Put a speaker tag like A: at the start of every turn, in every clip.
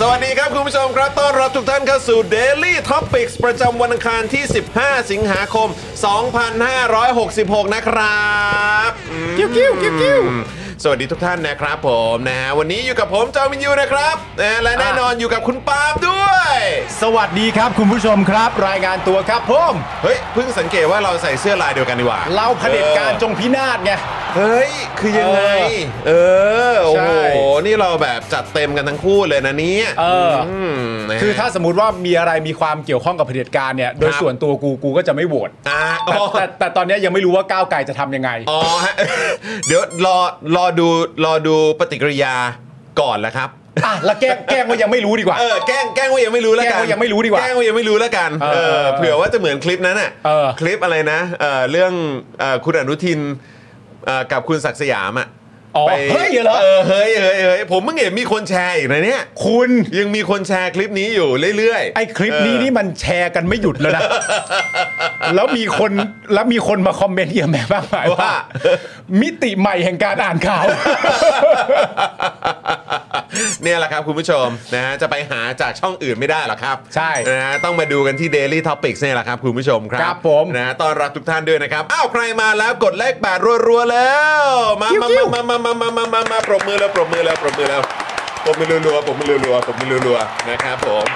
A: สวัสดีครับคุณผู้ชมครับต้อนรับทุกท่านเข้าสู่ Daily Topics ประจำวันอังคารที่ 15 สิงหาคม 2566 นะครับกิ้วกิ้วกิ้วกิ้วสวัสดีทุกท่านนะครับผมนะฮะวันนี้อยู่กับผมจอมินยูนะครับนะฮะและแน่นอนอยู่กับคุณปาล์มด้วย
B: สวัสดีครับคุณผู้ชมครับ รายงานตัวครับผม
A: เฮ้ยเพิ่งสังเกตว่าเราใส่เสื้อลายเดียวกันดีกว่า
B: เราเผด็จการจ
A: ง
B: งพินาศไง
A: เฮ้ย คือยังไง เออโอ้โหนี่เราแบบจัดเต็มกันทั้งคู่เลยนะเนี่ย
B: เออ
A: มนะฮะ
B: คือถ้าสมมติว่ามีอะไรมีความเกี่ยวข้องกับเผด็จการเนี่ย โดย
A: ครับ
B: ส่วนตัวกูกูก็จะไม่โหวต
A: อ่า
B: แต่แต่แต่ตอนเนี้ยยังไม่รู้ว่าก้าวไกลจะทำยังไง
A: อ๋อฮะ เดี๋ยวรอรอดูรอดูปฏิกิริยาก่อนละครับ
B: อ่ะ แล้วแกล้งแกล้งว่ายังไม่รู้ดีกว่า
A: เออแกล้งแกล้งว่ายังไม่รู้แล้วกัน
B: แกล้งว่ายังไม่รู้ดีกว่า
A: แกล้งว่ายังไม่รู้แล้วกัน
B: เออ
A: เออเผื่อว่าจะเหมือนคลิปนั้นอ่ะ
B: เออ
A: คลิปอะไรนะเออเรื่องเอ่อคุณอนุทินเอ่อกับคุณศักดิ์สยามอ่ะ
B: อ๋อ
A: ไป
B: เฮ้ยเหรอ
A: เออเฮ้ยเฮ้ยเฮ้ยผมเพิ่งเห็นมีคนแชร์อีกนะเนี่ย
B: คุณ
A: ยังมีคนแชร์คลิปนี้อยู่เรื่อยๆ
B: ไอ้คลิปนี้
A: เออ
B: นี่มันแชร์กันไม่หยุดแล้ว นะ แล้วมีคนแล้วมีคนมาคอมเมนต์เยอะแม่มากมาย
A: ว่า
B: ว่า มิติใหม่แห่งการอ่านข่าว
A: เนี่ยแหละครับคุณผู้ชมนะฮะจะไปหาจากช่องอื่นไม่ได้หรอกครับ
B: ใช่
A: นะฮะต้องมาดูกันที่ Daily Topics เนี่ยแหละครับคุณผู้ชมครับ
B: ครับผม
A: นะฮะต้อนรับทุกท่านด้วยนะครับ อ้าวใครมาแล้วกดเลขแปดรัวๆแล้วมา
B: คิ้
A: มาว มามามามามามามาปรบมือแล้วปรบมือแล้วปรบมือแล้วปรบมือรัวๆปรบมือรัวๆปรบมือรัวๆนะครับผม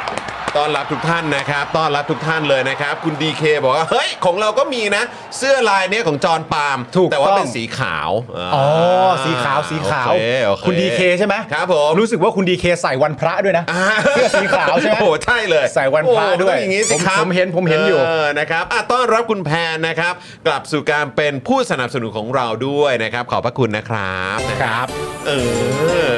A: ต้อนรับทุกท่านนะครับต้อนรับทุกท่านเลยนะครับ คุณดีเคบอกว่าเฮ้ยของเราก็มีนะ เสื้อลายเนี้ยของจอห์นปาล์ม
B: ถูก
A: แต่ว่า
B: ต้อง
A: เป็นสีขาวา
B: อ๋อสีขาวสีขาว
A: โอเคโอเ
B: คุณดีเคใช่ไหม
A: ครับผม
B: รู้สึกว่าคุณดีเคใส่วันพระด้วยนะ
A: อ่า
B: เสื้อสีขาวใช่ไหม
A: โอ้โใช่เลย
B: ใส่วันพระ
A: โอ้โห
B: ด้ว
A: ต้
B: ย
A: องอย่างนี้สิ
B: ผม
A: ครับ
B: ผมเห็นผมเห็นอยู่
A: เออนะครับอ่ะต้อนรับคุณแพนนะครับ กลับสู่การเป็นผู้สนับสนุนของเราด้วยนะครับ ขอบพระคุณนะครับนะ
B: ค
A: ครับ
B: รับ
A: เออ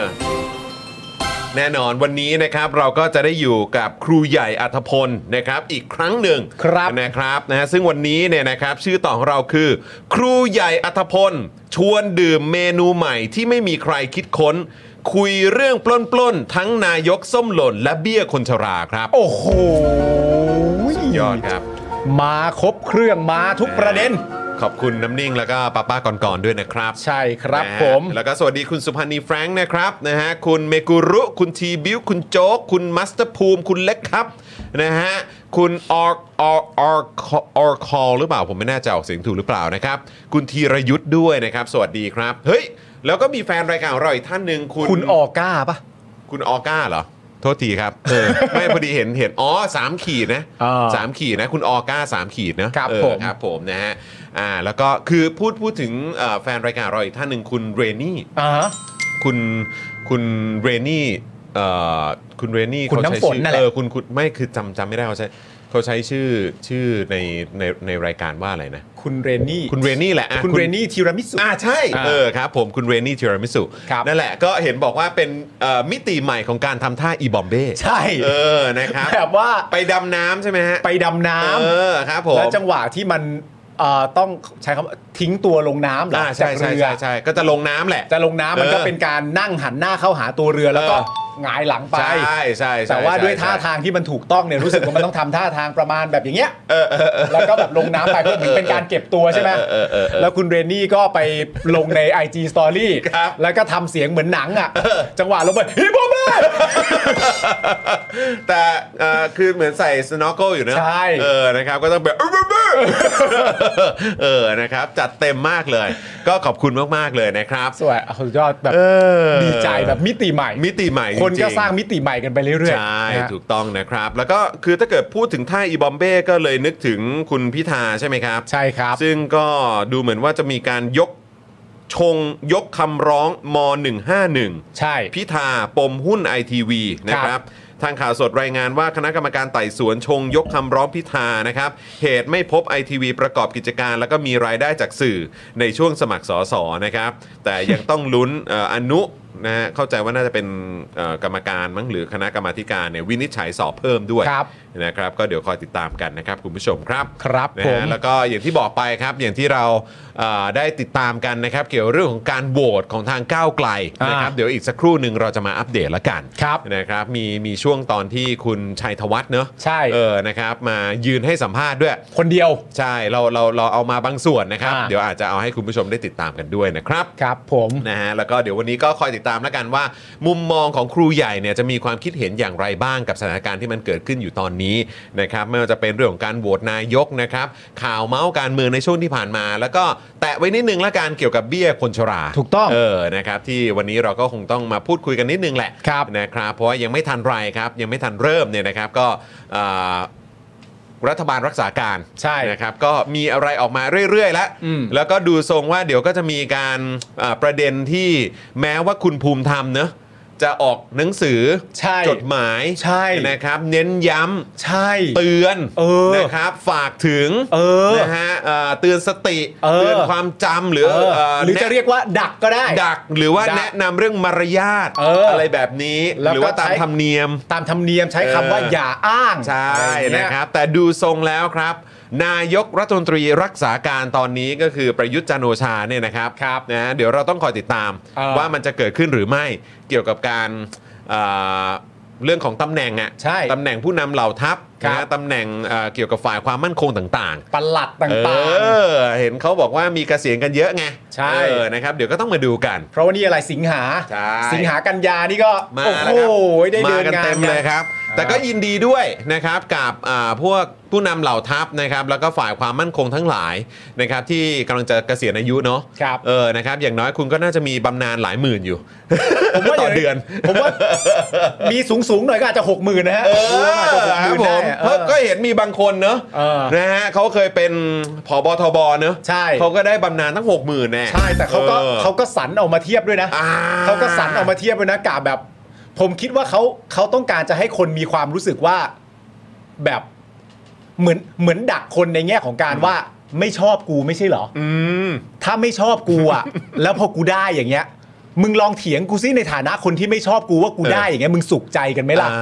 A: แน่นอนวันนี้นะครับเราก็จะได้อยู่กับครูใหญ่อัธพลนะครับ อีกครั้งหนึ่ง
B: ครับ
A: นะครับนะฮะซึ่งวันนี้เนี่ยนะครับชื่อต่อของเราคือ ครูใหญ่อัธพล ชวนดื่มเมนูใหม่ที่ไม่มีใครคิดค้น คุยเรื่องปล้นปล้นๆทั้งนายกส้มหล่น และเบี้ยคนชราครับ
B: โอ้โห
A: ยอดครับ
B: มาครบเครื่องมาทุกประเด็น
A: ขอบคุณน้ำนิ่งแล้วก็ป้าป้าๆก่อนๆด้วยนะครับ
B: ใช่ครับ
A: นะฮะ
B: ผม
A: แล้วก็สวัสดีคุณสุพันธ์นีแฟรงค์นะครับนะฮะคุณเมกุรุ คุณทีบิวคุณโจ๊ก คุณมัสเตอร์ภูมิ คุณเล็กครับนะฮะคุณออร์ออร์ออร์ออร์คอลหรือเปล่า ผมไม่แน่ใจออกเสียงถูกหรือเปล่านะครับ คุณธีรยุทธ์ด้วยนะครับ สวัสดีครับ เฮ้ย แล้วก็มีแฟนรายการของเราอีกท่านหนึ่งคุณ
B: คุณออก้าปะ
A: คุณออก้าเหรอ โทษทีครับเอ อ ไม่พอดีเห็นเห็นอ๋อสามขีดนะ
B: อ่า
A: สามขีดนะ คุณออก้าสามขีดนะครับ เออ
B: ผม
A: ครับผมนะฮะอ่าแล้วก็คือพูดพูดถึงเอ่อแฟนรายการเราอีกท่านหนึ่งคุณเรนนี่
B: อ่าฮะ
A: คุณคุณเรนนี่เอ่อคุณเรนนี่
B: คุณ
A: เขาใช้
B: น้ำฝน
A: ชื่อ
B: นั่นแหละ
A: เออคุณคุณไม่คือจำจำไม่ได้เขาใช้เขาใช้ชื่อชื่อในในในรายการว่าอะไรนะ
B: คุณเรนนี่
A: คุณเรนนี่แหละอ่ะ
B: คุณเรนนี่ทีรามิสุ
A: อ่าใช่
B: อ่า
A: เออครับผมคุณเรนนี่ทีรามิสุ
B: ครับ
A: นั่นแหละก็เห็นบอกว่าเป็นเอ่อมิติใหม่ของการทำท่าอีบอมเบ้
B: ใช่
A: เออนะครับ
B: แบบว่า
A: ไปดำน้ำใช่ไหมฮะ
B: ไปดำน้
A: เออ
B: ำ
A: ครับผม
B: และจังหวะที่มัน เอ่อต้องใช้คำว่าทิ้งตัวลงน้ำเหรอ
A: อ่า
B: อ
A: ใช่
B: จาก
A: ใช่
B: เรือ
A: ใช่ใช่ก็จะลงน้ำแหละ
B: จะลงน้ำมัน
A: เออ
B: ก็เป็นการนั่งหันหน้าเข้าหาตัวเรือแล้วก็
A: เออ
B: หงายหลังไป
A: ใช่ใช่ใช่
B: แต่ว่า
A: ใช่
B: ด้วยท่า
A: ใช่
B: ทางที่มันถูกต้องเนี่ยรู้สึกว่ามันต้องทำท่าทางประมาณแบบอย่างเงี้ย
A: เออเออเออ
B: แล้วก็แบบลงน้ำไปเพื่อเหมือนเป็นการเก็บตัวใช่ไหม
A: เออเออเออเออ
B: แล้วคุณเรนนี่ก็ไปลงใน IG Story
A: ครับ
B: แล้วก็ทำเสียงเหมือนหนังอ่ะจังหวะลงไปฮิปโปเม
A: แต่เอ่อคือเหมือนใส่สโนว์โกอยู่นะ
B: ใช่
A: เออนะครับก็ต้องแบบ เออนะครับจัดเต็มมากเลย ก็ขอบคุณมากๆเลยนะครับ
B: สวยเอาสุดยอดแบบ
A: เออ
B: ดีใจแบบมิติใหม่
A: มิติใหม่
B: คนก็
A: จๆ
B: สร้างมิติใหม่กันไปเรื่อยๆ
A: ใช่
B: นะฮะ
A: ถูกต้องนะครับ แล้วก็คือถ้าเกิดพูดถึงท่าอีบอมเบ้ก็เลยนึกถึงคุณพิธาใช่ไหมครับ
B: ใช่ครับ
A: ซึ่งก็ดูเหมือนว่าจะมีการยกชงยกคำร้องม 151
B: ใช่
A: พิธาปมหุ้นไอทีวีนะค
B: ครั
A: รับ
B: บ
A: ทางข่าวสดรายงานว่าคณะกรรมการไต่สวนชงยกคำร้องพิธานะครับ เหตุไม่พบไอทีวีประกอบกิจการ แล้วก็มีรายได้จากสื่อในช่วงสมัครสอสอนะครับ แต่ยังต้องลุ้น เอ่ออนุนะฮะเข้าใจว่าน่าจะเป็นเอ่อกรรมการมั้งหรือคณะกรรมาธิการเนี่ยวินิจฉัยสอบเพิ่มด้วย
B: ครับ
A: นะครับ ก็เดี๋ยวคอยติดตามกันนะครับคุณผู้ชมครับ
B: ครับ
A: นะ
B: ผ
A: ฮะ
B: ม
A: แล้วก็อย่างที่บอกไปครับอย่างที่เราเอ่อได้ติดตามกันนะครับ เกี่ยวเรื่องของการโหวตของทางก้าวไกลนะครับ
B: อ่า
A: เดี๋ยวอีกสักครู่หนึ่งเราจะมาอัปเดตละกัน
B: ครับ
A: นะครับมีมีช่วงตอนที่คุณชัยธวัฒน์เนอะ
B: ใช่
A: เออนะครับมายืนให้สัมภาษณ์ด้วย
B: คนเดียว
A: ใช่เราเราเราเอามาบางส่วนนะครับ
B: อ่า
A: เดี๋ยวอาจจะเอาให้คุณผู้ชมได้ติดตามกันด้วยนะครับ
B: ครับผม
A: นะฮะแล้วก็เดี๋ยววันนี้ก็คอยติดตามแล้วกันว่า มุมมองของครูใหญ่เนี่ยจะมีความคิดเห็นอย่างไรบ้างกับสถานการณ์ที่มันเกิดขึ้นอยู่ตอนนี้นะครับไม่ว่าจะเป็นเรื่องของการโหวตนายกนะครับข่าวเมาส์การเมืองในช่วงที่ผ่านมา แล้วก็แตะไว้นิดนึงละกันเกี่ยวกับเบี้ยคนชรา
B: ถูกต้อง
A: เออนะครับที่วันนี้เราก็คงต้องมาพูดคุยกันนิดนึงแหละ
B: ครับ
A: นะครับเพราะว่ายังไม่ทันไรครับยังไม่ทันเริ่มเนี่ยนะครับก็เอ่อรัฐบาลรักษาการ
B: ใช่
A: นะครับก็มีอะไรออกมาเรื่อย ๆ แล้ว
B: อืม
A: แล้วก็ดูทรงว่าเดี๋ยวก็จะมีการอ่าประเด็นที่แม้ว่าคุณภูมิธรรมเนอะจะออกหนังสือ
B: ใช่
A: จดหมาย
B: ใช่
A: นะครับ เน้นย้ำ
B: ใช่
A: เตือน
B: เออ
A: นะครับ ฝากถึง
B: เออ
A: นะฮะอ่าเตือนสติ
B: เออ
A: อนความจำหรือ
B: เออ
A: เอ่อ
B: หรือจะ
A: แน
B: เรียกว่าดักก็ได้
A: ดักหรือว่า
B: ดัก
A: แนะนำเรื่องมารยาท
B: เอออ
A: ไรแบบนี้
B: แล้ว
A: หรือว่า
B: ก็
A: ตาม
B: ใช้
A: ธรรมเนียม
B: ตามธรรมเนียมใช้
A: เออ
B: คำว่าอย่าอ้าง
A: ใช่
B: อไอย่างเงี้
A: นะ
B: ย
A: ครับ แต่ดูทรงแล้วครับ นายกรัฐมนตรีรักษาการตอนนี้ก็คือประยุทธ์จันทร์โอชาเนี่ยนะครับ
B: ครับ
A: นะเดี๋ยวเราต้องคอยติดตาม
B: เออ
A: ว่ามันจะเกิดขึ้นหรือไม่เกี่ยวกับการเอ่อเรื่องของตำแหน่งอ่ะ
B: ใช่
A: ตำแหน่งผู้นำเหล่าทัพ
B: ครับ
A: นะตำแหน่งเอ่อเกี่ยวกับฝ่ายความมั่นคงต่าง
B: ปลัดต
A: ๆเอ่
B: าง
A: อเห็นเขาบอกว่ามีเกษียณกันเยอะไง
B: ใช่
A: เออนะครับเดี๋ยวก็ต้องมาดูกัน
B: ๆ เพราะว่านี่อะไรสิงหา
A: ใช่
B: สิงหากันยานี่ก็
A: มา
B: โอ้
A: แล้ว
B: โห
A: ครับ
B: ได้เดิ
A: มาน กัน
B: งาน
A: เต็มเลย
B: กัน
A: ครับ แต่ก็ยินดีด้วยนะครับกับอ่าพวกผู้นำเหล่าทัพนะครับ แล้วก็ฝ่ายความมั่นคงทั้งหลายนะครับ ที่กำลังจะเกษียณอายุเนาะ
B: ครับ
A: เออนะครับ อย่างน้อยคุณก็น่าจะมีบำนาญหลายหมื่นอยู่
B: ผมว่า
A: ต่
B: ย่
A: องเดือน
B: ผมว่า มีสูงสูงๆหน่อยก็อาจจะหกหมื่นนะฮะ
A: เออ
B: อาจจะห
A: ครับ
B: กห
A: ผ
B: มื่นได้
A: ม
B: อะ
A: เพราะ
B: เออ
A: ก็เห็นมีบางคนเนอะ
B: เออ
A: นะฮะเขาเคยเป็นผบทบเนอะ
B: ใช่
A: เขาก็ได้บำนาญตั้งหกหมื่นแน่
B: ใช่แต่เขาก็
A: ออ
B: เขาก็สันออกมาเทียบด้วยนะ
A: อ่า
B: เขาก็สันออกมาเทียบด้วยนะกาแบบ ผมคิดว่าเขาเขาต้องการจะให้คนมีความรู้สึกว่าแบบเหมือนเหมือนดักคนในแง่ของการว่าไม่ชอบกูไม่ใช่เหรอ
A: อืม
B: ถ้าไม่ชอบกู อ่ะ แล้วพอกูได้อย่างเงี้ย มึงลองเถียงกูซิในฐานะคนที่ไม่ชอบกูว่ากู
A: เออ
B: ได้อย่างเงี้ยมึงสุขใจกันไหมล่ะ
A: อ่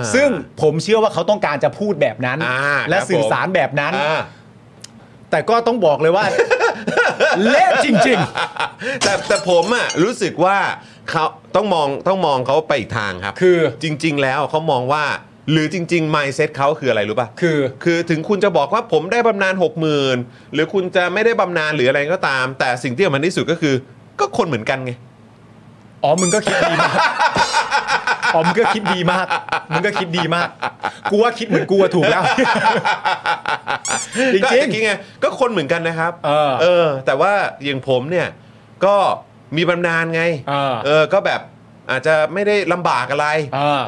A: า
B: ซึ่งผมเชื่อว่าเขาต้องการจะพูดแบบนั้น
A: อ่า
B: และ
A: ครับ
B: สื่อ
A: ผม
B: สารแบบนั้น
A: อ่า
B: แต่ก็ต้องบอกเลยว่า เละจริง
A: แต่แต่ผมอะรู้สึกว่าเขาต้องมองต้องมองเขาไปอีกทางครับ
B: คือ
A: จริง ๆ แล้วเขามองว่า หรือจริง ๆ mindset เขาคืออะไรรู้ป่ะ
B: ๆ คือ
A: คือถึงคุณจะบอกว่าผมได้บำนาญหกหมื่นหรือคุณจะไม่ได้บำนาญหรืออะไรก็ตาม แต่สิ่งที่สำคัญที่สุดก็คือ ก็คนเหมือนกันไง
B: อ๋อ มึงก็คิดดีมาก อ๋อ มึงก็คิดดีมาก มึงก็คิดดีมาก กูว่าคิดเหมือนกู อะถูกแล้ว จริง
A: ก็
B: ๆ
A: อาะคิดไงก็คนเหมือนกันนะครับ
B: เออ
A: แต่ว่าอย่างผมเนี่ยก็มีบำนาญไง
B: เออ
A: ก็แบบอาจจะไม่ได้ลำบากอะไร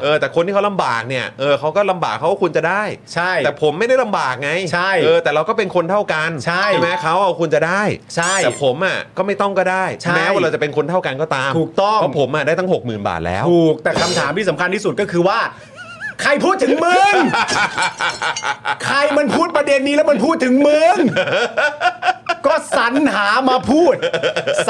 B: เออ
A: แต่คนที่เขาลำบากเนี่ยเออเขาก็ลำบากเขาก็ควรจะได้
B: ใช่
A: แต่ผมไม่ได้ลำบากไง
B: ใช่
A: เออแต่เราก็เป็นคนเท่ากัน
B: ใช่
A: ไหมเขาเอาคุณจะได้
B: ใช่
A: แต่ผมอ่ะก็ไม่ต้องก็ได้
B: ใช่
A: แม้ว่าเราจะเป็นคนเท่ากันก็ตาม
B: ถูกต้อง
A: เพราะผมอ่ะได้ตั้ง 6 0,000 บาทแล้ว
B: ถูก แต่คำถามที่สำคัญที่สุดก็คือว่า ใครพูดถึงมึ ง ใครมันพูดประเด็นนี้แล้วมันพูดถึงมึง ก็สรรหามาพูด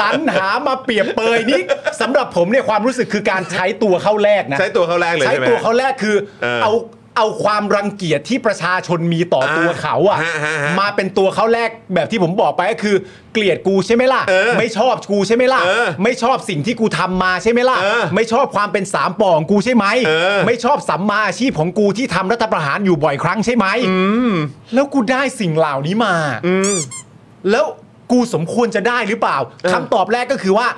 B: สรรหามาเปรียบเปยนี่สำหรับผมเนี่ยความรู้สึกคือการใช้ตัวเข้าแรกนะ
A: ใช้ตัวเขาแรกเลย
B: ใช้
A: ใช่ไหม
B: ตัวเขาแรกคือ
A: เออ
B: เอา เอาความรังเกียจที่ประชาชนมีต่อ
A: อ่า
B: ตัวเขาอะ
A: ฮะฮะฮะ
B: มาเป็นตัวเขาแรกแบบที่ผมบอกไปก็คือ เกลียดกูใช่ไหมล่ะ
A: เออ
B: ไม่ชอบกูใช่ไหมล่ะ
A: เออ
B: ไม่ชอบสิ่งที่กูทำมาใช่ไหมล่ะ
A: เออ
B: ไม่ชอบความเป็นสามป่องกูใช่ไหม
A: เออ
B: ไม่ชอบสัมมาอาชีพของกูที่ทำรัฐประหารอยู่บ่อยครั้งใช่ไหมแล้วกูได้สิ่งเหล่านี้มา
A: อืม
B: แล้วกูสมควรจะได้หรือเปล่า
A: เออ
B: คำตอบแรกก็คือว่า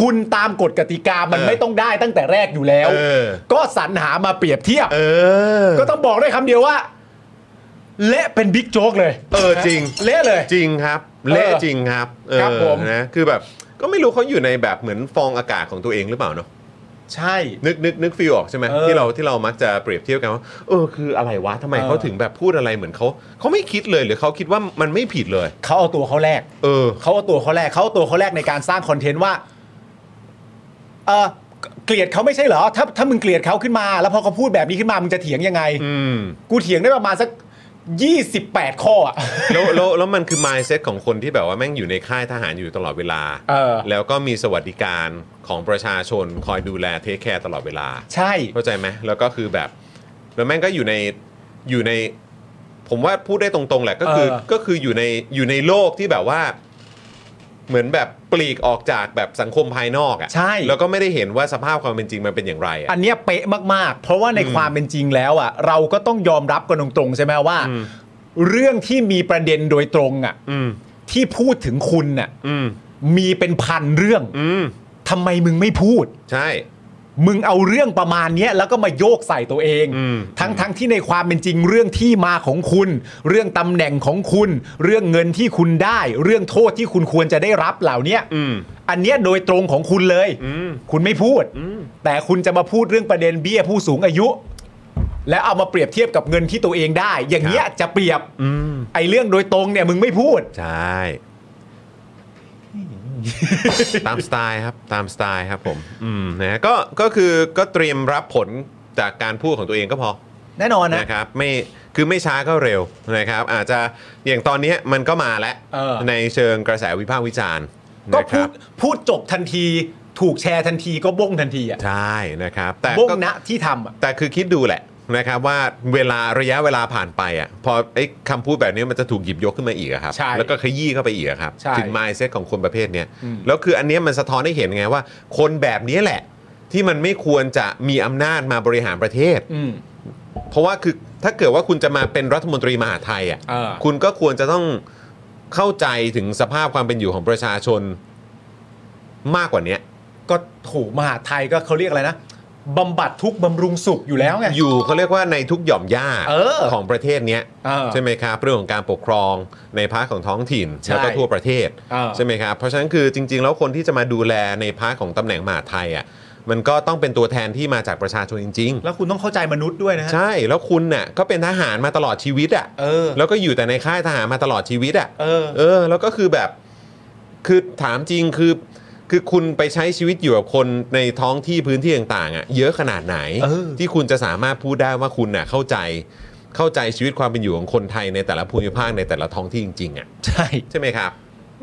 B: คุณตามกฎกติกามัน
A: เออ
B: ไม่ต้องได้ตั้งแต่แรกอยู่แล้ว
A: เออ
B: ก็สรรหามาเปรียบเทียบ
A: เออ
B: ก็ต้องบอกด้วยคำเดียวว่า เละเป็นบิ๊กโจ๊กเลย
A: เออจริง
B: เละเลย
A: จริงครับเละจริงครับเออ
B: ครับผม
A: นะคือแบบก็ไม่รู้เขาอยู่ในแบบเหมือนฟองอากาศของตัวเองหรือเปล่าเนาะ
B: ใช่
A: นึกนึกนึกฟีลออกใช่ไหม
B: เออ
A: ที่เราที่เรามักจะเปรียบเทียบกันว่าเออคืออะไรวะทำไม
B: เออ
A: เขาถึงแบบพูดอะไรเหมือนเขาเขาไม่คิดเลยหรือเขาคิดว่ามันไม่ผิดเลย
B: เขาเอาตัวเขาแรก
A: เออ
B: เขาเอาตัวเขาแรกเขาเอาตัวเขาแรกในการสร้างคอนเทนต์ว่าเออเกลียดเขาไม่ใช่เหรอ ถ้าถ้ามึงเกลียดเขาขึ้นมา แล้วพอเขาพูดแบบนี้ขึ้นมามึงจะเถียงยังไง
A: อืม
B: กูเถียงได้ประมาณสัก28ข้ออะ
A: แล้วแล้วแล้วมันคือ mindset ของคนที่แบบว่าแม่งอยู่ในค่ายทหารอยู่ตลอดเวลา
B: เออ
A: แล้วก็มีสวัสดิการของประชาชนคอยดูแลเทคแคร์ตลอดเวลา
B: ใช่
A: เข้าใจไหมแล้วก็คือแบบ แล้วแม่งก็อยู่ในอยู่ใน ผมว่าพูดได้ตรงๆแหละก็คือ
B: เออ
A: ก็คืออยู่ในอยู่ในโลกที่แบบว่า เหมือนแบบปลีกออกจากแบบสังคมภายนอกอะ
B: ใช่
A: แล้วก็ไม่ได้เห็นว่าสภาพความเป็นจริงมันเป็นอย่างไร
B: อั
A: อะ
B: นเนี้ยเป๊ะมากๆ เพราะว่าในความเป็นจริงแล้วอ่ะเราก็ต้องยอมรับกันตรงๆ ใช่ไหมว่า
A: อืม
B: เรื่องที่มีประเด็นโดยตรงอ่ะ
A: อืม
B: ที่พูดถึงคุณน่ะ
A: อืม
B: มีเป็นพันเรื่อง
A: อืม
B: ทำไมมึงไม่พูด
A: ใช่
B: มึงเอาเรื่องประมาณเนี้ยแล้วก็มาโยกใส่ตัวเอง
A: อืม
B: ทั้งทั้งที่ในความเป็นจริงเรื่องที่มาของคุณ เรื่องตำแหน่งของคุณ เรื่องเงินที่คุณได้ เรื่องโทษที่คุณควรจะได้รับเหล่าเนี้ย
A: อืม
B: อันเนี้ยโดยตรงของคุณเลย
A: อืม
B: คุณไม่พูด แต่คุณจะมาพูดเรื่องประเด็นเบี้ยผู้สูงอายุ และเอามาเปรียบเทียบกับเงินที่ตัวเองได้ อย่างเงี้ยจะเปรียบ
A: อืม
B: ไอ้เรื่องโดยตรงเนี่ยมึงไม่พูด
A: ใช่ ตามสไตล์ครับตามสไตล์ครับผมอืมนะก็ก็คือก็เตรียมรับผลจากการพูดของตัวเองก็พอ
B: แน่นอนนะ
A: นะครับไม่คือไม่ช้าก็เร็วนะครับอาจจะอย่างตอนเนี้ยมันก็มาแล้ว
B: เออ
A: ในเชิงกระแสวิพากษ์วิจารณ์
B: ก็
A: นะค
B: พู
A: รั
B: ด
A: บ
B: พูดจบทันที ถูกแชร์ทันทีก็บ้งทันทีอ่ะ
A: ใช่นะครับแต่
B: บ้ง
A: ก็
B: ณที่ทำอ่ะ
A: แต่คือคิดดูแหละนะครับว่าเวลาระยะเวลาผ่านไปอ่ะพอไอ้คำพูดแบบนี้มันจะถูกหยิบยกขึ้นมาอีกอะครับ
B: ใช่
A: แล้วก็ขยี้เข้าไปอีกอะครับ
B: ใช่
A: ถึง mindset ของคนประเภทเนี้ยแล้วคืออันเนี้ยมันสะท้อนให้เห็นไงว่า คนแบบนี้แหละ ที่มันไม่ควรจะมีอำนาจมาบริหารประเทศ เพราะว่าคือถ้าเกิดว่าคุณจะมาเป็นรัฐมนตรีมหาดไทยอ่ะ
B: เออ
A: คุณก็ควรจะต้องเข้าใจถึงสภาพความเป็นอยู่ของประชาชนมากกว่าเนี้ย
B: ก็ถูกมหาไทยก็เขาเรียกอะไรนะบำบัดทุกข์บำรุงสุขอยู่แล้วไง
A: อยู่เขาเรียกว่าในทุกหย่อมย่า
B: เออ
A: ของประเทศเนี้ย
B: เออ
A: ใช่ไหมครับเรื่องของการปกครองในพาร์ทของท้องถิ่น
B: ใช่
A: แล้วก็ทั่วประเทศ
B: เออ
A: ใช่ไหมครับเพราะฉะนั้นคือจริง ๆ แล้วคนที่จะมาดูแลในพาร์ทของตำแหน่งมหาดไทยอ่ะมันก็ต้องเป็นตัวแทนที่มาจากประชาชนจริง ๆ
B: แล้วคุณต้องเข้าใจมนุษย์ด้วยนะฮะ
A: ใช่แล้วคุณน่ะก็เป็นทหารมาตลอดชีวิตอ่ะ
B: เออ
A: แล้วก็อยู่แต่ในค่ายทหารมาตลอดชีวิตอ่ะ
B: เออ
A: เออ แล้วก็คือแบบคือถามจริงคือคือคุณไปใช้ชีวิตอยู่กับคนในท้องที่พื้นที่ต่างๆอ่ะเยอะขนาดไหน ที่คุณจะสามารถพูดได้ว่าคุณน่ะเข้าใจเข้าใจชีวิตความเป็นอยู่ของคนไทยในแต่ละภูมิภาคในแต่ละท้องที่จริงๆอ่ะ
B: ใช่
A: ใช่ไหมครับ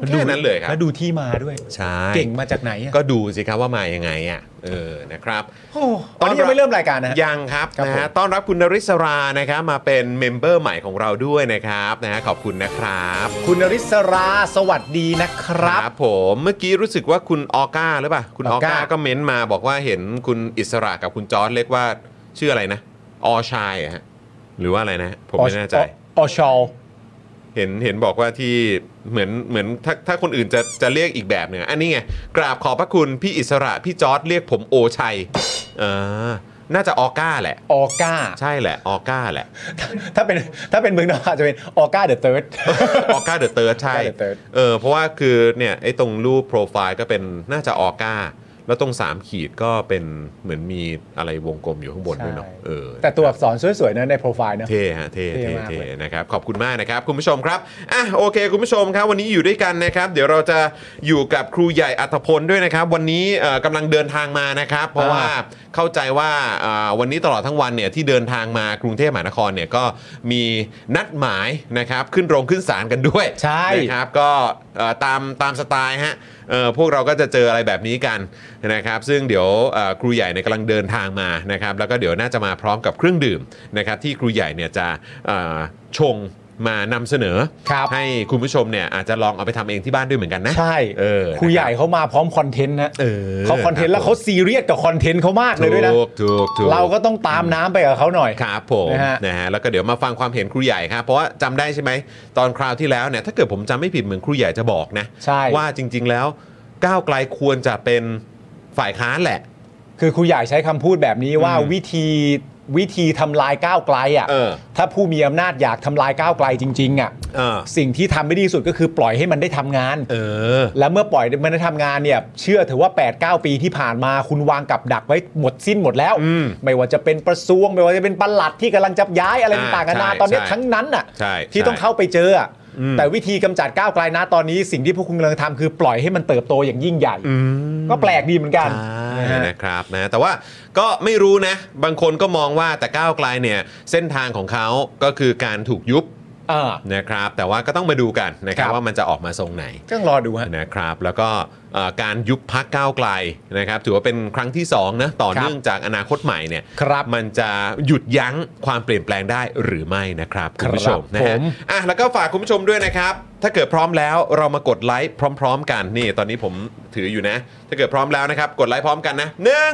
A: แค่นั้นเลยครับ
B: แล้วดูที่มาด้วย
A: ใช่
B: เก่งมาจากไหนอะ
A: ก็ดูสิครับว่ามายังไงอ่ะเออนะครับ
B: โอ้ตอนนี้ยังไม่เริ่มรายการนะฮะ
A: ยังครับ
B: ครับ
A: นะฮะ
B: ผม
A: ต้อนรับคุณนริศรานะครับมาเป็นเมมเบอร์ใหม่ของเราด้วยนะครับนะฮะขอบคุณนะครับ
B: คุณนริศราสวัสดีนะครับ
A: ผมเมื่อกี้รู้สึกว่าคุณออก้าหรือเปล่าคุณออ
B: ออก้า
A: ก้าก็เม้นมาบอกว่าเห็นคุณอิสระกับคุณจอร์ดเรียกว่าชื่ออะไรนะออชายเหรอฮะหรือว่าอะไรนะผมไม่แน่ใจ
B: ออชอล
A: เห็นเห็นบอกว่าที่เหมือนเหมือนถ้าถ้าคนอื่นจะจะเรียกอีกแบบหนึ่งอะอันนี้ไงกราบขอบพระคุณพี่อิสระพี่จอร์ดเรียกผมโอชัยเออน่าจะออก้าแหละ
B: ออก้า
A: ใช่แหละออก้าแหละ
B: ถ้าเป็นถ้าเป็นเมืองนอกอาจจะเป็นออก้าเดอะเติร์ด
A: ออก้าเดอะเติร์ดใช่
B: Orca the Third
A: เออเพราะว่าคือเนี่ยไอ้ตรงรูปโปรไฟล์ก็เป็นน่าจะออก้า แล้วตรง 3 ขีดก็เป็นเหมือนมีอะไรวงกลมอยู่ข้างบนด้วยเนาะ
B: ใช่
A: เออ
B: แต่ตัวอักษรสวยๆนะในโปรไฟล์นะ
A: เท่ฮะเท่
B: เท่
A: เท่
B: มาก
A: เท่
B: เลย
A: นะครับขอบคุณมากนะครับ คุณผู้ชมครับอ่ะโอเค คุณผู้ชมครับ วันนี้อยู่ด้วยกันนะครับ เดี๋ยวเราจะอยู่กับครูใหญ่อัธพลด้วยนะครับ วันนี้เอ่อกำลังเดินทางมานะครับ เพราะว่าเข้าใจว่าอ่าวันนี้ตลอดทั้งวันเนี่ยที่เดินทางมากรุงเทพมหานครเนี่ยก็มีนัดหมายนะครับขึ้นโรงขึ้นศาลกันด้วย
B: ใช่
A: นะครับก็เอ่อตามตามสไตล์ฮะ เออพวกเราก็จะเจออะไรแบบนี้กันนะครับซึ่งเดี๋ยวเอ่อครูใหญ่เนี่ยกำลังเดินทางมานะครับแล้วก็เดี๋ยวน่าจะมาพร้อมกับเครื่องดื่มนะครับที่ครูใหญ่เนี่ยจะเอ่อชงมานำเสนอ
B: ครับ
A: ให้คุณผู้ชมเนี่ยอาจจะลองเอาไปทำเองที่บ้านด้วยเหมือนกันนะ
B: ใช่
A: เออ
B: ครูใหญ่เขามาพร้อมคอนเทนต์นะ
A: เออ
B: เขาคอนเทนต์แล้วเขาซีเรียสกับคอนเทนต์เขามากเลยด้วยนะ
A: ถูกถูกถูก
B: เราก็ต้องตามน้ำไปกับเขาหน่อย
A: ครับผม
B: นะฮะ
A: นะฮะแล้วก็เดี๋ยวมาฟังความเห็นครูใหญ่ครับ เพราะว่าจำได้ใช่ไหม ตอนคราวที่แล้วเนี่ยถ้าเกิดผมจำไม่ผิดเหมือนครูใหญ่จะบอกนะ
B: ใช่
A: ว่าจริง ๆ แล้วก้าวไกลควรจะเป็นฝ่ายค้านแหละ
B: คือครูใหญ่ใช้คำพูดแบบนี้ว่า
A: อืม
B: วิธีวิธีทำลายก้าวไกลอ่ะ
A: เออ
B: ถ้าผู้มีอำนาจอยากทำลายก้าวไกลจริงๆอ่ะ
A: เออ
B: สิ่งที่ทำไม่ดีที่สุดก็คือปล่อยให้มันได้ทำงาน
A: เออ
B: แล้วเมื่อปล่อยมันได้ทำงานเนี่ยเชื่อเถือะว่า 8 9 ปีที่ผ่านมาคุณวางกับดักไว้หมดสิ้นหมดแล้ว
A: อืม
B: ไม่ว่าจะเป็นประซวง ไม่ว่าจะเป็นปลัดที่กำลังจะย้ายอะไร
A: อ่า
B: ต่างๆนานา
A: ใช่
B: ตอนเนี้ย
A: ใช่
B: ทั้งนั้นอ่ะ
A: ใช่
B: ที่
A: ใช่
B: ต้องเข้าไปเจออะ
A: อืม
B: แต่วิธีกำจัดก้าวไกลนะตอนนี้สิ่งที่พวกคุณกำลังทำคือปล่อยให้มันเติบโตอย่างยิ่งใหญ่
A: อืม
B: ก็แปลกดีเหมือนกันนะ
A: ใช่
B: ฮะ
A: นะครับนะแต่ว่าก็ไม่รู้นะ บางคนก็มองว่าแต่ก้าวไกลเนี่ยเส้นทางของเขาก็คือการถูกยุบ
B: อ่า
A: นะครับ แต่ว่าก็ต้องมาดูกันนะครับ
B: ครับ
A: ว่ามันจะออกมาทรงไหน
B: ก็ต้องรอดูฮะ
A: นะครับแล้วก็เอ่อการยุบพักก้าวไกลนะครับถือว่าเป็นครั้งที่2นะต่อ
B: ครับ
A: เนื่องจากอนาคตใหม่เนี่ย
B: ครับ
A: มันจะหยุดยั้งความเปลี่ยนแปลงได้หรือไม่นะครับคุณผู้ชม
B: ครับ
A: นะฮะ
B: ผม
A: อ่ะแล้วก็ฝากคุณผู้ชมด้วยนะครับ ถ้าเกิดพร้อมแล้วเรามากดไลค์พร้อม ๆ กันนี่ตอนนี้ผมถืออยู่นะ ถ้าเกิดพร้อมแล้วนะครับ กดไลค์พร้อมกันนะหนึ่ง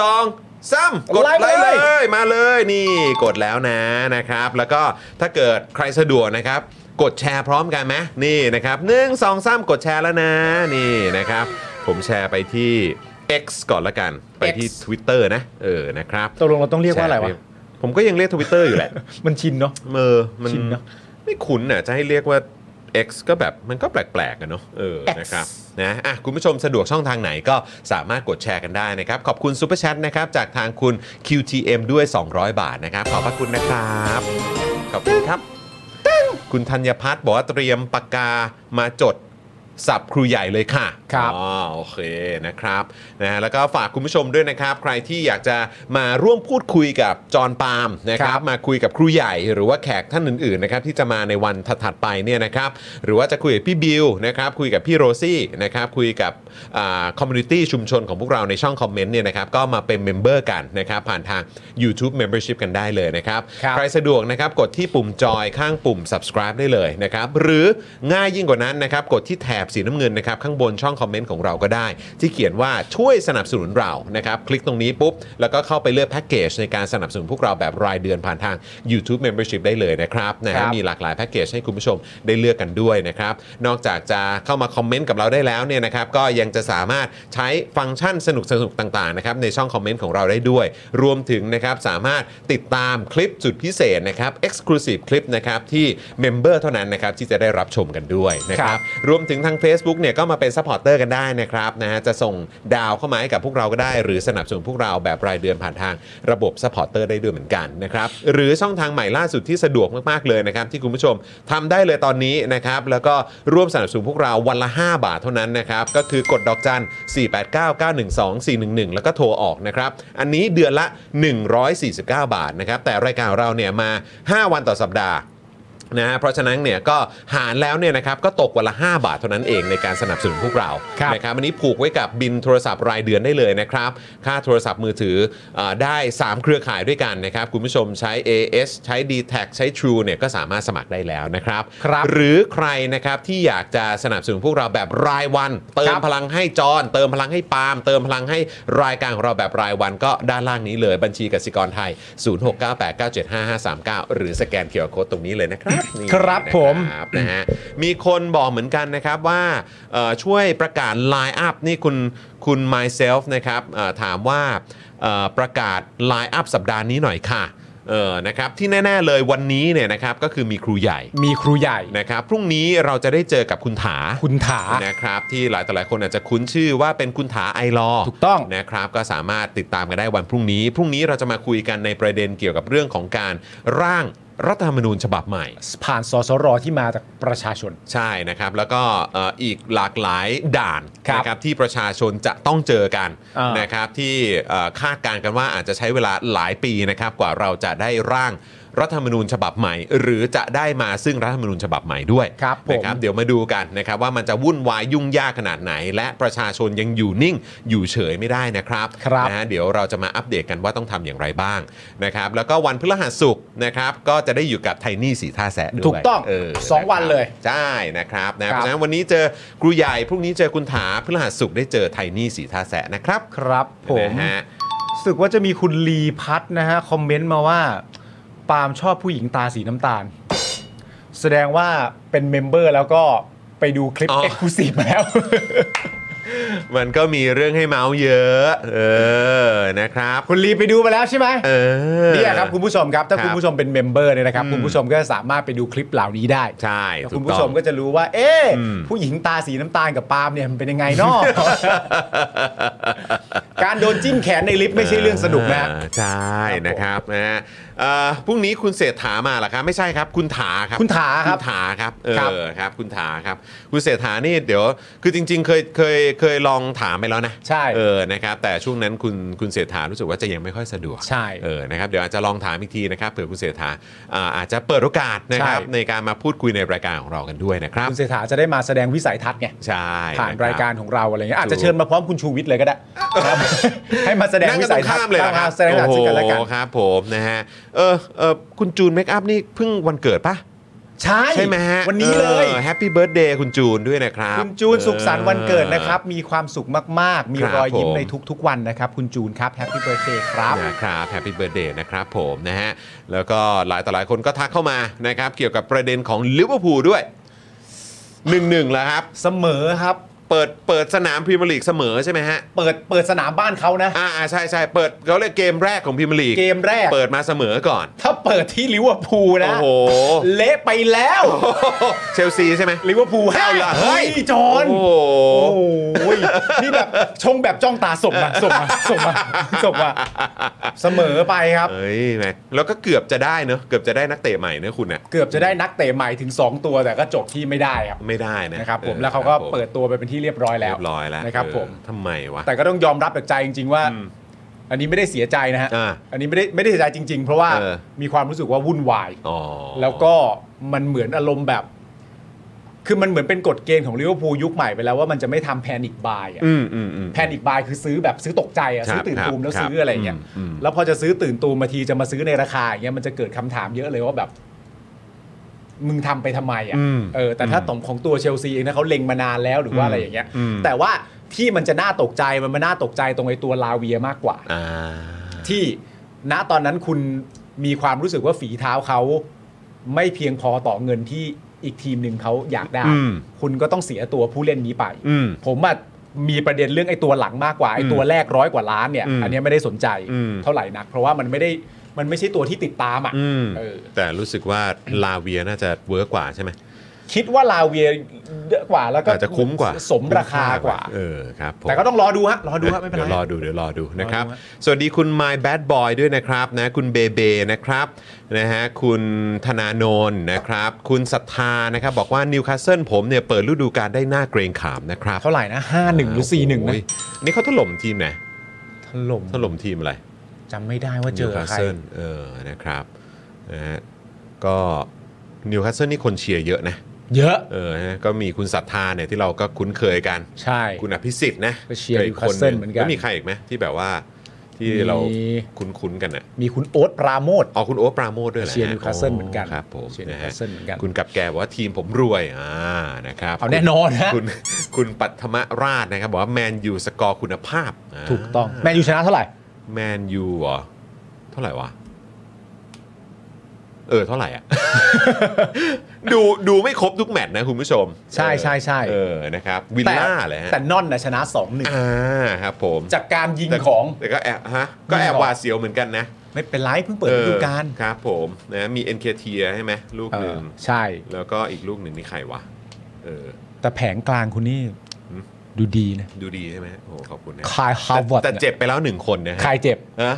A: สองสามกดไลค์เลย เลยมาเลยนี่กดแล้วนะนะครับ แล้วก็ถ้าเกิดใครสะดวกนะครับ กดแชร์พร้อมกันไหมนี่นะครับหนึ่งสองสามกดแชร์แล้วนะนี่นะครับ ผมแชร์ไปที่ X ก่อนละกัน ไปที่
B: X
A: Twitter นะ เออนะครับ
B: ตกลงเราต้องเรียกว่าอะไร
A: แช
B: วะ
A: ปผมก็ยังเรียก Twitter อยู่แหละ
B: มันชินเนาะ
A: เออมัน
B: ชินเนอะ
A: ไม่คุ้นน่ะจะให้เรียกว่า X ก็แบบมันก็แปลกๆกันเนาะเออ
B: X
A: นะครับนะอ่ะคุณผู้ชมสะดวกช่องทางไหนก็สามารถกดแชร์กันได้นะครับ ขอบคุณซูเปอร์แชทนะครับ จากทางคุณ QTM ด้วย 200 บาทนะครับ ขอบพระคุณนะครับ ขอบคุณครับ คุณธัญพัฒน์บอกว่าเตรียมปากกามาจดสับครูใหญ่เลยค่ะ
B: ครับ
A: อ๋อโอเคนะครับนะฮะแล้วก็ฝากคุณผู้ชมด้วยนะครับ ใครที่อยากจะมาร่วมพูดคุยกับจอห์นปาล์มนะครับ มาคุยกับครูใหญ่หรือว่าแขกท่านอื่นๆนะครับที่จะมาในวันถัดๆไปเนี่ยนะครับ หรือว่าจะคุยกับพี่บิวนะครับคุยกับพี่โรซี่นะครับคุยกับคอมมูนิตี้ชุมชนของพวกเราในช่องคอมเมนต์เนี่ยนะครับก็มาเป็นเมมเบอร์กันนะครับผ่านทาง YouTube Membership กันได้เลยนะครับ
B: ครับ
A: ใครสะดวกนะครับกดที่ปุ่มจอยข้างปุ่ม subscribe ได้เลยนะครับหรือง่ายยิ่งกว่านั้นนะครับกดที่แถบสีน้ำเงินนะครับข้างบนช่องคอมเมนต์ของเราก็ได้ ที่เขียนว่าช่วยสนับสนุนเรานะครับคลิกตรงนี้ปุ๊บ แล้วก็เข้าไปเลือกแพ็กเกจในการสนับสนุนพวกเราแบบรายเดือนผ่านทาง YouTube Membership ได้เลยนะครับนะ
B: ครั
A: ฮะ
B: บ
A: มีหลากหลายแพ็กเกจให้คุณผู้ชมได้เลือกกันด้วยนะครับนอกจากจะเข้ามาคอมเมนต์กับเราได้แล้วเนี่ยนะครับก็ยังจะสามารถใช้ฟังก์ชันสนุกสนุกๆต่างๆนะครับในช่องคอมเมนต์ของเราได้ด้วย รวมถึงนะครับสามารถติดตามคลิปสุดพิเศษนะครับ Exclusive คลิปนะครับที่เมมเบอร์เท่านั้นนะครับที่จะได้รับชมกันด้วยนะค
B: ครั
A: รับ
B: บ
A: รวมถึงทาง Facebook เนี่ยก็มาเป็นซัพพอร์ตเตอร์กันได้นะครับนะฮะจะส่งดาวเข้ามาให้กับพวกเราก็ได้ หรือสนับสนุนพวกเราแบบรายเดือนผ่านทางระบบซัพพอร์ตเตอร์ได้ด้วยเหมือนกันนะครับหรือช่องทางใหม่ล่าสุดที่สะดวกมากๆเลยนะครับที่คุณผู้ชมทำได้เลยตอนนี้นะครับแล้วก็ร่วมสนับสนุนพวกเราวันละ 5 บาทเท่านั้นนะครับก็คือกดดอกจัน 4 8 9 9 1 2 4 1 1 แล้วก็โทรออกนะครับอันนี้เดือนละ 149 บาทนะครับแต่รายการของเราเนี่ยมา 5 วันต่อสัปดาห์ นะฮะเพราะฉะนั้นเนี่ยก็หารแล้วเนี่ยนะครับก็ตกวันละ 5 บาทเท่านั้นเองในการสนับสนุนพวกเรา
B: ครับ
A: นะครับอันนี้ผูกไว้กับบินโทรศัพท์รายเดือนได้เลยนะครับ ค่าโทรศัพท์มือถือเออได้ 3 เครือข่ายด้วยกันนะครับ คุณผู้ชมใช้ AS ใช้ d t a c ใช้ True เนี่ยก็สามารถสมัครได้แล้วนะครับ
B: ครับ
A: หรือใครนะครับที่อยากจะสนับสนุนพวกเราแบบรายวัน เติ
B: ครั
A: ม
B: บ
A: พลังให้จอนเติมพลังให้ปาล์มเติมพลังให้รายการของเราแบบรายวันก็ด้านล่างนี้เลยบัญชีกสิกรไทย 0698975539 หรือสแกนเคอร์โคตรงนี้เลยนะครับนี่
B: ครับผม
A: ครับนะฮะมีคนบอกเหมือนกันนะครับว่าเอ่อช่วยประกาศ Line Up นี่คุณคุณ myself นะครับเอ่อถามว่าเอ่อประกาศ Line Up สัปดาห์นี้หน่อยค่ะเออนะครับที่แน่ ๆ เลยวันนี้เนี่ยนะครับก็คือมีครูใหญ่
B: มีครูใหญ่
A: นะครับพรุ่งนี้เราจะได้เจอกับคุณถา
B: คุณถา
A: นะครับที่หลายต่อหลายคนอาจจะคุ้นชื่อว่าเป็นคุณถาไอรอว์
B: ถูกต้อง
A: นะครับก็สามารถติดตามกันได้วันพรุ่งนี้ พรุ่งนี้เราจะมาคุยกันในประเด็นเกี่ยวกับเรื่องของการร่างรัฐธรรมนูญฉบับใหม่
B: ผ่านสสรที่มาจากประชาชน
A: ใช่นะครับ แล้วก็เอ่ออีกหลากหลายด่าน
B: ครับ
A: นะครับที่ประชาชนจะต้องเจอกัน
B: อ่าน
A: นะครับที่เอ่อคาดการณ์กันว่าอาจจะใช้เวลาหลายปีนะครับกว่าเราจะได้ร่าง รัฐธรรมนูญฉบับใหม่ หรือจะได้มาซึ่งรัฐธรรมนูญฉบับใหม่ด้วย
B: ครับผม
A: นะครับ เดี๋ยวมาดูกันนะครับว่ามันจะวุ่นวายยุ่งยากขนาดไหน และประชาชนยังอยู่นิ่ง อยู่เฉยไม่ได้นะครับ
B: ครับ
A: นะฮะเดี๋ยวเราจะมาอัปเดตกันว่าต้องทำอย่างไรบ้างนะครับแล้วก็วันพฤหัสสุกร์นะครับก็จะได้อยู่กับไทนี่สีท่าแสะด้วย
B: ถูกต้อง
A: เ
B: สองวันเลย
A: ใช่นะครับนะ
B: ค
A: เพ
B: รับ
A: ราะฉะนั้นวันนี้เจอครูใหญ่พรุ่งนี้เจอคุณถาพฤหัสสุกร์ได้เจอไทนี่สีท่าแสะนะครับ
B: ครับผม
A: นะฮะ
B: รู้สึกว่าจะมีคุณลีพัฒน์นะฮะ คอมเมนต์มาว่า ปาล์มชอบผู้หญิงตาสีน้ำตาล แสดงว่าเป็นเมมเบอร์แล้วก็ไปดูคลิป
A: อ๋อ
B: เอ็กซ์คลูซีฟมาแล้ว
A: มันก็มีเรื่องให้เมาส์เยอะ เออนะครับ
B: คุณลีไปดูมาแล้วใช่ไหม
A: เออ
B: เนี่ยครับคุณผู้ชมครับ ถ้า
A: ครับ
B: คุณผู้ชมเป็นเมมเบอร์เนี่ยนะครับ
A: อืม
B: คุณผู้ชมก็สามารถไปดูคลิปเหล่านี้ได้
A: ใช่
B: แล้ว
A: ถู
B: คุณ
A: ต้
B: ผู้
A: อง
B: ชมก็จะรู้ว่า เอ๊ะ
A: อืม
B: ผู้หญิงตาสีน้ำตาลกับปาล์มเนี่ยมันเป็นยังไง เนาะ การโดนจิ้มแขนในลิฟต์ไม่ใช่เรื่องสนุกนะ
A: เออใช่นะครับนะฮะเอ่อพรุ่งนี้คุณเศรษฐามาเหรอครับ ไม่ใช่ครับคุณถาครับ
B: คุณถาครับ
A: ณถาครับเอ
B: ครับ
A: อครับคุณถาครับคุณเศรษฐานี่เดี๋ยวคือจริง ๆ เคยเคยเคยลองถามไปแล้วนะ
B: ใช่
A: เออนะครับแต่ช่วงนั้นคุณคุณเศรษฐารู้สึกว่าจะยังไม่ค่อยสะดวก
B: ใช่
A: เออนะครับเดี๋ยวอาจจะลองถามอีกทีนะครับเผื่อคุณเศรษฐาอ่าอาจจะเปิดโอกาสนะครับ
B: ใช่
A: ในการมาพูดคุยในรายการของเรากันด้วยนะครับ
B: คุณเศรษฐาจะได้มาแสดงวิสัยทัศน์ไง
A: ใช่
B: ผ่าน
A: นะคบ
B: รายการของเราอะไรเงี้ยอาจ
A: ถู
B: จะ
A: ก
B: เชิญมาพร้อมคุณชูวิทย์เลยก็ได้ครับให้มาแสดง
A: นั่ง
B: วิ
A: กันต
B: สั
A: ร
B: ย
A: ง
B: ทัศ
A: ข้าม
B: น์
A: เลยเหรอครับ
B: แสดงวิสัยทัศน์ซึ่งกันและกัน
A: โอ้โหครับผมนะฮะเออเออคุณจูนเมคอัพนี่เพิ่งวันเกิดปะ
B: ใช่
A: ใช่ไหมฮะ
B: วันนี้เลย
A: แฮปปี้เบิร์ดเดย์คุณจูนด้วยนะครับ
B: คุณจูนสุขสันต์วันเกิดนะครับ มีความสุขมาก ๆ มี
A: ครับ
B: รอยยิ้ม
A: ผม
B: ในทุก ๆ วันนะครับ คุณจูนครับแฮปปี้เบิร์ดเดย์ครับ
A: นะครับแฮปปี้เบิร์ดเดย์นะครับผมนะฮะ แล้วก็หลายต่อหลายคนก็ทักเข้ามานะครับ เกี่ยวกับประเด็นของลิเวอร์พูลด้วย1นึแล้วครับ
B: เสมอครับ
A: เปิดเปิดสนามพรีเมียร์ลีกเสมอใช่ไหมฮะ
B: เปิดเปิดสนามบ้านเขานะ
A: อ่าอ่าใช่ใช่เปิดเขาเรียกเกมแรกของพรีเมียร์ลีก
B: เกมแรก
A: เปิดมาเสมอก่อน
B: ถ้าเปิดที่ลิเวอร์พูลนะ
A: โอ้โห
B: เละไปแล้ว
A: เชลซีใช่ไหม
B: ลิเวอร์พูลห้า
A: เอาล่ะเฮ้
B: เฮ้
A: ย
B: ยจอห์น
A: โอ้โห
B: โอ้โหนี่แบบชงแบบจ้องตาส่งมาส่งมาส่งมาส่งมาเสมอไปครับ
A: เอ้ยแม็กแล้วก็เกือบจะได้เนอะเกือบจะได้นักเตะใหม่เนอะคุณเนี่ย
B: เกือบจะได้นักเตะใหม่ถึง 2 ตัวแต่ก็จบที่ไม่ได้ครับ
A: ไม่ได้นะ
B: นะครับผม
A: ออ
B: แล้วเขาก็
A: ครับผม
B: เปิดตัวไปเป็นที่เรียบร้อยแล้ว
A: เรียบร้อยแล้ว
B: นะครับ
A: เออ
B: ผม
A: ทำไมวะ
B: แต่ก็ต้องยอมรับจากใจจริง ๆ ว่า อันนี้ไม่ได้เสียใจนะฮะ
A: อ่า
B: อันนี้ไม่ได้ไม่ได้เสียใจจริง ๆ เพราะว่า
A: เออ
B: มีความรู้สึกว่าวุ่นวาย
A: อ๋อ
B: แล้วก็มันเหมือนอารมณ์แบบ คือมันเหมือนเป็นกฎเกณฑ์ของลิเวอร์พูลยุคใหม่ไปแล้วว่ามันจะไม่ทำแพนิคบายอะ
A: อืมอืมอืม
B: แพนิคบายคือซื้อแบบซื้อตกใจอะ
A: ครับ
B: ซื้อตื่นตูมแล้ว
A: ครับ
B: ซื้ออะไรเงี้ย
A: อืมอืม
B: แล้วพอจะซื้อตื่นตูมมาทีจะมาซื้อในราคาอย่างเงี้ยมันจะเกิดคำถามเยอะเลยว่าแบบ มึงทำไปทำไมอะเออแต่ถ้าตมของตัวเชลซีเองนะเขาเล็งมานานแล้วหรือว่าอะไรอย่างเงี้ย แต่ว่าที่มันจะน่าตกใจมันมาน่าตกใจตรงไอ้ตัวลาเวียมากกว่า
A: อ่า
B: ที่ณตอนนั้นคุณมีความรู้สึกว่าฝีเท้าเขาไม่เพียงพอต่อเงินที่อีกทีมหนึ่งเขาอยากได้
A: อืม
B: คุณก็ต้องเสียตัวผู้เล่นนี้ไป
A: อืม
B: ผมอะมีประเด็นเรื่องไอ้ตัวหลังมากกว่าไอ้ตัวแรกร้อยกว่าล้านเนี่ย
A: อืม
B: นเนี้ยไม่ได้สนใจ
A: อืม
B: เท่าไหร่นัก เพราะว่ามันไม่ได้มันไม่ใช่ตัวที่ติดตามอ่ะ
A: อืม
B: เออ
A: แต่รู้สึกว่าลาเวียน่าจะเวิร์กกว่าใช่ไหม
B: คิดว่าลาเวียเยอะกว่าแล้วก็
A: อาจจะคุ้มกว่า
B: สมราคากว่า
A: เออครับผม
B: แต่ก็ต้องรอดูฮะรอดูฮะไม่เป็นไร
A: ดี๋ยวรอดูเดี๋ยวรอดูนะครับ
B: รอดูฮ
A: สวัสดีคุณ My Bad Boy ด้วยนะครับนะคุณเบเบนะครับนะฮะคุณธนาโนนนะครับ คุณศรัทธานะครับ บอกว่านิวคาสเซิลผมเนี่ยเปิดฤดูกาลได้หน้าเกรงขามนะครับ
B: เท่าไหร่นะห้าหนึ่งหรือสี่หนึ่งนะ
A: โอ้ยนี่เขาถล่มทีมไหน
B: ถล่ม
A: ถล่มทีมอะไร
B: จำไม่ได้ว่าเจ
A: นิว
B: อ
A: คาส
B: ใคร
A: เซิลเออนะครับนะฮะก็นิวคาสเซิลนี่คนเชียร์เยอะนะ
B: เยอะ
A: เออนะก็มีคุณศรัทธาเนี่ยที่เราก็คุ้นเคยกัน
B: ใช่
A: คุณอภิสิทธิ์นะ
B: ก็เชียร์
A: ป็ค
B: นิวคาสเซิลเหมือนกัน
A: แล้วมีใครอีกไหมที่แบบว่าที่
B: มี
A: เราคุ้นๆกันอ่ะ
B: มีคุณโอ๊ตปราโมท
A: อ๋อคุณโอ๊ตปราโมทด้วยหรอ
B: เชียร์นิวคาสเซิล
A: ฮะ
B: เหมือนกัน
A: ครับผม
B: เชียร์นิว
A: ะฮะ
B: คาสเซิลเหมือนกัน
A: คุณกับแกบอกว่าทีมผมรวยอ่านะครับ
B: เอาแน่นอนนะ
A: คุณคุณปัทมราชนะครับบอกว่าแมนยูสกอร์คุณภาพา
B: ถูกต้องแมนยูชนะเท่าไหร่
A: แมนยูเหรอเท่าไหร่วะเออเท่าไหร่อ่ะ ดูดูไม่ครบทุกแมตช์นะคุณผู้ชม
B: ใช่ใช่ใช่
A: เออนะครับวิล
B: แต่
A: ล่าเลยฮะ
B: แต่นอนนะชนะ2องหนึ่ง
A: อ่าครับผม
B: จากการยิงของ
A: แต่ก็แอบฮะก็แอบหวาดเสียวเหมือนกันนะ
B: ไม่เป็นไรเพิ่งเปิดฤดูกาล
A: เออครับผมนะมี NKT ใช่ไหมลูก
B: เอ
A: หนึ่
B: อง ใช่
A: แล้วก็อีกลูกหนึ่งนี่ใครวะเออ
B: แต่แผงกลางคุณนี่
A: หืม
B: ดูดีนะ
A: ดูดีใช่ไหมโอ้ขอบคุณนะ
B: คายฮาวเวิร์ด
A: แต่เจ็บไปแล้วหนึ่งคนนะ
B: คา
A: ฮะ
B: ยเจ็บ
A: ฮะ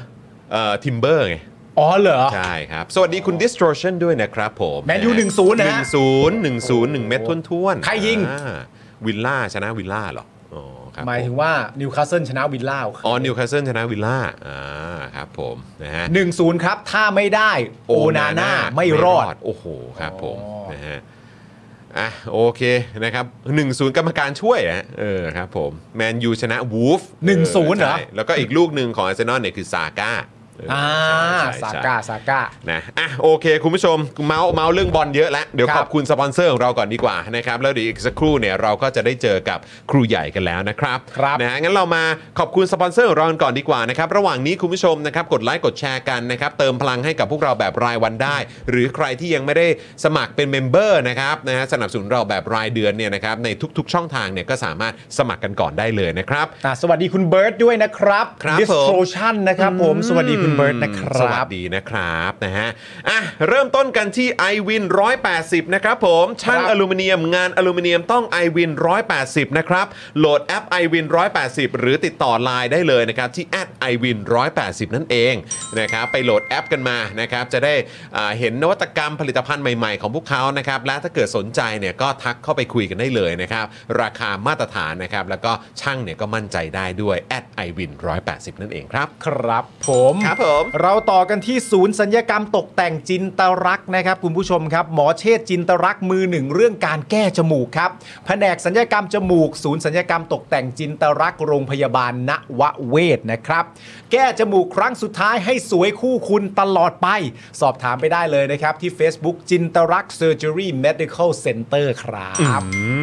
A: เอ่อทิมเบอร์ไง
B: อ๋อเหรอ
A: ใช่ครับ สวัสดีคุณ distortion ด้วยนะครับผม
B: แมนยู
A: ะฮะ
B: 10นะฮะ
A: 10 10 1 เม็ดท้วนๆ
B: ใครยิง
A: อ่าวิลล่าชนะวิลล่าเหรออ๋อครับ
B: หมายถึง
A: ผ
B: ว่านิวคาสเซิลชนะวิลล่า
A: อ๋อนิวคาสเซิลชนะวิลล่าอ่าครับ ผมนะฮะ
B: 10 ครับ ถ้าไม่ได้โอนาน่าไม่รอด
A: โอ้โหครับผม
B: อ๋อ
A: นะฮะอ่ะโอเคนะครับ1-0 กรรมการช่วยอะเออครับผมแมนยูชนะวูฟ
B: 1-0เหรอ
A: แล้วก็อีกลูกหนึ่งของอาร์เซนอลเนี่ยคือซาก้าเ
B: อ่า
A: ใช่ใช่
B: สาก้าสาก้า
A: นะอ่ะโอเค คุณผู้ชมเมาส์เมาส์เรื่องบอลเยอะแล้ว เดี๋ยว
B: ค
A: ข
B: รับ
A: อบคุณสปอนเซอร์ของเราก่อนดีกว่านะครับ แล้วเดี๋ยวอีกสักครู่เนี่ยเราก็จะได้เจอกับครูใหญ่กันแล้วนะครับ
B: ครับ
A: นะฮะงั้นเรามาขอบคุณสปอนเซอร์ของเรากันก่อนดีกว่านะครับระหว่างนี้คุณผู้ชมนะครับกดไลค์กดแชร์กันนะครับเติมพลังให้กับพวกเราแบบรายวันได้ หรือใครที่ยังไม่ได้สมัครเป็นเมมเบอร์นะครับนะฮะสนับสนุนเราแบบรายเดือนเนี่ยนะครับในทุก ๆ ช่องทางเนี่ยก็สามารถสมัครกันก่อนได้เลยนะครับ
B: ะสวัสดีคุณเบิร์ดด้วยนะครับ
A: ครับผม
B: Distortion นะครับผม สวัสดีคุณเบิร์ดนะค
A: ส
B: รั
A: วั
B: บ
A: สดีนะครับนะฮะอ่ะเริ่มต้นกันที่ i w วิน180 นะครับผม ช่าง
B: ครับ
A: อลูมิเนียมงานอลูมิเนียมต้อง i w วิน180 นะครับ โหลดแอป i w วิน180 หรือติดต่อ Line ได้เลยนะครับ ที่ i w วิน180 นั่นเองนะครับไปโหลดแอปกันมานะครับ จะได้อ่าเห็นนวัตกรรมผลิตภัณฑ์ใหม่ๆ ของพวกเขานะครับ และถ้าเกิดสนใจเนี่ยก็ทักเข้าไปคุยกันได้เลยนะครับ ราคามาตรฐานนะครับ แล้วก็ช่างเนี่ยก็มั่นใจได้ด้วย i w วิน180 นั่นเองครับ
B: ครับผม
A: ครับผม
B: เราต่อกันที่ศูนย์สัญญกรรมตกแต่งจินตรักษณ์นะครับ คุณผู้ชมครับ หมอเชษจินตรักษณ์มือหนึ่งเรื่องการแก้จมูกครับแผนกสัญญกรรมจมูก ศูนย์สัญญกรรมตกแต่งจินตรักษณ์โรงพยาบาลนวเวศนะครับ แก้จมูกครั้งสุดท้ายให้สวยคู่คุณตลอดไป สอบถามไปได้เลยนะครับ ที่ Facebook จินตรักเซอร์เจอรี่เมดิคอลเซ็นเตอร์ครับ
A: อื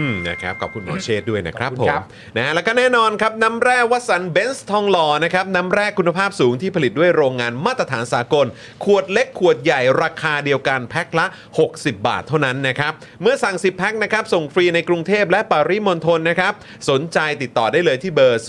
A: มนะครับขอบคุณหมอเชษฐ์ด้วยนะครับ
B: ข
A: ผ
B: อบคุณ
A: ม
B: ครับ
A: นะแล้วก็แน่นอนครับน้ำแร่วัสันเบนซ์ทองหล่อนะครับน้ำแร่คุณภาพสูงที่ผลิตด้วยโรงงานมาตรฐานสากล ขวดเล็กขวดใหญ่ราคาเดียวกันแพ็คละ 60 บาทเท่านั้นนะครับ เมื่อสั่ง 10 แพ็คนะครับ ส่งฟรีในกรุงเทพและปริมณฑลนะครับ สนใจติดต่อได้เลยที่เบอร์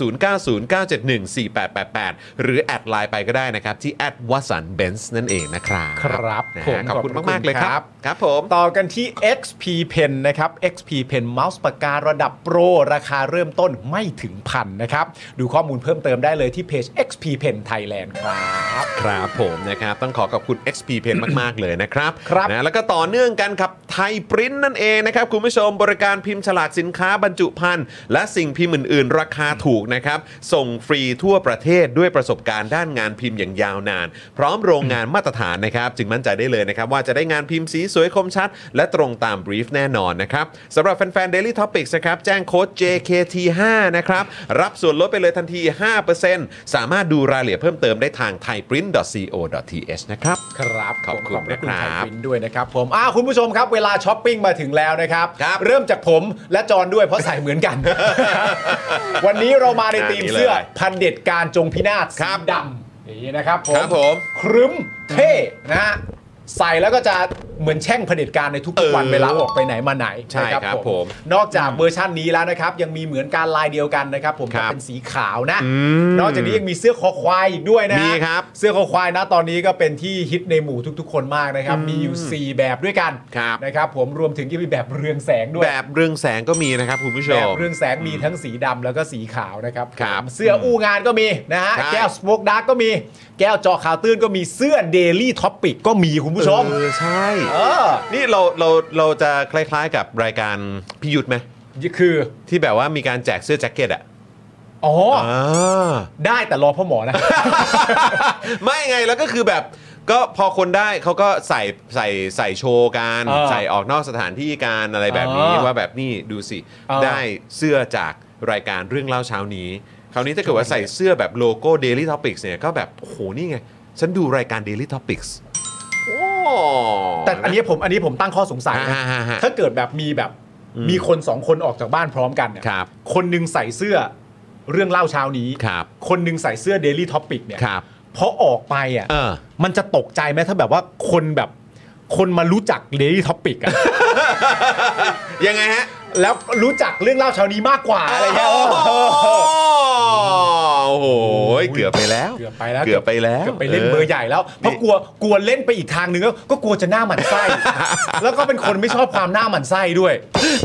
A: 0909714888 หรือแอดไลน์ไปก็ได้นะครับ ที่แอดวัสันเบนซ์นั่นเองนะครับ
B: ครับ
A: นะ
B: ผม
A: ฮะขอบคุณมาก ๆ เลยครับ ครับผม
B: ต่อกันที่ XP Pen นะครับ XP Pen เมาส์ปากการะดับโปร ราคาเริ่มต้นไม่ถึงพันนะครับ ดูข้อมูลเพิ่มเติมได้เลยที่เพจ XP Pen Thailand ครับ
A: ครับผมนะครับต้องขอขอบคุณ XP Pen มาก ๆ เลยนะครับ
B: ครับ
A: นะแล้วก็ต่อเนื่องกันครับไทยปริ้นนั่นเองนะครับ คุณผู้ชมบริการพิมพ์ฉลากสินค้าบรรจุภัณฑ์และสิ่งพิมพ์อื่น ๆ ราคาถูกนะครับ ส่งฟรีทั่วประเทศด้วยประสบการณ์ด้านงานพิมพ์อย่างยาวนาน พร้อมโรงงานมาตรฐานนะครับ จึงมั่นใจได้เลยนะครับ ว่าจะได้งานพิมพ์สีสวยคมชัด และตรงตามบรีฟแน่นอนนะครับสำหรับแฟน ๆ Daily Topics นะครับแจ้งโค้ด JKT5 นะครับรับส่วนลดไปเลยทันที 5%สามารถดูรายละเอียดเพิ่มเติมได้ทาง thaiprint.co.th นะครับ
B: ครับ
A: ขอบคุณ
B: ผมพะ
A: นะครับ
B: ไทยฟินด้วยนะครับผมอ้าวคุณผู้ชมครับ เวลาช้อปปิ้งมาถึงแล้วนะครับ
A: ครับ
B: เริ่มจากผมและจอนด้วยเพราะใส่เหมือนกัน วันนี้เรามาในธีม
A: นี่เลย
B: เสื้อพันเด็จการจงพินาศ
A: ค
B: สี
A: รับ
B: ดำนี่นะครับผม
A: ครับผม
B: ครึ้มเท่นะฮะใส่แล้วก็จะเหมือนแช่งเผด็จการในทุกๆวันเวลาออกไปไหนมาไหน
A: ใช่
B: นะครับ
A: ผม
B: นอกจากเวอร์ชั่นนี้แล้วนะครับ ยังมีเหมือนการลายเดียวกันนะครับ ผม
A: ค
B: แต่
A: รับ
B: เป็นสีขาวนะ นอกจากนี้ยังมีเสื้อคอควายอีกด้วยนะฮะ
A: มีครับ
B: เสื้อคอควายนะตอนนี้ก็เป็นที่ฮิตในหมู่ทุกๆ คนมากนะครับ มีอยู่ 4 แบบด้วยกัน
A: ครับ
B: นะครับผมรวมถึงยังมีแบบเรืองแสงด้วย
A: แบบเรื่องแสงก็มีนะครับคุณผู้ช
B: แบ
A: ม
B: บเรืองแสงมีทั้งสีดำแล้วก็สีขาวนะครับ
A: ครับ
B: ผมเสื้ออู้งานก็มีนะฮะ
A: ใช่
B: แก้วสโมกดาร์กก็มี แก้วจอข่าวตื้นก็มีเสื้อเดลี่ท็อปปิกก็มีคุณผู้ชม
A: เออใช่
B: เออ
A: นี่เราเราเราจะคล้ายๆกับรายการพิยุทธ์ไหม
B: คือ
A: ที่แบบว่ามีการแจกเสื้อแจ็คเก็ตอะ
B: อ๋อ
A: อ่า
B: ได้แต่รอพ่อหมอนะ
A: ไม่ไงแล้วก็คือแบบก็พอคนได้เขาก็ใส่ใส่ใส่โชว์การ
B: เออ
A: ใส่ออกนอกสถานที่การอะไรแบบนี้
B: เออ
A: ว่าแบบนี่ดูสิ
B: เออ
A: ได้เสื้อจากรายการเรื่องเล่าเช้านี้ คราวนี้ถ้าเกิดว่าใส่เสื้อแบบโลโก้ Daily Topics เนี่ยก็แบบโอ้โหนี่ไง ฉันดูรายการ Daily Topics โอ้
B: แต่อันนี้ผมอันนี้ผมตั้งข้อสงสัยนะ
A: ฮะฮะฮะ
B: ถ้าเกิดแบบมีแบบมีคนสองคนออกจากบ้านพร้อมกันเนี่ย
A: ครับ
B: คนหนึงใส่เสื้อเรื่องเล่าเช้านี้
A: ครับ
B: คนหนึงใส่เสื้อ Daily Topic เนี่ย
A: ครับ
B: พอออกไปอ่ะ
A: เออ
B: มันจะตกใจไหมถ้าแบบว่าคนแบบคนมารู้จัก Daily Topic อ่ะ
A: ยังไงฮะ
B: แล้วรู้จักเรื่องเล่าเช้านี้มากกว่าอะไรเงี้ย
A: โอ้โหเกือบไปแล้ว
B: เกือบไปแล้ว
A: เกือบไปแล้ว
B: เกือบไปเล่นเบอร์ใหญ่แล้วเพราะกลัวกลัวเล่นไปอีกทางหนึ่งแล้วก็กลัวจะหน้าหมันไส้ แล้วก็เป็นคนไม่ชอบความหน้าหมันไส้ด้วย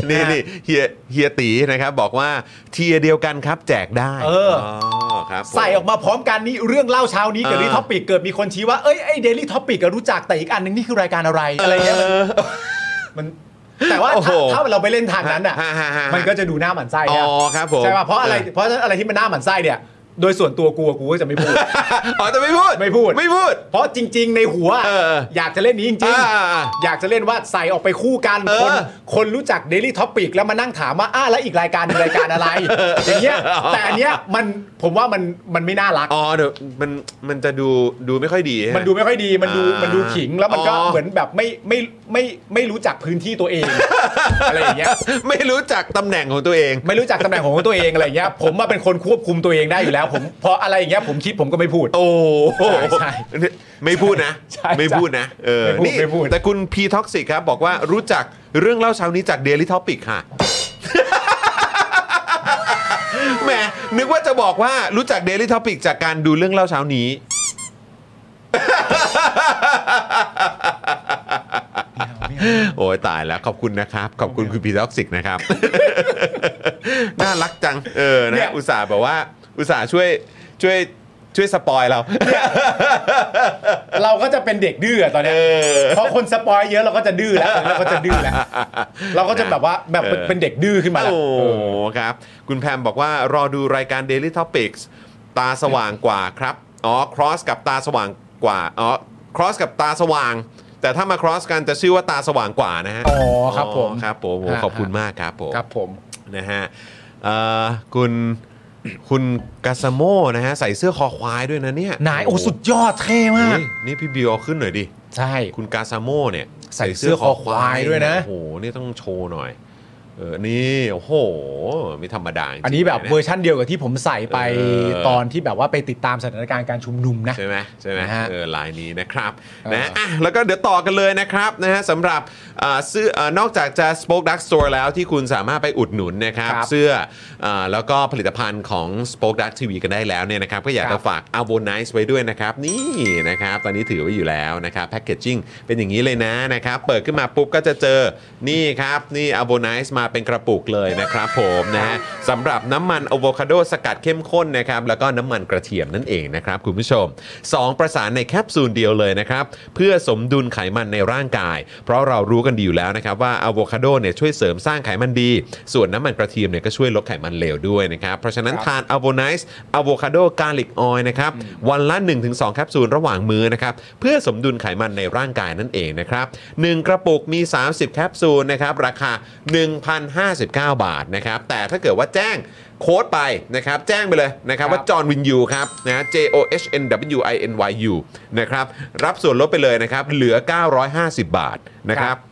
A: นี่นี่เฮียเฮียตีนะครับบอกว่าเทียร์เดียวกันครับ แจกได้
B: เอออ๋
A: อครับผม
B: ใส่ออกมาพร้อมกันนี่เรื่องเล่าเช้านี้กั
A: เอ
B: บ
A: อ
B: เดลี่ท็อปิกเกิดมีคนชี้ว่า เอ้ยไอ้เดลี่ท็อปิกรู้จักแต่อีกอันหนึงนี่คือรายการอะไรอะไรเงี้ยมัน
A: เออ
B: มันแต่ว่า
A: โอ้โห
B: ถ้าถ้าเราไปเล่นทางนั้นอ่ะ
A: ฮะฮะฮะ
B: มันก็จะดูหน้าหมันไส้
A: อ๋
B: นะ
A: อครับผม
B: ใช่ป่ะเพราะอะไร
A: เ
B: เพราะอะไรที่มันหน้าหมันไส้เนี่ย โดยส่วนตัวกูอะกูก็จะไม่พูด
A: อ๋อแต่ไม่พูด
B: ไม่พูด
A: ไม่พูด
B: เพราะจริง ๆ ในหัว
A: เออเออ
B: อยากจะเล่นนี้จริง
A: อ่าอ่าอ่า
B: ๆ อยากจะเล่นว่าใส่ออกไปคู่กัน
A: เออ
B: คนคนรู้จัก Daily Topic แล้วมานั่งถามว่าอ้าแล้วอีกรายการหนึ่งรายการอะไร อย่างเงี้ยแต่อันเนี้ยมันผมว่ามันมันไม่น่ารัก
A: อ๋อเดี๋ยวมันมันจะดูดูไม่ค่อยดีฮะ
B: มันดูไม่ค่อยดีมันดู
A: อ่ามั
B: มันดูขิงแล้วมันก็
A: อ๋อ
B: เหมือนแบบไม่ไม่ไม่ไม่รู้จักพื้นที่ตัวเอง อะไรอย่างเงี้ย
A: ไม่รู้จักตำแหน่งของตัวเอง
B: ไม่รู้จักตำแหน่งของตัวเองอะไรอย่างเงี้ย ผมมาเป็นคนควบคุมตัวเองได้อยู่แล้วผมพออะไรอย่างเงี้ยผมคิดผมก็ไม่พูด
A: โอ้โห
B: ใช่ใช่
A: ไม่พูดนะ
B: ใช่
A: ไม่พูดนะเออ
B: ไม่พูด
A: นี่
B: ไม่พูด
A: แต่คุณพีท็อกซิกครับ บอกว่ารู้จักเรื่องเล่าเช้านี้จาก Daily Topic ค่ะ แหมนึกว่าจะบอกว่ารู้จัก Daily Topic จากการดูเรื่องเล่าเช้า นี้ โอ้ยตายแล้ว ขอบคุณนะครับ ขอบคุณคุณพีท็อกซิก นะครับ น่ารักจัง เออ
B: เนี่
A: นะ
B: ย
A: อุตส่าห์แบบว่า อุตส่าห์ช่วยช่วยช่วยสปอย เรา
B: เราก็จะเป็นเด็กดื้อตอนเนี้ยเพราะคนสปอยเยอะเราก็จะดื้อแล้วเราก็จะดื้อแล้ว เราก็จะแบบว่าแบบเป็น
A: เออ
B: เป็นเด็กดื้อขึ้นมาแล้ว
A: โอ้โหครับ คุณแพมบอกว่ารอดูรายการ Daily Topics ตาสว่างกว่าครับ อ๋อ cross กับตาสว่างกว่า อ๋อ cross กับตาสว่าง แต่ถ้ามา cross กันจะชื่อว่าตาสว่างกว่านะฮะ
B: อ๋อครับผม
A: อ๋อครับผมโอ้โห
B: ฮะ
A: ขอบคุณมากครับผม
B: ครับผม
A: นะฮะเอ่อคุณคุณกาซาโมนะฮะ ใส่เสื้อคอควายด้วยนะเนี่ย
B: นายโอ้สุดยอดเท่มาก
A: นี่นี่พี่บิวเอาขึ้นหน่อยดิ
B: ใช่
A: คุณกาซาโมเนี่ย
B: ใส่เสื้อคอควายด้วยนะ
A: โอ้โห นี่ต้องโชว์หน่อย เออ นี่โอ้โห ไม่ธรรมดาจริงๆ
B: อันนี้แบบ
A: ะ
B: เวอร์ชั่นเดียวกับที่ผมใส่ไป
A: เออ
B: ตอนที่แบบว่าไปติดตามสถานการณ์การชุมนุมนะ
A: ใช่ไหมใช่ไหม
B: นะฮะ
A: เออลายนี้นะครับ
B: เออ
A: นะอ่ะแล้วก็เดี๋ยวต่อกันเลยนะครับนะฮะสำหรับอ่าเสื้ออ่านอกจากจะ Spoke Dark Store แล้วที่คุณสามารถไปอุดหนุนนะครับ
B: ครับ
A: เสื้ออ่าแล้วก็ผลิตภัณฑ์ของ Spoke Dark TV กันได้แล้วเนี่ยนะครับก็อยาก
B: ครั
A: จะ
B: บ
A: ฝาก a v o n i c e ไว้ด้วยนะครับนี่นะครับตอนนี้ถือไว้อยู่แล้วนะครับแพคเกจจิ้งเป็นอย่างนี้เลยนะนะครับเปิดขึ้นมาปุ๊บก็จะเจอนี่ครับนี่ a v o n i c e มาเป็นกระปุกเลยนะครับผมนะฮะสำหรับน้ำมันอะโวคาโดสกัดเข้มข้นนะครับแล้วก็น้ำมันกระเทียมนั่นเองนะครับคุณผู้ชม 2 ประสานในแคปซูลเดียวเลยนะครับเพื่อสมดุลไขมันในร่างกาย เพราะเรารู้กันดีอยู่แล้วนะครับว่าอะโวคาโดเนี่ยช่วยเสริมสร้างไขมันดี ส่วนน้ำมันกระเทียมเนี่ยก็ช่วยลดไขมันเลวด้วยนะครับเพราะฉะนั้น ทานอ v o n i c e อะโวคาโดกาลิกออยนะครับ วันละ 1-2 แคปซูลระหว่างมื้อนะครับ เพื่อสมดุลไขมันในร่างกายนั่นเองนะครับ 1 กระปุกมี 30 แคปซูลนะครับ ราคา 1,059 บาทนะครับ แต่ถ้าเกิดว่าแจ้งโค้ดไปนะครับ แจ้งไปเลยนะครับ
B: ครับ
A: ว่าจอห์นวินยูครับนะ J O H N W I N Y U นะครับ รับส่วนลดไปเลยนะครับ เหลือ 950 บาทนะค
B: ครั
A: รับ
B: บ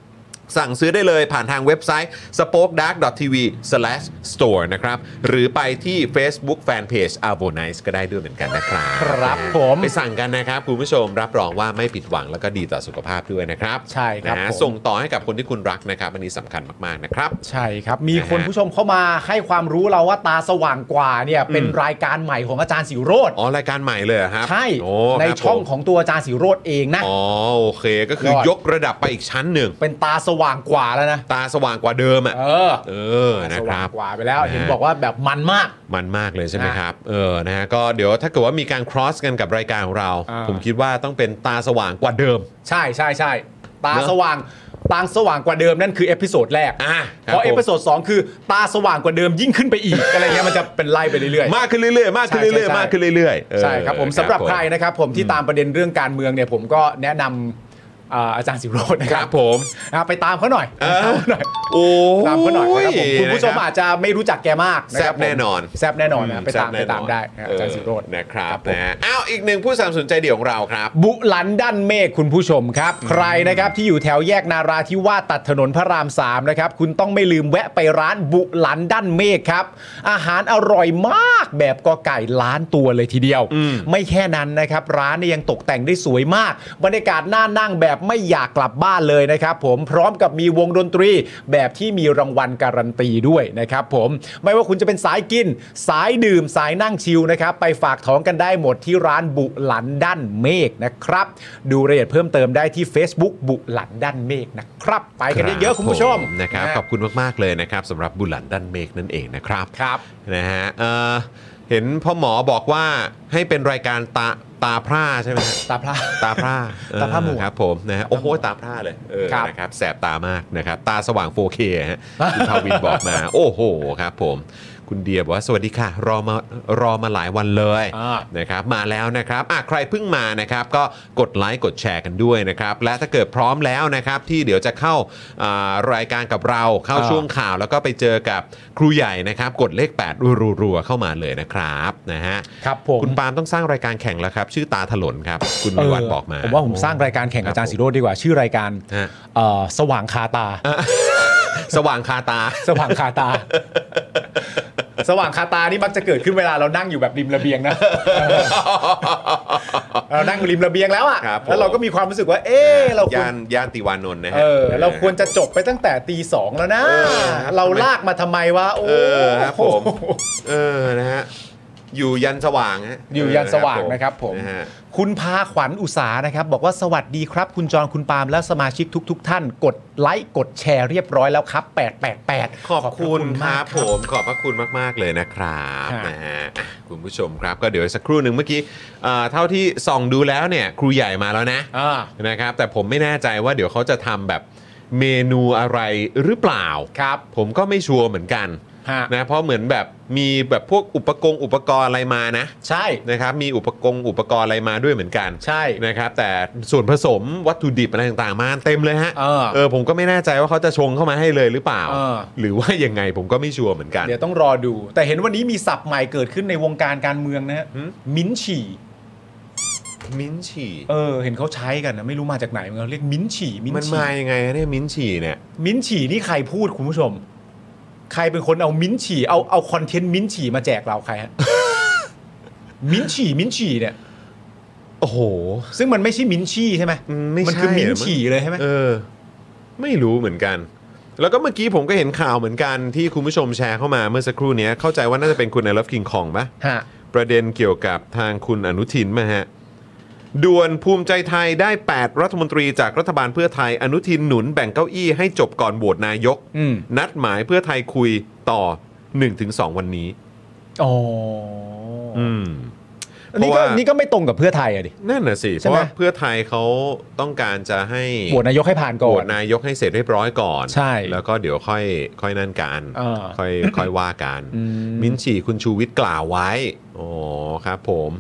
A: สั่งซื้อได้เลยผ่านทางเว็บไซต์ spokedark.tv/store นะครับ หรือไปที่ Facebook Fanpage a v o n i c e ก็ได้ด้วยเหมือนกันนะครับ
B: ครับ
A: นะฮะ
B: ผม
A: ไปสั่งกันนะครับ คุณผู้ชมรับรองว่าไม่ผิดหวังแล้วก็ดีต่อสุขภาพด้วยนะครับ
B: ใช่ครับ
A: นะฮะ
B: ผม
A: ส่งต่อให้กับคนที่คุณรักนะครับ อันนี้สำคัญมาก ๆ นะครับ
B: ใช่ครับ มี
A: นะฮะ
B: คนผู้ชมเข้ามาให้ความรู้เราว่าตาสว่างกว่าเนี่ยเป็น
A: อืม
B: รายการใหม่ของอาจารย์สิโรธ
A: อ๋อ รายการใหม่เลยเหรอครับ
B: ใช่
A: โอ้
B: ใน
A: ครับ
B: ช่อง
A: ผม
B: ของตัวอาจารย์สิโรธเองนะ
A: อ๋อโอเคก็คือย
B: อด
A: ยกระดับไปอีกชั้นหนึ่ง
B: เป็นตาสว่างกว่าแล้วนะ
A: ตาสว่างกว่าเดิมอ่ะ
B: เออ
A: เออ
B: ตา
A: นะ
B: ส
A: ค
B: ว่าง
A: รับ
B: กว่าไปแล้ว
A: นะฮะ
B: เห็นบอกว่าแบบมันมาก
A: มันมากเลยใช่ไหม
B: นะครับ
A: เออ นะฮะ ก็เดี๋ยวถ้าเกิดว่ามีการ cross กันกับรายการของเรา
B: อ่า
A: ผมคิดว่าต้องเป็นตาสว่างกว่าเดิม
B: ใช่ใช่ใช่ตา
A: เนอะ
B: สว่างตาสว่างกว่าเดิมนั่นคือเอพิโซดแรก
A: อ่ะ
B: เพราะเอพิโซดสองคือตาสว่างกว่าเดิมยิ่งขึ้นไปอีก อะไรเงี้ยมันจะเป็นไล่ไปเรื่อย
A: มากขึ้นเรื่อยๆ มากขึ้นเรื่อย
B: ใช่
A: ๆ
B: ใช่
A: มากขึ้นเรื่อยๆเออ
B: ๆ ใช่ครับผมสำหรับใครนะครับผมที่ตามประเด็นเรื่องการเมืองเนี่ยผมก็แนะนำอ่าอาจารย์สิโรจน์นะ
A: ค
B: ค
A: รั
B: รั
A: บบ ผม
B: นะไปตามเขาหน่อย
A: เออ
B: ตามเขาหน่อย
A: โอ้ย
B: ตามเขาหน่อยนะครับผมคุณผู้ชม
A: นะครับ
B: อาจจะไม่รู้จักแกมากะครับ
A: แซ่บแน่นอน
B: ผมแซบแน่นอนนะไปตาม
A: แซ่บ
B: ไป
A: แน่นอน
B: ตามได้นะอาจารย์สิโรจน์
A: เออนะครับ
B: ครับผม
A: นะฮะอ้าวอีกหนึ่งผู้สามสนุนใจเดี่ยวของเราครับ
B: บุหลันด้านเมฆคุณผู้ชมครับ ใครนะครับที่อยู่แถวแยกนาราธิวาสตัดถนนพระราม3นะครับคุณต้องไม่ลืมแวะไปร้านบุหลันด้านเมฆครับ อาหารอร่อยมากแบบกอไก่ล้านตัวเลยทีเดียว ไม่แค่นั้นนะครับร้านเนี่ยยังตกแต่งได้สวยมาก บรรยากาศน่านั่งแบบไม่อยากกลับบ้านเลยนะครับผมพร้อมกับมีวงดนตรีแบบที่มีรางวัลการันตีด้วยนะครับผมไม่ว่าคุณจะเป็นสายกิน สายดื่มสายนั่งชิลนะครับไปฝากท้องกันได้หมดที่ร้านบุหลันด้านเมฆนะครับ ดูรายละเอียดเพิ่มเติมได้ที่ Facebook บุหลันด้านเมฆนะครับ ไปกันเยอะๆคุณผู้ชม
A: รับผนะครับ
B: นะ
A: ขอบคุณมาก ๆ เลยนะครับสำหรับบุหลันด้านเมฆนั่นเองนะครับ
B: ครับ
A: นะฮะเอ่อเห็นพ่อหมอบอกว่าให้เป็นรายการตาตาพร่าใช่ไหมฮะ
B: ตาพร่า
A: ตาพร่าเออ
B: ตาพร่าหมู่
A: ครับผมนะฮะโอ้โหตาพร่าเลยเออ
B: ครับ
A: นะครับแสบตามากนะครับตาสว่าง 4K ฮะคุณทวินบอกมา โอ้โหครับผม คุณเดียบอกว่าสวัสดีค่ะ รอมารอมาหลายวันเลย
B: อ่า
A: นะครับมาแล้วนะครับอ่ะใครเพิ่งมานะครับ ก็กดไลค์กดแชร์กันด้วยนะครับ และถ้าเกิดพร้อมแล้วนะครับ ที่เดี๋ยวจะเข้าอ่ารายการกับเราเข้า
B: อ่า
A: ช่วงข่าว แล้วก็ไปเจอกับครูใหญ่นะครับ กดเลข 8 รัวๆเข้ามาเลยนะครับนะฮะ
B: ครับผม
A: คุณปาล์มต้องสร้างรายการแข่งแล้วครับ ชื่อตาถลนครับ คุณวิวัฒน์บอกมา
B: ผมว่าผมสร้างรายการแข่งกับอาจารย์สิโรจน์ดีกว่า ชื่อรายการ
A: ฮะ
B: เอ่อสว่างคาตา
A: สว่างคาตา
B: สว่างคาตา สว่างคาตานี่มักจะเกิดขึ้นเวลาเรานั่งอยู่แบบริมระเบียง นะ เรานั่งอยู่ริมระเบียงแล้วอ่ะ
A: ครับผม
B: แล้วเราก็มีความรู้สึกว่า เอ๊ะเราคว
A: ย่าร นย่านติวานนท์นะฮะ
B: เออเราควรจะจบไปตั้งแต่ตีสองแล้วนะ
A: เออครับ
B: เราลากมาทำไมวะโอ้
A: เออครับผม เออนะฮะอยู่ยันสว่างฮะ
B: อยู่ยันสว่างนะครับผม
A: นะฮะ
B: คุณพาขวัญอุตสานะครับ บอกว่าสวัสดีครับ คุณจรคุณปาล์มและสมาชิกทุก ๆ ท่าน กดไลค์กดแชร์เรียบร้อยแล้วครับ 888
A: ขอบคุณครับผมขอบพระคุณมาก ๆ เลยนะครับ
B: ครับ
A: นะฮะอ่ะคุณผู้ชมครับก็เดี๋ยวสักครู่หนึ่งเมื่อกี้เอ่อเท่าที่ส่องดูแล้วเนี่ยครูใหญ่มาแล้วนะ
B: อ่า
A: นะครับแต่ผมไม่แน่ใจว่าเดี๋ยวเขาจะทำแบบเมนูอะไรหรือเปล่า
B: ครับ
A: ผมก็ไม่ชัวร์เหมือนกัน
B: ฮะ
A: นะเพราะเหมือนแบบมีแบบพวกอุปกรณ์อุปกรณ์อะไรมานะ
B: ใช่
A: นะครับมีอุปกรณ์อุปกรณ์อะไรมาด้วยเหมือนกัน
B: ใช่
A: นะครับแต่ส่วนผสมวัตถุดิบอะไรต่างๆ มาเต็มเลยฮะ
B: เออ
A: ผมก็ไม่แน่ใจว่าเขาจะชงเข้ามาให้เลยหรือเปล่า
B: เออ
A: หรือว่ายังไงผมก็ไม่ชัวร์เหมือนกัน
B: เดี๋ยวต้องรอดู แต่เห็นวันนี้มีศัพท์ใหม่เกิดขึ้นในวงการการเมืองนะฮะ
A: หืม
B: มิ้นฉี่
A: มิ้นท์ฉี่
B: เออ เห็นเขาใช้กันนะไม่รู้มาจากไหนเหมือนกันเรียกมิ้นฉี่มิ้น
A: มัน
B: ฉี่
A: มายังไงฮะเนี่ยมิ้นท์ฉี่เนี่ย
B: มิ้นฉี่นี่ใครพูดคุณผู้ชม ใครเป็นคนเอามิ้นฉี่เอาเอาคอนเทนต์มิ้นฉี่มาแจกเราใคร ฮะ มิ้นฉี่มิ้นฉี่เนี่ย
A: โอ้โห
B: ซึ่งมันไม่ใช่มิ้นชี่ใช่ไหม
A: อืมไม่ใช่
B: นคือมิ้น
A: อะมั้ง
B: ฉี่เลยใช่ไหม
A: เออ ไม่รู้เหมือนกัน แล้วก็เมื่อกี้ผมก็เห็นข่าวเหมือนกันที่คุณผู้ชมแชร์เข้ามาเมื่อสักครู่เนี้ยเข้าใจว่าน่าจะเป็นคุณไอรัฟคิงคองปะ
B: ฮะ
A: ประเด็นเกี่ยวกับทางคุณอนุทินมาฮะด่วนภูมิใจไทยได้ 8 รัฐมนตรีจากรัฐบาลเพื่อไทย อนุทินหนุนแบ่งเก้าอี้ให้จบก่อนโหวตนายก
B: อืม
A: นัดหมายเพื่อไทยคุยต่อ 1-2 วันนี้
B: อ๋ออ
A: อืม
B: นี่
A: เพราะ
B: ก็
A: ว่านี่
B: นี่ก็ไม่ตรงกับเพื่อไทยอะดิ
A: นั่นน่ะสิ
B: ใช่
A: เพราะ
B: ไหม
A: ว่าเพื่อไทยเขาต้องการจะให้
B: โหวตนายกให้ผ่านก่
A: โห
B: อ
A: วน ตนายกให้เสร็จเรียบร้อยก่อน
B: ใช่
A: แล้วก็เดี๋ยวค่อยค่อยนั่นกัน
B: เออ
A: ค่อย ค่อยว่ากัน
B: อืม
A: มินท์ฉีคุณชูวิทย์กล่าวไว้อ๋อครับ ผม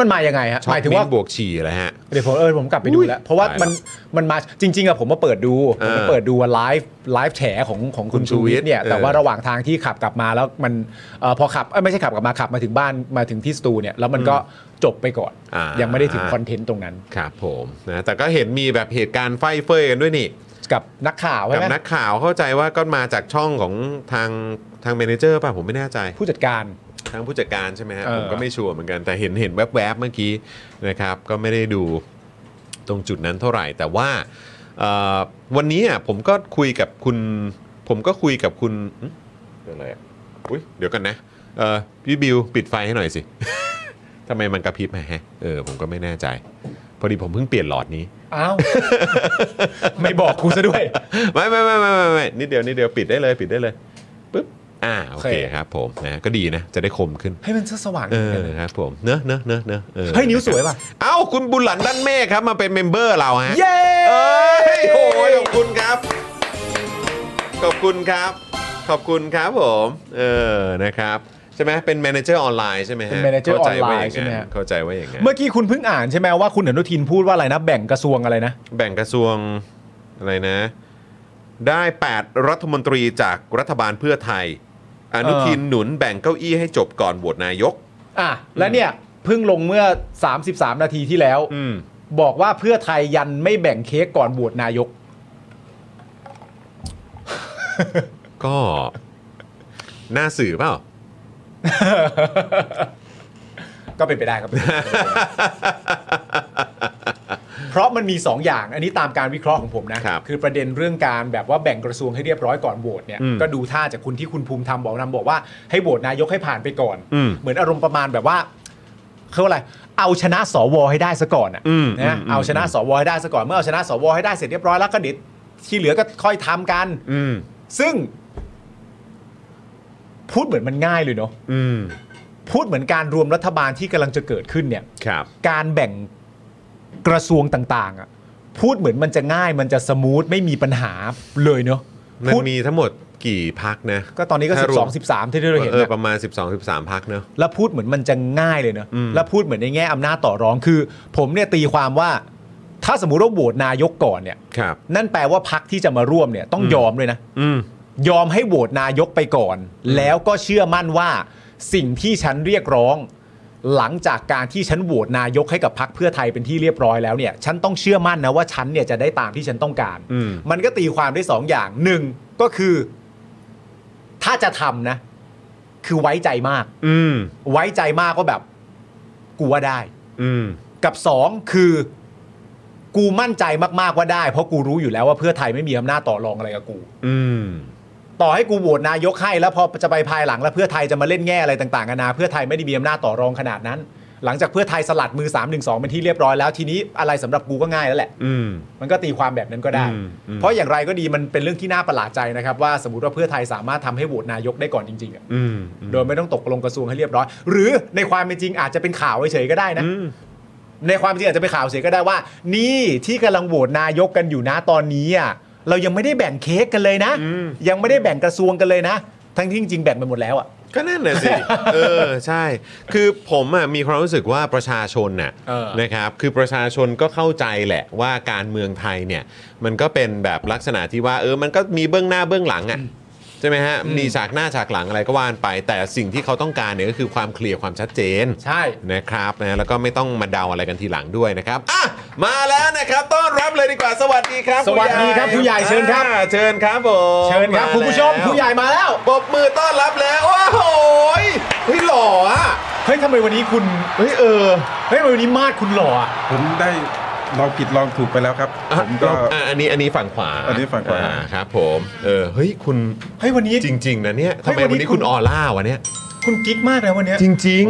B: มันมายังไงฮะ
A: ช็อป
B: หมายถึง
A: มิ้น
B: ว่า
A: ท์บวกฉีอะไรฮะ
B: เดี๋ยวผมเออผมกลับไปดูแล้ว เพราะว่า
A: ตายละ
B: มันมันมาจริง ๆอะผมมาเปิดดูผม
A: เอ
B: มา
A: อ
B: เปิดดูว่าไลฟ์ไลฟ์แฉของของคุ
A: คุณ
B: ณ
A: ชู
B: ชู
A: วิ
B: วิ
A: ทย์
B: ทย์เนี่ย
A: เออ
B: แต่ว่าระหว่างทางที่ขับกลับมาแล้วมันเอ่อพอขับเอ้ยไม่ใช่ขับกลับมาขับมาถึงบ้านมาถึงที่สตูเนี่ยแล้วมันก็จบไปก่อน
A: อ่ายั
B: ยังไม่ได้ถึงคอนเทนต์ตรงนั้น
A: ครับผมนะแต่ก็เห็นมีแบบเหตุการณ์ไฟเฟยกันด้วยนี่
B: กับนักข่าว
A: กับ
B: ใช่ไหม
A: นักข่าวเข้าใจว่าก็มาจากช่องของทางทางเมเนเจอร์ป่ะผมไม่แน่ใจ
B: ผู้จัดการ
A: ทางผู้จัดการใช่ไหมฮะ
B: เออ
A: ผมก็ไม่ชัวร์เหมือนกันแต่เห็นเห็นแวบๆเมื่อกี้นะครับ ก็ไม่ได้ดูตรงจุดนั้นเท่าไหร่ แต่ว่าเอ่อวันนี้อ่ะผมก็คุยกับคุณ ผมก็คุยกับคุณอืมเดี๋ยวอะไรอ่ะอุ้ยเดี๋ยวกันนะเอ่อพี่บิวปิดไฟให้หน่อยสิ ทำไมมันกระพริบฮะเออผมก็ไม่แน่ใจ พอดีผมเพิ่งเปลี่ยนหลอดนี้
B: อ้าว ไม่บอกกูซะด้วย
A: ไม่ไม่ไม่ไม่ไม่ไม่นิดเดียวนิดเดียวปิดได้เลยปิดได้เลยปึ๊บอ่าโอเค
B: โอเค
A: ครับผมนะก็ดีนะ จะได้คมขึ้น
B: ให้มันเสื้อสว่าง
A: เอ
B: นิด
A: อ
B: นึง
A: ครับผมเนอะเนอะเนอะเนอะออ
B: เฮ้ยนิ้วสวยว่ะ
A: เอ้าคุณบุญหลันด้านเมฆครับมาเป็นเมมเบอร์เราฮะ
B: เย้
A: เอ้ยโอ้ยขอบคุณครับ ขอบคุณครับ ขอบคุณครับผมเออนะครับใช่ไหมเป็นแมเนเจอร์ออนไลน์ใช่ไหมฮะ
B: เป็น manager
A: ข้าใจว่าย่าง
B: online ใช่ไหมฮะ
A: เข้าใจว่าอย่างนั้น
B: เมื่อกี้คุณเพิ่งอ่านใช่ไหมว่าคุณอนุทินพูดว่าอะไรนะแบ่งกระทรวงอะไรนะ
A: แบ่งกระทรวงอะไรนะ ได้ 8 รัฐมนตรีจากรัฐบาลเพื่อไทย อนุทินหนุนแบ่งเก้าอี้ให้จบก่อนโหวตนายก
B: อ่ะและเนี่ยเพิ่งลงเมื่อ 33 นาทีที่แล้ว
A: อืม
B: บอกว่าเพื่อไทยยันไม่แบ่งเค้กก่อนบวชนายก
A: ก็หน้าสื่อเปล่า
B: ก็เป็นไปได้ครับ เพราะมันมี 2 อย่าง อันนี้ตามการวิเคราะห์ของผมนะครับ อประเด็นเรื่องการแบบว่าแบ่งกระทรวงให้เรียบร้อยก่อนโหวตเนี่ย
A: อืม
B: ก็ดูท่าจากคุณที่คุณภูมิธรรมบอกนำบอกว่าให้โหวตนายกให้ผ่านไปก่อน
A: อืม
B: เหมือนอารมณ์ประมาณแบบว่าเขาเรียกว่าอะไร เอาชนะสวให้ได้ซะก่อนอะ
A: อืม
B: นะ
A: อืม
B: เอาชนะสวให้ได้ซะก่อนเมื่อเอาชนะสวให้ได้เสร็จเรียบร้อยแล้วก็เดี๋ยวที่เหลือก็ค่อยทำกัน
A: อืม
B: ซึ่ง พูดเหมือนมันง่ายเลยเนาะ
A: อืม
B: พูดเหมือนการรวมรัฐบาลที่กำลังจะเกิดขึ้นเนี่ย
A: ครับ
B: การแบ่งกระทรวงต่าง ๆอะพูดเหมือนมันจะง่ายมันจะสมูทไม่มีปัญหาเลยเนาะ
A: มัน
B: พูด
A: มีทั้งหมด กี่พักนะ
B: ก็ตอนนี้ก็
A: ถ้ารวม
B: 12 13 ที่เราเห็น
A: เออ
B: นะ
A: ประมาณ 12 13 พักเนอะ
B: แล้วพูดเหมือนมันจะง่ายเลยเนอะแล้วพูดเหมือนในแง่อำนาจต่อรองคือ ผมเนี่ยตีความว่า ถ้าสมมติว่าโหวตนายกก่อนเนี่ย
A: ครับ
B: นั่นแปลว่าพักที่จะมาร่วมเนี่ยต้องยอมด้วยนะ
A: อืม
B: ยอมให้โหวตนายกไปก่อน แล้วก็เชื่อมั่นว่าสิ่งที่ฉันเรียกร้อง หลังจากการที่ฉันโหวตนายกให้กับพักเพื่อไทยเป็นที่เรียบร้อยแล้วเนี่ย ฉันต้องเชื่อมั่นนะว่าฉันเนี่ยจะได้ตามที่ฉันต้องการ
A: อืม
B: นก็ตีความได้สองอย่างหนึ่งก็คือ ถ้าจะทำนะ คือไว้ใจมาก
A: อืม
B: ไว้ใจมากก็แบบกูว่าได้
A: อืม
B: กับสองคือ กูมั่นใจมากๆว่าได้ เพราะกูรู้อยู่แล้วว่าเพื่อไทยไม่มีอำนาจต่อรองอะไรกับกู
A: อืม
B: ต่อให้กูโหวตนายกให้แล้วพอจะไปภายหลังแล้วเพื่อไทยจะมาเล่นแง่อะไรต่างๆกันานาเพื่อไทยไม่ได้มีอำนาจต่อรองขนาดนั้น หลังจากเพื่อไทยสลัดมือ 3 1 2 เป็นที่เรียบร้อยแล้วทีนี้อะไรสำหรับกูก็ง่ายแล้วแหละ
A: อืม
B: มันก็ตีความแบบนั้นก็ได้
A: อืมอืม
B: เพราะอย่างไรก็ดีมันเป็นเรื่องที่น่าประหลาดใจนะครับว่าสมมติว่าเพื่อไทยสามารถทำให้โหวตนายกได้ก่อนจริงๆอะ
A: อืม
B: โดยไม่ต้องตกลงกระทรวงให้เรียบร้อย หรือในความเป็นจริงอาจจะเป็นข่าวเฉยๆก็ได้นะ
A: อืม
B: ในความจริงอาจจะไปนข่าวเสียก็ได้ว่า นี่ที่กำลังโหวตนายกกันอยู่นะตอนนี้อ่ะเรายังไม่ได้แบ่งเค้กกันเลยนะ
A: อืม
B: ยังไม่ได้แบ่งกระทรวงกันเลยนะ ทั้งที่จริงๆแบ่งไปหมดแล้วอ่ะ
A: ก็นั่นแหละ สิ เออ ใช่ คือผมอ่ะมีความรู้สึกว่าประชาชนน่ะ
B: เออ
A: นะครับ คือประชาชนก็เข้าใจแหละว่าการเมืองไทยเนี่ย มันก็เป็นแบบลักษณะที่ว่า เออ มันก็มีเบื้องหน้าเบื้องหลังอ่ะใช่ไหมฮะ
B: อืม
A: มีฉากหน้าฉากหลังอะไรก็ว่านไป แต่สิ่งที่เขาต้องการเนี่ยก็คือความเคลียร์ความชัดเจน
B: ใช่
A: นะครับนะแล้วก็ไม่ต้องมาเดาอะไรกันทีหลังด้วยนะครับอ่ะมาแล้วนะครับต้อนรับเลยดีกว่าสวัสดีครับ
B: สวัสดีครับผู้ใหญ่เชิญครับ
A: อ่าเชิญครับผม
B: เชิญครับ
A: า
B: คุณผู้ชม
A: แล้ว
B: ผู้ใหญ่มาแล้ว
A: ปรบมือต้อนรับแล้วโอ้โหยเฮ้ยหล่ออะ
B: เฮ้ยทำไมวันนี้คุณ
A: เฮ้ยเออ
B: เฮ้ยทำไมวันนี้มาดคุณหล่ออะ
C: ผมได้ลองผิดลองถูกไปแล้วครับ ผมก็
A: อ่ะอันนี้อันนี้ฝั่งขวา
C: อันนี้ฝั่งขวา
A: อ่ครับผมเออเฮ้ยคุณ
B: เฮ้ยวันนี้
A: จริง ๆนะเนี่ยทำไม
B: เฮ้ยวั
A: วัน
B: นนี้
A: นี้
B: คุ
A: คุณ
B: ณ
A: ออร่าวะเนี่ย
B: คุณกิ๊กมากนะวันเนี้ย
A: จริง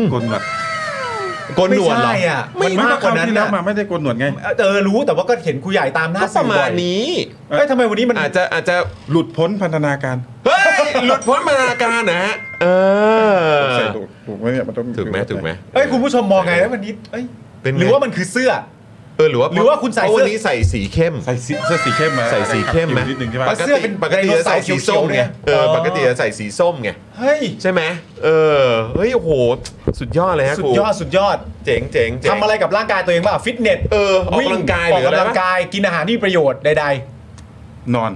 A: ๆก
C: กลหนวด
A: ลนหนวดเหรอ
B: ไม่ใช่อะ
A: ไม่
B: น
C: ไม่
B: มากกว่านั้น
C: ที่แล้ว
B: น่ะ
C: มาไม่ได้โกนหนวดไง
B: เออรู้แต่ว่าก็เห็นคุณใหญ่ตามหน้า
A: ก็ป
B: สื่
A: ระ
B: อ
A: มา
B: บ่อ
A: ณ
B: ย
A: นี้
B: เฮ้ยทำไมวันนี้มัน
A: อาจจะอาจจะ
C: หลุดพ้นพันธนาการ
A: เฮ้ย หลุดพ้นมานาการนะฮะเออ
C: ใส่ถูกถูกไหมเนี่ยมันต้อง
A: ถูกไหมถูกไหม
B: เฮ้ยคุณผู้ชมมองไงแล้ววันนี้เอ้ย
A: เป็นไง
B: หรือว่ามันคือเสื้อ
A: เออหรือว่า
B: หรือว่าคุณใส่
A: เพระ
B: เสื้
A: วัน
B: อ
A: นี้ใส่สีเข้ม
C: ใส่สีเสื้อสีเข้มมา
A: ใส่สีเข้มไหม
C: ขับผิวนิดนึงใช่ไหม
A: ปก
B: เสื้
A: ติ
B: อเป็น
A: ปกติจะใส่สีส้ม
B: ไดโนเสาร์เขียวๆเนี่
A: ไง
B: ย
A: เออปกติจะใส่สีส้มไง
B: เฮ้ย
A: ใช่ไหมเออเฮ้ยโอ้โหสุดยอดเลยฮะ
B: สุ
A: ค
B: ด
A: รู
B: ยอดสุดยอด
A: เจ๋งเจ๋งเจ๋ง
B: ทำอะไรกับร่างกายตัวเองบ้างฟิตเนส
A: เออออกกำลังกาย
B: วิ่ออ
A: หรื
B: ก
A: ออะไร
B: กำลังกายกินอาหารที่มีประโยชน์ใด
C: นอน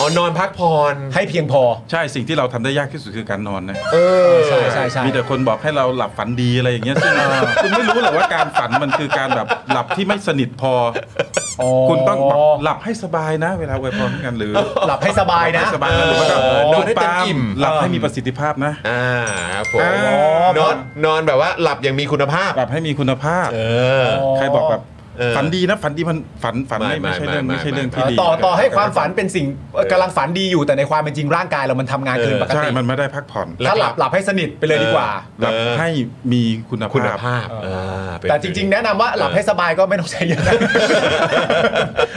A: อ๋อนอนพักผ่อน
B: ๆ ให้เพียงพอ
C: ใช่สิ่งที่เราทำได้ยากที่สุดคือการนอนนะ
A: เออ
B: ใช่ใช่ใช่
C: มีแต่คนบอกให้เราหลับฝันดีอะไรอย่างเงี้ยซึ่งคุณไม่รู้หรอกว่าการฝันมันคือการแบบหลับที่ไม่สนิทพอ
B: อ๋
C: อคุณต้องแบบหลับให้สบายนะ เวลาอวยพรกันหรือ
B: หลับให้สบายนะ
C: หลับให้สบายนะหรือว่าแบบ
A: เออนอนให้เต็ม
C: ปาล์
A: อิ่ม
C: หลับให้มีประสิทธิภาพนะ
A: อ่าครับผม
C: อ่า
A: นอนนอนแบบว่าหลับอย่างมีคุณภาพ
C: หลับให้มีคุณภาพ
A: เออ
C: ใครบอกแบบ
A: เออ
C: ฝันดีนะฝันดีมันฝันฝัน
A: ไม่
C: ไม่ไม่ใช่เรื่อง
A: ไม่
C: ไม่ใช่เรื่อง
A: ไม่
C: ที่ดี
B: ต่อต่อให้ความฝันเป็นสิ่งเอ่อกำลังฝันดีอยู่แต่ในความเป็นจริงร่างกายเรามันทำงานเกินปก
C: ใช่
B: ติ
C: มันไม่ได้พักผ่อน
B: ถ้าหลับหลับให้สนิทไปเลยดีกว่า
C: หลับให้มีคุณภาพ
A: คุณภาพอ่าเป็น
B: แต่จริง ๆ แนะนำว่าหลับให้สบายก็ไม่ต้องใช้เยอะนะ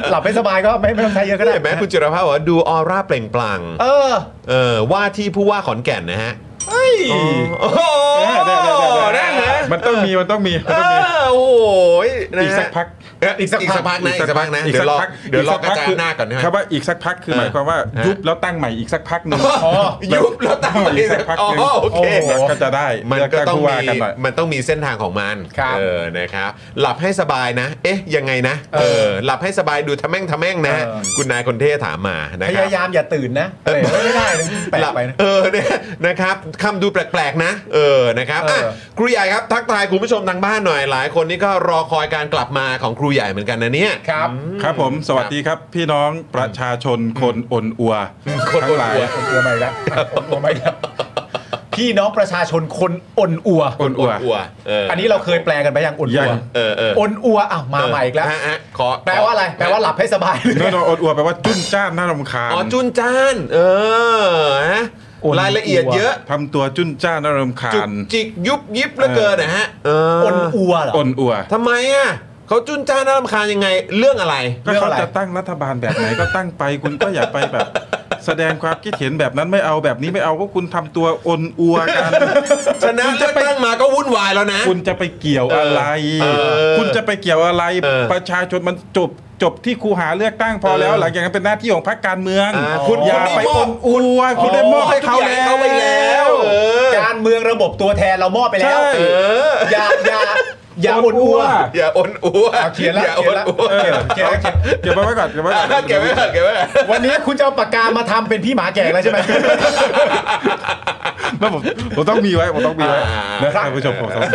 B: หลับให้สบายก็ไม่ไม่ต้องใช้เยอะก็
A: ก็
B: ได้
A: ได้ไหมคุณจิรภาพบอกว่าดูออร่าเปล่งปลั่ง
B: เออ
A: เออว่าที่ผู้ว่าขอนแก่นนะฮะ
B: เฮ้ย
A: โอ้โห
C: ได้ได้ได้ได้
A: นั่นนะ
C: มันต้องมีมันต้องมีมัน
A: เอ
C: ต้องมี
A: อโอ้โหนะฮะ
C: อีกสักพัก
A: เอีกสักพักนะอีกสักพักนะเดี๋ยวรอเดี๋ยวรอกระจายอำนาจก่อนนะ
C: ค
A: ค
C: รั
A: รั
C: บบ ว่าอีกสักพักคือ
A: เออ
C: หมายความว่ายุบแล้วตั้งใหม่อีกสักพักหนึ่ง
B: อ๋อ
A: ยุบแล้วตั้ง
C: อีกสักพัก
A: อ๋อ
C: หนึ่ง
A: โอเค
B: โอ้โห
C: ก็จะได้
A: มันก็ต้อง
C: เลื
A: มี
C: กตั้งผู้ว่ากันหน่อย
A: มันต้องมีเส้นทางของมัน
B: ครับ
A: เออนะครับหลับให้สบายนะ เอ๊ะยังไงนะเออหลับให้สบายดูทะแม่งทะแม่งนะคุณนายคนเท่ถามมานะ
B: พ
A: ครับ
B: ยายามอย่าตื่นนะเออไม่ได้นะแปลกไปนะ
A: เออเนี่ยนะครับคำดูแปลกๆ นะ เออนะครับอ่ะ
B: เออ
A: ครูใหญ่ครับทักทายคุณผู้ชมทางบ้านหน่อยหลายคนนี่ก็รอคอยการกลับมาของครูใหญ่เหมือนกันนะเนี่ย
B: ครับ
C: ครับผมสวัสดีครับพี่น้องประชาชนคนอนอัว
A: คน
C: ทั้งหลาย
A: อ่อนอัว
B: อนอัวไม่แล้วอนอัวไม่แล้วพี่น้องประชาชนคนอนอัว
C: อนอัว
A: อัวเออ
B: อันนี้เราเคยแปลกันไปยังอน
C: ยั
B: อัว
C: ง
A: เออเออ
B: อนอัวอ่ะมาใหม่อีกแล้ว
A: ฮะฮะขอ
B: แปลว่าอะไร แปลว่าหลับให้สบาย เลย
C: นอนอนอัวแปลว่าจุ้นจ้านน่ารำคาญ
A: อ๋อจุนจาน เออฮะ
B: อ่อนอัว
A: รายละเอียดเยอะ
C: ทำตัวจุ้นจ้านน่ารำคา
A: จุ
C: ญ
A: กจิกยุบยิบเหลือเกินนะฮะเออ
B: อนอัวเหรอ
C: อนอัว
A: ทำไมอ่ะเขาจุนจ้านน่ารำคาญยังไงเรื่องอะไร
C: ก็
B: เรื่อง
C: เขา
B: อะไร
C: จะตั้งรัฐบาลแบบไหนก็ตั้งไปคุณก็อย่าไปแบบ แสดงความคิดเห็นแบบนั้นไม่เอาแบบนี้ไม่เอาก็คุณทำตัวอนอัวกัน
A: ชนะจะตั้งมาก็วุ่นวายแล้วนะ
C: คุณจะไปเกี่ยวอะไร
A: เออ
C: คุณจะไปเกี่ยวอะไร
A: เออ
C: ประชาชนมันจบ จบที่คูหาเลือกตั้งพอแล้ว
A: เออ
C: หลังจากนั้นเป็นหน้าที่ของพรรคการเมือง
A: อ่าคุณ
C: อย่า
A: คุณ
C: ไป
A: ได้มอ
C: อ
A: บ
C: นอัวคุณได้มอบให้เขา
A: ทุกอย่ง
C: แล้ว
A: ไปแล้วเออ
B: การเมืองระบบตัวแทนเรามอบไปแล้ว
C: ใช่
A: เออ
B: อย่าอย่าอย่าอดอัว
A: อย่าอ้นอ้วน
B: เอาเขียนละ
A: อย่าอ้นอ้ว
C: เออน
B: เขียนละเขียนละ
C: เก็บไว้ก่อนเก็บไว้ก่อน
A: อ่ะเก็บไว้เถอะเก็บไว้เถอะ
B: วันนี้คุณจะเอาปากกามาทำเป็นพี่หมาแก่ แล้วใช่ไหม
C: ไม่ผมผมต้องมีไว้ผมต้องมีไว้
A: อ่า
C: นะท่านผู้ชมผมต้อง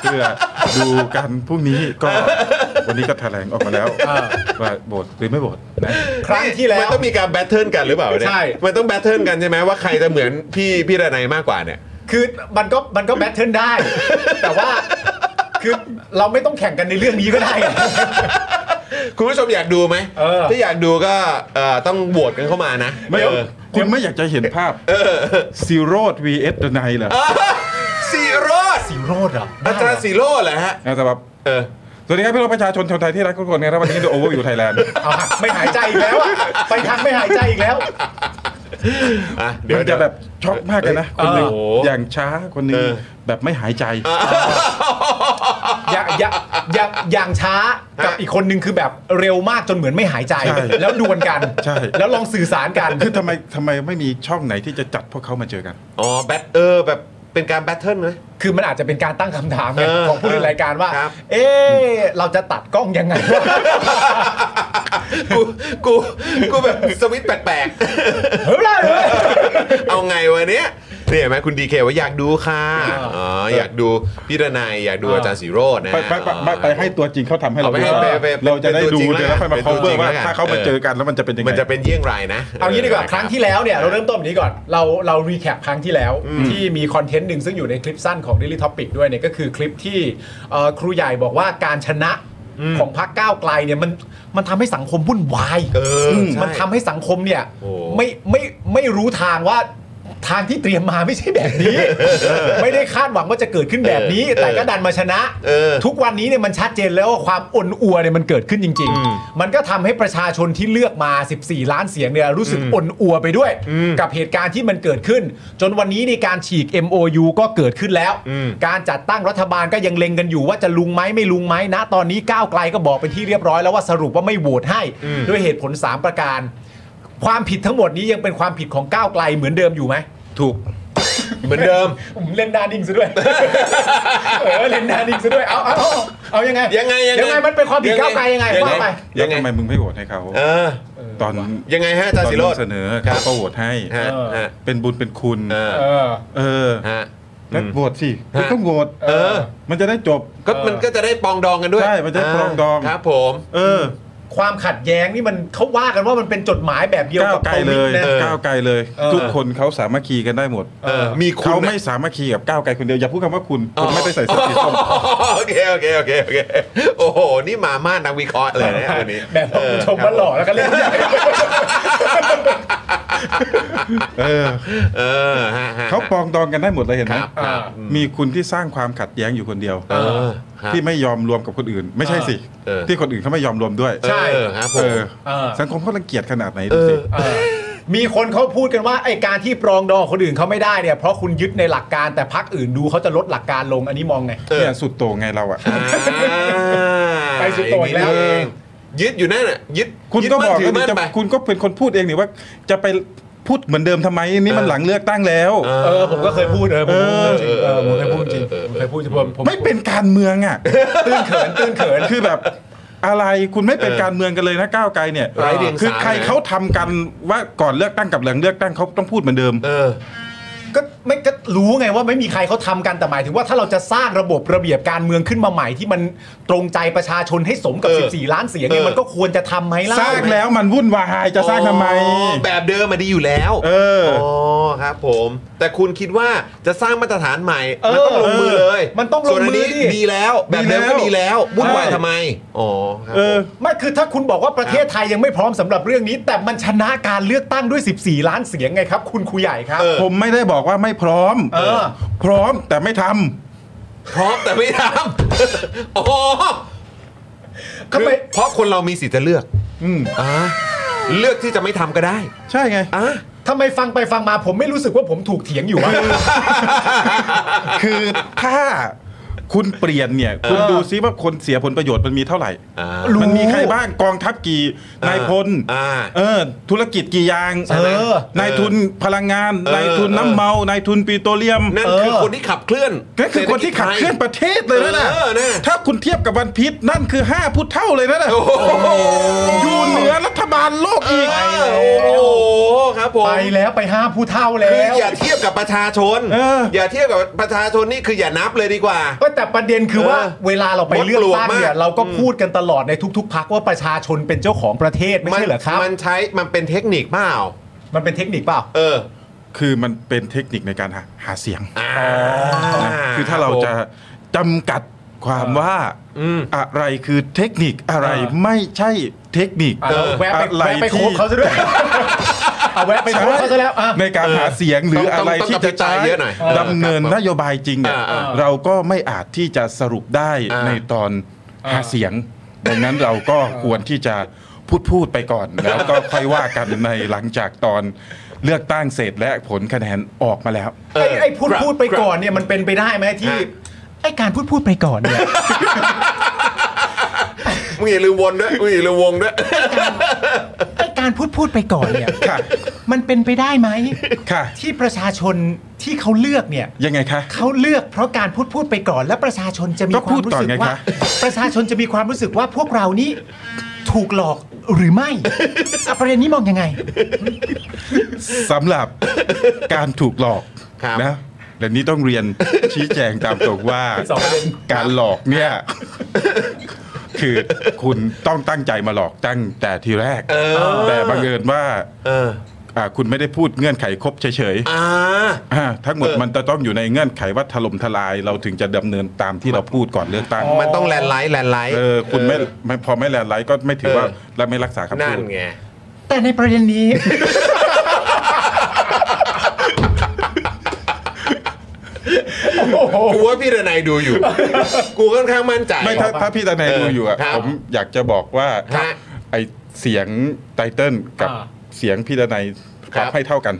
C: เพื่อดูกันพรุ่งนี้ก็วันนี้ก็แถลงออกมาแล้วว่าโบสหรือไม่โบสนะ
B: ครั้งที่แล้
A: มัน
B: ว
A: ต้องมีการแบทเทิลกันหรือเปล่าเนี่ย
B: ใช่
A: มันต้องแบทเทิลกันใช่ไหมว่าใครจะเหมือนพี่พี่ระไนมากกว่าเนี่ย
B: คือมันก็มันก็แบทเทิลได้ แต่ว่าคือเราไม่ต้องแข่งกันในเรื่องนี้ก็ได้
A: คุณผู้ชมอยากดูไหม
B: เออ
A: ถ้าอยากดูก็เอ่อต้องโหวตกันเข้ามานะ
C: ไม่
A: เออ
C: คุณไม่อยากจะเห็นภาพซีโรด vs เดนายเหรอ
A: สีโรด
B: สีโรดเหรอ
A: อาจารย์สีโรดเหรอฮะ
C: นะแต่แบบ
A: เออ
C: สวัสดีครับพี่น้องประชาชนชาวไทยที่รักทุกคนนะครับวันนี้ดูโอเวอร์อยู่ไทยแลนด์
B: อ่ะไม่หายใจอีกแล้วอะไปทางไม่หายใจอีกแล้ว
A: อ่ะ
C: มันจะแบบช็อกมากเลยนะคนหนึ่ง
A: โอ้โห
C: อย่างช้าคนหนึ่ง
A: เออ
C: แบบไม่หายใจ
B: อย่างอย่างอย่างอย่างช้ากับอีกคนนึงคือแบบเร็วมากจนเหมือนไม่หายใจ
C: ใช่
B: แล้วดวลกัน
C: ใช่
B: แล้วลองสื่อสารกัน
C: คือทำไมทำไมไม่มีช่องไหนที่จะจัดพวกเขามาเจอกัน
A: อ๋อแบทเออแบบเป็นการแบทเทิลเลย
B: คือมันอาจจะเป็นการตั้งคำถามไง
A: เออ
B: ของผู้ดำเนินรายการว่า
A: ครับ
B: เอ๊ะเราจะตัดกล้องยังไงวะ
A: กูกูกูแบบสวิตช์แปลก
B: เฮ้ยไม่ได้เลย
A: ๆ เอาไงวันเนี้ยเนี่ยเห็นไหมคุณดีเคว่าอยากดูค่ะอ๋ออยากดูพี่ระไนยอยากดูอาจารย์สีโรดนะ
C: ไปไปไปไปไปให้ตัวจริงเขาทำให้เรา
A: เอาไปให้
C: ดู
A: ไปไปไป
C: เราจะได้
A: เป็นตัว
C: ดู
A: จริง
C: เดี๋ยว
A: แล้
C: แล้ว ว
A: กั
C: ค่
A: นเป็นตั
C: อยมา
A: วจริ
C: cover
A: ง
C: ว่า
A: แล้วกัน
C: ถ้าเขามาเจอกันแล้วมันจะเป็นยังไง
A: มันจะเป็นเยี่ยงไรนะ
B: เอางี้ดีกว่าครั้งที่แล้วเนี่ยเราเริ่มต้นแบบนี้ก่อน เราเรารีแคปครั้งที่แล้ว ที่มีคอนเทนต์หนึ่งซึ่งอยู่ในคลิปสั้นของ Daily Topic ด้วยเนี่ยก็คือคลิปที่เอ่อครูใหญ่บอกว่าการชนะของพรรคก้าวไกลเนี่ยมันมันทำให้สังคมวุ่นวาย
A: เออใช่
B: มันทำให้สังคมเนี่ย
A: โอ้
B: ไม่ไม่ไม่รู้ทางว่าทางที่เตรียมมาไม่ใช่แบบนี้ ไม่ได้คาดหวังว่าจะเกิดขึ้นแบบนี้ แต่ก็ดันมาชนะ
A: เออ
B: ทุกวันนี้เนี่ยมันชัดเจนแล้วว่าความอ่อนอัวเนี่ยมันเกิดขึ้นจริง ๆ มันก็ทำให้ประชาชนที่เลือกมา 14 ล้านเสียงเนี่ยรู้สึกอ่อนอัวไปด้วย กับเหตุการณ์ที่มันเกิดขึ้น จนวันนี้ในการฉีก MOU ก็เกิดขึ้นแล้ว การจัดตั้งรัฐบาลก็ยังเล็งกันอยู่ว่าจะลุงไหมไม่ลุงไหมนะ ตอนนี้ก้าวไกลก็บอกเป็นที่เรียบร้อยแล้วว่าสรุปว่าไม่โหวตให้ด้วยเหตุผล 3 ประการ ความผิดทั้งหมดนี้ยังเป็นความผิดของก้าวไกลเหมือนเดิมอยู่ไหม
C: ถูก
A: เหมือนเดิม
B: ผมเล่นหนานิ่งซะด้วย เออเล่นหนานิ่งซะด้วย เอาเอาเอาเอายังไง
A: ยังไงยังไง
B: ยังไง มันเป็นความผิด
A: ยังไง
B: ก้าวไกลยังไง
A: ยังไง
B: ว่าไป
C: แล้วทำไมมึงไม่โหวตให้เขา
A: เออ
C: ตอน
A: ยังไงฮะอาจารย์
C: ตน
A: ศิโรจน์
C: เสนอเขา
A: ครับ
C: ก็โหวตให้
A: ฮะ
B: เออ
A: ฮะ
C: เป็นบุญเป็นคุณ
A: เออ
B: เออ
C: เออ
A: ฮะ
C: แล้วโหวตสิ
A: ฮะ
C: ต้องโหวต
A: เออ
C: มันจะได้จบ
A: ก็มันก็จะได้ปองดองกันด้วย
C: ใช่มันจะได้ปรองดอง
A: ครับผม
C: เออ
B: ความขัดแย้งนี่มันเขาว่ากันว่ามันเป็นจดหมายแบบเดียว
C: ก้าว
B: กับ
C: ไกล
B: โค
C: เล
B: วิด
C: ย
B: นะ
A: เออ
C: ก้าวไกลเลย
B: เออ
C: ทุกคนเขาสามัคคีกันได้หมด
A: เออมีคุณ
C: เขาไม่
A: นะ
C: สามัคคีกับก้าวไกลคนเดียวอย่าพูดคำว่าคุณคุณไม่ได้ใส่เสื้อสีส้ม
A: โอเคโอเคโอเคโอเคโอ้โห นี่มาม่านักวิเคราะห์เลย นะวันนี้
B: แบบว่าคุณชมว่าหล่อแล้วก็เล่นใหญ่
C: เออ
A: เออฮะฮะ
C: เขาปรองดองกันได้หมดเลยเห็นไหม
A: ครับ
B: ครับ
C: มีคุณที่สร้างความขัดแย้งอยู่คนเดียว
A: เออครับ
C: ที่ไม่ยอมรวมกับคนอื่น ไม่ใช่สิ
A: เออ
C: ที่คนอื่นเขาไม่ยอมรวมด้วย
B: ใช่
A: เออครับผ
C: เอ
A: ม
C: อ
B: เออ
C: สังคมเขารังเกียจขนาดไหน
A: เอ
C: ดู
A: อ
C: สิ
B: เออมีคนเขาพูดกันว่าไอการที่ปรองดองคนอื่นเขาไม่ได้เนี่ยเพราะคุณยึดในหลักการแต่พักอื่นดูเขาจะลดหลักการลงอันนี้มองไง
A: เออ
C: เนี่ยสุดโต่งไงเราอ่ะ
B: ไปสุดโต่งอีกแล้ว
A: อย่านี้นี่เองยึดอยู่นั่นน่ะยึด
C: คุณ
A: ยึ
C: ก็
A: ด
C: บอก
A: มั่นถือ
C: ว่า
A: มั่น
C: จะ
A: ไป
C: คุณก็เป็นคนพูดเองนี่ว่า จะไปพูดเหมือนเดิมทำไมนี่มัน
A: เออ
C: หลังเลือกตั้งแล้ว
B: เออผมก็เคยพูดเออผมเคยพูดจริงเออผมเคยพูดจริงผมเคยพูดจริงผมผม
C: ไม่เป็นการเมืองอ่ะ
B: ตื้นเขินตื้นเขิน
C: คือแบบอะไรคุณไม่เป็นการเมืองกันเลยนะก้าวไกลเนี่ย
A: ไร้เดียงสา
C: คือใครเขาทำกันว่าก่อนเลือกตั้งกับหลังเลือกตั้งเขาต้องพูดเหมือนเดิม
A: เออ
B: ก็ไม่ก็รู้ไงว่าไม่มีใครเขาทำกันแต่หมายถึงว่าถ้าเราจะสร้างระบบระเบียบการเมืองขึ้นมาใหม่ที่มันตรงใจประชาชนให้สมกับ
A: เออ
B: 14 ล้านเสียงเนี่ย
A: เออ
B: มันก็ควรจะทำไหมล่ะ
C: สร้างแล้วมันวุ่นวายจะสร้างทำไม
A: อ๋อแบบเดิมมาดีอยู่แล้ว
C: เออ
A: อครับผม แต่คุณคิดว่าจะสร้างมาตรฐานใหม่มันต้องลงมือเลย
B: มันต้องล
A: ส่ว
B: ง
A: นอัน
B: มือ
A: นี้
B: ดิ
A: ดีแล้วแบบเดิมก็ดีแล้ววุ่นวายทำไมอ๋อครับ
C: เอ
A: ผ
C: อ
A: ม
B: ไม่คือถ้าคุณบอกว่าประเทศไทยยังไม่พร้อมสำหรับเรื่องนี้ แต่มันชนะการเลือกตั้งด้วย 14 ล้านเสียงไงครับ คุณครูใหญ่ครับ
A: เออ
C: ผมไม่ได้บอกว่าไม่พร้อม
B: เออ
C: พร้อมแต่ไม่ทำ
A: พร้อมแต่ไม่ท ำอ๋อ
B: ทำไม
A: เพราะคนเรามีสิทธิ์จะเลือก
C: อืม
A: อ่าเลือกที่จะไม่ทำก็ได้
C: ใช่ไง
A: อ่ะ
B: ทำไมฟังไปฟังมาผมไม่รู้สึกว่าผมถูกเถียงอยู่วะ
C: คือถ้า คุณเปลี่ยนเนี่ย คุณดูซิว่าคนเสียผลประโยชน์มันมีเท่าไหร่
A: อ่า
C: มันมีใครบ้างกองทัพกี่นายพล
A: อ่า
C: เออ ธุรกิจกี่อย่าง
A: ใช่ไหม
C: เออนายทุนพลังงานนายทุนน้ำเมานายทุนปิโตรเลียม
A: นั่นคือคนที่ขับเคลื่อน
C: นั่นคือคนที่ขับเคลื่อนประเทศเลยนะนะ
A: เออนะ
C: ถ้าคุณเทียบกับวันพิษนั่นคือ 5พุทธเท่าเลยนะนะ
A: โอ้โห
C: อยู่เหนือรัฐบาลโลกอีก
A: โอ้โหครับผม
B: ไปแล้วไปห้าผู้เท่าแล้
A: คือ
B: ว
A: อย่าเทียบกับประชาชน
C: เออ
A: ย่าเทียบกับประชาชนนี่คืออย่านับเลยดีกว่า
B: ก็แต่ประเด็นคือว่า
A: เออ
B: เวลาเราไปเลือก
A: มดปลวก
B: ตั้ง
A: มาก
B: เนี่ยเราก็พูดกันตลอดในทุก ๆพักว่าประชาชนเป็นเจ้าของประเทศไม่ใช่เหรอครับ
A: มันใช้มันเป็นเทคนิคเปล่า
B: มันเป็นเทคนิคเปล่า
A: เออ
C: คือมันเป็นเทคนิคในการหาหาเสียง
A: อ่า
C: นะคือถ้าเราจะจำกัดความว่า
A: อืม
C: อะไรคือเทคนิคอะไร
B: เออ
C: ไม่ใช่เทคนิค
B: อ่ะเราแวะไป
C: อะไร
B: แวะไป
C: ที่
B: โค้งเขาซะด้วย เอาแวะไปโค้งเขาซะแล้วอ่ะ
C: ในการหาเสียงหรือ
A: ต้อง
C: อะไร
A: ต้อง
C: ที่
A: ก
C: จะ
A: ระจายเยอะหน่อย
C: ดำเนินนโยบายจริงเนี่ย
A: อ่าอ่า
C: เราก็ไม่อาจที่จะสรุปได้
A: อ่า
C: ในตอนหาเสียง ดังนั้นเราก็ควรที่จะพูดพูดไปก่อน แล้วก็ค่อยว่ากันในหลังจากตอนเลือกตั้งเสร็จและผลคะแนนออกมาแล้ว
A: เออ
B: ไอ้ไอ้พูด
A: ครับ
B: พูดไปก่อนเนี่ยมันเป็นไปได้ไหมที่
A: ฮะ
B: ไอ้การพูดพูดไปก่อนเนี่ย
A: มึงอย่าลืมวนด้วยมึงอย่าลืมวงด้วย
B: ไอ้การพูดพูดไปก่อนเนี่ย
C: ค่ะ
B: มันเป็นไปได้ไหม
C: ค่ะ
B: ที่ประชาชนที่เขาเลือกเนี่ย
C: ยังไงคะ
B: เขาเลือกเพราะการพูดพูดไปก่อน และประชาชนจะมี
C: ก็
B: ค
C: พู
B: วาม
C: ด
B: รู้
C: ต่อ
B: สึก
C: ไง
B: ว่า
C: คะ
B: ประชาชนจะมีความรู้สึกว่าพวกเรานี่ถูกหลอกหรือไม่อ่ะประเด็นนี้มองยังไง
C: สำหรับการถูกหลอก
A: ครับ
C: นะและนี้ต้องเรียนชี้แจงตามตรงว่า
B: เป็นสองประเด็น
C: การหลอกเนี่ย คือคุณต้องตั้งใจมาหลอกตั้งแต่ทีแรก แต่บังเอิญว่า
A: เออ
C: อ่าคุณไม่ได้พูดเงื่อนไขครบเฉย
A: อ่า
C: ๆอ่าทั้งหมด
A: เออ
C: มันจะต้องอยู่ในเงื่อนไขว่าถล่มทลาย เราถึงจะดำเนินตามที่เราพูดก่อนเลือกตั้ง
A: มันต้องแลนไลท์แลนไลท์
C: เออคุณไม่ไม่พอไม่แลนด์ไลท์ก็ไม่ถือว่า
A: เออ
C: และไม่รักษาคำ
A: นั่น
C: พูด
A: ไง
B: แต่ในประเด็นนี้
A: กูว่าพี่ระนายดูอยู่ กูค่อนข้างมั่นใจ
C: ไม่ถ้าถ้าพี่ตาใน
A: เออ
C: ดูอยู่อะ
A: ครับ
C: ผมอยากจะบอกว่า
A: ครับ
C: ไอเสียงไตเติ้ลกับ
B: อ่า
C: เสียงพี่ตาใน
A: ค
C: ป
A: รั
C: รับบ ให้เท่ากัน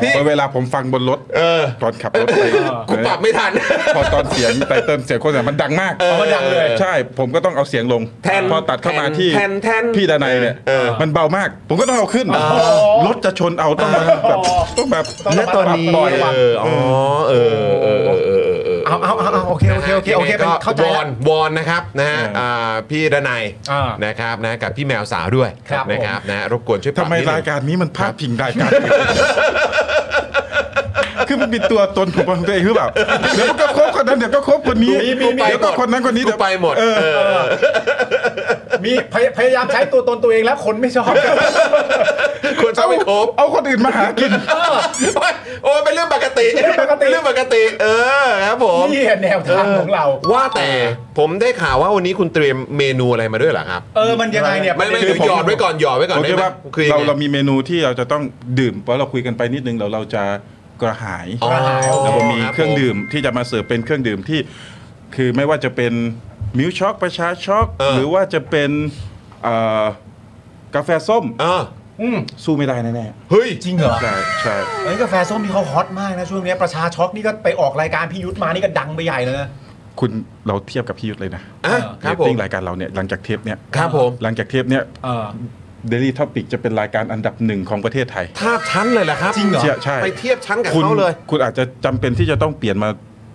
A: พี่
C: เพราะเวลาผมฟังบนรถ
A: เออ
C: ตอนขับรถไป
A: กูปรับไม่ทัน
C: พอตอนเสียงไตเติ้ลเสียงโฆษณามันดังมาก
B: เอามาดังเลย
C: ใช่ ผมก็ต้องเอาเสียงลง
A: แทน
C: พอตัดเข้ามาที่
A: แทนแทน
C: พี่ดานัยเนี่ย
A: เออ
C: มันเบามาก ผมก็ต้องเอาขึ้นรถจะชนเอาต้องมาแบบต้องแบบ
A: ณตอนนี้
C: ปล่อย
A: เออ อ๋อ เออเออเออเออเออ
B: เอาเอาเอาเอาโอเคโอเคโอเคโอเค
A: ยังไง
B: เป็น
A: ก็
B: เข้าใจ
A: วอ
B: แล้ว
A: นวอนนะครับนะฮะอ่าพี่ดนัย
B: อ่า
A: นะครับนะกับพี่แมวสาวด้วย
B: ครับ
A: นะครับนะรบกวนช่วยป
C: ทำ
A: รับ
C: ไม
A: นิดนึ
C: ราย
A: ง
C: การนี้มันพาดพิงรายการอื่นคือมันมีตัวตนของตัวเองหรือเปล่า เดี๋ยวมันก็คบคนนั้นเดี๋ยวก็คบคนนี้
A: มีมีมี
C: เดี๋ยวก็คนนั้นคนนี้
A: กูไปหมด
C: เออ
B: มีพยพยายามใช้ตัวตนตัวเองแล้วคนไม่ ชอบ
A: ควรจะไปครบ
C: เอาคนอื่นมาหากิน
A: โอ้ยโอ้ยเป็นเรื่องปกติ
B: เรื่องปกติ
A: เรื่องปกติ เออครับผม
B: นี่แนวทางของเรา
A: ว่าแต่ผมได้ข่าวว่าวันนี้คุณเตรียมเมนูอะไรมาด้วยเหรอครับ
B: เออมันยังไงเนี่ย
A: ไม่ไม่
B: ประเด็น
A: เดี๋ยวหย
C: คือผม
A: อดไว้ก่อนหยอดไว้ก่อน
C: ผมคิด
A: ได้ไหม
C: ว่า
A: คือยั
C: เรา
A: งไง
C: เรามีเมนูที่เราจะต้องดื่มเพราะเราคุยกันไปนิดนึงเราเราจะกระหาย
A: อ๋อ
C: แล้วก็มี
A: บ
C: เครื่องดื่มที่จะมาเสิร์ฟเป็นเครื่องดื่มที่ คือไม่ว่าจะเป็นมิลช็อกประชาช็อกหรือว่าจะเป็นเอ่อกาแฟส้ม
A: เออ
C: สู้ไม่ได้แน่
A: เฮ้ย
B: จริงเหรอ
C: ๆใช่ใช่
B: เฮ้ยกาแฟส้มนี่เขาฮอตมากนะ ช่วงเนี้ยประชาช็อกนี่ก็ไปออกรายการพี่ยุทธมานี่ก็ดังไปใหญ่เลยนะ
C: คุณเราเทียบกับพี่ยุทธเลยนะ
A: อ่ะครับ
C: เต
A: ผม
C: ติ้งรายการเราเนี่ยหลังจากเทปเนี่ย
A: ครับผม
C: หลังจากเทปเนี่ย
B: เออ
C: เดลี่ท็อปิกจะเป็นรายการอันดับหนึ่งของประเทศไทย
A: ทาบชั้นเลยเหรอครับ
B: จริงเหรอ
C: เชื่อใช่
A: ไปเทียบชั้นกับ
C: คุณ
A: เขาเลย
C: คุณอาจจะจำเป็นที่จะต้องเปลี่ยนมา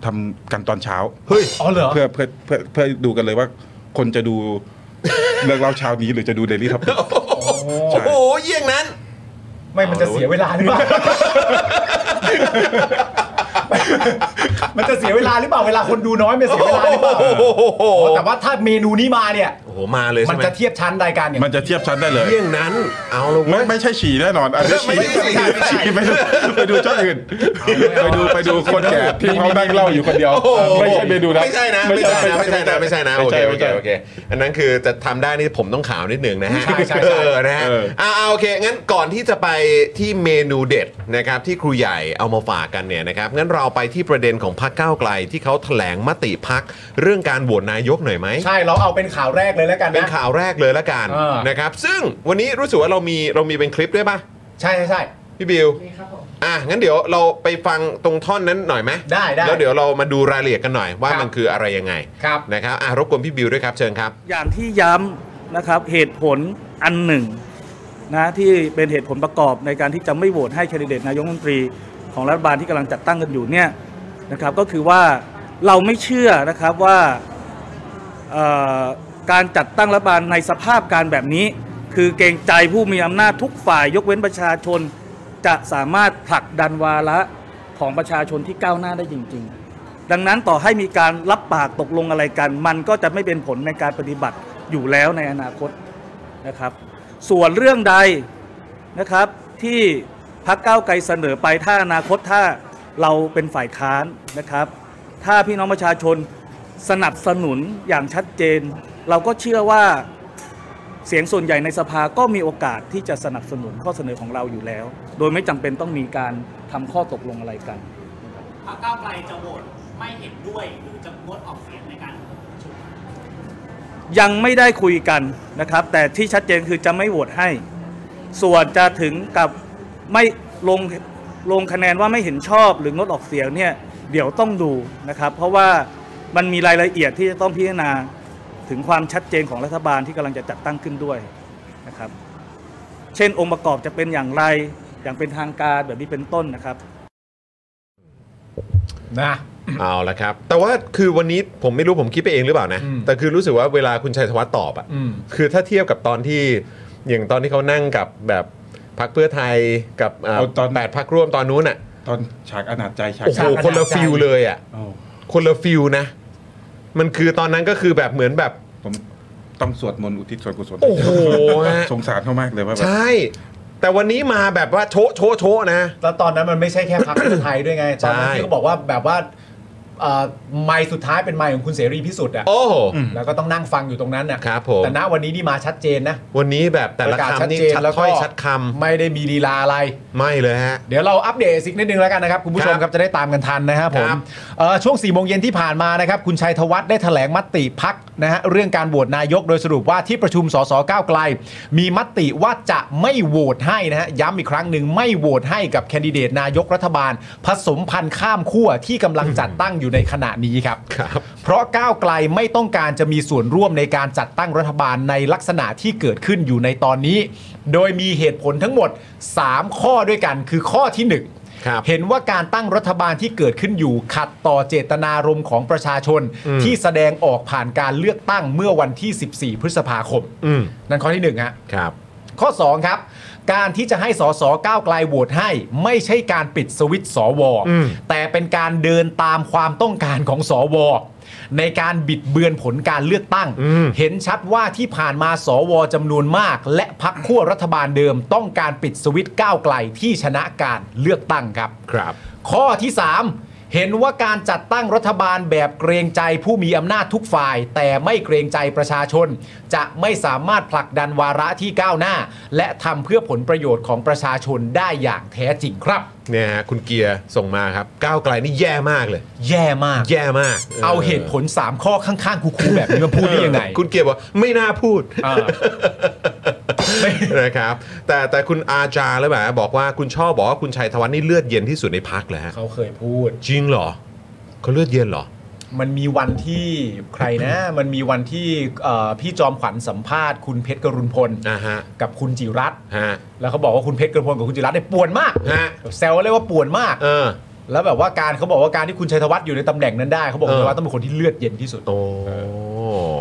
C: ทำกันตอนเช้า
A: เฮ้ย
B: อ๋อเหรอ
C: เพื่อเพื่อเพื่อเพื่อดูกันเลยว่า คนจะดู เรื่องเล่าเช้านี้หรือจะดูเดลี่ ท็อปิก
A: โอ้โหเยี่ยงนั้น
B: ไม่มันจะเสียเวลาหรือเปล่า มันจะเสียเวลาหรือเปล่าเวลาคนดูน้อยมันเสียเวลาหรือเปล่า
A: โอ้โห
B: อ๋อแต่ว่าถ้าเมนูนี้มาเนี่ย
A: โอ้โหมาเลย
B: มั
A: ใช่
B: น
A: ไหม
B: จะเทียบชั้นรายการอย่าง
C: มันจะเทียบชั้นได้เลย
A: เยี่ยงนั้น เอาลง
C: ไม่ไม่ใช่ฉี่แน่นอนอันนี้ฉี่
A: ไม่ใช่ฉี่
C: ฉี่ ไปดูไปดูเจ้าอื่นไปดูไปดูคนแก่ที่เขานั่งเล่าอยู่คนเดียว ไม่ใช่เมนูนะ
A: ไม่ใช่นะ ไม่ใช่นะ ไม่ใช่นะ ไม่ใช่นะ โอเค โอเค โอเค อันนั้นคือจะทำได้นี่ผมต้องขาวนิดหนึ่งนะฮะ
B: ใช่ใช่ใช่
A: เออนะฮะอ่าโอเค งั้นก่อนที่จะไปที่เมนูเด็ดนะครับที่ครูใหญ่เอามาฝากกันเนี่ยนะครับ งั้นเราไปที่ประเด็นของพรรคก้าวไกลที่เขาแถลงมติพักเรื่องการโหวตนายกหน่อยไหม
B: ใช่เราเอาเป็นข่าวแรกเลยแล้วกัน
A: เป็น
B: นะ
A: ข่าวแรกเลยละกัน
B: เออ
A: นะครับ ซึ่งวันนี้รู้สึกว่าเรามีเรามีเป็นคลิปด้วยป่ะ
B: ใช่ใช่ใช่
A: พี่บิว อ่ะงั้นเดี๋ยวเราไปฟังตรงท่อนนั้นหน่อยไหม
B: ได้ได้
A: แล้วเดี๋ยวเรามาดูรายละเอียดกันหน่อยว่า
B: ครับ
A: มันคืออะไรยังไง
B: ครับ
A: นะครับอ่ะรบกวนพี่บิวด้วยครับเชิญครับ
D: อย่างที่ย้ำนะครับเหตุผลอันหนึ่งนะที่เป็นเหตุผลประกอบในการที่จะไม่โหวตให้แคนดิเดตนายกรัฐมนตรีของรัฐบาลที่กำลังจัดตั้งกันอยู่เนี่ยนะครับก็คือว่าเราไม่เชื่อนะครับว่าเอ่อการจัดตั้งรัฐบาลในสภาพการแบบนี้ คือเกรงใจผู้มีอำนาจทุกฝ่ายยกเว้นประชาชน จะสามารถผลักดันวาระของประชาชนที่ก้าวหน้าได้จริง ๆ ดังนั้นต่อให้มีการรับปากตกลงอะไรกัน มันก็จะไม่เป็นผลในการปฏิบัติอยู่แล้วในอนาคตนะครับ ส่วนเรื่องใดนะครับที่พักเก้าวไกลเสนอไปถ้าอนาคตถ้าเราเป็นฝ่ายค้านนะครับ ถ้าพี่น้องประชาชนสนับสนุนอย่างชัดเจน เราก็เชื่อว่าเสียงส่วนใหญ่ในสภาก็มีโอกาสที่จะสนับสนุนข้อเสนอของเราอยู่แล้ว โดยไม่จำเป็นต้องมีการทำข้อตกลงอะไรกัน
E: พรรคก้าวไกลจะโหวตไม่เห็นด้วยหรือจะงดออกเสียงในการประชุม
D: ยังไม่ได้คุยกันนะครับ แต่ที่ชัดเจนคือจะไม่โหวตให้ ส่วนจะถึงกับไม่ลงลงคะแนนว่าไม่เห็นชอบหรืองดออกเสียงเนี่ยเดี๋ยวต้องดูนะครับ เพราะว่ามันมีรายละเอียดที่จะต้องพิจารณาถึงความชัดเจนของรัฐบาลที่กำลังจะจัดตั้งขึ้นด้วยนะครับ เช่นองค์ประกอบจะเป็นอย่างไรอย่างเป็นทางการแบบนี้เป็นต้นนะครับ
B: นะ
A: เอาละครับ แต่ว่าคือวันนี้ผมไม่รู้ผมคิดไปเองหรือเปล่านะ
B: อืม
A: แต่คือรู้สึกว่าเวลาคุณชัยธวัฒน์ตอบอะ
B: อืม
A: คือถ้าเทียบกับตอนที่อย่างตอนที่เขานั่งกับแบบพักเพื่อไทยกับเอ่อ
C: เอาตอน
A: แปดพักร่วมตอนนู้นอะ
C: ตอนฉากอนาจใจฉาก
A: โอ้โห
C: ฉาก
A: คนละฟิลเลยอะ
C: โอ้
A: คนละฟิลนะ มันคือตอนนั้นก็คือแบบเหมือนแบบ
C: ผมต้องสวดมนต์อุทิศส่วนกุศล
A: โอ้โหฮะ
C: สงสารเขามากเลยว่าแบบ
A: ใช่ แต่วันนี้มาแบบว่าโชะโชะโชะนะ
B: แล้วตอนนั้นมันไม่ใช่แค่พรรคเพื่อไทยด้วยไง ตอนนั้น
A: ใช่
B: ที่เขาบอกว่าแบบว่าเอ่อไม้สุดท้ายเป็นไม้ของคุณเสรีพิสุทธิ์อ่ะ
A: โอ้โห
B: แล้วก็ต้องนั่งฟังอยู่ตรงนั้นน่ะ
A: ครับผม
B: แต่ณวันนี้นี่มาชัดเจนนะ
A: วันนี้แบบแต่
B: ป
A: ละ
B: รกาศชัด
A: คำนี่
B: เจน
A: ชัด
B: แล้วก็
A: ถ้อยชัดค
B: ไม่ได้มีลีลาอะไร
A: ำไม่เลยฮะ
B: เดี๋ยวเราอัปเดตสิกนิดนึงแล้วกันนะครับ คุณผู้ชม
A: ครับ
B: ครับจะได้ตามกันทันนะครับผ
A: ค
B: ม
A: รับ
B: เอ่อช่วง4ี่โมงเย็นที่ผ่านมานะครับ คุณชัยธวัฒน์ได้แถลงมติพักนะฮะเรื่องการโหวตนายกโดยสรุปว่าที่ประชุมสสก้าวไกล มีมติว่าจะไม่โหวตให้นะฮะย้ำอีกครั้งหนึ่งไม่โหวตให้กับแคนดิเดตนายกรัฐบาล ผสมพันธุ์ข้ามขั้วที่กำลังจัดตั้งอยู่ในขณะนี้ครับ
A: ครับ
B: เพราะก้าวไกลไม่ต้องการจะมีส่วนร่วมในการจัดตั้งรัฐบาลในลักษณะที่เกิดขึ้นอยู่ในตอนนี้ โดยมีเหตุผลทั้งหมด 3 ข้อด้วยกันคือข้อที่ 1
A: ครับ
B: เห็นว่าการตั้งรัฐบาลที่เกิดขึ้นอยู่ ขัดต่อเจตนารมณ์ของประชาชน ที่แสดงออกผ่านการเลือกตั้งเมื่อวันที่ 14 พฤษภาคม
A: อืม
B: นั่นข้อที่1ฮะ
A: ครับ
B: ข้อ 2 ครับ การที่จะให้สสก้าวไกลโหวตให้ ไม่ใช่การปิดสวิตช์สว
A: อืม
B: แต่เป็นการเดินตามความต้องการของสว ในการบิดเบือนผลการเลือกตั้ง เห็นชัดว่าที่ผ่านมาสวจำนวนมาก และพักขั้วรัฐบาลเดิมต้องการปิดสวิตช์ก้าวไกลที่ชนะการเลือกตั้งครับ
A: ครับ
B: ข้อที่ 3 เห็นว่าการจัดตั้งรัฐบาลแบบเกรงใจผู้มีอำนาจทุกฝ่าย แต่ไม่เกรงใจประชาชน จะไม่สามารถผลักดันวาระที่ก้าวหน้า และทำเพื่อผลประโยชน์ของประชาชนได้อย่างแท้จริงครับ
A: เนี่ยฮะคุณเกียร์ส่งมาครับ ก้าวไกลนี่แย่มากเลย
B: แย่มาก
A: แย่มาก
B: เอาเหตุผล 3 ข้อข้างๆคูๆแบบนี้มาพูดได้ยังไง
A: คุณเกียร์บอกไม่น่าพูด
B: อ่า
A: นะครับ แต่แต่คุณอาจารย์แล้วแบบบอกว่าคุณชอบบอกว่าคุณชัยธวัฒน์นี่เลือดเย็นที่สุดในพักเลยฮะ
B: เขาเคยพูด
A: จริงเหรอเขาเลือดเย็นเหรอ
B: มันมีวันที่ใครนะ มันมีวันที่เอ่อพี่จอมขวัญสัมภาษณ์คุณเพชรกรุณพล
A: อ่าฮะ
B: กับคุณจิรัตน์
A: ฮะ
B: แล้วเขาบอกว่าคุณเพชรกรุณพลกับคุณจิรัตน์เนี่ยป่วนมาก
A: ฮะ
B: แซวเลยว่าป่วนมาก
A: เออ
B: แล้วแบบว่าการเขาบอกว่าการที่คุณชัยธวัฒน์อยู่ในตำแหน่งนั้นได้เขาบอก
A: เออ
B: ชัยธวัฒน์ต้องเป็นคนที่เลือดเย็นที่สุด
A: โอ้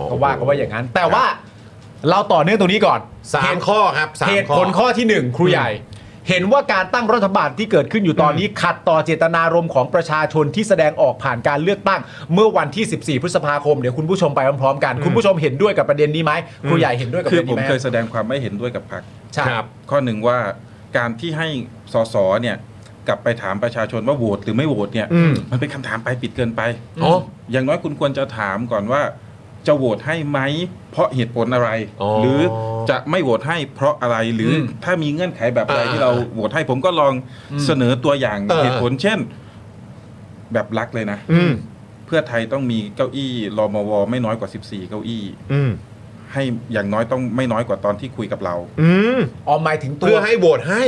B: เขาว่าก็ว่าอย่างนั้น แต่ว่าเราต่อเนื่องตรงนี้ก่อน
A: สาม
B: เหตุ
A: ข้อครับสามข้อ
B: เหตุผลข้อที่หนึ่งครูใหญ่ เห็นว่าการตั้งรัฐบาลที่เกิดขึ้นอยู่ตอนนี้ขัดต่อเจตนารมณ์ของประชาชนที่แสดงออกผ่านการเลือกตั้ง เมื่อวันที่ 14 พฤษภาคมเดี๋ยวคุณผู้ชมไปพร้อมๆกัน คุณผู้ชมเห็นด้วยกับประเด็นนี้ไหมครูใหญ่เห็นด้วยกับป
C: คือ
B: ระเด็น
C: ผ
B: นี้
C: ม
B: ไหม
C: เคยแสดงความไม่เห็นด้วยกับพรรค
B: ใช่
A: ครับ
C: ข้อหนึ่งว่าการที่ให้สสเนี่ยกลับไปถามประชาชนว่าโหวตหรือไม่โหวตเนี่ย
A: อืม
C: มันเป็นคำถามปลายปิดเกินไป
A: อ๋อ
C: อย่างน้อยคุณควรจะถามก่อนว่า จะโหวตให้ไหมเพราะเหตุผลอะไร
A: อ๋อ
C: หรือจะไม่โหวตให้เพราะอะไรหรืออถ้ามีเงื่อนไขแบบใด
A: อ่า
C: ที่เราโหวตให้ผมก็ลองเสนอตัวอย่าง
A: เออ
C: เหตุผลเช่น แบบลักเลยนะ
A: อืม
C: เพื่อไทยต้องมีเก้าอี้รมวไม่น้อยกว่า 14 เก้าอี้
A: อืม
C: ให้อย่างน้อยต้องไม่น้อยกว่าตอนที่คุยกับเรา
A: อืม
B: ออหมายถึงตัว
A: เพื่อให้โหวตให้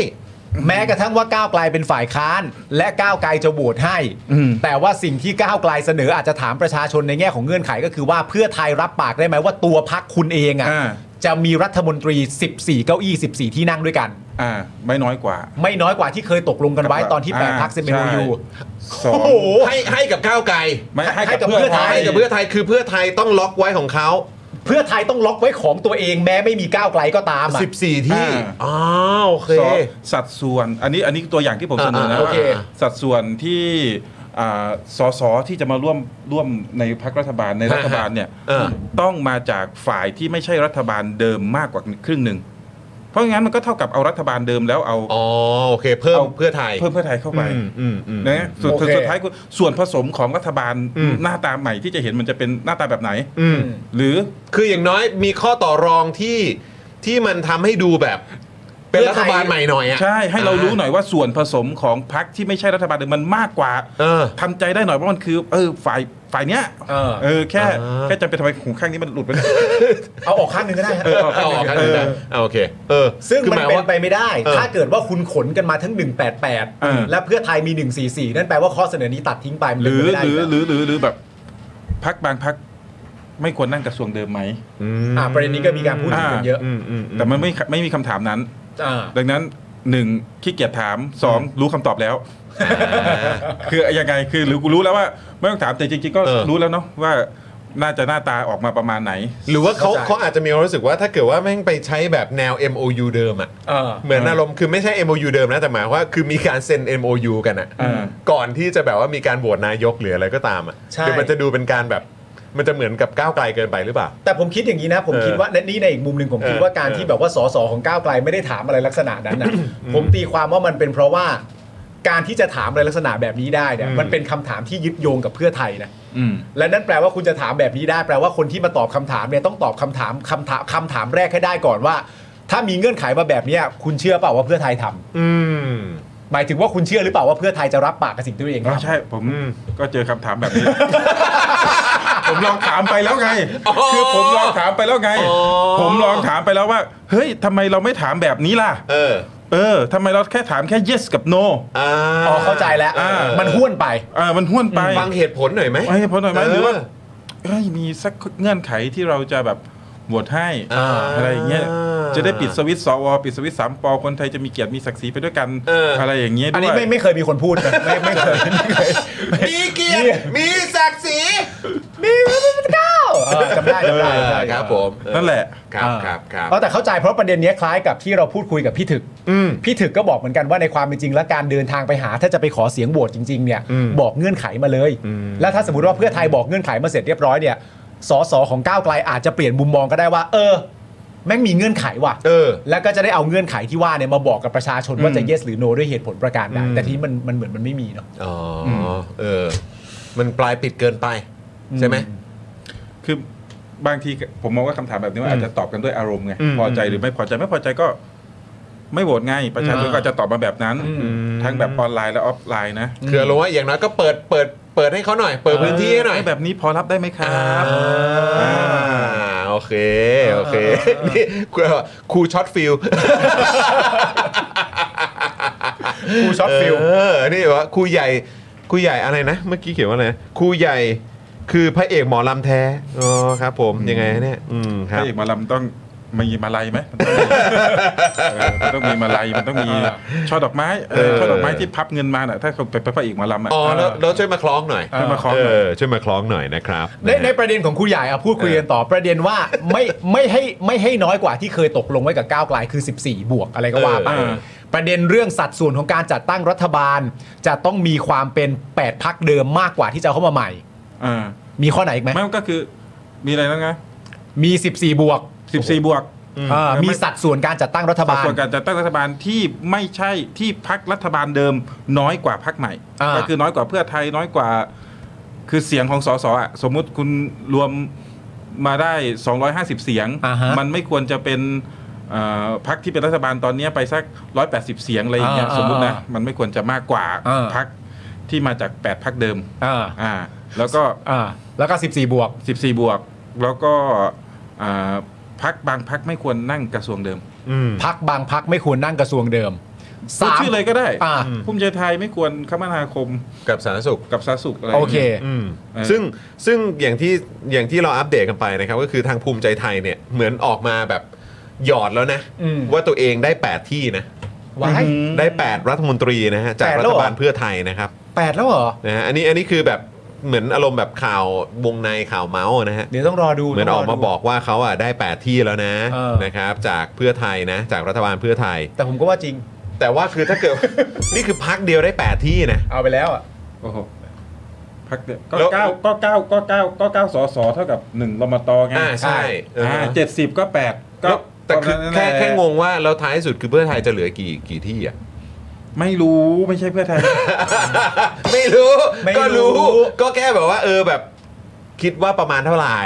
B: แม้กระทั่งว่าก้าวไกลเป็นฝ่ายค้าน และก้าวไกลจะโหวตให้
C: อืม
B: แต่ว่าสิ่งที่ก้าวไกลเสนออาจจะถามประชาชนในแง่ของเงื่อนไขก็คือว่าเพื่อไทยรับปากได้ไหมว่าตัวพักคุณเอง
C: อ่า
B: อะ่ะจะมีรัฐมนตรี 14 เก้าอี้ 14 ที่นั่งด้วยกัน
C: อ่า ไม่น้อยกว่า
B: ไม่น้อยกว่าที่เคยตกลงกันไว้ตอนที่แปด
C: า
B: พักเซ็นเมนูยู
C: ใช่สอง
B: โอ้โห
A: ให้ให้กับก้าวไกล
C: ไม่ให้
B: ให้กั
C: กั
B: บบ เพื่
C: เพื่
B: อ
C: อ
B: ไท
C: ไท
B: ย
C: ย
A: ให้กับเพื่อไทยคือเพื่อไทยต้องล็อกไว้ของเขา
B: เพื่อไทยต้องล็อกไว้ของตัวเองแม้ไม่มีก้าวไกลก็ตามอะ
A: 14 ที่
C: อ่า
A: อ๋อโอเค
C: สองสัดส่วนอันนี้อันนี้ตัวอย่างที่ผมเสนอ
A: อ่า
C: นะ
A: โอเค
C: สัดส่วนที่อ่าสสที่จะมาร่วมร่วมในพักรัฐบาลในรัฐบาลเนี่ย
A: เออ
C: ต้องมาจากฝ่ายที่ไม่ใช่รัฐบาลเดิมมากกว่าครึ่งหนึ่งเพราะงั้นมันก็เท่ากับเอารัฐบาลเดิมแล้วเอา
A: อ๋อโอเค เพิ่มเพื่อไทย
C: เพิ่มเพื่อไทยเข้าไป
A: อืมอืมอืม
C: นะสุด
B: โอเค
C: สุดท้ายคือส่วนผสมของรัฐบาล
A: อืม
C: หน้าตาใหม่ที่จะเห็นมันจะเป็นหน้าตาแบบไหน
A: อืม
C: หรือ
A: คืออย่างน้อยมีข้อต่อรองที่ที่มันทำให้ดูแบบ เป็นรัฐบาลใหม่หน่อยอ่ะ
C: ใช่ให้เรารู้หน่อยว่าส่วนผสมของพรรคที่ไม่ใช่รัฐบาลเดิมมันมากกว่า
A: เออ
C: ทำใจได้หน่อยเพราะมันคือ เออฝ่ายฝ่ายเนี้ย
B: เออ
C: เออแค่
A: อ่า
C: แค่จะเป็นทำไมของข้างนี้มันหลุดไปเนี่ย
B: เอาออกข้างหนึ่งก็ได้ฮะ
C: เออ
A: เอาออกกันเลยนะเอาโอเค เออ
B: ซึ่ง
A: คือ
B: มัน
A: หาย
B: เป็
A: ว่า
B: นไปไม่ได้
A: เออ
B: ถ้าเกิดว่าคุณขนกันมาทั้ง
C: เออ
B: 188 และเพื่อไทยมี 144 นั่นแปลว่าข้อเสนอนี้ตัดทิ้งไปมัน
C: หรือ
B: เป็นไป
C: ห
B: ไม่ได้
C: รือ
B: ยู่
C: ห
B: แล้
C: รือหรือหรือแบบพรรคบางพรรคไม่ควรนั่งกระทรวงเดิมไหม
B: วอ่าประเด็นนี้ก็มีการพูดถึงกันเยอะ
A: อืมอืมอืม
C: แต่มันไม่ไม่มีคำถามนั้น
B: อ่า
C: ดังนั้นหนึ่งขี้เกียจถามสองรู้คำตอบแล้ว
A: อ่า
C: คือยังไงคือรู้รู้แล้วว่าไม่ต้องถามแต่จริงๆก็
A: เออ
C: รู้แล้วเนาะว่าน่าจะหน้าตาออกมาประมาณไหน
A: หรือว่าเขา
B: เข้า
A: เขา
B: ใจ
A: อาจจะมีความรู้สึกว่าถ้าเกิดว่าแม่งไปใช้แบบแนว MOU เดิมอ่ะ
B: เออ
A: เหมือนอารมณ์คือไม่ใช่ MOU เดิมนะแต่หมายว่าคือมีการเซ็น MOU กันอะ
C: อ่า
A: ก่อนที่จะแบบว่ามีการโหวตนายกหรืออะไรก็ตามอะ
B: ใช่
A: เดี๋ยวมันจะดูเป็นการแบบ มันจะเหมือนกับก้าวไกลเกินไปหรือเปล่า
B: แต่ผมคิดอย่างนี้นะ ผมคิดว่าและนี่ในอีกมุมหนึ่งผมคิด
A: เออ
B: ว่าการที่แบบว่าสสของก้าวไกลไม่ได้ถามอะไรลักษณะนั้นนะผมตีความว่ามันเป็นเพราะว่า การที่จะถามอะไรลักษณะแบบนี้ได้เนี่ย
A: อืม
B: มันเป็นคำถามที่ยึดโยงกับเพื่อไทยนะ
C: อืม
B: และนั่นแปลว่าคุณจะถามแบบนี้ได้แปลว่าคนที่มาตอบคำถามเนี่ยต้องตอบคำถามคำถามคำถามแรกให้ได้ก่อนว่า ถ้ามีเงื่อนไขมาแบบเนี้ยคุณเชื่อเปล่าว่าเพื่อไทยทำ
A: อืม
B: หมายถึงว่าคุณเชื่อหรือเปล่าว่าเพื่อไทยจะรับปากกับสิ่งที่ตัวเอง
C: อ๋อ
B: ทำ
C: ใช่ผม
A: อืม
C: ก็เจอคำถามแบบนี้ ผมลองถามไปแล้วไง คือผมลองถามไปแล้วไง
A: อ๋อ
C: ผมลองถามไปแล้วว่า เฮ้ยทำไมเราไม่ถามแบบนี้ล่ะ
A: เออ
C: เออทำไมเราแค่ถามแค่ yes กับ no
A: อ่า
B: อ๋อเข้าใจแล้ว
C: อ่า
B: มันห้วนไป
C: อ่ามันห้วนไป
A: ฟังเหตุผลหน่อยไหม
C: เอ้ยพอหน่อยไหมหรือว่าเอ้ยมีสักเงื่อนไขที่เราจะแบบโหวตให้
A: เออ
C: อะไรอย่างเงี้ยจะได้ปิดส
A: อ
C: วิตช์สวปิดสวิตช์สามปอคนไทยจะมีเกียรติมีศักดิ์ศรีไปด้วยกัน
A: เอออ
C: ไรอย่างเงี้ยด้วย
B: อันนี้ไม่ไม่เคยมีคนพูดนะ ไม่ไม่เคยไม่เคย
A: มีเกียรติมีศักดิ์ศรี
B: มีเก้าเออจำได้จำได้จำได้
A: เออครับผม
C: นั่นแหละ
A: ครับครับครับ
B: เออแต่เข้าใจเพราะประเด็นเนี้ยคล้ายกับที่เราพูดคุยกับพี่ถึก
A: อืม
B: พี่ถึกก็บอกเหมือนกันว่าในความเป็นจริงและการเดินทางไปหา ถ้าจะไปขอเสียงโหวตจริงๆเนี่ย
A: อืม
B: บอกเงื่อนไขมาเลย
A: อืม
B: แล้วถ้าสมมติว่าเพื่อไทยบอกเงื่อนไขมาเสร็จเรียบร้อยเนี่ยสสของก้าวไกลอาจจะเปลี่ยนมุมมองก็ได้ว่า เออ แม่งมีเงื่อนไขว่ะ
A: เออ
B: แล้วก็จะได้เอาเงื่อนไขที่ว่าเนี่ยมาบอกกับประชาชนว่าจะ
C: อืม
B: yes หรือ no ด้วยเหตุผลประการใด
A: อืม
B: แต่ทีนี้มันมันเหมือนมันไม่มีเนาะ
A: อ๋ออเออ มันปลายปิดเกินไป ใช่ไหม
C: คือบางทีผมมองว่าคำถามแบบนี้ว่าอาจจะตอบกันด้วยอารมณ์ไง
A: อืม
C: พอใจหรือไม่พอใจไม่พอใจก็ ไม่โหวตไงประชาชน
A: อืม
C: ก็จะตอบมาแบบนั้น
A: ม
C: ทั้งแบบออนไลน์และออฟไลน์นะ
A: คืออารมณ์ว่าอย่างน้อยก็เปิดเปิดเปิดให้เขาหน่อย เปิดพื้นที่ให้หน่อย
C: เแบบนี้พอรับได้ไหมครั
A: อ่า
C: บอ่า
A: โอเค โอเค นี่ กูครูช็อตฟิล
B: ครูช็อตฟิล
A: เออ นี่ว่าครูใหญ่ครูใหญ่อะไรนะ เมื่อกี้เขียนว่าอะไรนะครูใหญ่คือพระเอกหมอลำแท้ อ๋อครับ ผมยังไงเนี่ยอืมค
C: พ
A: รับ
C: ระเอกหมาลำต้องมีมาลัยไหมมันต้องมีเออมันต้องมีมาลัยมันต้องมีช่อดอกไม้เออ
A: เออ
C: ช่อดอกไม้ที่พับเงินมาน่ะถ้าเขาเป็นพระเอกหมาลำอ่ะ
A: อ๋อแล้วแล้วช่วยมาคล้องหน่อย
C: ช่วยมาคล้อง
A: เอ
C: หน่อย
A: อช่วยมาคล้องหน่อยนะครับ
B: ในในประเด็นของครูใหญ่อะพูดคุยกันต่อประเด็นว่า ไม่ไม่ให้ไม่ให้น้อยกว่าที่เคยตกลงไว้กับก้าวไกลคือ 14 บวกอะไรก็ว่าไป
C: เออ
B: ประเด็นเรื่องสัดส่วนของการจัดตั้งรัฐบาล จะต้องมีความเป็น 8 พักเดิมมากกว่าที่จะเอาเข้ามาใหม่
C: อ่า
B: มีข้อไหนอีกไหม
C: ไม่ก็คือ มีอะไรแล้วไง
B: มี 14 บวก
C: สิบสี่บวก
B: เออมีสัดส่วนการจัดตั้งรัฐบาล
C: ส่วนการจัดตั้งรัฐบาลที่ไม่ใช่ที่พักรัฐบาลเดิมน้อยกว่าพักใหม่
B: อ่า
C: ก็คือน้อยกว่าเพื่อไทยน้อยกว่า คือเสียงของสสอ่ะสมมุติคุณรวมมาได้ 250 เสียง
B: อ่าฮะ
C: มันไม่ควรจะเป็นเอ่อพักที่เป็นรัฐบาลตอนเนี้ยไปสัก 180 เสียงอะไรอย่างเงี้ย
B: อ่า
C: สมมตินะ
B: อ่ามั
C: มันไม่ควรจะมากกว่า
B: อ่า
C: พักที่มาจาก 8 พักเดิม
B: อ่า
C: อ่าแล้วก็
B: อ่าแล้วก็ 14 บวก
C: 14 บวก แล้วก็อ่าพักบางพักไม่ควรนั่งกระทรวงเดิม
A: อืม
B: พักบางพักไม่ควรนั่งกระทรวงเดิม
C: พูดชื่อเลยก็ได้
B: อ่า
C: ภูมิใจไทยไม่ควรคมนาคม
A: กับสาธารณสุข
C: กับสาธารณสุขอะไร
B: โอเค
C: นี่ย
A: อืม
C: เออ
A: ซึ่งซึ่งอย่างที่อย่างที่เราอัปเดตกันไปนะครับ ก็คือทางภูมิใจไทยเนี่ยเหมือนออกมาแบบหยอดแล้วนะ
B: อืม
A: ว่าตัวเองได้ 8 ที่นะ
B: วาย
A: ได้ 8 รัฐมนตรีนะฮะ จาก
B: แปด
A: รั
B: แล้ว
A: ฐ
B: เหรอ
A: บาลเพื่อไทยนะครับ
B: แปดแล้วเหรอ
A: นะฮะอันนี้อันนี้คือแบบเหมือนอารมณ์แบบข่าววงในข่าวเมาส์นะฮะ
B: เดี๋ยวต้องรอดู
A: เหมือนออก
B: ต้
A: มาง
B: รดู
A: บอกว่าเขาอ่ะได้ 8 ที่แล้วนะ
B: เออ
A: นะครับจากเพื่อไทยนะ จากรัฐบาลเพื่อไทย
B: แต่ผมก็ว่าจริง
A: แต่ว่าคือถ้าเกิด นี่คือพักเดียวได้ 8 ที่นะ
B: เอาไปแล้วอ่ะ
C: โอ้โหพักเดียวก็
A: แล้ว
C: เก้าก็เก้าก็เก้าก็เก้าสอสอเท่ากับหนึ่งรมตไง
A: อ่าใช่เอออ่
C: เจ็ดสิบก็แปด
A: แล้
C: ก็
A: วแต่คือ
C: ประมาณนั้น
A: แค่
C: หละ
A: แค่งงว่าแล้วท้ายสุดคือเพื่อไทยจะเหลือกี่กี่ที่อ่ะ
C: ไม่รู้ไม่ใช่เพื่อไทย
A: ไม่รู้
B: ไม่
A: ก็
B: รู้
A: รู้ก็แค่แบบว่า เออแบบ คิดว่าประมาณเท่าไหร่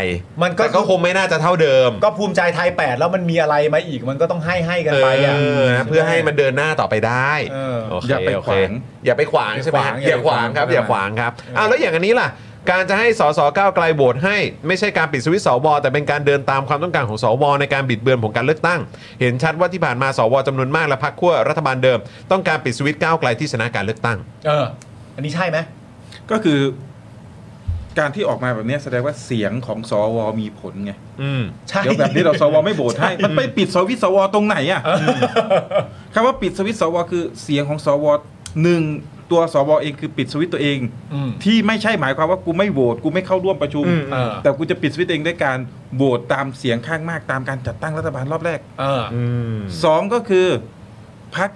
B: มันก็
A: แต่ก็คงไม่น่าจะเท่าเดิม
B: ก็ภูมิใจไทยแปดแล้วมันมีอะไรมาอีกมันก็ต้องให้ให้กัน
A: เอ
B: ไปอ่ะ
A: อนะเพื่อให้มันเดินหน้าต่อไปได้
B: เออ
A: โเค
C: อย่าไป
A: โเค
C: ขวาง
A: อย่าไปขวางใช่ไหม
B: อย่าขวาง
A: อย่าขวางครับ อ
B: อย่าขวาง
A: ย่าขวางครับอ้าวแล้วอย่างอันนี้ล่ะ การจะให้สสก้าวไกลโหวตให้ไม่ใช่การปิดสวิตช์สวแต่เป็นการเดินตามความต้องการของสวในการบิดเบือนผลการเลือกตั้ง เห็นชัดว่าที่ผ่านมาสวจำนวนมากและพรรคขั้วรัฐบาลเดิม ต้องการปิดสวิตช์ก้าวไกลที่ชนะการเลือกตั้ง
B: เออ อันนี้ใช่ไหม
C: ก็คือ การที่ออกมาแบบเนี้ยแสดงว่าเสียงของสวมีผลไง
A: อืม
B: ใช่
C: เดี๋ยวแบบนี้เราสวไม่โหวตให้ มันไปปิดสวิตช์สวตรงไหนอ่ะคำว่าปิดสวิตช์สวคือเสียงของสวหนึ่งตัวสวเองคือปิดสวิตช์ตัวเอง
B: อืม
C: ที่ไม่ใช่หมายความว่ากูไม่โหวตกูไม่เข้าร่วมประชุม
A: อืม
B: เออ
C: แต่กูจะปิดสวิตช์เองด้วยการโหวตตามเสียงข้างมากตามการจัดตั้งรัฐบาลรอบแรก
B: เออ
A: อืม
C: สองก็คือพัก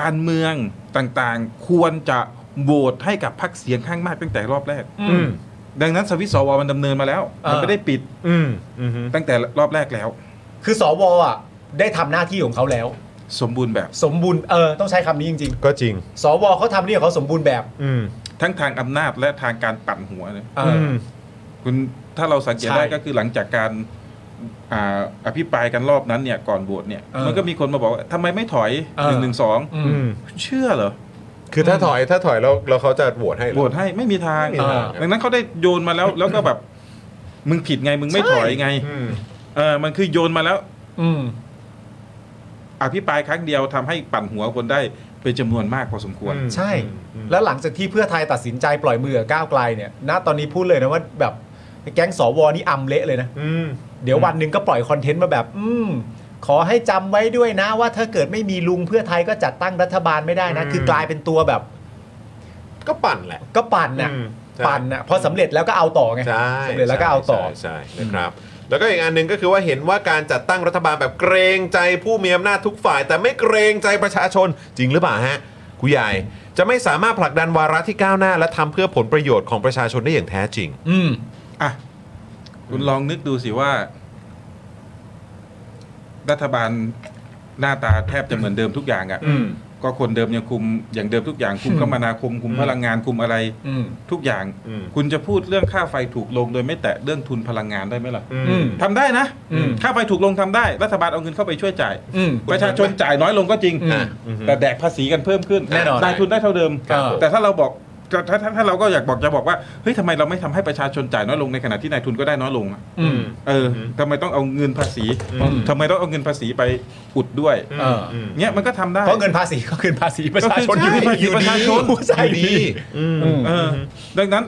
C: การเมืองต่างๆ ควรจะโหวตให้กับพักเสียงข้างมากตั้งแต่รอบแรก
B: อืม
C: ดังนั้นสวิตช์สวมันดำเนินมาแล้ว มันไม่ได้ปิด
A: อืมอืม
C: ตั้งแต่รอบแรกแล้ว
B: คือสวอ่ะ ได้ทำหน้าที่ของเขาแล้ว
C: สมบูรณ์แบบ
B: สมบูรณ์เออ ต้องใช้คำนี้จริง
A: ก็จริง
B: ๆ สวเขาทำหนี่ของเขาสมบูรณ์แบบ
A: อืม
C: ทั้งทางอำนาจและทางการปั่นหัวเลย
B: เอออ
A: อืม
C: คุณถ้าเราสังเกต
B: ใช่
C: ได้ก็คือหลังจากการอ่าอภิปรายกันรอบนั้นเนี่ยก่อนโหวตเนี่ย
B: เออ
C: มันก็มีคนมาบอกว่าทำไมไม่ถอย
B: เอ
C: ห
B: อ
C: นึ่งหนึ่งสอง
B: อืม
A: อืม
C: เชื่อเหรอ
A: คือถ้าถอยถ้าถอยแล้วแล้วเขาจะโหวตให้เหรอ
C: โหวตให้ไม่มีทาง
A: ไม่มีทาง
C: ดังนั้นเขาได้โยนมาแล้วแล้วก็แบบ มึงผิดไงมึงไม่ถอยไง
A: อืม
C: เออมันคือโยนมาแล้ว
B: อืม
C: อภิปรายครั้งเดียวทำให้ปั่นหัวคนได้เป็นจำนวนมากพอสมควร
A: อืม
B: ใช่ แล้วหลังจากที่เพื่อไทยตัดสินใจปล่อยมือกับก้าวไกลเนี่ย ณ ตอนนี้พูดเลยนะว่าแบบแก๊งสวนี่อำเละเลยนะ
A: อืม
B: เดี๋ยววันหนึ่งก็ปล่อยคอนเทนต์มาแบบ อืม ขอให้จำไว้ด้วยนะ ว่าถ้าเกิดไม่มีลุงเพื่อไทยก็จัดตั้งรัฐบาลไม่ได้นะ
A: อืม
B: คือกลายเป็นตัวแบบ
A: ก็ปั่นแหละ
B: ก็ปั่นน่ะ
A: อืมใช่
B: ปั่นน่ะ พอสำเร็จแล้วก็เอาต่อไง
A: ใช่
B: สำเร็จแล้วก็เอาต่อ
A: ใช่ใช่นะครับ แล้วก็อีกอันหนึ่งก็คือว่าเห็นว่าการจัดตั้งรัฐบาลแบบเกรงใจผู้มีอำนาจทุกฝ่าย แต่ไม่เกรงใจประชาชนจริงหรือเปล่าฮะคุณใหญ่จะไม่สามารถผลักดันวาระที่ก้าวหน้า และทำเพื่อผลประโยชน์ของประชาชนได้อย่างแท้จริง
B: อืม
C: อ่ะ คุณลองนึกดูสิว่า รัฐบาลหน้าตาแทบจะเหมือนเดิมทุกอย่างอะ่ะ
B: อืม
C: ก็คนเดิมยังคุมอย่างเดิมทุกอย่างคุมคมนาคมคุมพลังงานคุมอะไร
B: อืม
C: ทุกอย่าง
A: อืม
C: คุณจะพูดเรื่องค่าไฟถูกลง โดยไม่แตะเรื่องทุนพลังงานได้ไหมล่ะ
B: อืม
C: ทำได้นะ
B: อืม
C: ค่าไฟถูกลงทำได้ รัฐบาลเอาเงินเข้าไปช่วยจ่าย
B: อืม
C: ประชาชนจ่ายน้อยลงก็จริง
B: อืม
C: แต่แดกภาษีกันเพิ่มขึ้น
B: แน่นอน
C: รายทุนได้เท่าเดิม
B: ครับ
C: แต่ถ้าเราบอกถ้าถ้าถ้าถ้าเราก็อยากบอกจะบอกว่า เฮ้ยทำไมเราไม่ทำให้ประชาชนจ่ายน้อยลงในขณะที่นายทุนก็ได้น้อยลงอะ
B: อืม
C: เออทำไมต้องเอาเงินภาษี
A: อืม
C: ทำไมต้องเอาเงินภาษีไปอุดด้วย
B: เออ
C: เนี้ยมันก็ทำได้
B: เพราะเงินภาษีก็คือภาษีประชาชน
C: ก็คือใช่
B: อยู่ดี
C: ประชาชน
B: ใช่ดี
A: อืม
B: อืม
C: เออดังนั้น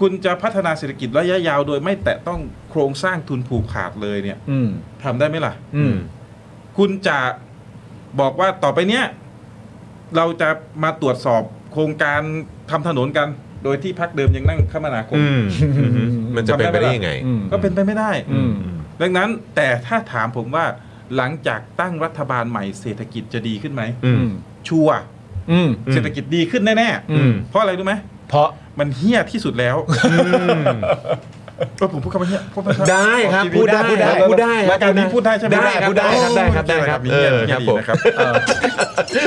C: คุณจะพัฒนาเศรษฐกิจระยะยาวโดยไม่แตะต้องโครงสร้างทุนผูกขาดเลยเนี่ย
B: อืม
C: ทำได้ไหมล่ะ
B: อืม
C: คุณจะบอกว่าต่อไปเนี้ยเราจะมาตรวจสอบโครงการทำถนนกัน โดยที่พักเดิมยังนั่งคมนาคม
A: อืมมันจะเป็นไปได้ยังไง
B: อืม
C: ก็เป็นไปไม่ได้
B: อืม
C: ดังนั้นแต่ถ้าถามผมว่าหลังจากตั้งรัฐบาลใหม่เศรษฐกิจจะดีขึ้นไหม
A: อืม
C: ชัวร์
B: อืม
C: เศรษฐกิจดีขึ้นแน่
B: อืม
C: ๆเพราะอะไรรู้ไหม
B: เพราะ
C: มันเฮี้ยที่สุดแล้วเออผมพูดคำว่าเฮี้ยพูดหมครับ
A: ได้ครับ
C: ออกทีวี
A: พูดได้
B: พูดได้
A: พูดได้
C: รายการนี้พูดได้ใช่ไหม
A: ได้ครับได้ครับได้ครับได้ครับ
C: มีเฮี้ยมีเหี้ยดีนะครับ
A: เออ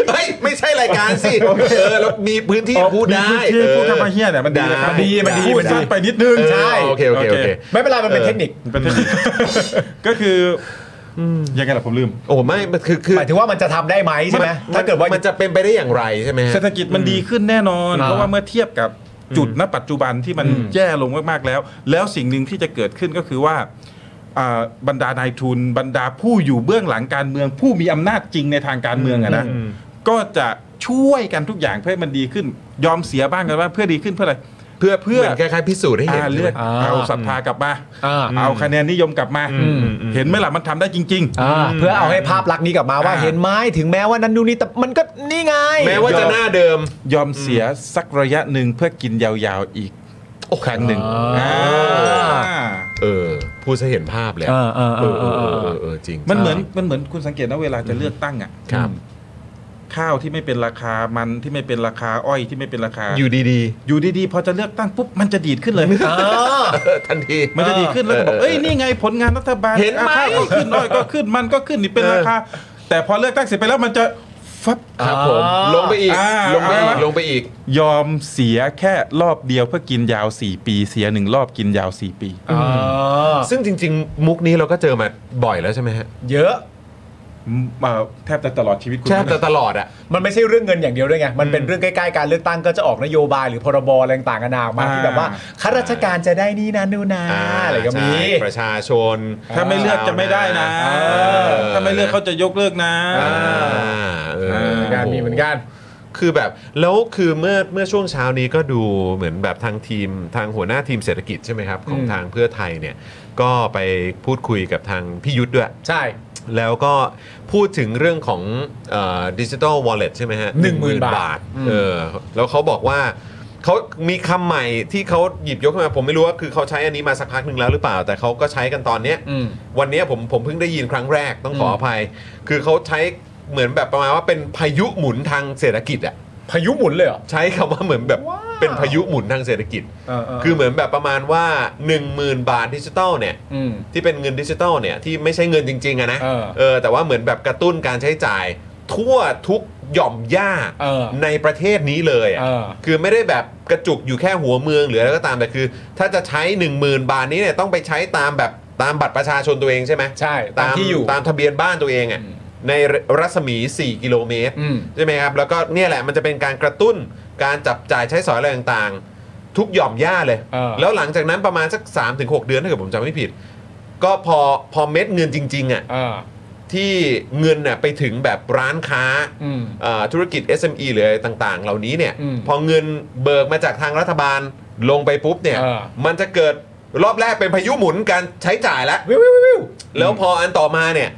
A: เฮ้ยไม่ใช่รายการสิเออแล้วมีพื้นที่พูดได้
C: มีพื้นที่พูดทำไมเฮี้ยเนี่ยมันดีนะครับ
B: ได้มันดี
C: พู
B: มั
C: ด
B: นดี
C: สั้นไปนิดนึง
A: ใช่โอเคโอเคโอเค
B: ไม่เป็นไรมันเป็นเทคนิค
C: เป็นเทคนิค ก็คืออยังไงล่ะผมลืม
A: โอ้ไม่มันคือคือ
B: หมายถึงว่ามันจะทำได้ไหมใช่ไหม
A: ถ้า
B: ถ้า
A: เกิ
B: เกิ
A: ด
B: ด
A: ว่า
B: ว่า
A: มันจะเป็นไปได้อย่างไรใช่ไหมฮะ
C: เศรษฐกิจมันดีขึ้นแน่นอน
B: อ่า
C: เพราะว่าเมื่อเทียบกับจุดณปัจจุบันที่มันแย่ลงมาก ๆ แล้ว แล้วสิ่งหนึ่งที่จะเกิดขึ้นก็คือว่าอ่าบรรดานายทุนบรรดาผู้อยู่เบื้องหลังการเมือง ผู้มีอำนาจจริงในทางการเมืองอะนะ ก็จะช่วยกันทุกอย่างเพื่อให้มันดีขึ้น ยอมเสียบ้างกันว่างเพื่อดีขึ้นเพื่ออะไร เพื่อ
A: เห
C: เพื่อ
A: มือนคล้ายๆพิสูจน์ให้เห็น
C: อ่าเลือก
B: อ่า
C: เอาศรัทธากลับมา
B: อ่า
C: เอาคะแนนนิยมกลับมา เห็นไหมล่ะมันทำได้จริง
B: อ่าเพื่อเอาให้ภาพลักษณ์นี้กลับมาว่า
C: อ่า
B: เห็นไหมถึงแม้ว่านั้นดูนนี่แต่มันก็นี่ไง
A: แม้ว่าจะหน้าเดิม
C: ๆ ยอมเสียสักระยะหนึ่งเพื่อกินยาวๆอีกครั้งหนึ่ง
B: อ่า
C: อ่า
A: เออ พูดจะเห็นภาพเลย
B: เอ
A: อะ
B: อเออเอ
A: เออ
B: อ
A: เออ
B: เออเอ
A: เอ
B: อ
A: อเออจริง
C: มันเหมือนมันเหมือนคุณสังเกตนะเวลาจะเลือกตั้งอ่ะ
A: ครับ
C: ข้าวที่ไม่เป็นราคามันที่ไม่เป็นราคาอ้อยที่ไม่เป็นราคา
A: อยู่ดี
C: อยู่ดีๆ พอจะเลือกตั้งปุ๊บ มันจะดีดขึ้นเลย
A: ๆเออทันที
C: มันจะดีขึ้นแล้วก็บอก เอ้ย นี่ไงผลงานรัฐบาล
A: เห็นไหม
C: อ่ะข้าวก็ขึ้นน้อยก็ขึ้นมันก็ขึ้นนี่เป็นราคา แต่พอเลือกตั้งเสร็จไปแล้วมันจะฟับ
A: ครับผม
B: อ่า
A: ลงไปอีก
C: อ่า
A: ลงไปอีก
C: เอาละ
A: ลงไปอีก
C: ยอมเสียแค่รอบเดียวเพื่อกินยาว 4 ปี เสียหนึ่งรอบกินยาว 4 ปี
B: เออ
A: ซึ่งจริง ๆ มุกนี้เราก็เจอมาบ่อยแล้วใช่ไหมฮะ
B: เยอะ
C: เอ่อแทบจะตลอดชีวิตคุณ
A: แช่
C: นะ
A: แต่ตลอดอ่ะ
B: มันไม่ใช่เรื่องเงินอย่างเดียวด้วยไง มันเป็นเรื่องใกล้ ๆ การเลือกตั้งก็จะออกนโยบายหรือพรบอะไรต่างๆนานาออกมาที่แบบว่า
C: อ่า
B: ข้าราชการจะได้นี่นะนู่นนะ
A: อ่า
B: อะไรก็มี
A: ใช่ประชาชน
C: ถ้าไม่เลือกจะไม่ได้นะ
A: เออ
C: ถ้าไม่เลือกเขาจะยกเลิกนะ
A: อ่าเออ
B: การมีเหมือนกัน
A: คือแบบแล้วคือเมื่อเมื่อช่วงเช้านี้ก็ดูเหมือนแบบทางทีมทางหัวหน้าทีมเศรษฐกิจใช่ไหมครับ ของ
B: อืม
A: ทางเพื่อไทยเนี่ย ก็ไปพูดคุยกับทางพี่ยุทธด้วย
B: ใช่
A: แล้วก็พูดถึงเรื่องของดิจิ t a ลวอลเล็ตใช่ไหมฮะ
B: หนึ่งหมื่นบาท
A: เออแล้วเขาบอกว่าเขามีคำใหม่ที่เขาหยิบยกขึ้นมา ผมไม่รู้ว่าคือเขาใช้อันนี้มาสักพักหนึ่งแล้วหรือเปล่า แต่เขาก็ใช้กันตอนเนี้ย
B: อืม
A: วันเนี้ยผมผมเพิ่งได้ยินครั้งแรกต้องขออ
B: ม
A: ภัย คือเขาใช้เหมือนแบบประมาณว่าเป็นพายุหมุนทางเศรษฐกิจอะ
B: พายุหมุนเลยเหรอ
A: ใช้คำว่าเหมือนแบบ
B: ว้าว
A: เป็นพายุหมุนทางเศรษฐกิจ
B: เออเ
A: คือเหมือนแบบประมาณว่า 10,000 บาทดิจิตอลเนี่ย
B: อืม
A: ที่เป็นเงินดิจิตอลเนี่ยที่ไม่ใช่เงินจริงๆอะนะ
B: เออ
A: แต่ว่าเหมือนแบบกระตุ้นการใช้จ่าย ทั่วทุกหย่อมย่า
B: เออ
A: ในประเทศนี้เลยอะ
B: เออ
A: คือไม่ได้แบบกระจุกอยู่แค่หัวเมืองหรืออะไรก็ตามแต่คือ ถ้าจะใช้ 10,000 บาทนี้เนี่ยต้องไปใช้ตามแบบตามบัตรประชาชนตัวเองใช่ไหม
B: ใช่ตามที่อยู่
A: ตามทะเบียนบ้านตัวเองอะ่ะในรัศมี 4 กิโลเมตร
B: อืม
A: ใช่ไหมครับ แล้วก็เนี่ยแหละมันจะเป็นการกระตุ้นการจับจ่ายใช้สอยอะไรต่างๆ ทุกหย่อมย่าเลย
B: เออ
A: แล้วหลังจากนั้นประมาณสัก 3-6 เดือนถ้าเกิดผมจำไม่ผิด ก็พอพอเม็ดเงินจริง ๆอ่ะ
B: เออ
A: ที่เงินน่ะไปถึงแบบร้านค้า
B: อืม
A: เอ่อธุรกิจ SME หรืออะไรต่างๆ เหล่านี้เนี่ย
B: อืม
A: พอเงินเบิกมาจากทางรัฐบาลลงไปปุ๊บเนี่ย
B: เออ
A: มันจะเกิดรอบแรกเป็นพายุหมุนการใช้จ่ายแล้ว
B: วิววิววิว
A: แล้วพออันต่อมาเนี่ย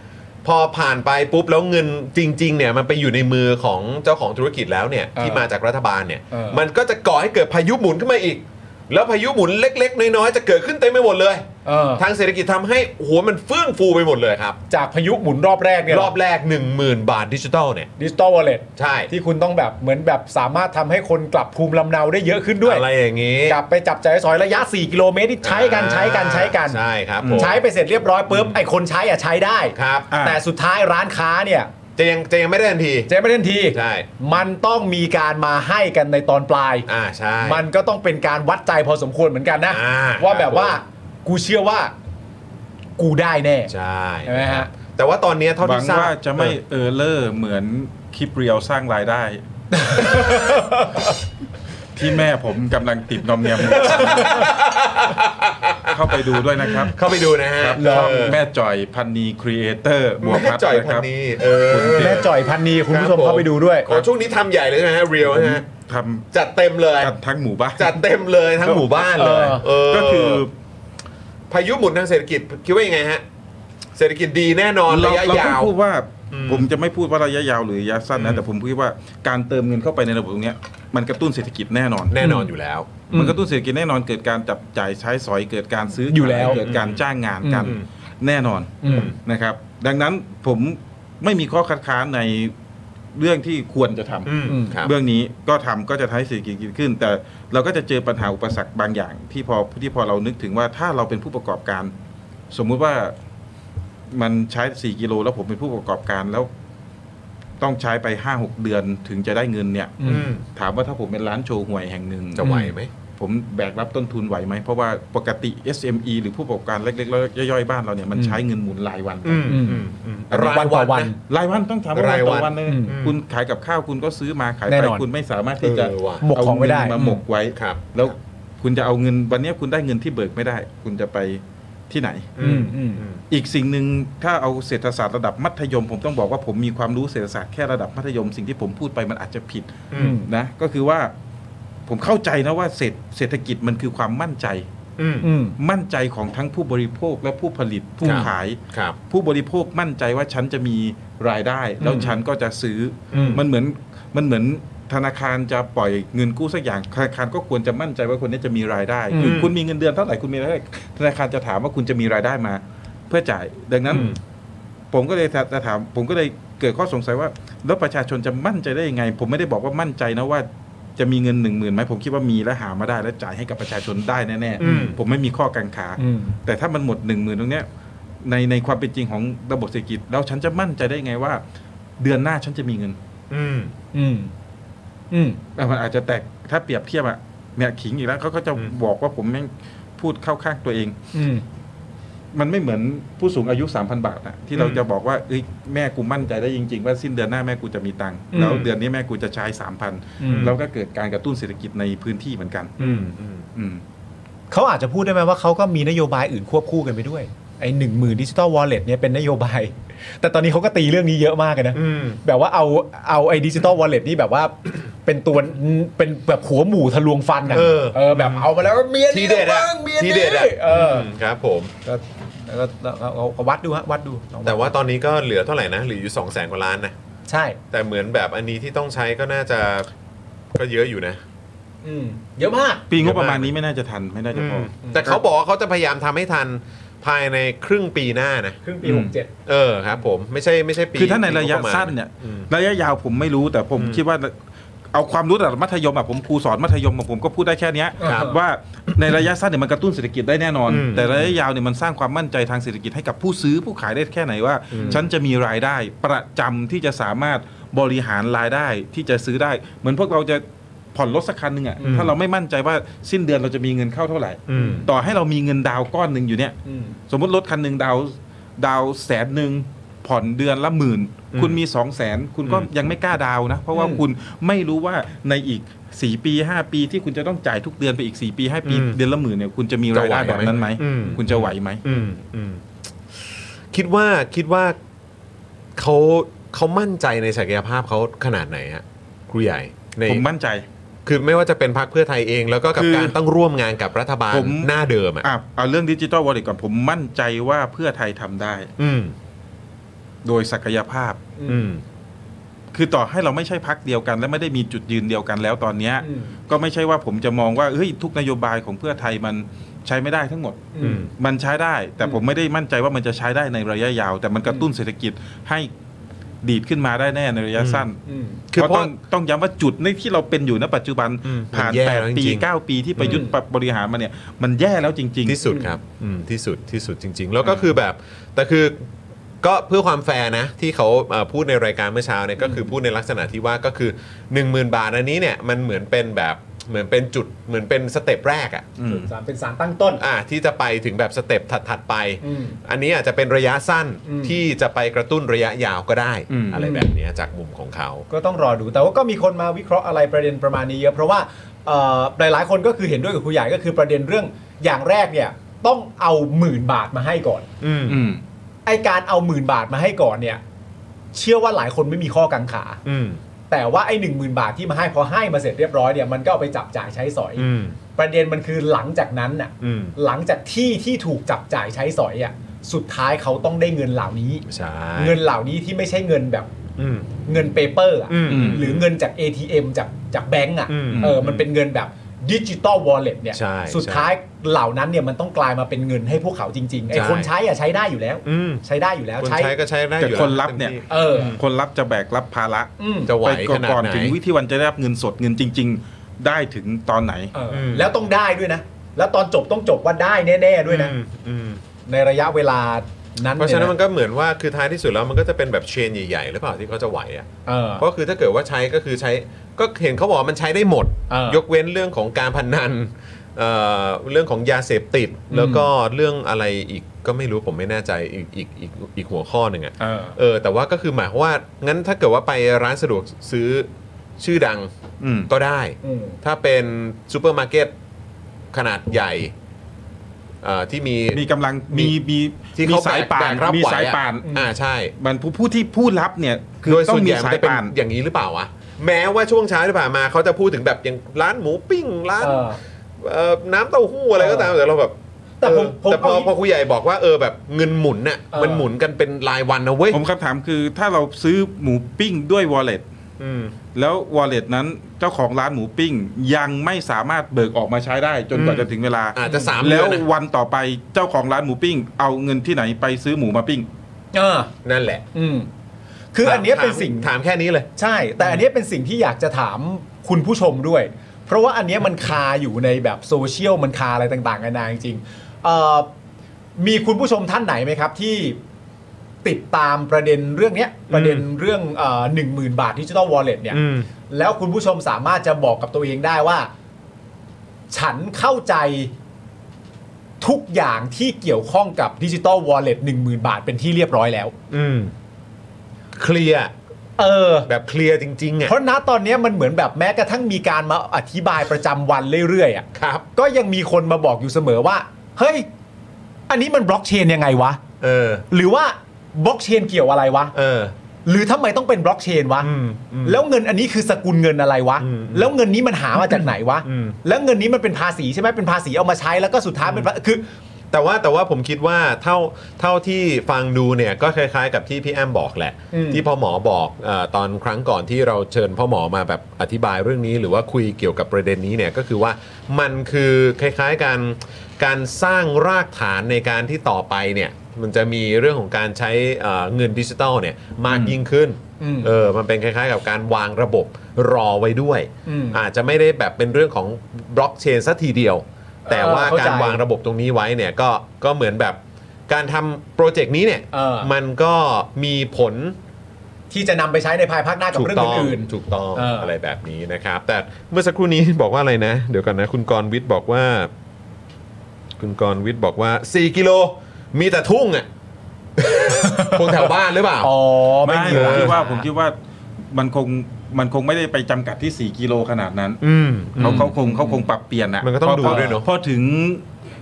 A: พอผ่านไปปุ๊บแล้วเงินจริง ๆ เนี่ยมันไปอยู่ในมือของเจ้าของธุรกิจแล้วเนี่ย
B: เออ
A: ที่มาจากรัฐบาลเนี่ย
B: เออ
A: มันก็จะก่อให้เกิดพายุหมุนขึ้นมาอีก แล้วพายุหมุนเล็ก ๆ น้อยๆจะเกิดขึ้นเต็มไปหมดเลย
B: เออ
A: ทางเศรษฐกิจทำให้โอ้โหัวมันเฟื่องฟูไปหมดเลยครับ
B: จากพายุหมุนรอบแรกเนี่ย
A: รอบแรก 10,000 บาทดิจิตอลเนี่ย
B: ดิจิตอลวอลเล็ต
A: ใช่
B: ที่คุณต้องแบบเหมือนแบบสามารถทำให้คนกลับภูมิลำเนาได้เยอะขึ้นด้วย
A: อะไรอย่างนี้
B: กลับไปจับจ่ายใช้สอยระยะ 4 กิโลเมตรที่ใช้กันใช้กันใช้กัน
A: ใช่ครับผม
B: ใช้ไปเสร็จเรียบร้อยปุ๊บไอคนใช้อะใช้ได้
A: ครับ
C: อ่า
B: แต่สุดท้ายร้านค้าเนี่ย
A: จะยังจะยังไม่ได้ทันที
B: เจ๊ไม่เล่นที
A: ใช่
B: มันต้องมีการมาให้กันในตอนปลาย
A: อ่าใช่
B: มันก็ต้องเป็นการวัดใจพอสมควรเหมือนกันนะ
A: อ่าค
B: ว่า
A: รับ
B: แบบว่า
A: ผม
B: กูเชื่อว่า กูได้แน่
A: ใช่
B: ใช่ไหมฮะ
A: แต่ว่าตอนเนี้ยเท่า
C: หวั
A: ที่
C: ง
A: ทราบ
C: ว่าจะไม่เออเลอร์เหมือนคลิปเรียวสร้างรายได้ ที่แม่ผมกำลังติดนมเนียม อยู่เข้าไปดูด้วยนะครับ
A: เข้าไปดูนะฮะ
C: ครับ
A: เอ
C: ช่อง
A: อ
C: แม่จ่อยพันนีครีเอเตอร์บัว
A: แม่
C: พัด
A: จ่อย
C: นะ
A: พั
C: คนรับ
A: นี้เออ
B: แม่จ่อยพันนีคุณผู้ชม
A: ครับผม
B: เข้าไปดูด้วย
A: ขอช่วงนี้ทำใหญ่เลยใช่ไหมฮะเรียลฮะ
C: ทำ
A: จัดเต็มเลย
C: จัดทั้งหมู่บ้าน
A: จัดเต็มเลยทั้งหมู่บ้านเลย
B: เออ
A: เ
C: ก็คือ
A: พายุหมุนทางเศรษฐกิจคิดว่ายังไงฮะ เศรษฐกิจดีแน่นอนระยะ
C: เรา
A: ยาว
C: เราต้องพูดว่า
A: อืม
C: ผมจะไม่พูดว่าระยะยาวหรือระยะสั้น
A: อื
C: นะ
A: ม
C: แต่ผมคิดว่าการเติมเงินเข้าไปในระบบตรงเนี้ยมันกระตุ้นเศรษฐกิจแน่นอน
A: แน่นอนอยู่แล้ว
C: มันกระตุ้นเศรษฐกิจแน่นอนเกิดการจับจ่ายใช้สอยเกิดการซื้อ
B: อ
C: อยู่
B: แล้ว
C: เกิดการจ้างงานกัน
A: อืม
C: แน่นอน
B: อืม
C: นะครับ ดังนั้นผมไม่มีข้อคัดค้านในเรื่องที่ควรจะทำ
A: อืมครับ
C: เรื่องนี้ก็ทำก็จะทำให้เศรษฐกิจดีขึ้น แต่เราก็จะเจอปัญหาอุปสรรคบางอย่าง ที่พอที่พอเรานึกถึงว่าถ้าเราเป็นผู้ประกอบการ สมมุติว่ามันใช้ 4 กิโล แล้วผมเป็นผู้ประกอบการแล้ว ต้องใช้ไป 5-6 เดือนถึงจะได้เงินเนี่ย
A: อืม
C: ถามว่าถ้าผมเป็นร้านโชว์หวยแห่งหนึ่ง
A: จะไหวไหม
C: ผมแบกรับต้นทุนไหวไหม เพราะว่าปกติ SME หรือผู้ประกอบการเล็กๆย่อยๆบ้านเราเนี่ยมันใช้เงินหมุนรายวัน
A: อืมอืมอืมราย
B: วันต่อวัน
A: ะ
C: รายวันต้องทำว่าร
A: ายวัน
C: ต่อวันเลย
B: อืม
C: คุณขายกับข้าวคุณก็ซื้อมาขาย
B: แน่
C: ไป
B: นอน
C: คุณไม่สามารถที่จะ
A: เออว่ะ
B: หมกของไว้ได้
C: เาเนมาหมกไว้
A: ครับ
C: แล้วคุณจะเอาเงินวันเนี้ยคุณได้เงินที่เบิกไม่ได้ คุณจะไป ที่ไหน
B: อืมอืม
C: อีกสิ่งหนึ่งถ้าเอาเศรษฐศาสตร์ระดับมัธยม ผมต้องบอกว่าผมมีความรู้เศรษฐศาสตร์แค่ระดับมัธยมสิ่งที่ผมพูดไปมันอาจจะผิด
B: อืม
C: นะก็คือว่าผมเข้าใจนะว่าเศรษฐเศรษฐกิจมันคือความมั่นใจ
B: อืมอืม
C: มั่นใจของทั้งผู้บริโภคและผู้ผลิตผู้
A: ครับ
C: ขาย
A: ครับ
C: ผู้บริโภคมั่นใจว่าฉันจะมีรายได้ แล้วฉันก็จะซื้ออ
B: ม
C: มันเหมือนมันเหมือนธนาคารจะปล่อยเงินกู้สักอย่างธนาคารก็ควรจะมั่นใจว่าคนนี้จะมีรายได้คืออ
B: ม
C: คุณมีเงินเดือนเท่าไหร่คุณมีรายได้ธนาคารจะถามว่าคุณจะมีรายได้มา เพื่อจ่าย ดังนั้น ผมก็เลยจะถาม ผมก็เลยเกิดข้อสงสัยว่า แล้วประชาชนจะมั่นใจได้ยังไง ผมไม่ได้บอกว่ามั่นใจนะว่าจะมีเงินหนึ่งหมื่นไหมผมคิดว่ามีและหามาได้และจ่ายให้กับประชาชนได้แน่
B: อืม
C: ๆผมไม่มีข้อกังขา
B: อืม
C: แต่ถ้ามันหมดหนึ่งหมื่นตรงเนี้ยในในความเป็นจริงของระบบเศรษฐกิจ แล้วฉันจะมั่นใจได้ไงว่า เดือนหน้าฉันจะมีเงิน
A: อืม
B: อืม อืม
C: อ่ะมันอาจจะแตกถ้าเปรียบเทียบอะเนี่ยขิงอีกแล้วเขาก็จะ
A: อืม
C: บอกว่าผมแม่งพูดเข้าข้างตัวเอง
B: อืม
C: มันไม่เหมือนผู้สูงอายุ 3,000 บาทนะที่เราจะบอกว่าเอ้ยแม่กูมั่นใจได้จริง ๆ ว่าสิ้นเดือนหน้าแม่กูจะมีตังค์
B: อืม
C: แล้วเดือนนี้แม่กูจะใช้
B: อืม
C: 3,000แล้วก็เกิดการกระตุ้นเศรษฐกิจในพื้นที่เหมือนกัน
A: อืมอืม
C: อืม
B: เขาอาจจะพูดได้ไหมว่าเขาก็มีนโยบายอื่นควบคู่กันไปด้วย ไอ้หนึ่งหมื่นดิจิตอลวอลเล็ตเนี่ยเป็นนโยบาย แต่ตอนนี้เขาก็ตีเรื่องนี้เยอะมากเลยนะ
A: อืม
B: แบบว่าเอาเอาไอ้ดิจิตอลวอลเล็ตนี่แบบว่า เป็นตัวเป็นแบบหัวหมูทะลวงฟันนะ
A: เออ
B: เออแบบเอามาแล้วเมีย
A: ที
B: นี่
A: เด็ดอะ
B: บ้างเมีย
A: ที
B: นี่
A: เด็ดอะ
B: เออ
A: มครับผม
B: ก็ก็ก็ก็ก็วัดดูฮะวัดดูลองวัด
A: แต่ว่าตอนนี้ก็เหลือเท่าไหร่นะเหลืออยู่2องแสนกว่าล้านนะ
B: ใช่
A: แต่เหมือนแบบอันนี้ที่ต้องใช้ก็น่าจะก็เยอะอยู่นะ
B: อืมเยอะมาก
C: ปีงบประมาณนี้ไม่น่าจะทันไม่น่าจะพออ
A: แต่เขาบอกว่าเขาจะพยายามทำให้ทันภายในครึ่งปีหน้านะ
B: ครึ่งปี
C: อืม
B: หกเจ็ด
A: เออครับผมไม่ใช่ไม่ใช่ปี
C: คือถ้าในระยะสั้นเนี่ย
A: อืม
C: ระยะยาวผมไม่รู้แต่ผม
A: อืม
C: คิดว่าเอาความรู้ระดับมัธยมอะผมครูสอนมัธยมอะผมก็พูดได้แค่เนี้ย
B: ครับ
C: ว่าในระยะสั้นเนี่ยมันกระตุ้นเศรษฐกิจได้แน่นอน
A: อืม
C: แต่ระยะยาวเนี่ยมันสร้างความมั่นใจทางเศรษฐกิจให้กับผู้ซื้อผู้ขายได้แค่ไหนว่า
A: อืม
C: ฉันจะมีรายได้ประจำที่จะสามารถบริหารรายได้ที่จะซื้อได้ เหมือนพวกเราจะผ่อนรถสักคันหนึ่งอะถ้าเราไม่มั่นใจว่าสิ้นเดือนเราจะมีเงินเข้าเท่าไหร่
A: อืม
C: ต่อให้เรามีเงินดาวก้อนหนึ่งอยู่เนี่ย
B: อืม
C: สมมติรถคันหนึ่งดาวดาวแสนหนึ่งผ่อนเดือนละหมื่น
A: อืม
C: คุณมีสองแสนคุณก็
A: อืม
C: ยังไม่กล้าดาวนะ เพราะว่า
B: อืม
C: คุณไม่รู้ว่าในอีก 4 ปี 5 ปีที่คุณจะต้องจ่ายทุกเดือนไปอีก 4 ปี 5 ปี เดือนละหมื่นเนี่ยคุณจะมีรายได้แบบนั้นไหม
A: อืม
C: คุณจะไหวไหม
A: อืมอืมคิดว่าคิดว่าเขาเขามั่นใจในศักยภาพเขาขนาดไหนฮะครูใหญ่ใน
C: ผมมั่นใจ
A: คือไม่ว่าจะเป็นพรรคเพื่อไทยเอง แล้วก็กับ
C: คือ
A: การต้องร่วมงานกับรัฐบาล
C: ผม
A: หน้าเดิมอ่ะ
C: อ่ะเอาเรื่องดิจิตอลวอลเล็ตก่อนผมมั่นใจว่าเพื่อไทยทำได้
A: อืม
C: โดยศักยภาพ
A: อืม
C: คือต่อให้เราไม่ใช่พักเดียวกัน และไม่ได้มีจุดยืนเดียวกันแล้วตอนเนี้ย
B: อืม
C: ก็ไม่ใช่ว่าผมจะมองว่าเฮ้ยทุกนโยบายของเพื่อไทยมันใช้ไม่ได้ทั้งหมด
A: อืม
C: มันใช้ได้ แต่ผมไม่ได้มั่นใจว่ามันจะใช้ได้ในระยะยาว แต่มันกระตุ้นเศรษฐกิจให้ดีดขึ้นมาได้แน่ในระยะสั้น
B: อืม
A: คือ
C: เพราะ
A: เพราะ
C: ต้องต้องย้ำว่าจุดในที่เราเป็นอยู่ณปัจจุบัน
A: อืม
C: ผ่าน
A: มันแย่
C: แปด
A: แล้ว
C: ปี
A: จริงๆ
C: เก้าปีที่ประยุทธ์บริหารมาเนี่ย มันแย่แล้วจริง
A: ที่สุดครับอืมที่สุดที่สุดจริง ๆ แล้วก็คือแบบ แต่คือก็เพื่อความแฟร์นะ ที่เขาเอ่อพูดในรายการเมื่อเช้าเนี่ยก็คือพูดในลักษณะที่ว่าก็คือ 10,000 บาทอันนี้เนี่ยมันเหมือนเป็นแบบเหมือนเป็นจุดเหมือนเป็นสเต็ปแรกอะ
C: อืม
B: สามเป็นสารตั้งต้น
A: อ่ะที่จะไปถึงแบบสเต็ปถัดๆไป
B: อืม
A: อันนี้อาจจะเป็นระยะสั้น
B: อืม
A: ที่จะไปกระตุ้นระยะยาวก็ได้
C: อืม
A: อะไรแบบเนี้ยจากมุมของเขา
B: ก็ต้องรอดูแต่ว่าก็มีคนมาวิเคราะห์อะไรประเด็นประมาณนี้เยอะเพราะว่าเอ่อหลายๆคนก็คือเห็นด้วยกับครูใหญ่ก็คือประเด็นเรื่องอย่างแรกเนี่ยต้องเอาหมื่นบาทมาให้ก่อน
A: อืม
C: ๆอืม
B: ไอการเอาหมื่นบาทมาให้ก่อนเนี่ยเชื่อว่าหลายคนไม่มีข้อกังขา
A: อืม
B: แต่ว่าไอหนึ่งหมื่นบาทที่มาให้พอให้มาเสร็จเรียบร้อยเนี่ยมันก็เอาไปจับจ่ายใช้สอย
A: อืม
B: ประเด็นมันคือหลังจากนั้นน่ะ
A: อืม
B: หลังจากที่ที่ถูกจับจ่ายใช้สอยอ่ะสุดท้ายเขาต้องได้เงินเหล่านี้
A: ใช่
B: เงินเหล่านี้ที่ไม่ใช่เงินแบบ
A: อืม
B: เงินเปเปอร์อะ
A: อืม
B: หรือเงินจาก ATM จากจากแบงก์อ่ะ
A: อืม
B: เออมันเป็นเงินแบบดิจิตอลวอลเล็ตเนี่ย
A: ใช่
B: สุดท้ายเหล่านั้นเนี่ยมันต้องกลายมาเป็นเงินให้พวกเขาจริงๆไอ้
A: ใช่
B: คนใช้อ่ะใช้ได้อยู่แล้ว
A: อืม
B: ใช้ได้อยู่แล้ว
A: คนใช้ก็ใช้ได้อยู่
C: แต่คนรับเนี่ย
A: ต็ม
B: เอออ
C: คนรับจะแบกรับภาระ
B: อืม
A: ที่จะไหว
C: ไป
A: ขนาด
C: ก่อน
A: ไหน
C: ถึงวิธีวันจะได้รับเงินสดเงินจริง ๆ ได้ถึงตอนไหน
B: เอออ
A: ม
B: แล้วต้องได้ด้วยนะ แล้วตอนจบต้องจบว่าได้แน่ๆด้วยนะ
A: อืมอืม
B: ในระยะเวลานั้น
A: เพราะฉะนั้นมัน
B: ย
A: ก็เหมือนว่าคือท้ายที่สุดแล้วมันก็จะเป็นแบบเชนใหญ่ๆหรือเปล่าที่เขาจะไหวอ่ะ
B: เออ
A: เพราะคือถ้าเกิดว่าใช้ก็คือใช้ก็เห็นเขาบอกว่ามันใช้ได้หมด
B: เออย
A: กเว้นเรื่องของการพนันเอ่อเรื่องของยาเสพติด แล้วก็เรื่องอะไรอีกก็ไม่รู้ผมไม่แน่ใจอีกอีกอีกอีกหัวข้อหนึ่งอ่ะ
B: เออ
A: เออแต่ว่าก็คือหมายความว่างั้นถ้าเกิดว่าไปร้านสะดวกซื้อชื่อดัง
C: อืม
A: ก็ได้
B: อืม
A: ถ้าเป็นซูเปอร์มาร์เก็ตขนาดใหญ่ เอ่อที่มี
C: มีกำลัง
A: มี
C: มีมี
A: ที่
C: มี
A: เขา
C: สายป่า
A: แบ
C: น
A: กรับ
C: มี
A: ไหว
C: สาย
A: อะ
C: ป่าน
A: อ่าใช่
C: มันผู้ผู้ที่ผู้รับเนี่ยคือ
A: โดย
C: ต้อ
A: ส่
C: ง
A: วน
C: มี
A: ใหญ่มั
C: สาน ย
A: จะเป็น
C: ป่าน
A: อย่างนี้หรือเปล่าวะแม้ว่าช่วงเช้าที่ผ่านมาเขาจะพูดถึงแบบอย่างร้านหมูปิ้งร้าน
B: เออ
A: เอ่อน้ำเต้าหู้อะไรก็ตามแต่เราแบบ
B: แต่ผม
A: เออ
B: ผม
A: แต่พอ
B: เอาอย่างนี้
A: พอคุยใหญ่บอกว่าเออแบบเงินหมุนน่ะ
B: เออ
A: มันหมุนกันเป็นรายวันนะเว้ย
C: ผมคำถามคือถ้าเราซื้อหมูปิ้งด้วย wallet
A: อืม
C: แล้ว wallet นั้นเจ้าของร้านหมูปิ้ง ยังไม่สามารถเบิกออกมาใช้ได้จนกว่า
A: อืม
C: จะถึงเวลา
A: อาจจะสาม
C: แล้
A: เดือ
C: วน
A: นะ
C: วันต่อไปเจ้าของร้านหมูปิ้ง เอาเงินที่ไหนไปซื้อหมูมาปิ้ง
B: เออ
A: นั่นแหละ
B: อืมคืออันเนี้ยเป็นสิ่ง
A: ถามแค่นี้เลย
B: ใช่ แต่อันเนี้ยเป็นสิ่งที่อยากจะถามคุณผู้ชมด้วย เพราะว่าอันเนี้ยมันคาอยู่ในแบบโซเชียลมันคาอะไรต่างๆกันานาจริงๆเอ่อมีคุณผู้ชมท่านไหนไหมครับ ที่ติดตามประเด็นเรื่องเนี้ยประเด็นเรื่องหนึ่งหมื่นบาทดิจิ t a ลวอลเล็ตเนี่ย
A: อืม
B: แล้วคุณผู้ชมสามารถจะบอกกับตัวเองได้ว่า ฉันเข้าใจทุกอย่างที่เกี่ยวข้องกับดิจิตอลวอลเล็ตหนึ่งหมื่นบาทเป็นที่เรียบร้อยแล้ว
A: อืมเคลียร์
B: เออ
A: แบบเคลียร์จริงๆอ่ะ
B: เพราะณตอนเนี้ยมันเหมือนแบบแม้กระทั่งมีการมาอธิบายประจำวันเรื่อยๆอ่ะ
A: ครับ
B: ก็ยังมีคนมาบอกอยู่เสมอว่า เฮ้ย อันนี้มันบล็อกเชนยังไงวะ
A: เออ
B: หรือว่าบล็อกเชนเกี่ยวอะไรวะ
A: เออ
B: หรือทำไมต้องเป็นบล็อกเชนวะ
A: อืมอืม
B: แล้วเงินอันนี้คือสกุลเงินอะไรวะ
A: อืม
B: แล้วเงินนี้มันหามาจากไหนวะ
A: อืม
B: แล้วเงินนี้มันเป็นภาษีใช่ไหมเป็นภาษีเอามาใช้แล้วก็สุดท้ายเป็นภาคือ
A: แต่ว่าแต่ว่าผมคิดว่าเท่าเท่าที่ฟังดูเนี่ยก็คล้ายๆ กับที่พี่แอมบอกแหละ
B: อืม
A: ที่พ่อหมอบอกเออตอนครั้งก่อนที่เราเชิญพ่อหมอมาแบบอธิบายเรื่องนี้ หรือว่าคุยเกี่ยวกับประเด็นนี้เนี่ยก็คือว่ามันคือคล้ายๆการการสร้างรากฐานในการที่ต่อไปเนี่ยมันจะมีเรื่องของการใช้เอ่อเงินดิจิตอลเนี่ยมากยิ่งขึ้น
B: อืม
A: เออมันเป็นคล้ายๆ กับการวางระบบรอไว้ด้วย
B: อืม
A: อาจจะไม่ได้แบบเป็นเรื่องของบล็อกเชนสัทีเดียว แต่ว่า
B: เออเข้าใจ
A: การวางระบบตรงนี้ไว้เนี่ยก็ก็เหมือนแบบการทำโปรเจกต์นี้เนี่ย
B: เออ
A: มันก็มีผล
B: ที่จะนำไปใช้ในภายภาคหน้ากับ
A: ถูก
B: เรื่อง
A: ต้อง
B: อื่น
A: ถูกต้อง
B: เอออ
A: อะไรแบบนี้นะครับ แต่เมื่อสักครู่นี้ บอกว่าอะไรนะ เดี๋ยวกันนะ คุณกรณ์วิทย์บอกว่า คุณกรณ์วิทย์บอกว่า 4 กิโล มีแต่ทุ่ง อ่ะ คนแถวบ้านหรือเปล่า
B: ๆอ๋อไม่
C: ไม่
B: มีวะ
C: ผมคิดว่า
A: เออ
C: ผมคิดว่ามันคงมันคงไม่ได้ไปจำกัดที่ 4 กิโลขนาดนั้น
A: อืม
C: เขาเขาคงเขาคงปรับเปลี่ยนอะ
A: มันก็ต้อง
C: พ
A: ดูด้วยเนอะ
C: พอถึง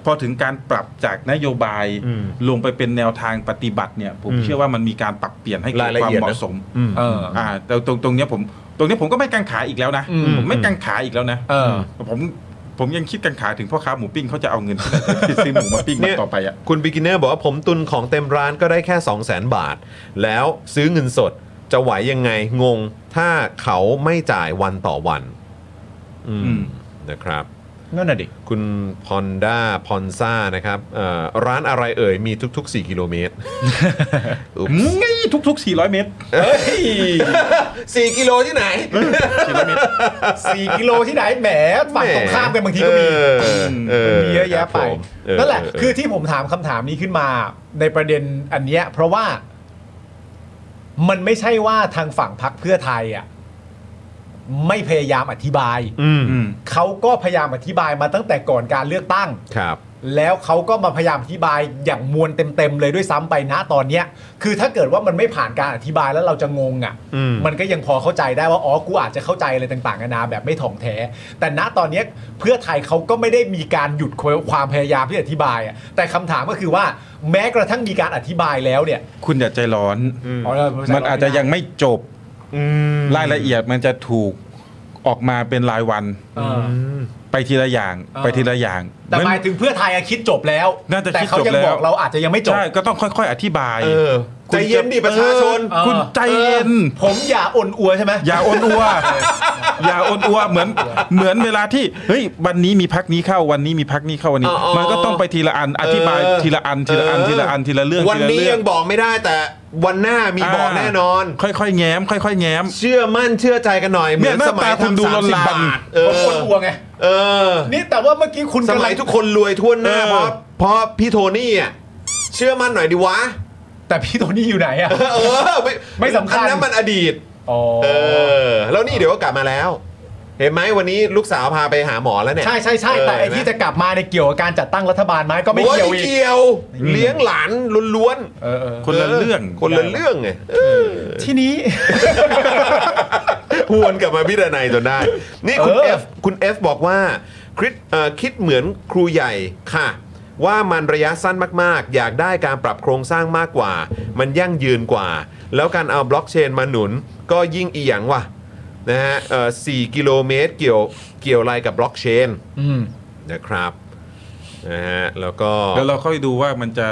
C: พอถึงการปรับจากนโยบาย
A: อืม
C: ลงไปเป็นแนวทางปฏิบัติเนี่ย ผม
A: อืม
C: เชื่อว่ามันมีการปรับเปลี่ยนให้เกิด
A: รายละ
C: ความ
A: เอียด
C: เห
A: นะ
C: มาะสม
A: อืม
C: เอออ่าแต่ตรงตรงเนี้ยผม ตรงเนี้ยผมก็ไม่กังขาอีกแล้วนะ
B: อืม
C: ผมไม่กังขาอีกแล้วนะ
B: เออ
C: ผมผมยังคิดกังขาถึงพ่อค้าหมูปิ้งเขาจะเอาเงินที่ไหนไปซื้อหมูมาปิ้ง
A: เนี่ย
C: ต่อไปอ่ะ
A: คุณบิ๊กเนอร์บอกว่าผมตุนของเต็มร้านก็ได้แค่ 2 0 0 0 0 0 บาท แล้วซื้อเงินสดจะไหวยังไงงง ถ้าเขาไม่จ่ายวันต่อวัน อืม
C: อืม
A: นะครับ
B: นั่นน่ะดิ
A: คุณพอนด้าพอนซ่านะครับเอ่อร้านอะไรเอ่ย มีทุก ๆ 4 กิโลเมตร อุ๊บ
C: ง่ายทุก ๆ 400 เมตร
A: สี่กิโลที่ไหน
B: สี่กิโลที่ไหนแหมฝั่งตรงข้ามกันบางทีก็มี
A: เออเออ
B: มีเยอะแยะ
A: ค
B: ไป
A: รับผมเออ
B: นั่นแหละ
A: เ
B: คือที่ผมถามคำถามนี้ขึ้นมาในประเด็นอันเนี้ย เพราะว่ามันไม่ใช่ว่าทางฝั่งพักเพื่อไทยอ่ะไม่พยายามอธิบาย
A: อืม
C: อืม
B: เขาก็พยายามอธิบายมาตั้งแต่ก่อนการเลือกตั้ง
A: ครับ
B: แล้วเขาก็มาพยายามอธิบายอย่างมวลเต็มๆเลยด้วยซ้ำไปนะตอนเนี้ย คือถ้าเกิดว่ามันไม่ผ่านการอธิบายแล้วเราจะงงอะ่ะ
A: อืม
B: มันก็ยังพอเข้าใจได้ว่าอ๋อกูอาจจะเข้าใจอะไรต่างๆนานาแบบไม่ถ่องแท้ แต่ณตอนเนี้ยเพื่อไทยเขาก็ไม่ได้มีการหยุดความพยายามที่จะอธิบายอะ่ะแต่คำถามก็คือว่าแม้กระทั่งมีการอธิบายแล้วเนี่ย
C: คุณอย่าใจร้อน
B: อ๋อเราเรา
C: มันอาจจะยังไม่จบ
A: อืม
C: รายละเอียดมันจะถูกออกมาเป็นรายวัน
B: เออ
C: ไปทีละอย่าง
B: เออ
C: ไปทีละอย่าง
B: แต่หมาย
C: น
B: ถึงเพื่อไทยอะคิดจบแล้ว
C: น่าจะ
B: แต่
C: คิด
B: เขา
C: จบ
B: ยัง
C: แล้ว
B: บอกเราอาจจะยังไม่จบ
C: ใช่ก็ต้องค่อย ๆ อธิบาย
A: เออใจเย็นดิประชาชน
C: เออคุณ
B: เออ
C: ใจเย็น
B: ผมอย่าอ่อนอัวใช่ไหม
C: อย่าอ้นอัว อย่าอ้นอัวเหมือนเหมือนเวลาที่เฮ้ยวันนี้มีพักนี้เข้าวันนี้มีพักนี้เข้าวันนี้
A: อ๋ออ๋อ
C: มันก็ต้องไปทีละอันอธิบาย
A: เออ
C: ทีละอันทีละอัน
A: เออ
C: ทีละอันทีละเรื่อง
A: วัน
C: ทีละ
A: นี้
C: เรื่
A: ยังบอกไม่ได้แต่วันหน้ามีบอกแน่นอน
C: าค่อยๆแง้ม ค่อยๆแง้ม
A: เชื่อมั่นเชื่อใจกันหน่อย เหมือน
C: เนี่ยหน้า
A: สมัย
C: ตาคุณ
A: ทำ
C: ดู
A: สามสิบ
C: ลนลาน
A: บาท เอ
B: ผมอ่อน
A: อ
B: อัวไง
A: เออ
B: นี่แต่ว่าเมื่อกี้คุณ
A: ส
B: กำลั
A: มัย
B: ง
A: ทุกคนรวยทั่วหน้าเพ
C: เออ
A: ราะเพราะพี่โทนี่อ่ะเชื่อมั่นหน่อยดิวะ
B: แต่พี่โทนี่อยู่ไหนอะ
A: เออ
B: ไม่สำคัญ
A: อันนั้นมันอดีต
B: อ๋อ
A: เออ แล้วนี่เดี๋ยวก็กลับมาแล้ว เห็นไหมวันนี้ลูกสาวพาไปหาหมอแล้วเนี่ย
B: ใช่ใช่ใช่แต่ไอ้ที่จะกลับมาในยเกี่ยวกับการจัดตั้งรัฐบาลไหมก็ไม่เกี่ยว
A: โอ้
B: อีก
A: เกี่ยว เลี้ยงหลานล้วน
B: เออเออ
C: คนละเรื่อง
A: คนละเรื่องไงเออ
B: ทีนี้
A: หวนกลับมาพิจารณาจนได้ นี่คุณ
B: เออ
A: F คุณ F บอกว่าคริสเอ่อคิดเหมือนครูใหญ่ค่ะ ว่ามันระยะสั้นมากๆ อยากได้การปรับโครงสร้างมากกว่า มันยั่งยืนกว่า แล้วการเอาบล็อกเชนมาหนุนก็ยิ่งอีหยังว่ะนะฮะเอ่อสี่กิโลเมตรเกี่ยวเกี่ยวอะไรกับบล็อกเชน
B: อืม
A: นะครับนะฮะแล้วก็
C: แล้วเราค่อยดูว่ามันจะ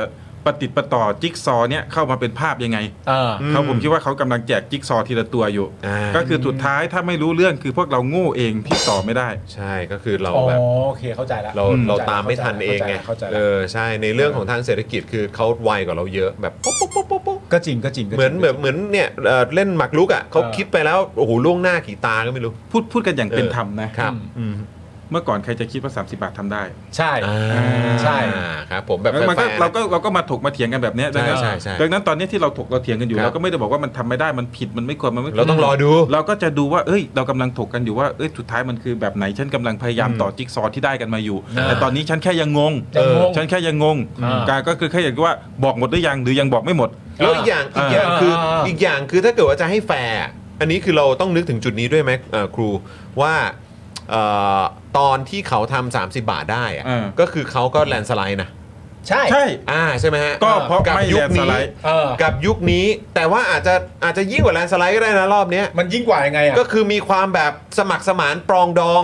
C: ปฏิดประต่อจิ๊กซอว์เนี่ยเข้ามาเป็นภาพยังไง
B: เออ
A: อืม
C: เขาผมคิดว่าเขากำลังแจกจิ๊กซอว์ทีละตัวอยู่
A: อ่า
C: ก็คือสุดท้ายถ้าไม่รู้เรื่องคือพวกเราโง่เองที่ต่อไม่ได้
A: ใช่ก็คือเรา
B: อ๋อ
A: แบบ
B: โอเคเข้าใจแล้ว
A: เรา
B: อื
A: เราตามไม่ทันเองไง
B: เข้าใจ
A: เอ
B: แล้ว
A: อใช่ในเรื่องของทางเศรษฐกิจคือเขาไวกว่าเราเยอะแบบปุ๊บปุ๊บปุ๊บปุ๊บปุ๊บ
B: ก็จริงก็จริงก็จริง
A: เหมือนเหมือนเหมือนเนี่ยเอ่อเล่นหมากรุกอ่ะเขา
B: เออ
A: คิดไปแล้วโอ้โหล่วงหน้ากี่ตาก็ไม่รู้
C: พูดพูดกันอย่างเป็นธรรมนะครับ
A: อืม
C: เมื่อก่อนใครจะคิดว่า 30 บาททำได้
B: ใช่
A: อ่า
B: ใช่
A: ครับ ผมแบบ
C: แล้วมันก็
A: แฟร์ๆ
C: เราก็เราก็มาถกมาเถียงกันแบบเนี้ยดังนั้น
A: ใช่ใช่ใช่
C: ดังนั้นตอนนี้ที่เราถกเราเถียงกันอ
A: ค
C: ยู่
A: รับ
C: เราก็ไม่ได้บอกว่ามันทำไม่ได้มันผิดมันไม่ควรมันไม่ควร
A: เราต้องรอดู
C: เราก็จะดูว่า เอ้ย เรากำลังถกกันอยู่ว่า เอ้ย สุดท้ายมันคือแบบไหน ฉันกำลังพยายามต่อจิ๊กซอว์ที่ได้กันมาอยู่
B: อ่า
C: แต่ตอนนี้ฉันแค่ยังงง
B: ยังงง
C: เออฉันแค่ยังงง
B: อ่า
C: การก็คือแค่อยากรู้ว่าบอกหมดหรือยัง หรือยังบอกไม่หมด
A: แล้วอีกอย่างอีกอย่าง
B: อ่า
A: คือ
B: อ่า
A: อีกอย่างคือถ้าเกิดว่าจะให้แฟร์อ่ะอันนี้คือเราต้องนึกถึงจุดนี้ด้วยไหมเอ่อครูว่าเอ่อตอนที่เขาทำ30 บาทได้อะ
C: เออ
A: ก็คือเขาก็แลนด์สไลด์นะ
B: ใช่
C: ใช่
A: อ่าใช่ไหมฮะ
C: ก็เพราะ
A: กับ
C: ไม่
A: ยุ
C: แล
A: คน
C: ด์ส
A: นี้
C: ไลด์
B: เออ
A: กับยุคนี้แต่ว่าอาจจะอาจจะยิ่งกว่าแลนด์สไลด์ก็ได้นะรอบเนี้ย
B: มันยิ่งกว่ายังไงอ่ะ
A: ก็คือมีความแบบสมัครสมานปรองดอง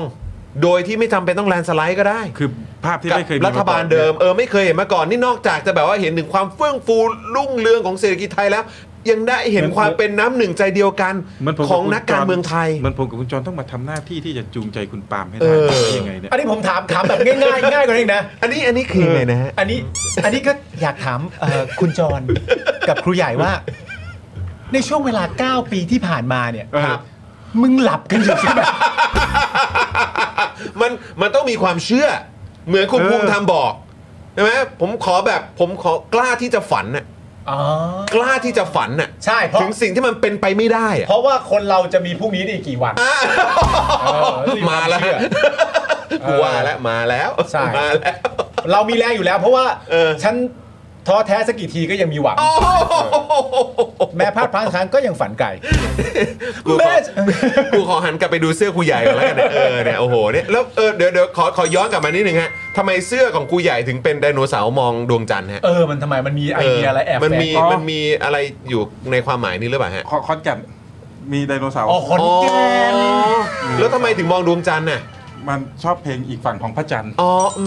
A: โดยที่ไม่จำเป็นต้องแลนด์สไลด์ก็ได้
C: คือภาพที่
A: กับ
C: ไม่เคยมี
A: รัฐบาลเดิมเออไม่เคยเห็นมาก่อนนี่นอกจากจะแบบว่าเห็นถึงความเฟื่องฟูรุ่งเรืองของเศรษฐกิจไทยแล้ว ยังได้เห็นความเป็นน้ำหนึ่งใจเดียวกัน
C: มันผมบ
A: ของ
C: คุณ
A: นักการเมืองไทย
C: มันผมกับคุณจรต้องมาทำหน้าที่ที่จะจูงใจคุณปาล์มให้
A: เออ
C: ได้ได้ยังไงเนี่ย
B: อันนี้ผมถามถามแบบง่ายง่ายๆง่ายกว่านี้อีกนะ
A: อันนี้อันนี้คือยังไงนะฮะ
B: อันนี้อันนี้ก็อยากถามเอ่อคุณจรกับครูใหญ่ว่า ในช่วงเวลา 9 ปีที่ผ่านมาเนี่ย
C: ครับ
B: มึงหลับกันอยู่ใช่ไหม
A: มันมันต้องมีความเชื่อ เหมือนคุณ
C: เออ
A: ภูมิธรรมบอกใช่ไหมผมขอแบบผมขอกล้าที่จะฝันน่ะ
B: อ๋อ
A: กล้าที่จะฝันน่ะ
B: ใช่เพราะ
A: ถึงสิ่งที่มันเป็นไปไม่ได้อะ
B: เพราะว่าคนเราจะมีพรุ่งนี้ได้อีกกี่วันเออนี่
A: มาแล้ว
B: คเชื่อ
A: กูว่าแล้วมาแล้ว
B: ใช่
A: มาแล้ว
B: เรามีแรงอยู่แล้ว เพราะว่า
A: เออ
B: ฉันท้อแท้สักกี่ทีก็ยังมีหวัง
A: โอ้โห
B: แม้พลาดพลั้งครั้งก็ยังฝันไกล
A: กูข
B: แม่
A: อกูขอหันกลับไปดูเสื้อครูใหญ่ก่อนแล้วกันนะเออเนี่ยโอ้โหเนี่ยแล้วเออเดี๋ยวเดี๋ยวขอขอย้อนกลับมานิดนึงฮะทำไมเสื้อของครูใหญ่ถึงเป็นไดโนเสาร์มองดวงจันทร์ฮะ
B: เออ มันทำไม มันมีไอเดียอะไรแอบแฝ
A: มัน
B: ง
A: มีมันมีอะไรอยู่ในความหมายนี้หรือเปล่าฮะ
C: ขอคอนแกนมีไดโนเสาร์
B: อ๋อคน
A: อ๋อ
B: แก่น
A: แล้วทำไมถึงมองดวงจันทร์น่ะ
C: มันชอบเพลงอีกฝั่งของพระจันทร์
A: อ๋ออื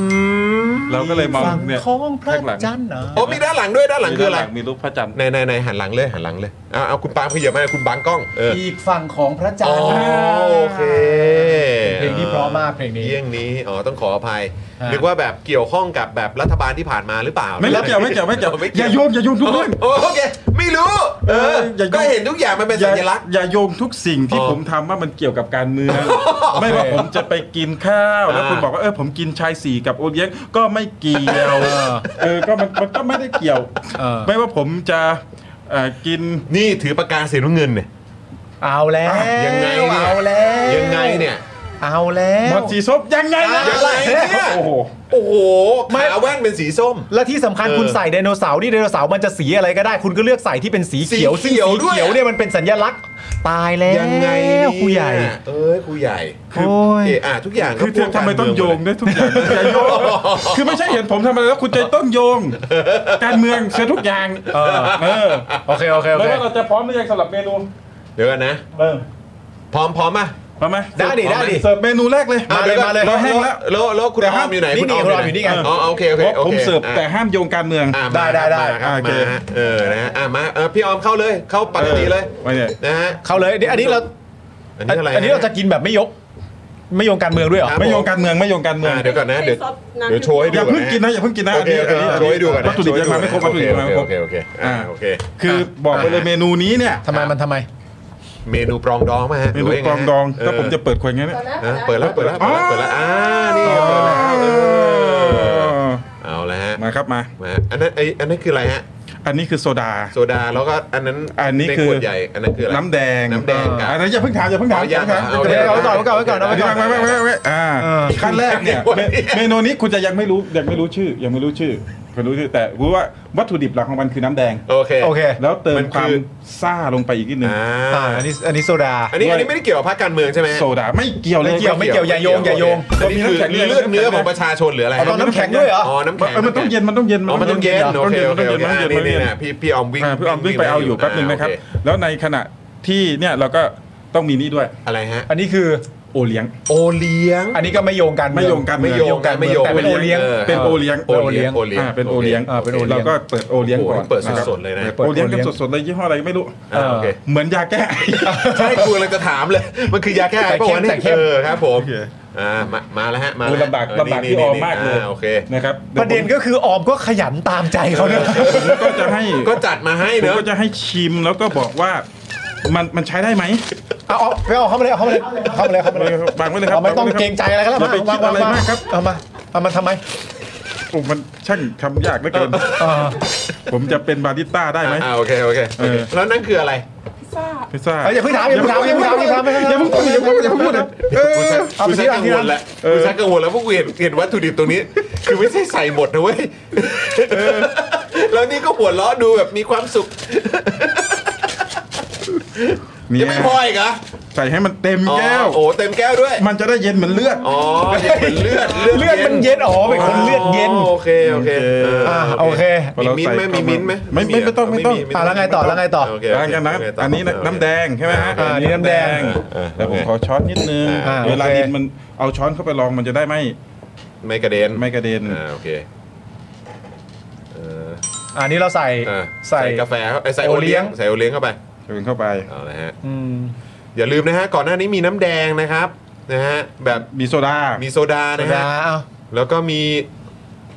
A: ม
C: เราก็เลยมอง
B: ฝั่ง
C: เนี่ย
B: ของพระ
C: ข้างหลัง
B: จันทร์นะ
A: โอ้มีด้านหลังด้วยด้านหลังคืออะไร
C: มีรูปพระจันทร์
A: ในในในหันหลังเลยหันหลังเลยเอาเอาคุณปาล์มขยับมาคุณบังกล้องเออ
B: อีกฝั่งของพระจั
A: อ๋
B: น
A: อ
B: ทร์นะ
A: โอเค
B: เพลงที่เพราะมากเพลงนี้
A: เยี่ยงนี้ อ๋อ ต้องขออภัย
B: ฮะ
A: นึกว่าแบบเกี่ยวข้องกับแบบรัฐบาลที่ผ่านมาหรือเปล่า
C: ไม่เกี่ยวไม่เกี่ยวไม่เกี่ยว
A: อ๋อไม่
C: อย่าโยงอย่าโยงทุกเรื่อง
A: โอโอเค ไม่รู้ เอ
C: เอ
A: อ
C: ออย่าโยง
A: ก็เห็นทุกอย่างมันเป็นสัญลักษณ์
C: อย่าอย่าโยงทุกสิ่งที่
A: อ๋อ
C: ผมทำว่ามันเกี่ยวกับการเมือง ไม่ว่าผมจะไปกินข้าว แล้ว
A: อ่า
C: คุณบอกว่าเออผมกินชายสี่กับโอเลี้ยงก็ไม่เกี่ยว เออก็มันมันก็ไม่ได้เกี่ยว
B: เออ
C: ไม่ว่าผมจะเอ่อกิน
A: นี่ถือปากกาเสียน้ำเงินเนี่ย
B: เอาแล้ว
A: ยังไงเนี่ย
B: เอาแล้ว
A: ยังไงเนี่ย
B: เอาแล้ว
C: บอลสีซบยังไงนะ
A: ยังไงเนี่ย
C: โอ้โห
A: โอ้โห
B: ไม่
A: ขาแว่นเป็นสีส้ม
B: และที่สำคัญ
A: เออ
B: คุณใส่ไดโนเสาร์นี่ไดโนเสาร์มันจะสีอะไรก็ได้ คุณก็เลือกใส่ที่เป็นสีเขียว
A: สีเขียว
B: ซึ่ง
A: ด้วย
B: สีเขียวเนี่ยมันเป็นสัญลักษณ์ตายแล้ว
A: ยังไงเนี่ย
B: ครูใหญ่
A: เอ้ยครูใหญ่
B: โอ้ย
A: เอออ่ะทุกอย่างก็
C: คือเธอทำไมต้องโยงด้วยทุกอย่างอย่าโยง คือไม่ใช่เห็นผมทำอะไรแล้วคุณจะต้องโยง การเมืองเสียทุกอย่าง
B: เออ
C: เออ
B: โอเคโอเคโอ
C: แล้ว
B: เค
C: ว่าเราจะพร้อมหรือยังสำหรับเมนู
A: เดี๋ยวกันนะ
C: เออ
A: พร้อมพร้อมป่ะ
C: พร้อมไหม
B: ได้ดิได้ดิ
C: เสิร์ฟเมนูแรกเลย
A: อ่ะดี๋วก่อน
C: มาเลยเราแห้งแล้ว
A: แล้วแล้วคุณ
C: แต่
A: อ้อ
C: ห้าม ม
A: อยู่ไหน
B: นี่นี่
A: ห
B: คุณอ้อมอยู่นี่ไง
A: อ๋อโอเคโอเค
C: เพราะ
A: โอ
C: ผม
A: เค
C: เสิร์ฟ
A: อ่ะ
C: แต่ห้ามโยงการเมือง
A: อ่ะ
B: ได้
A: มา
B: ได้ได้
A: มาครับ
C: โอเค
A: มาฮะเออนะฮะอ่ะมาเออพี่ออมเข้าเลยเข้าปกติเลย
C: ไม่เนี่ย
A: นะฮะ
B: เข้าเลยเดี๋ยวอันนี้เรา
A: อันนี้อะไร
B: อันนี้เราจะกินแบบไม่ยก ไม่ยงการเมืองด้วยเหรอ
C: ไม่โยงการเมืองไม่โยงการเมือง
A: อ่ะเดี๋ยวก่อนนะเดี๋ยว
F: ซอสน้ำ
A: เดี๋ยวโชว์ให้
C: อ
A: ดู
C: ย่า
A: ก่อน
C: เพิ่งกินนะอย่าเพิ่งกินนะ
A: โอ
C: อัน
A: เค
C: นี้
A: โอเค
C: อันนี้
A: โชว์ให้ดูก่อนนะ
C: วัตถุดิบยังมาไม่ครบวัตถุดิบยังมาไม่คร
A: โอ
C: บ
A: เคโอเคโอเคอ่ะโอเค
C: คือบอกไปเลยเมนูนี้เนี่ย
B: ทำไมมันทำไม
A: เมนูปรองดองไหมฮะ
C: เมนูปรองดองถ้าผมจะเปิดควายเงี้ยเนี่ย
A: เออเปิดแล้วเปิดแล้วเปิดแล้วเปิดแล้วอ่านี่เปิดแล้วเออเอาละฮะ
C: มาครับมา
A: มาอันนั้นไออันนั้นคืออะไรฮะ
C: อันนี้คือโซดา
A: โซดาแล้วก็อันนั้น
C: อันนี้คือ
A: ใขวดใหญ่อันนั้นคืออะไร
C: น้ำแดง
A: น้ำแดงกับ
C: อันนั้นอย่าเพิ่งถามอย่าเพิ่งถาม
A: เอา
C: อย่าเพิ่งถาม
A: เอา
C: เดี๋ยว
A: เอา
C: เดี๋ยว
B: เอาก่อนเอาก่อนเอาก่อนเอาก่อน
C: ไม่ไม่ไม่ไม่ไม่อ่าขั้นแรกเนี่ยเมเมนูนี้คุณจะยังไม่รู้ยังไม่รู้ชื่อยังไม่รู้ชื่อ คนรู้ชื่อแต่รู้ว่าวัตถุดิบหลักของมันคือน้ำแดง
A: โอเค
G: โอเค
C: แล้วเติม
A: มัน
C: ค
A: คื
C: วาม
A: อ
C: ซ่าลงไปอีกนิดนึง
A: อ่า
G: อ่าอันนี้อันนี้โซดา
A: อันนี้อันนี้ไม่ได้เกี่ยวกับพรรคการเมืองใช่ไหม
C: โซดาไม่เกี่ยวเลย
G: ไม่เกี่ยว อย่าโยงอย่าโยง
A: อันนี้คือนี่เลือดเนื้อของประชาชนหรืออะไร
G: เอาตอนน้ำแข็งด้วยเหรอ
A: อ๋อน้ำ
C: มั
A: แข็
C: น
A: ง
C: เอ้ยมันต้องเย็นมันต้องเย็น
A: อ๋อมันต้องเย็นโอ
C: ต้อง
A: เค
C: เย็น
A: โอ
C: มัน
A: เค
C: ต้อง
A: โอเค
C: เย็นมันต้องเย็น
A: นี่นี่
C: มันต้องเย็น
A: นะพี่พี่ออมวิ่ง
C: อ่าพี่ออมวิ่งไปเอาอยู่แป๊บหนึ่งนะครับ
A: อ่าโอเ
C: แล้วในขณะที่เนี่ยเราก็ต้องมีนี่ด้วย
A: อะไรฮะ
G: อันนี้คือ
C: โอเลี้ยง
A: โอเลี้ยง
G: อันนี้ก็ไม่โยงกันเอง
C: ไม่โยงกัน
A: ไม่โยงกัน
G: ไม่โยงแต่เป็นโอเลี้ยง
A: เออ
C: เป็นโอเลี้ยง
A: โอเลี้ยงโอเลี้ยง
C: อ่าเป็นโอเลี้ยง
G: อ่าเป็นโอเลี้ยง
C: ก็เปิดโอเลี้ยงก่อ
A: โอ้
C: น
A: โหเปิด
C: ะครับ
A: สดๆเลยนะ
C: ปิดโอเลี้ยงกันสดๆเลยยี่ห้ออะไรก็ไม่รู้
A: อ่าโอเค
C: เหมือนยาแก้
A: ใช่กูเลยจะถามเลย มันคือยาแก้ไอปะวะ
G: แต่
A: เนี่ย
G: เข้ม
A: เออครับผม
C: โอเค
A: อ่ามามาแล้วฮะมาแว
C: ลำบาก
A: เออ
C: ลำบาก
A: นี่
C: ที่ออม
A: นี่
C: มากเลย
A: อ่โอเค
C: นะครับ
G: ประเด็นก็คือออมก็ขยันตามใจเขาเนี่ย
C: ผมก็จะให้
A: ก็จัดมาให้
C: ผม
A: เนอะ
C: ก็จะให้ชิมแล้วก็บอกว่ามันมันใช้ได้ไหม
G: เอาเอาไปเอาเข้ามาเลยเอาเข้ามาเลยเข้ามาเลยเข้ามาเลย
C: บางไว้เลยครับ
G: เอาไม่ต้องเกรงใจอะไรแล้ว
C: อย่าไปคิดอะไรมากครับ
G: เอามาเอามาทำไม
C: โอ้มันช่างทำยากเหลือเกิน
G: เออ
C: ผมจะเป็นบาริสต้าได้ไหม
A: อ่าโอเคโอเคโอเค
C: เออ
A: แล้วนั่นคืออะไร
C: พิซซ่า
G: เอาอย่าเพิ่งถามอย่าเพิ่งถามอย่าเพิ่งถามอย่าเพิ่งถามไม่ต้องถาม
C: อย่าเพิ่งพูดอย่าเพิ่งพูดอย่าเพิ่งพูดนะเออ
A: กูชัก
G: เอา
A: กูชักกัน ง
G: ไปที่ร้าที่
A: ว
G: ร้า
A: ล
G: น
A: แล้ว
C: เออ
A: กูชักกังวลแล้วพวกกูเห็นเห็นวัตถุดิบตรงนี้ คือไม่ใช่ใส่หมดนะเว้ยแล้วนี่ก็หัวเราะดูแบบมีความสุข
C: เนี่
A: ยังไม่พอย อีกเหรอ
C: ใส่ให้มันเต็มแก้ว
A: อ๋อโอ้เต็มแก้วด้วย
C: มันจะได้เย็นเหมือนเลือด
A: อ๋อเย็นเหมือนเลือด
G: เลือดมันเย็นอ๋อเป็นคนเลือดเย็น
A: โอเคโอเคเ
G: อ่าโอเค
C: พอเรา
A: มีมิ้นท์ไหม
C: ใส่
A: มีมิ้นท์ไหม
C: ไม่ไม่ไม่ต้องไม่ต้อง
A: เหร
G: อ่าแล้วไงต่อแล้วไงต่อ
A: โอเค
C: หลังจากนั้น
A: โเค
C: อันนี้นะ
A: โเค
C: น้ำแดงใช่ไหมฮะ
G: อ่าอันนี้น้ำแดง
A: เออ
C: แต่ผมขอช้อนนิดนึง
G: อ่า
C: เวลา
G: โอเค
C: ดินมันเอาช้อนเข้าไปลองมันจะได้ไม่
A: ไม่กระเด็น
C: ไม่กระเด็น
A: อ่าโอเคเออ
G: อ่านี่เราใส่
A: อ่ะ
G: ใส่
A: กาแฟเข้าไปใส่โอเลี้ยง
G: โอเลี้ยง
A: ใส่โอเลี้ยงเข้าไป
C: เดินเข้าไป
A: เอาละฮะ
G: อืม
A: อย่าลืมนะฮะก่อนหน้านี้มีน้ำแดงนะครับนะฮะแบบ
C: มีโซดา
A: มีโซดานะฮะ
G: นะเอา
A: แล้วก็มี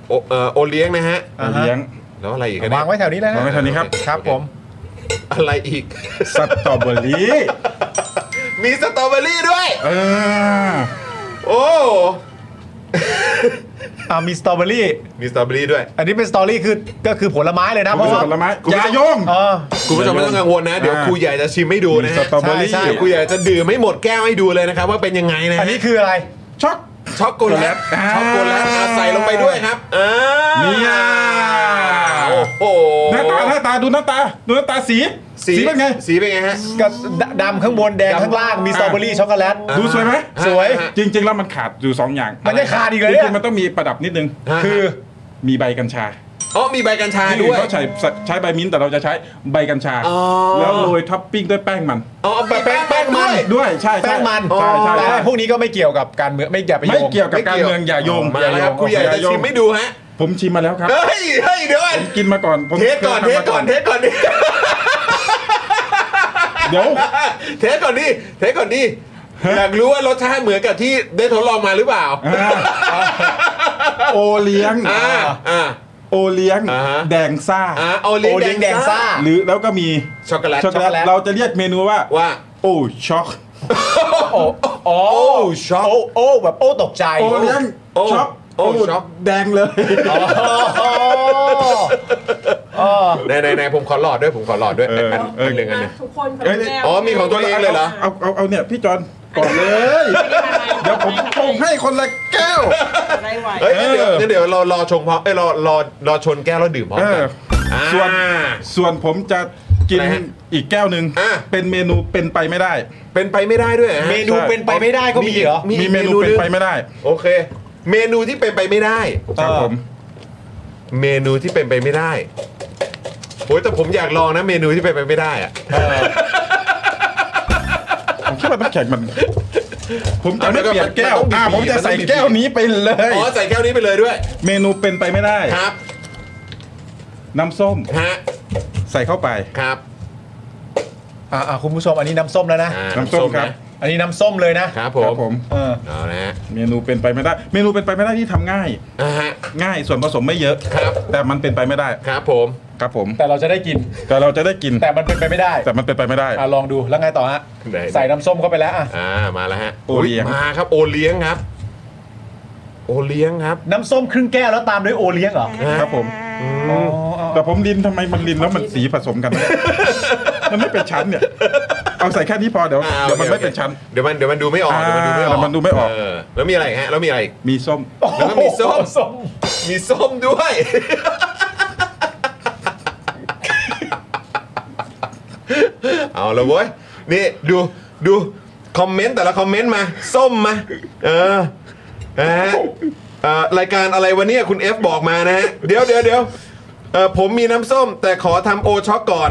A: โอเอ่อโอเลี้ยงนะฮะ
C: โอเลี้ยง
A: แล้วอะไรอีกอะเนี่ยว
G: เอาางไว้แถวนี้แล้ว
C: วางไว้
G: นะ
C: แถวนี้ครับ
G: ครับผม
A: อะไรอีก
C: สตรอเบอรี่
A: มีสตรอเบอรี่ด้วย
C: เออ
A: โอ้
G: อ่ามีสตรอเบอรี่
A: มีสตรอเบอรี่ด้วย
G: อันนี้เป็นสตอรี่คือก็คือผลไม้เลยนะ
C: คุณ
G: เพ
C: ผู้
G: ราะว่า
C: ชมผลไม้คุณผู้ชม
G: เออ
A: คุณผู้ชมไม่ต้องกังวลนะ เดี๋ยว
C: อ่า
A: ครูใหญ่จะชิมให้ดู
C: มี
A: นะ
C: ส
A: ฮะ
C: ตรอเบอรี่
G: ใช่ใช่
A: ครูใหญ่จะดื่มไม่หมดแก้วให้ดูเลยนะครับ ว่าเป็นยังไงนะฮะ
G: อันนี้คืออะไร
C: ช็อก
A: ช็อกโกแลต
C: อ่า
A: ช็อกโกแลตอ่ะใส่ลงไปด้วยครับอ่า
C: เนี่ย
A: โอ้โห
C: หน้าตาหน้าตาดูหน้าตาดูหน้าตาสี
A: สี
C: เป็นไง
A: สีเป็นไงฮะ
G: กับดดำข้างบนแดง
C: ดำ
G: ข้างล่างมีสตรอเบอรี่ช็อกโกแลต
C: ดูสวยไหม
A: สวย
C: จริง ๆ แล้วมันขาดอยู่สองอย่าง
G: มันจะขาดอีกเหรอ
C: จ
G: เนี่ย
C: ริงๆมันต้องมีประดับนิดนึง
G: คือ
C: มีใบกัญชา
A: อ๋อมีใบกัญชา
C: ที่
A: ด้
C: อื่
A: วย
C: นเขาใช้ใช้ใบมิ้นท์แต่เราจะใช้ใบกัญชา
A: อ๋อ
C: แล้วโรยท็อปปิ้งด้วยแป้งมัน
A: อ๋อเอา
G: แป้งแป้งมัน
C: ด้วยใช่ใช่
G: แป้งมัน
C: ใช่ใช่
G: แต่
C: ใช่
G: พวกนี้ก็ไม่เกี่ยวกับการเมืองไม่อย่าไปโย
C: ไม่
G: ง
C: เกี่ยวกับการเมืองอย่าโยง
A: มา
C: อย่า
A: แล้วค
C: โย
A: รับ
C: ง
A: ครูใหญ่
C: อย่า
A: จะ
C: โย
A: ชิ
C: ง
A: มให้ดูฮะ
C: ผมชิมมาแล้วครับ
A: เฮ้ยเฮ้ยเดี๋ยวก่อน
C: กินมาก่อนผม
A: เทสก่อนเท
C: คย
A: ส
C: ทำมา
A: ก่อนเทสก่อนดิ
C: เดี๋ยว
A: เทสก่อนดิเทสก่อนดิอยากรู้ว่ารสชาติเหมือนกับที่ได้ทดลองมาหรือเปล่า
C: อ่าโอเลี้ยง
A: อ่าอ่า
C: โอเลี้ยง
A: อ่าฮะ
C: แดงซ่า
A: อ่าเอา
G: โอเลี้
A: เลี้
G: ย
A: ย
G: ง
A: ง
G: แด
A: แด
G: ง
A: ง
G: ซ่า
A: ซ่า
C: หรือแล้วก็มี
A: ช็อกโกแลต
C: ช็อกโกแลตเราจะเรียกเมนูว่า
A: ว่า
C: โอช็อก
G: โอ้โอ้ช็อกโอ้โอ้แบบโอ้ตกใจ
C: โอเลี้ยง
A: โอ้
C: ช็อก
A: โอ้ช็อก
C: แดงเลย
G: โอ้โอ้
A: ไหนไหนไหนผมขอหลอดด้วยผมขอหลอดด้วย
C: เออ
A: อัน
C: เออ
A: นหนึ่งอันหนึ่ง
E: ทุกคน
C: เอ้ย
A: อ๋อมีของตัวเองเลยเหรอ
C: เอาเอาเอาเนี่ยพี่จอนก่อนเลย เดี๋ยวผมชงให้คนละแก้ว
E: ได้ไหว
A: เฮ้ยงั้นเดี๋ยว
C: เออ
A: งั้นเดี๋ยวเรารอชงพร้อมเอ้ยรอรอรอชนแก้วแล้วดื่มพร้อม
C: เอ
A: กั
C: อน
A: า
C: ส่วนส่วนผมจะกิน
A: อะไรฮะ
C: อีกแก้วหนึ่ง
A: อ่ะ
C: เป็นเมนูเป็นไปไม่ได้
A: เป็นไปไม่ได้ด้วยหรอฮะ
G: เมนูเป็นไปไม่ได้ก็มีเหรอ
C: มีเมนูเป็นไปไม่ได้
A: โอเค เมนูที่เป็นไปไม่ได้
C: ครับผม
A: เมนูที่เป็นไปไม่ได้โอ้ยแต่ผมอยากลองนะเมนูที่เป็นไปไม่ได้อะ
C: ผมคิดว่าน้ำแข็งมัน ผมจะไม่
A: อา
C: เปลี่ยนแก้ว
A: มัต้
C: อ่ะ
A: ง
C: ผมจะใส่แก้วนี้ไปเลย
A: อ๋อใส่แก้วนี้ไปเลยด้วย
C: เมนูเป็นไปไม่ได้
A: ครับ
C: น้ำส้ม
A: ฮะ
C: ใส่เข้าไป
A: ครับ
G: อ่ะอ่ะคุณผู้ชมอันนี้น้ำส้มแล้วนะ
A: อ่า
C: น้ำส้มครับ
G: อันนี้น้ำส้มเลยนะ
A: นะครับ ผ
C: ครับผม ม
G: เออ
A: เอานะฮะ
C: เมนูเป็นไปไม่ได้ เมนูเป็นไปไม่ได้ที่ทำง่าย
A: อ่าฮะ
C: ง่ายส่วนผสมไม่เยอะ
A: ครับ
C: แต่มันเป็นไปไม่ได้
A: ครับผม
C: ครับผม
G: แต่เราจะได้กิน
C: แต่เราจะได้กิน
G: แต่มันเป็นไปไม่ได้
C: แต่มันเป็นไปไม่ได้
G: อ่ะลองดูแล้วไงต่อฮะ
A: ไหน
G: ใส่น้ำส้มเข้าไปแล้วอ่ะ
A: อ่ามาแล้วฮะ
C: โอเลี้ยง
A: มาครับ โอเลี้ยงครับ โอเลี้ยงครับ
G: น้ำส้มครึ่งแก้วแล้วตามด้วยโอเลี้ยงเหรอ
A: นะฮะ
C: ครับผม
G: อ๋ออ๋อ
C: แต่ผมลินทำไมมันลินแล้วมันสีผสมกันวะเนี่ย มันไม่เป็นชั้นเนี่ย เอาใส่แค่นี้พอเดี๋ยว
A: อ่า
C: เดี๋ยวมัน
A: โอค
C: ไม่เป็นชั้น
A: เดี๋ยวมันเดี๋ยวมันดูไม่ออก
C: อ่า
A: เดี๋ยวมันดูไม่ออก
C: เดี๋ยวมันดูไม่ออก
A: เอแล้วมีอะไรอีกฮะแล้วมีอะไรอีก
C: มีส้ม
A: แล้วก็มีส้ม
G: ส้ม
A: มีส้มด้วย เอาละเว้ย นี่ดูดูคอมเมนต์แต่ละคอมเมนต์มา ส้มมา เออนะฮะเอ่อรายการอะไรวันนี้คุณ F บอกมานะฮะ เดี๋ยวเดี๋ยวเดี๋ยวเอ่อผมมีน้ำส้ม แต่ขอทำโอช็อกก่อน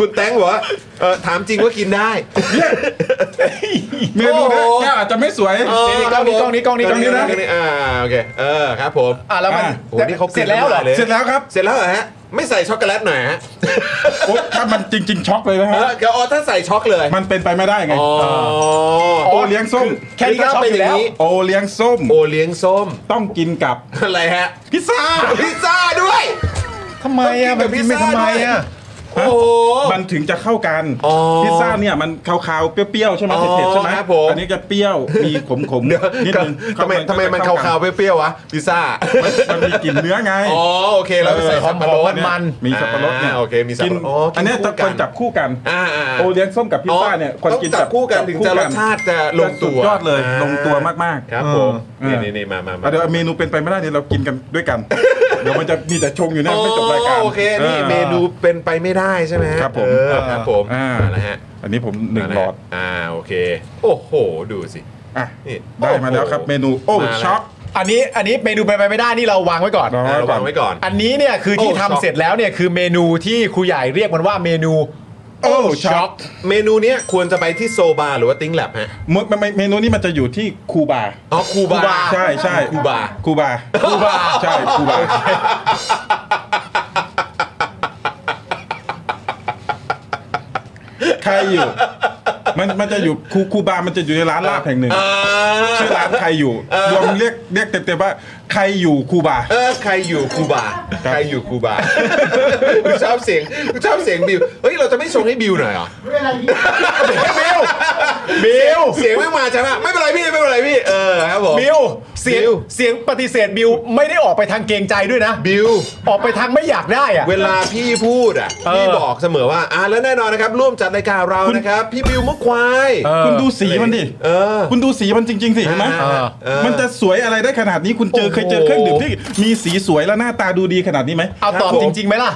A: คุณแตงบอกว่าเอ่อถามจริงว่ากินได้
C: เมนูนะ
A: โอ้โห
C: แก้วอาจจะไม่สวย
A: เ
G: นี่กล้องนี้กล้องนี้กล้องนี้กล้องนี้นะ
A: อ่าโอเคเออครับผม
G: อ่ะแล้วมัน
C: อ่ะ
A: โอ้โหนี่เขา
G: เสร็จแล้วเหรอ
A: กินน้ำายย
C: เสร็จแล้วครับ
A: เสร็จแล้วเหรอฮะไม่ใส่ช็อกโกแลตหน่อยฮะ
C: โอ๊ยถ้ามันจริง ๆ ช็อกเลยนะ
A: เอ
C: ฮะ
A: อเดี๋ยวอ๋อถ้าใส่ช็อกเลย
C: มันเป็นไปไม่ได้ไง
A: อ๋อ
C: โอเลี้ยงส้ม
G: แค่นี้ก็
A: ถ้า
G: ช็อก
A: เป็น
G: อยู่
A: อ
G: แล้
A: ย่าง
G: ว
A: นี้
C: โอเลี้ยงส้ม
A: โอเลี้ยงส้ม
C: ต้องกินกับ
A: อะไรฮะ
C: พิซซ่า
A: พิซซ่าด้วย
G: ทำไมอ่ะ
A: ต้อ
G: มั
A: น งกิ
G: กิ
A: นกับพิ
G: นไม่
A: ซ
G: ทำ
A: ซ่า
G: ไม
A: ด้วย
G: อ่ะ
A: โอ้โห
C: มันถึงจะเข้ากัน
A: อ๋อ
C: พิซซ่าเนี่ยมันคาวๆเปรี้ยวๆใช่ไหม
A: อ๋อ
C: เผ็ดๆใช่ไหม
A: ครับผม
C: อันนี้จะเปรี้ยวมีขมๆนิดนึง
A: ทำไมทำไมมันขาวๆเปรี้ยวๆวะพิซซ่า
C: ๆมันมีกลิ่นเนื้อไง
A: อ๋อโอเคเราไปใส่สับปะรด
G: มัน
C: มีสับปะรดเนี่ย
A: อ่าโอเคมีสับปะรด
C: กิน
A: อ๋อกิน
C: อันเนี้ย
A: คู่
C: จะ
A: กั
C: คน นจับคู่กัน
A: อ่าๆ
C: โอเลี้ยงส้มกับพิซซ่าเนี่ยคน
A: ต้อง
C: กิน
A: จับคู่กันถึงจะรสชาติจะลงตัว
C: สุดยอดเลย
A: า
C: ลงตัวมากๆ
A: ครับผม
C: เอ
A: นี่
C: อ
A: นี่นี่มามามา
C: อ่ะเดี๋ยวเมนูเป็นไปไม่ได้เนี่ยเรากินกันด้วย กัน เดี๋ยวมันจะมีแต่ชงอยู่เนี่ยไม่จบรายการ
A: โอเคนี่
C: ออ
A: เมนูเป็นไปไม่ได้ใช่ไหมฮะ
C: ครับผม
A: เออครับผม
C: อ่า
A: เอาละฮะ
C: อันนี้ผมหนึ่งหลอด
A: อ่าโอเค โอ้โห ดูสิ
C: อ่ะ
A: นี่
C: ได้มาแล้วครับเมนูโอ้
A: มาแล้ว
C: ช็อก
G: อันนี้อันนี้เมนูไปไปไม่ได้นี่เราวางไว้ก่อน
C: เร
A: อ่าระวังไว้ก่อน
G: อันนี้เนี่ยคือที่
A: โอ้
G: ทำ
A: ช็อก
G: เสร็จแล้วเนี่ยคือเมนูที่ครูใหญ่เรียกมันว่าเมนู
C: โอ้ช็อก
A: เมนูเนี้ยควรจะไปที่โซบาหรือว่าติ้งแลบฮะ
C: มึมันเมนูนี้มันจะอยู่ที่คูบา
A: อ๋อคูบา
C: ใช่ใช่
A: คูบา
C: คูบาคูบา ใช่คู บา ใครอยู่ มันมันจะอยู่คูคูบา มันจะอยู่ในร้านลาบแห่งหนึ่ง
A: อ่า
C: ชื่อร้านใครอยู่
A: เออ
C: รวมเรียกเรียกเต็มๆว่าใครอยู่คูบา
A: เออใครอยู่คูบา
C: ครับ
A: ใครอยู่คูบา กูชอบเสียงกูชอบเสียงบิว เฮ้ย เราจะไม่ชงให้บิวหน่อยเหรอ
G: บิวบิว
A: เสียงไม่มาใช่ไหมไม่เป็นไรพี่ไม่เป็นไรพี่ เออครับผม
G: บิวเสียง
A: บิว
G: เสียงปฏิเสธบิวไม่ได้ออกไปทางเกรงใจด้วยนะ
A: บิว
G: ออกไปทางไม่อยากได้อะ
A: เวลาพี่พูดอ่ะ
G: เออ
A: พี่บอกเสมอว่า อ่ะแล้วแน่นอนนะครับ ร่วมจัดรายการเรานะครับ พี่บิวมุกควาย
C: คุณดูสีมันดิ
A: เออ
C: คุณดูสีมันจริง ๆ สิเห็นไหม
A: เออเออ
C: มันจะสวยอะไรได้ขนาดนี้คุณเจอเคยเจอเครื่องดื่มที่มีสีสวยและหน้าตาดูดีขนาดนี้ไหม
G: เอาตอบจริงๆไหมล่ะ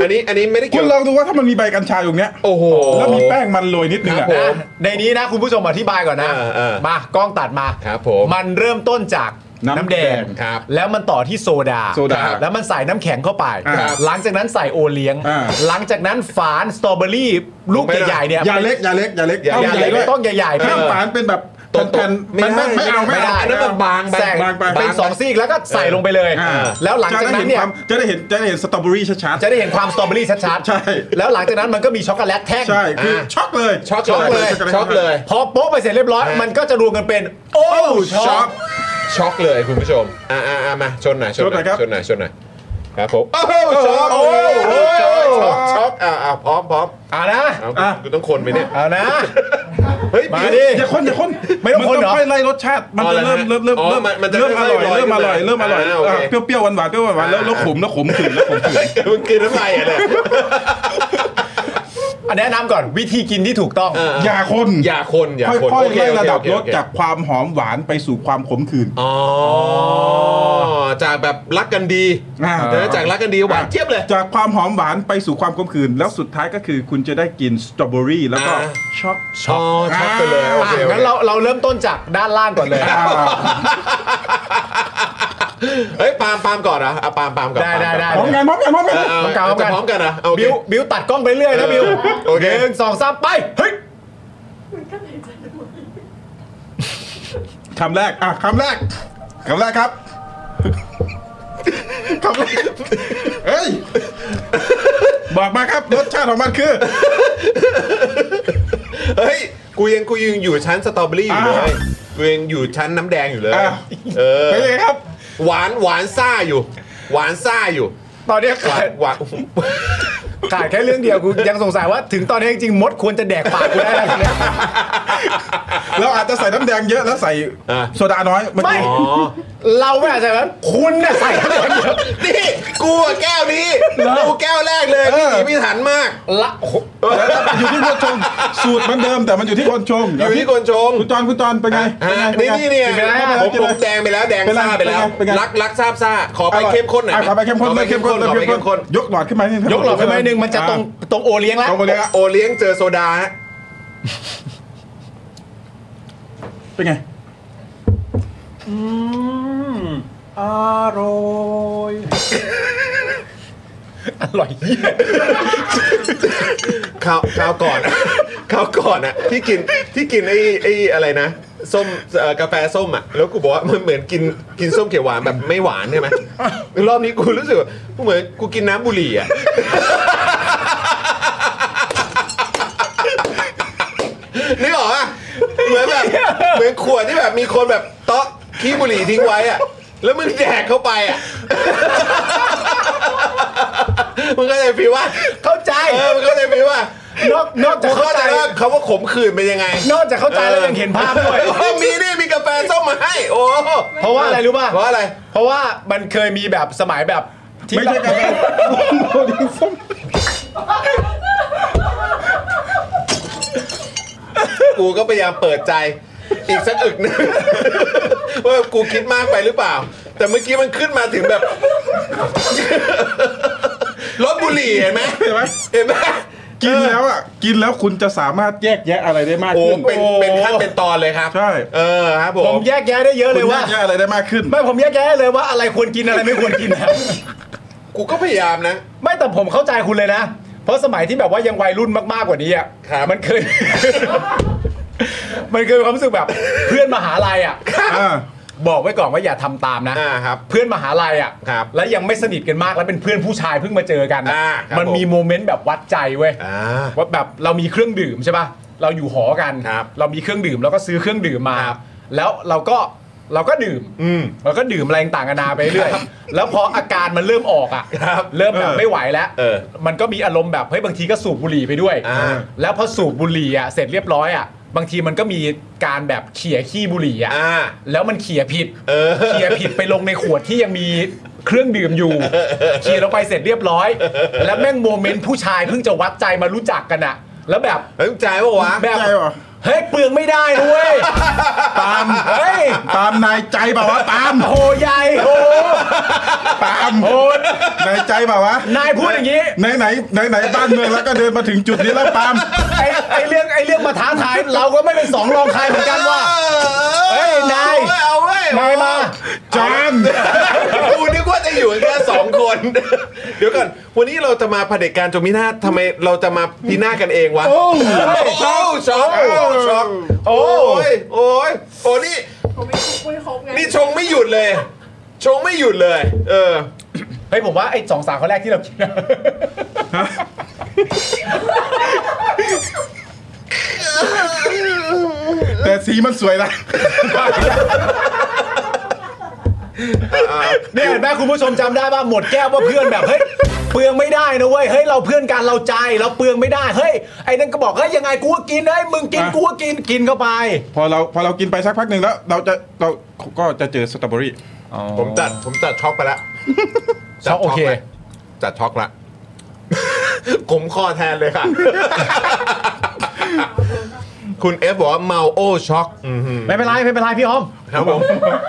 A: อันนี้อันนี้ไม่ได้
C: คุ
A: เกี่ย
C: ณ
A: ว
C: ลองดูว่าถ้ามันมีใบกัญชาอยู่เนี้ย
A: โอ้โห
C: แล้วมีแป้งมันโรยนิดนึง
A: ครั
C: อ่ะ
A: บผม
G: ในนี้นะคุณผู้ชมอธิบายก่อนนะ
A: เออเออ
G: มากล้องตัดมา
A: ครับผม
G: มันเริ่มต้นจาก
C: น้ำ
G: น้ำแดง
C: แดง
A: ครับ
G: แล้วมันต่อที่โซดา
C: โซดา
G: แล้วมันใส่น้ำแข็งเข้าไป
C: ครับ
G: หลังจากนั้นใส่โอเลี้ยง
C: อ่า
G: หลังจากนั้นฝานสตรอเบอรี่ลูก
A: ลงไปหน่อย
G: ใหญ่ๆเนี่ย
C: อย่าเล็กอย่าเล็กอย่าเล็ก
A: อย่า
G: อย่าเล็ก
C: ด้ว
G: ต้องใหญ่ๆ
C: ห้ามฝานเป็นแบบ
A: ตก
C: แผ่น
A: ๆ
C: ๆมันไม่ไม่เอาไม่เอา
A: อันนั้นมันบางไป
G: แสง
C: บางไป
G: เป็นสองซีกแล้วก็ใส่ลงไปเลย
C: อ่า
G: แล้วหลังจากนั้นเนี่ย
C: จะได้เห็นความจะได้เห็นจะได้เห็นสตรอเบอรี่ชัด
G: จะได้เห็นความสตรอเบอรี่ชัดๆ
C: ใช่
G: แล้วหลังจากนั้นมันก็มีช็อกโกแลตแท่ง
C: ๆใช่คืออา ช็อกเลย
A: ช็อกเลย
C: ช็อกเลย
A: ช็อกเลย
G: พอโป๊ะไปเสร็จเรียบร้อย มันก็จะรวมกันเป็น โอ้ช็
C: ช็
G: อ
C: อก ก
A: ช็อกเลยคุณผู้ชม อ่าอ่าอ่ามาชนหน่อยชนหน่อย
C: ชนหน่อยครับ
A: ชนหน่อยชนหน่อยครับผมโอ้โหช็อก
G: โอ้
A: โอ้
G: โห
A: โหช็อกช็อกช็อกอ่าอ่าพร้อมพร้อม
G: เอานะ
A: เอากูกูต้องคนไปเนี่ย
G: เอานะ
A: เฮ้ย
G: มา
A: บิว
G: ดิ
C: อย่าคนอย่าคน
G: ไม่ต้องคนเหรอ
C: ค่อยไล่รสชาติมัน
A: อ๋อ
C: จะ
A: เหรอ
C: เริ่ม
A: ฮะอ๋อ
C: เริ่มเริ่มเริ่ม
A: มันมันจะ
C: เริ่มอร่อย
A: เริ่
C: เริ่
A: ม
C: ม
A: อ
C: อ
A: ร่
C: ร่
A: อ
C: อย ยเริ่มอร่อย
A: อ่าโอเค
C: อ่ะเปรี้ยวๆหวานๆเปรี้ยวๆหวานๆแล้วแล้ว
A: อ่า
C: ขมแล้วขมขื่นแล้วขมขื่น
A: มึงกินน้ำลายอ่ะเนี่ย
G: อันแนะนำก่อนวิธีกินที่ถูกต้อง
A: เออ
C: อย่าคน
A: อย่าคนอย่าคน
C: ค่อย
A: โอ
C: ๆ
A: เคโอเค
C: ไล่ระดับ
A: โอเค
C: ร
A: โอ
C: ส
A: เค
C: จากความหอมหวานไปสู่ความขมขื่น
A: อ๋อ จากแบบรักกันดี
C: อ่า
A: แต่ถ้าจากรักกันดีหวานเจี๊ยบเลย
C: จากความหอมหวานไปสู่ความกลมกลืนแล้วสุดท้ายก็คือคุณจะได้กินสตรอเบอรี่แล้วก็
A: อ่า
C: ช็อก
A: อ๋อช็อกไปเลยโอ
G: อ่ะ
A: เคโอ
G: งั้น
A: เค
G: เราเราเริ่มต้นจากด้านล่างก่อนเลย
A: เฮ้ยปาล์มปาล์มก่อนนะอ่ะปาล์มปาล์มก่อน
G: ได้ได้ได้
C: พร้อมกันพร้อมกันพร้อม
A: เอ
C: กัน
A: อ
G: พร้อมกันพ
A: จะพ
G: ร้อมกัน
A: ร้อมกันนะโอเค
G: บิวบิวตัดกล้องไปเรื่อยนะบิว
A: โอเค
G: หนึ่งสองสามไป เฮ้ย
C: คำแรก อ่ะคำแรกคำแรกครับ คำแรกเฮ้ย บอกมาครับรสชาติของมันคือ
A: เฮ้ยกูยังกูยังอยู่ชั้นสตรอเบอรี่อยู่เลย
C: อ่า
A: กูยังอยู่ชั้นน้ำแดงอยู่เลย
C: อ่ะ
A: เออ
C: เป็นไงครับ
A: หวานหวานซ่าอยู่ หวานซ่าอยู่
G: ตอนเนี้ย
A: หวา
G: ขานด
A: หวาน
G: ขาดแค่เรื่องเดียวกูยังสงสัยว่าถึงตอนนี้จริงๆมดควรจะแดกปากกูได้แล้วเนี่ย
C: เราอาจจะใส่น้ำแดงเยอะแล้วใส่
A: อ่ะ
C: โซดาน้อยน
G: ไม่
A: อ๋อ
G: เราไม่อาจจะแบบคุณเนี่ยใส่ทั้งหมดเยอะ
A: นี่กูอะแก้วนี้กูแก้วแรกเลยพี่หนีพี่ถันมาก
G: ละโอ้โห
C: แล้วถ้ามันอยู่ที่คนชม สูตรเหมือนเดิมแต่มันอยู่ที่คนชม
A: อยู่ที่คนชม
C: คุณจอนคุณจอนเป็นไง
A: อ่ะ
C: เป็
A: นี่
C: ไง
A: นี่เนี่ย
C: เป็นไง
A: ผม
C: เป็น
A: ผ
C: ไง
A: มแดงไปแล้วแดง
C: เป็นไง
A: ซ่าไปแล้ว
C: เป็นไง
A: รักรักซาบซ่าขอไปเข้มข้นหน่อย
C: อ่ะขอไปเข้มข้น
A: ขอ
C: เล
A: ไป
C: ย
A: เข้
C: เข้
A: ม
C: ม
A: ข้นขอไปเข้ม
C: ข้น
A: ข้น
C: ยกหลอดขึ้นมานิด
B: ยกหลอดขึ้นมาหนึ่งมันจะตรงตรงโอเลี้ยงแล้ว
C: ตรงไปเลยอะ
A: โอเลี้ยงเจอโซดา
C: เป็นไง
H: อร่อย
G: อร่อยเหี้ย
A: ข้าวข้าวก่อน ข้าวก่อนอ่ะที่กินที่กินไอ้ไอ้อะไรนะ ส้มเอ่อกาแฟส้มอ่ะแล้วกูบอกว่ามันเหมือนกินกินส้มเขียวหวานแบบไม่หวานใช่ไหมรอบนี้กูรู้สึกว่ากูเหมือนกูกินน้ำบุหรี่อ่ะ นึกออกป่ะเหมือนแบบเหมือนขวดที่แบบมีคนแบบเตาะขี้บุหรี่ทิ้งไว้อะแล้วมึงแดกเข้าไปอะ มึงก็เลยฟีลว่า
B: เข้าใจ
A: เออมึงก็เลยฟีลว่าน
B: อกนอก
A: มึ
B: จาก
A: ง
B: เข้า
A: เข้า
B: ใจ
A: ใจว่าคำว่าขมขื่นเป็นยังไง
B: นอกจากเข้าใจแล้วยังเห็นภาพด้วย
A: โอ้มีนี่มีกาแฟส้มมาให้ โอ้
B: เพราะว่าอะไรรู้ป่ะ
A: เพราะอะไร
B: เพราะว่ามันเคยมีแบบสมัยแบบที่
C: ไม่ใช่กาแฟโอเลี้ยงส้ม
A: กูก็พยายามเปิดใจอีกสักอึกหนึง ว่ากูคิดมากไปหรือเปล่า แต่เมื่อกี้มันขึ้นมาถึงแบบ ลบบุหรี่เห็นไหม
C: เห็นไหม
A: เห็นไหม
C: กินแล้วอ่ะกินแล้วคุณจะสามารถแยกแยะอะไรได้มาก
A: โอ้
C: ขึ้น
A: เป็นเป็นขั้นเป็นตอนเลยครับ
C: ใช่
A: เออครับผ
B: ผมมแยกแยะได้เยอะ
C: คุ
B: เลย
C: ณแย
B: ว่า
C: กแยะอะไรได้มากขึ้น
B: ไม่ผมแยกแยะได้เลยว่าอะไรควรกินอะไรไม่ควรกินนะ
A: กูก็พยายามนะ
B: ไม่แต่ผมเข้าใจคุณเลยนะ เพราะสมัยที่แบบว่ายังวัยรุ่นมาก ๆ กว่านี้อ่ะ
A: ครับ
B: มันเคย มันเคยมีความรู้สึกแบบ เพื่อนมหาลัยอ่ะ
C: อ่า
B: บอกไว้ก่อนว่าอย่าทำตามนะ
A: อ่าครับ
B: เพื่อนมหาลัยอ่ะ
A: ครับ
B: และยังไม่สนิทกันมากแล้วเป็นเพื่อนผู้ชายเพิ่งมาเจอกัน
A: อ่าครับ
B: มันมี
A: ผม
B: โมเมนต์แบบวัดใจเว้ย
A: อ่า
B: ว่าแบบเรามีเครื่องดื่มใช่ป่ะ เราอยู่หอกัน
A: ครับ
B: เรามีเครื่องดื่มแล้วก็ซื้อเครื่องดื่มมา
A: ครับ
B: แล้วเราก็เราก็ดื่ม
A: อืม
B: เราก็ดื่มอะไรต่างกันานาไปเรื่อย
A: ครับ
B: แล้วพออาการมันเริ่มออกอ่ะ
A: ครับ
B: เริ่มแบบ
C: เออ
B: ไม่ไหวแล้ว
A: เออ
B: มันก็มีอารมณ์แบบเฮ้ยบางทีก็สูบบุหรี่ไปด้วย
A: อ่า
B: แล้วพอสูบบุหรี่อ่ะเสร็จเรียบร้อยอ่ะบางทีมันก็มีการแบบเขี่ยขี้บุหรี่อ่ะ
A: อ่า
B: แล้วมันเขี่ยผิด
A: เออ
B: เขี่ยผิดไปลงในขวดที่ยังมีเครื่องดื่มอยู่เขี่ยลงไปเสร็จเรียบร้อย แล้วแม่งโมเมนต์ผู้ชายเพิ่งจะวัดใจมารู้จักกันอ่ะ แล้วแบบ
A: เฮ้ยใจปะวะ
B: แบบ
C: ใจเหรอ
B: เฮ้ยเปลืองไม่ได้นะเว้ย
C: ตาม
B: เฮ้ย
C: ตามนายใจเปล่าวะตาม
B: โหใหญ่โห
C: ตามนายใจเปล่าวะ
B: นายพูดอย่างนี้
C: ไหนไหนไหนไหนบ้านเมืองแล้วก็เดินมาถึงจุดนี้แล้วตาม
B: ไอ้ไอ้เรื่องไอ้เรื่องมาท้าทายเราก็ไม่เป็นสองรองใครเหมือนกันว่า เฮ้ยนาย
A: เอเว้เอาเว้ย
B: นายมา
C: จอน
A: กูนึกว่าจะอยู่กันแค่สองคน เดี๋ยวก่อน วันนี้เราจะมาเผด็จการจงมินาศทำไมเราจะมาพินาศกันเองวะ โอ้ช็อกช็อกช็อกโอ้ยโอ้ยโอ้นี่
E: ผมไม่คุยครบไง
A: นี่ชงไม่หยุดเลย ชงไม่หยุดเลย เออ
B: เฮ้ยผมว่าไอ้สองสามคนแรกที่เรากิน
C: แต่สีมันสวยนะ
B: เนี่ยเห็นไหมคุณผู้ชมจำได้ป่ะหมดแก้วว่าเพื่อนแบบเฮ้ยเปลืองไม่ได้นะเว้ยเฮ้ยเราเพื่อนกันเราใจเราเปลืองไม่ได้เฮ้ยไอ้นั่นก็บอกเฮ้ยยังไงกูก็กินเฮ้ยมึงกินกูก็กินกินเข้าไป
C: พอเราพอเรากินไปสักพักหนึ่งแล้ว เราจะเราก็จะเจอสตรอเบอรี่
A: ผมจัดผมจัดช็อกไปละ
B: ช็อกโอเค
A: จัดช็อก ละขมคอแทนเลยค่ะ คุณเอฟบอกว่าเมาโอช็อกอือหือ
B: ไม่เป็นไรไม่เป็นไรพี่ออม
A: ครับผม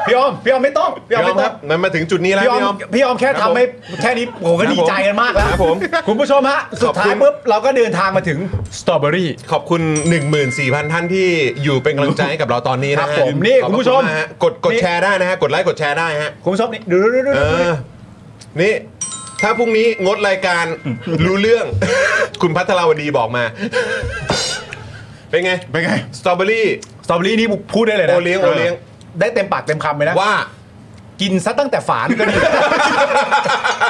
B: พี่ออมพี่ออมไม่ต้องพี่ออม
A: ยอมค
B: ไม่ต้
A: รั
B: อง
A: บมันมาถึงจุดนี้แล้ว
B: พี่ออ
A: พี่ออ
B: ม
A: ม
B: พี่ออมแค่
A: ครับ
B: ทำ
A: ผม
B: ให้แค่นี้ผมก็ดีใจกันมากแล้ว
A: ครับผม
B: คุณผู้ชมฮะ สุดท้ายปุ๊บเราก็เดินทางมาถึงสตรอเบอรี่
A: ขอบคุณ 14,000 ท่านที่อยู่เป็นกำลังใจให้กับเราตอนนี้นะครับ
B: ผมนี่คุณผู้ชม
A: กดกดแชร์ได้นะฮะ กดไลค์กดแชร์ได้ฮะ
B: คุณผู้ชมนี่ดูดูดูดู
A: เออ นี่ ถ้าพรุ่งนี้งดรายการ รู้เรื่อง คุณพัทรวดีบอก มา เป็นไง
C: เป็นไง
A: สตรอเบอรี่
B: สตรอเบอรี่นี่พูดได้เลยนะ
A: โอเลี้ยงโอเลี้ยง
B: ได้เต็มปากเต็มคำเลยนะ
A: ว่า
B: กินซะตั้งแต่ฝานก็ดี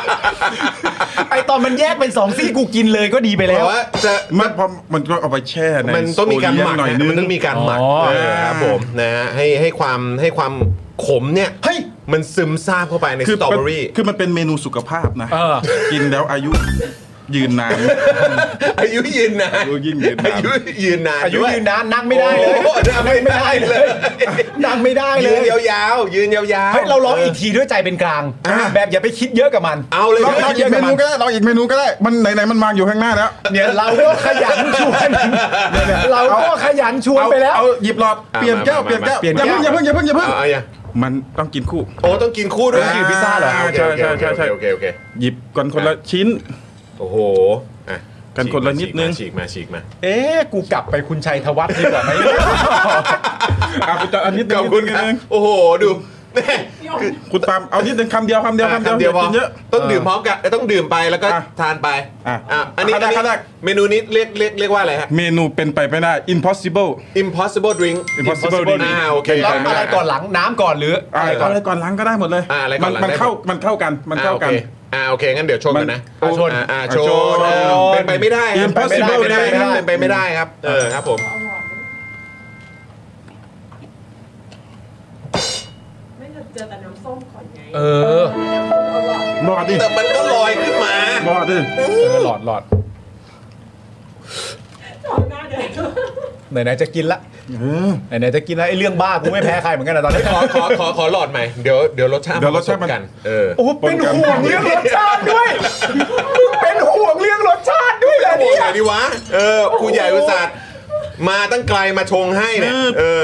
B: ไอตอนมันแยกเป็นสองซี่กูกินเลยก็ดีไป
A: แต่
B: แล้ว
A: ว่าจะ
C: มันพอมันก็เอาไปแช่ใน
A: มันต้องมีการหมัก
C: โซเดียหน่อย
A: นะ
C: นึง
A: มันต้องมีการหมัก
B: อ๋อ
A: เออครับผมนะฮะให้ให้ความให้ความขมเนี่ย
B: เฮ้ย
A: มันซึมซาบเข้าไปในสตรอเบอรี่
C: คือมันเป็นเมนูสุขภาพนะ
B: เออ
C: กินแล้วอายุ ยืนนาน
A: อายุยืนนาน
C: อายุยิ่งยืนนาน
A: อายุยืนนาน
G: อายุ
A: ด้ว
G: ยืนนานนั่งไม่ได้เลย
A: โอ้โหนั่งไม่ได้เลย
G: นั่งไม่ได้เล
A: ยืน
G: ย
A: ยาวๆยืนยาวๆ
G: เฮ้ยเราร้องอีกทีด้วยใจเป็นกลาง
A: อ่ะ
G: แบบอย่าไปคิดเยอะกับมัน
A: เอาเลย
G: เราไป
A: ครับ
G: คิดเยอะกับมัน
C: เราอีกเมนูก็ได้มันไหนๆมันวางอยู่ข้างหน้าแล้ว
G: เนี่ยเราก็ขยันชวน เราก็ขยันชวนไปแล้ว
C: เอาหยิบหลอดเปลี่ยนแก้ว
A: มามา
C: เปลี่ยนแก้ว
A: มาเปลี่ยน
C: อย่าเพิ่งอย่าเพิ่งอย่าเพิ่งอ
A: เอา
C: ย่าเพิ่ง
A: อย่า
C: มันต้องกินคู่
A: โอ้ต้องกินคู่ด้วย
C: อ่า
A: กินพิซซ่าเหรอโอเค
C: ใช่
A: โอเค
C: ใช่ใช่ใช่
A: โอเคโอเค
C: หยิบกันคนละชิ้น
A: โอ้โหอ่ะ
C: กันคนละนิดนึง
A: ฉีกมาฉีกมา
G: เอ๊ะกูกลับไปคุณชัยธวัฒน์ดีกว่าไหม
C: อ่ะคุณจะเอานิดนึง
A: ขอบคุณ
C: นิด
A: ครับ
C: นึง
A: โอ้โหดู
C: คุณปาล์มเอานิดนึงคำเดียวคำเดียว
A: อ่ะ
C: คำเดียว
A: คำเดียวพอย่
C: อากินเยอะ
A: ต้องดื่มพร้อมกันเอ้ยต้องดื่มไปแล้วก็
C: อ่ะ
A: ทานไป
C: อ่ะ
A: อ่ะอันนี้
C: ขั้นแรก
A: อันนี้
C: ขั้นแรก
A: เมนูนี้เรียกเรียกเรียกว่าอะไรฮะ
C: เมนูเป็นไปไม่ได้ impossible
A: Impossible drink
C: Impossible drink
A: อ่าโอเค
G: แล้วอะไรก่อนหลังน้ำก่อนหรือ
C: อะ
G: อะไรไร
C: ก่
G: ก่
C: อ
G: อน น
C: อะไรก่อนล้างก็ได้หมดเลย
A: อ่ะอะไรก่อน
C: มันมัน
A: ล้าง
C: เข้ามันเข้ากันมันเข้ากัน
A: อ่โอคอ่าโอเคงั้นเดี๋ยวชนกันนะ
C: มัน
A: อ่ะชนอ่ะอ่าชน
C: อ่ะชน
A: เออเป็นไปไม่ได้ครับ
C: Impossible
A: เป็นไปไม่ได้
C: drink
A: เป็นไปไม่ได้ครับเออครับผม
F: ไม่เราเจอแต่น้ำส้มก่อนไง
G: เออ
F: น้ำส้มอร่อย
C: รอดดิ
A: แต่มันก็ลอยขึ้นมาร
C: อดดิ
G: เออหลอดหลอด
F: สองหน้าเดิน
G: ไหนๆจะกินละไหนๆจะกินละไอ้เรื่องบ้ากูไม่แพ้ใครเหมือนกันนะตอนนี้
A: ขอขอขอขอหลอดใหม่เดี๋ยวเดี๋ยวรสชาติ
C: เดี๋ยวรสชาติมัน
A: กันเออ
G: โอ้โหเป็นห่วงเรื่องรสชาติด้วยมึงเป็นห่วงเรื่องรสชาติด้วยเหรอ
A: โอ้
G: เนี่ย
A: ยดีวะเออคุณใหญ่อุตส่าห์มาตั้งไกลมาชงให้เนี่ยเออ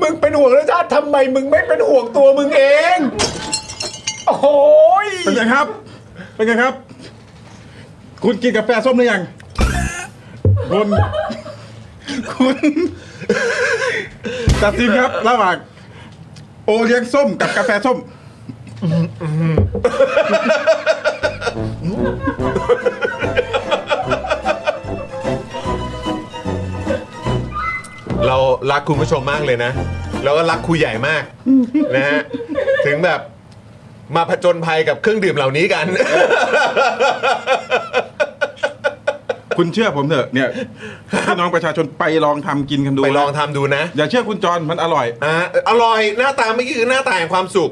G: มึงเป็นห่วงรสชาติทำไมมึงไม่เป็นห่วงตัวมึงเอง โอ้โหย
C: เป็นไงครับ เป็นไงครับ คุณกินกาแฟส้มหรือยัง คุณ คุณตัดสินครับ ระหว่างโอเลี้ยงส้มกับกาแฟส้ม
A: เรารักคุณผู้ชมมากเลยนะ แล้วก็รักครูใหญ่มาก นะฮะ ถึงแบบมาผจญภัยกับเครื่องดื่มเหล่านี้กัน
C: คุณเชื่อผมเถอะเนี่ยพี่น้องประชาชนไปลองทำกินกันดู
A: ไปลอง
C: นะ
A: ทำดูนะ
C: อย่าเชื่อคุณจรมันอร่อย
A: อ่าอร่อยหน้าตาเมื่อกี้คือหน้าตาแห่งความสุข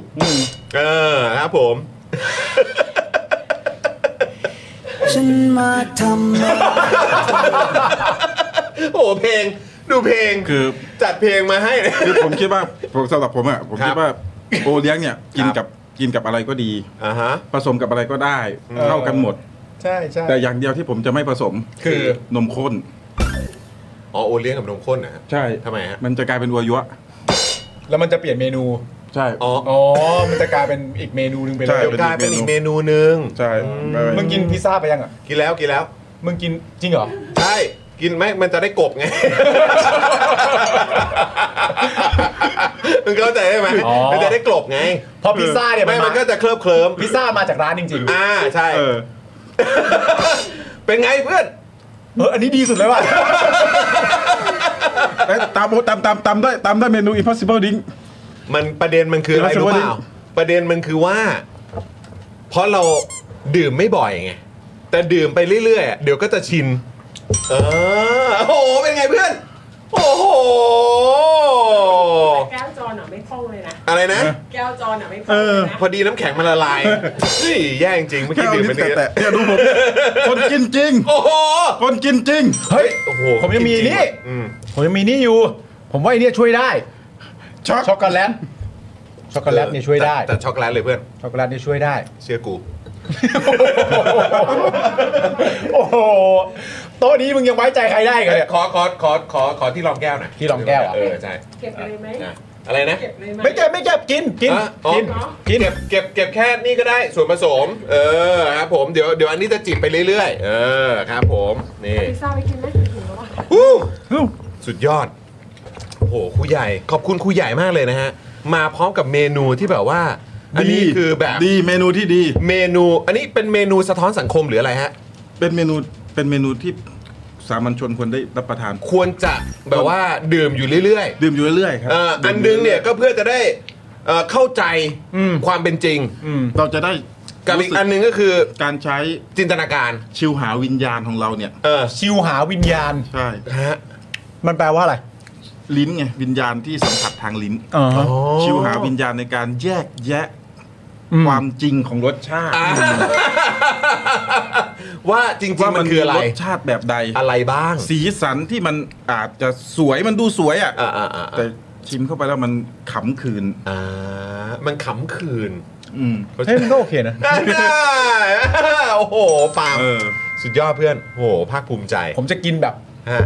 A: เออครับผม
I: ฉันมาทำ
A: โอ้โหเพลงดูเพลง
C: คือ
A: จัดเพลงมาให้
C: คือผมคิดว่าผมสำหรับผมอ่ะผม
A: ครับ
C: คิดว่าโอเลี้ยงเนี่ยกิน
A: ครับ
C: กับกินกับอะไรก็ดี
A: อ่าฮะ
C: ผสมกับอะไรก็ได้เข้ากันหมด
G: ใช่ใช่
C: แต่อย่างเดียวที่ผมจะไม่ผสม
A: คือ
C: นมข้น
A: อ๋อโอเลี้ยงกับนมข้นนะฮะ
C: ใช่
A: ทำไมฮะ
C: มันจะกลายเป็นวัวยั่ว
G: แล้วมันจะเปลี่ยนเมนู
C: ใช่
A: อ๋อ
G: อ๋อ มันจะกลายเป็นอีกเมนูหนึงไปเล
C: ใช่
G: ย
A: เดี๋ยวกลายเป็นอีกเมนูหนึ่ง
C: ใช่ไม่ไม่
G: มึงกินพิซซ่าไปยังอ่ะ
A: กินแล้วกินแล้ว
G: มึงกินจริงเหรอ
A: ใช่ กินไหมมันจะได้กบไง มึงเข้าใจได้ไหม
G: อ๋อ
A: มันจะได้กลบไง
G: เพราะพิซซ่าเนี่ย
A: ไม่
G: มั
A: มัน น
G: ก็
A: ก็จะเคลิบเคลิ้ม
G: พิซซ่ามาจากร้านจริง ๆ
A: อ่าใช่
C: เออ
A: เป็นไงเพื่อน
G: เออ อันนี้ดีสุด เลยว่ะ
C: เอ้ยตามตามตามตามด้วยตามด้วยเมนู impossible drink
A: มันประเด็นมันคืออะไร
C: เดี๋ยว
A: รู้เป
C: เราจะ
A: ล่า
C: ว่าดิ
A: ประเด็นมันคือว่า เพราะเราดื่มไม่บ่อยไง แต่ดื่มไปเรื่อยๆอ่ะเดี๋ยวก็จะชิน เออโอ้โหเป็นไงเพื่อน โอ้โห
F: แก้วจอนอ่ะไม่คล่องเลยนะ
A: อะไรนะ
F: แก้วจอนอ่ะไม่คล่องเลยนะ
A: พอดีน้ำแข็งมันละลายนี่แย่จริงๆเมื่อ
C: แค่
A: กี้
C: เอา
A: ดื่ม
C: ลิ้
A: ไป
C: น
A: เรื่
C: แตะ
A: อย
C: ๆเนี่ยดูผม คนกินจริง
A: โอ้โห
C: คนกินจริง
G: เฮ้ย
A: โอ้โห
G: ผมยังมี
A: จริๆ
G: นี่
A: ว่ะอืม
G: ผมยังมีนี่อยู่ ผมว่าไอเนี่ยช่วยได้
C: ช็อก
G: ช็อกโกแลต ช็อกโกแลตเนี่ยช่วยได้
A: แต่แต่ช็อกโกแลตเลยเพื่อน
G: ช็อกโกแลตเนี่ยช่วยได้
A: เชื่อกู
G: โอ้โห โต๊ะนี้มึงยังไว้ใจใครได้อีกันเนี่ย
A: ขอขอขอขอขอที่รองแก้วหน่อย
G: ที่รองแก้วอ่ะ
A: เออใช่
F: เก็บเลยไหม
A: อ่ะอะไรนะ
F: เก็บเลยไหม
G: ไม่เก็บไม่เก็บกิน กิน
A: อ่ะอ๋อ
G: กิน
A: กินเก็บเก็บเก็บแค่นี่ก็ได้ส่วนผสม เออครับผมเดี๋ยวเดี๋ยวอันนี้จะจิบไปเรื่อยๆ เออครับผมนี่
F: พิซซ่าไปกินไหมถึงแล้วอะ
A: อู้สุดยอดโอ้โหครูใหญ่ขอบคุณครูใหญ่มากเลยนะฮะ มาพร้อมกับเมนูที่แบบว่า อันนี้
C: ดี
A: คือแบบ
C: ดีเมนูที่ดี
A: เมนูอันนี้เป็นเมนูสะท้อนสังคมหรืออะไรฮะ
C: เป็นเมนูเป็นเมนูที่สามัญชนควรได้รับประทาน
A: ควรจะแบบว่าดื่มอยู่เรื่อยๆ
C: ดื่มอยู่เรื่อยๆครั
A: เอ่ออันหนึงเนี่ยก็เพื่อจะได้เอ่อเข้าใจความเป็นจริง
C: เราจะได้
A: กับอี
C: รู้
A: ก
C: สึก
A: อันหนึงก็คือ
C: การใช้
A: จินตนาการ
C: ชิวหาวิญญาณของเราเนี่ย
A: เออ
G: ชิวหาวิญญาณ
C: ใช่
A: ฮะ
G: มันแปลว่าอะไร
C: ลิ้นไงวิญญาณที่สัมผัสทางลิ้น
G: อ๋อ
C: ชิวหาวิญญาณในการแยกแยะความจริงของรสชาติ
A: อ่า ว่าจริง
C: ว่า
A: ๆมั
C: มัน น
A: คืออะไร
C: มีรสชาติแบบใด
A: อะไรบ้าง
C: สีสันที่มันอาจจะสวยมันดูสวยอ่ะ
A: อ่าอ่าอ่า
C: แต่ชิมเข้าไปแล้วมันขำขืน
A: อ่ามันขำคืน
C: อืม
G: เฮ้ยมันก็โอเคนะ
A: ได้โอ้โหปาล์ม
C: เออ
A: สุดยอดเพื่อนโอ้โหภาคภูมิใจ
G: ผมจะกินแบบ
A: ฮะ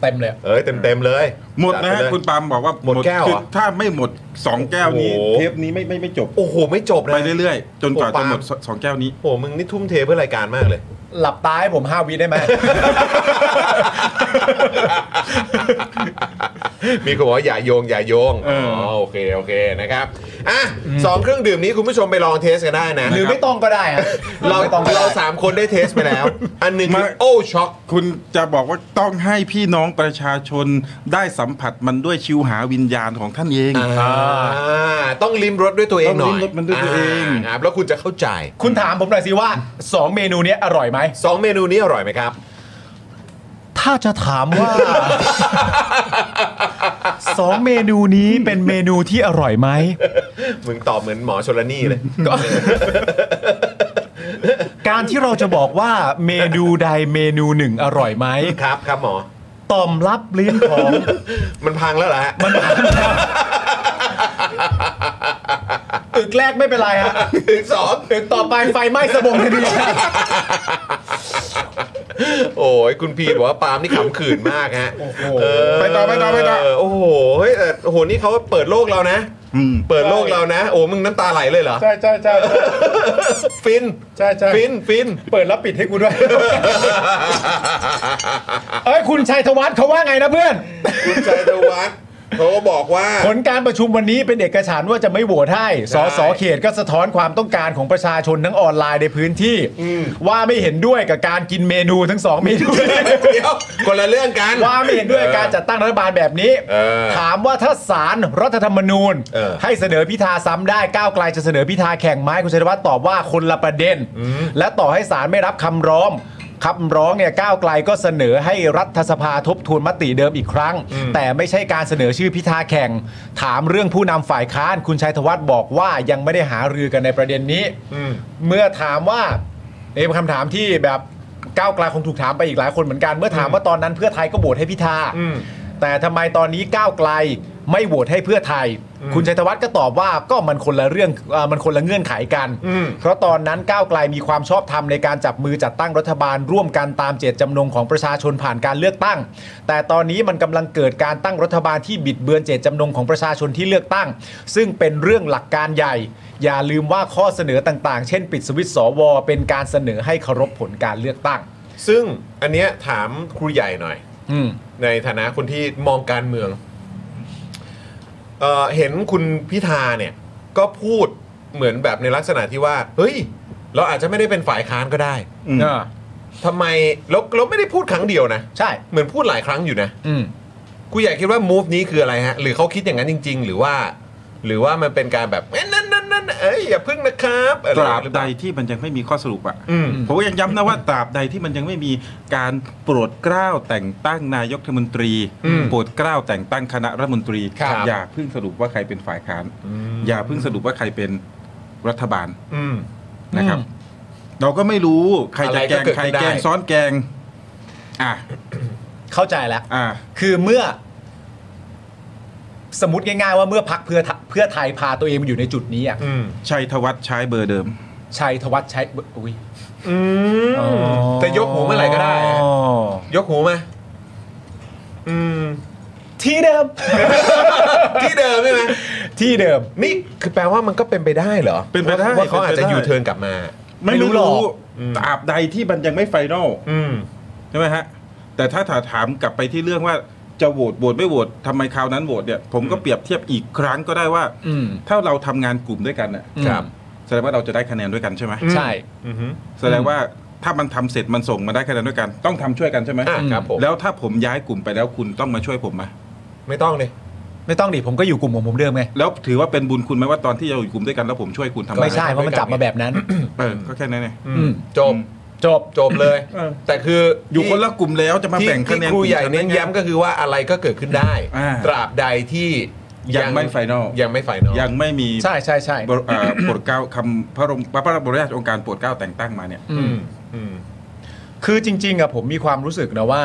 G: เต็มๆเลยอะ
A: เอ้ยเต็มๆเลย
C: หมด
A: จั
C: นะ
A: ไป
C: ฮะ
A: เลย
C: คุณปาล์มบอกว่า
A: หมดแก้วเหรอ
C: คือถ้าไม่หมดสองแก้วนี้
A: โอ้โห
C: เทปนี้ไม่ไม่ไม่จบ
A: โอ้โหไม่จบนะ
C: ไปเรื่อยๆ จนกว่าจะหมดสองแก้วนี้
A: โอ้โหมึงนี่ทุ่มเทเพื่อรายการมากเลย
G: หลับตาให้ผมห้าวิได้ไหม
A: มีคนบอกว่าอย่าโยงอย่าโยงอ๋อโอเคโอเคนะครับอ่ะสองเครื่องดื่มนี้คุณผู้ชมไปลองเทสกันได้นะ
G: หรือไม่ต้องก็ได้อะ
A: เรา
G: ไม่ต้องก็
A: เรา
G: ได้
A: สามคนได้เทสไปแล้ว อันหนึ่งคือ
C: มา
A: โอ้ช็อก
C: คุณจะบอกว่าต้องให้พี่น้องประชาชนได้สัมผัสมันด้วยชิวหาวิญญาณของท่านเอง
A: อ่าต้องลิ้มรสด้วยตัวเองหน่อย
C: ต้องลิ้มรสมันด้วยตัวเอง
A: าครับแล้วคุณจะเข้าใจ
G: คุณถามผมหน่อยสิว่า 2 เมนูเนี้ยอร่อยไหม
A: สองเมนูนี้อร่อยไหมครับ
G: ถ้าจะถามว่า 2 เมนูนี้เป็นเมนูที่อร่อยไหม
A: มึงตอบเหมือนหมอชลนี่เลย
G: การที่เราจะบอกว่าเมนูใดเมนูหนึ่งอร่อยไหม
A: ครับครับหมอ
G: ต่อมรับลิ้นของ
A: มันพังแล้วเหรอฮะ
G: มันอึกแรกไม่เป็นไรฮะ
A: ถึงสอง
G: อึกต่อไปไฟไหม้สมองทันทีครับ
A: โอ้ยคุณพีบอกว่าปาล์มนี่ขำขื่นมากฮะ
G: โอ้โห
A: เ
C: ไปต่อไปต่อไปต่อ
A: โอ้โหเฮ้ยแต่โอ้โหนี่เขาเปิดโลกเรานะ
C: อืม
A: เปิดโลกเรานะ โอ้มึงน้ำตาไหลเลยเหรอ
G: ใช่ใช่ใช่
A: ฟิน
G: ใช่ใช่
A: ฟินฟิน
G: เปิดแล้วปิดให้กูด้วย เอ้ยคุณชัยธวัฒน์เขาว่าไงนะเพื่อน
A: คุณชัยธวัฒน์เขาก็บอกว่า
G: ผลการประชุมวันนี้เป็นเอกฉันท์ว่าจะไม่โหวตให้ สสเขตก็สะท้อนความต้องการของประชาชนทั้งออนไลน์ในพื้นที่ ว่าไม่เห็นด้วยกับการกินเมนูทั้งสองเม นู
A: เดี๋ยวคนละเรื่องกัน
G: ว่าไม่เห็นด้วยกับการจัดตั้งรัฐบาลแบบนี้
A: เออ
G: ถามว่าถ้าสารรัฐธรรมนูญ
A: เออ
G: ให้เสนอพิธาซ้ำได้ก้าวไกลจะเสนอพิธาแข่งไหม้คุณชัยธวัฒน์ตอบว่าคนละประเด็น และต่อให้สารไม่รับคำร้องคำร้องเนี่ยก้าวไกลก็เสนอให้รัฐสภาทบทวนมติเดิมอีกครั้ง แต่ไม่ใช่การเสนอชื่อพิธาแข่ง ถามเรื่องผู้นำฝ่ายค้านคุณชัยธวัฒน์บอกว่ายังไม่ได้หารือกันในประเด็นนี้
A: อืม
G: เมื่อถามว่าเนี่ยเป็นคำถามที่แบบก้าวไกลคงถูกถามไปอีกหลายคนเหมือนกันเมื่อถามว่าตอนนั้นเพื่อไทยก็โหวตให้พิธา
A: อืม
G: แต่ทำไมตอนนี้ก้าวไกลไม่โหวตให้เพื่อไทย คุณชัยธวัฒน์ก็ตอบว่าก็มันคนละเรื่องเออมันคนละเงื่อนไขกัน
A: อืม
G: เพราะตอนนั้นก้าวไกลมีความชอบธรรมในการจับมือจัดตั้งรัฐบาลร่วมกันตามเจตจำนงของประชาชนผ่านการเลือกตั้ง แต่ตอนนี้มันกำลังเกิดการตั้งรัฐบาลที่บิดเบือนเจตจำนงของประชาชนที่เลือกตั้ง ซึ่งเป็นเรื่องหลักการใหญ่ อย่าลืมว่าข้อเสนอต่างๆ เช่น ปิดสวิตช์สว เป็นการเสนอให้เคารพผลการเลือกตั้ง
A: ซึ่งอันเนี้ยถามครูใหญ่หน่อย
G: อืม
A: ในฐานะคนที่มองการเมืองเออเห็นคุณพิธาเนี่ย ก็พูดเหมือนแบบในลักษณะที่ว่า เฮ้ย เราอาจจะไม่ได้เป็นฝ่ายค้านก็ได้
C: อืม
A: ทำไมเราเราไม่ได้พูดครั้งเดียวนะ
G: ใช่
A: เหมือนพูดหลายครั้งอยู่นะ
G: อืม
A: กูอยากคิดว่า move นี้คืออะไรฮะ หรือเขาคิดอย่างนั้นจริง ๆ หรือว่า หรือว่ามันเป็นการแบบเอ้ยนั่นนั่นนั่นเอ้ยอย่าพึ่งนะครับอะไอ
C: ต
A: ย่
C: ราง บ
A: เงี้ยหอ
C: ใด
A: เปล่
C: ที่มันยังไม่มีข้อสรุปอ่ะ
A: อืม
C: ผมก็ยังย้ำนะว่าตราบใดที่มันยังไม่มีการโปรดเกล้าแต่งตั้งนายกรัฐมนตรี โปรดเกล้าแต่งตั้งคณะรัฐมนตรี
A: ครับ
C: อย่าเพิ่งสรุปว่าใครเป็นฝ่ายค้าน อย่าเพิ่งสรุปว่าใครเป็นรัฐบาล
A: อืม
C: นะครับ เราก็ไม่รู้ใครจะแกง
A: อะไรก็เกิด
C: ใคร
A: ขึ้นได้
C: แกงซ้อนแกง อ่ะ
G: เข้าใจแล้ว
C: อ่ะ
G: คือเมื่อ สมมติง่ายๆว่าเมื่อพักเพื่อไทเพื่อไทยพาตัวเองมาอยู่ในจุดนี้อ่ะ
A: อืม
C: ชัยธวัฒน์ใช้เบอร์เดิม
G: ชัยธวัฒน์ใช้อุ้ย
A: อืมแต่ยกหูเมื่อไหร่ก็ได้ฮะยกหูมาอืม
G: ที่เดิม
A: ที่เดิมใช่ไหม
G: ที่เดิม
A: นี่คือแปลว่ามันก็เป็นไปได้เหรอ
C: เป็นไปได้
A: ว่าเขาอาจ
C: เป็น
A: จะ
C: ไปได้
A: ยูเทิร์นกลับมา
C: ไม่
G: ไม่รู้หรอก
C: ตราบใดที่มันยังไม่ไฟนอล
A: อืม
C: ใช่ไหมฮะ แต่ถ้าถาถามกลับไปที่เรื่องว่าจะโหวตโหวตไม่โหวตทำไมคราวนั้นโหวตเนี่ย ผมก็เปรียบเทียบอีกครั้งก็ได้ว่า
G: อืม
C: ถ้าเราทำงานกลุ่มด้วยกันน่ะ
G: ครับ
C: แสดงว่าเราจะได้คะแนนด้วยกันใช่ไหม
G: ใช่
A: อือฮึ
C: แสดงว่าถ้ามันทำเสร็จมันส่งมาได้คะแนนด้วยกัน ต้องทำช่วยกันใช่ไหม
A: อ่ะครับผม
C: แล้วถ้าผมย้ายกลุ่มไปแล้วคุณต้องมาช่วยผมไหม
A: ไม่ต้องเลย
G: ไม่ต้องดิผมก็อยู่กลุ่มของผมเดิมไง
C: แล้วถือว่าเป็นบุญคุณไหมว่าตอนที่เราอยู่กลุ่มด้วยกันแล้วผมช่วยคุณทำอะร
G: ไม่ใช่เพราะมันจับมาแบบนั้น
C: เออก็แค่นั้นเอง
G: อืม
A: จบ
G: จบ
A: จบเลย
C: เออ
A: แต่คืออ
C: อยู่คนละกลุ่มแล้วจะมา
A: ที่
C: แบ่งคะแนน
A: ที่ครูใหญ่
C: กลุ่มกั
A: เน้น
C: ได้ไง
A: ย้ำก็คือว่าอะไรก็เกิดขึ้นได้
C: อ่า
A: ตราบใดที่
C: ยังไม่ไฟนอล
A: ยังไม่ไฟนอล
C: ยังไม่มี
B: ใช่ใช่ใช่
C: บรเอ่อโปรดเกล้าคำพระบรมพระบรมราชโองค์การโปรดเกล้าแต่งตั้งมาเนี่ย
B: อื
A: อื
B: ม
A: มอืม
B: คือจริง ๆอะผมมีความรู้สึกนะว่า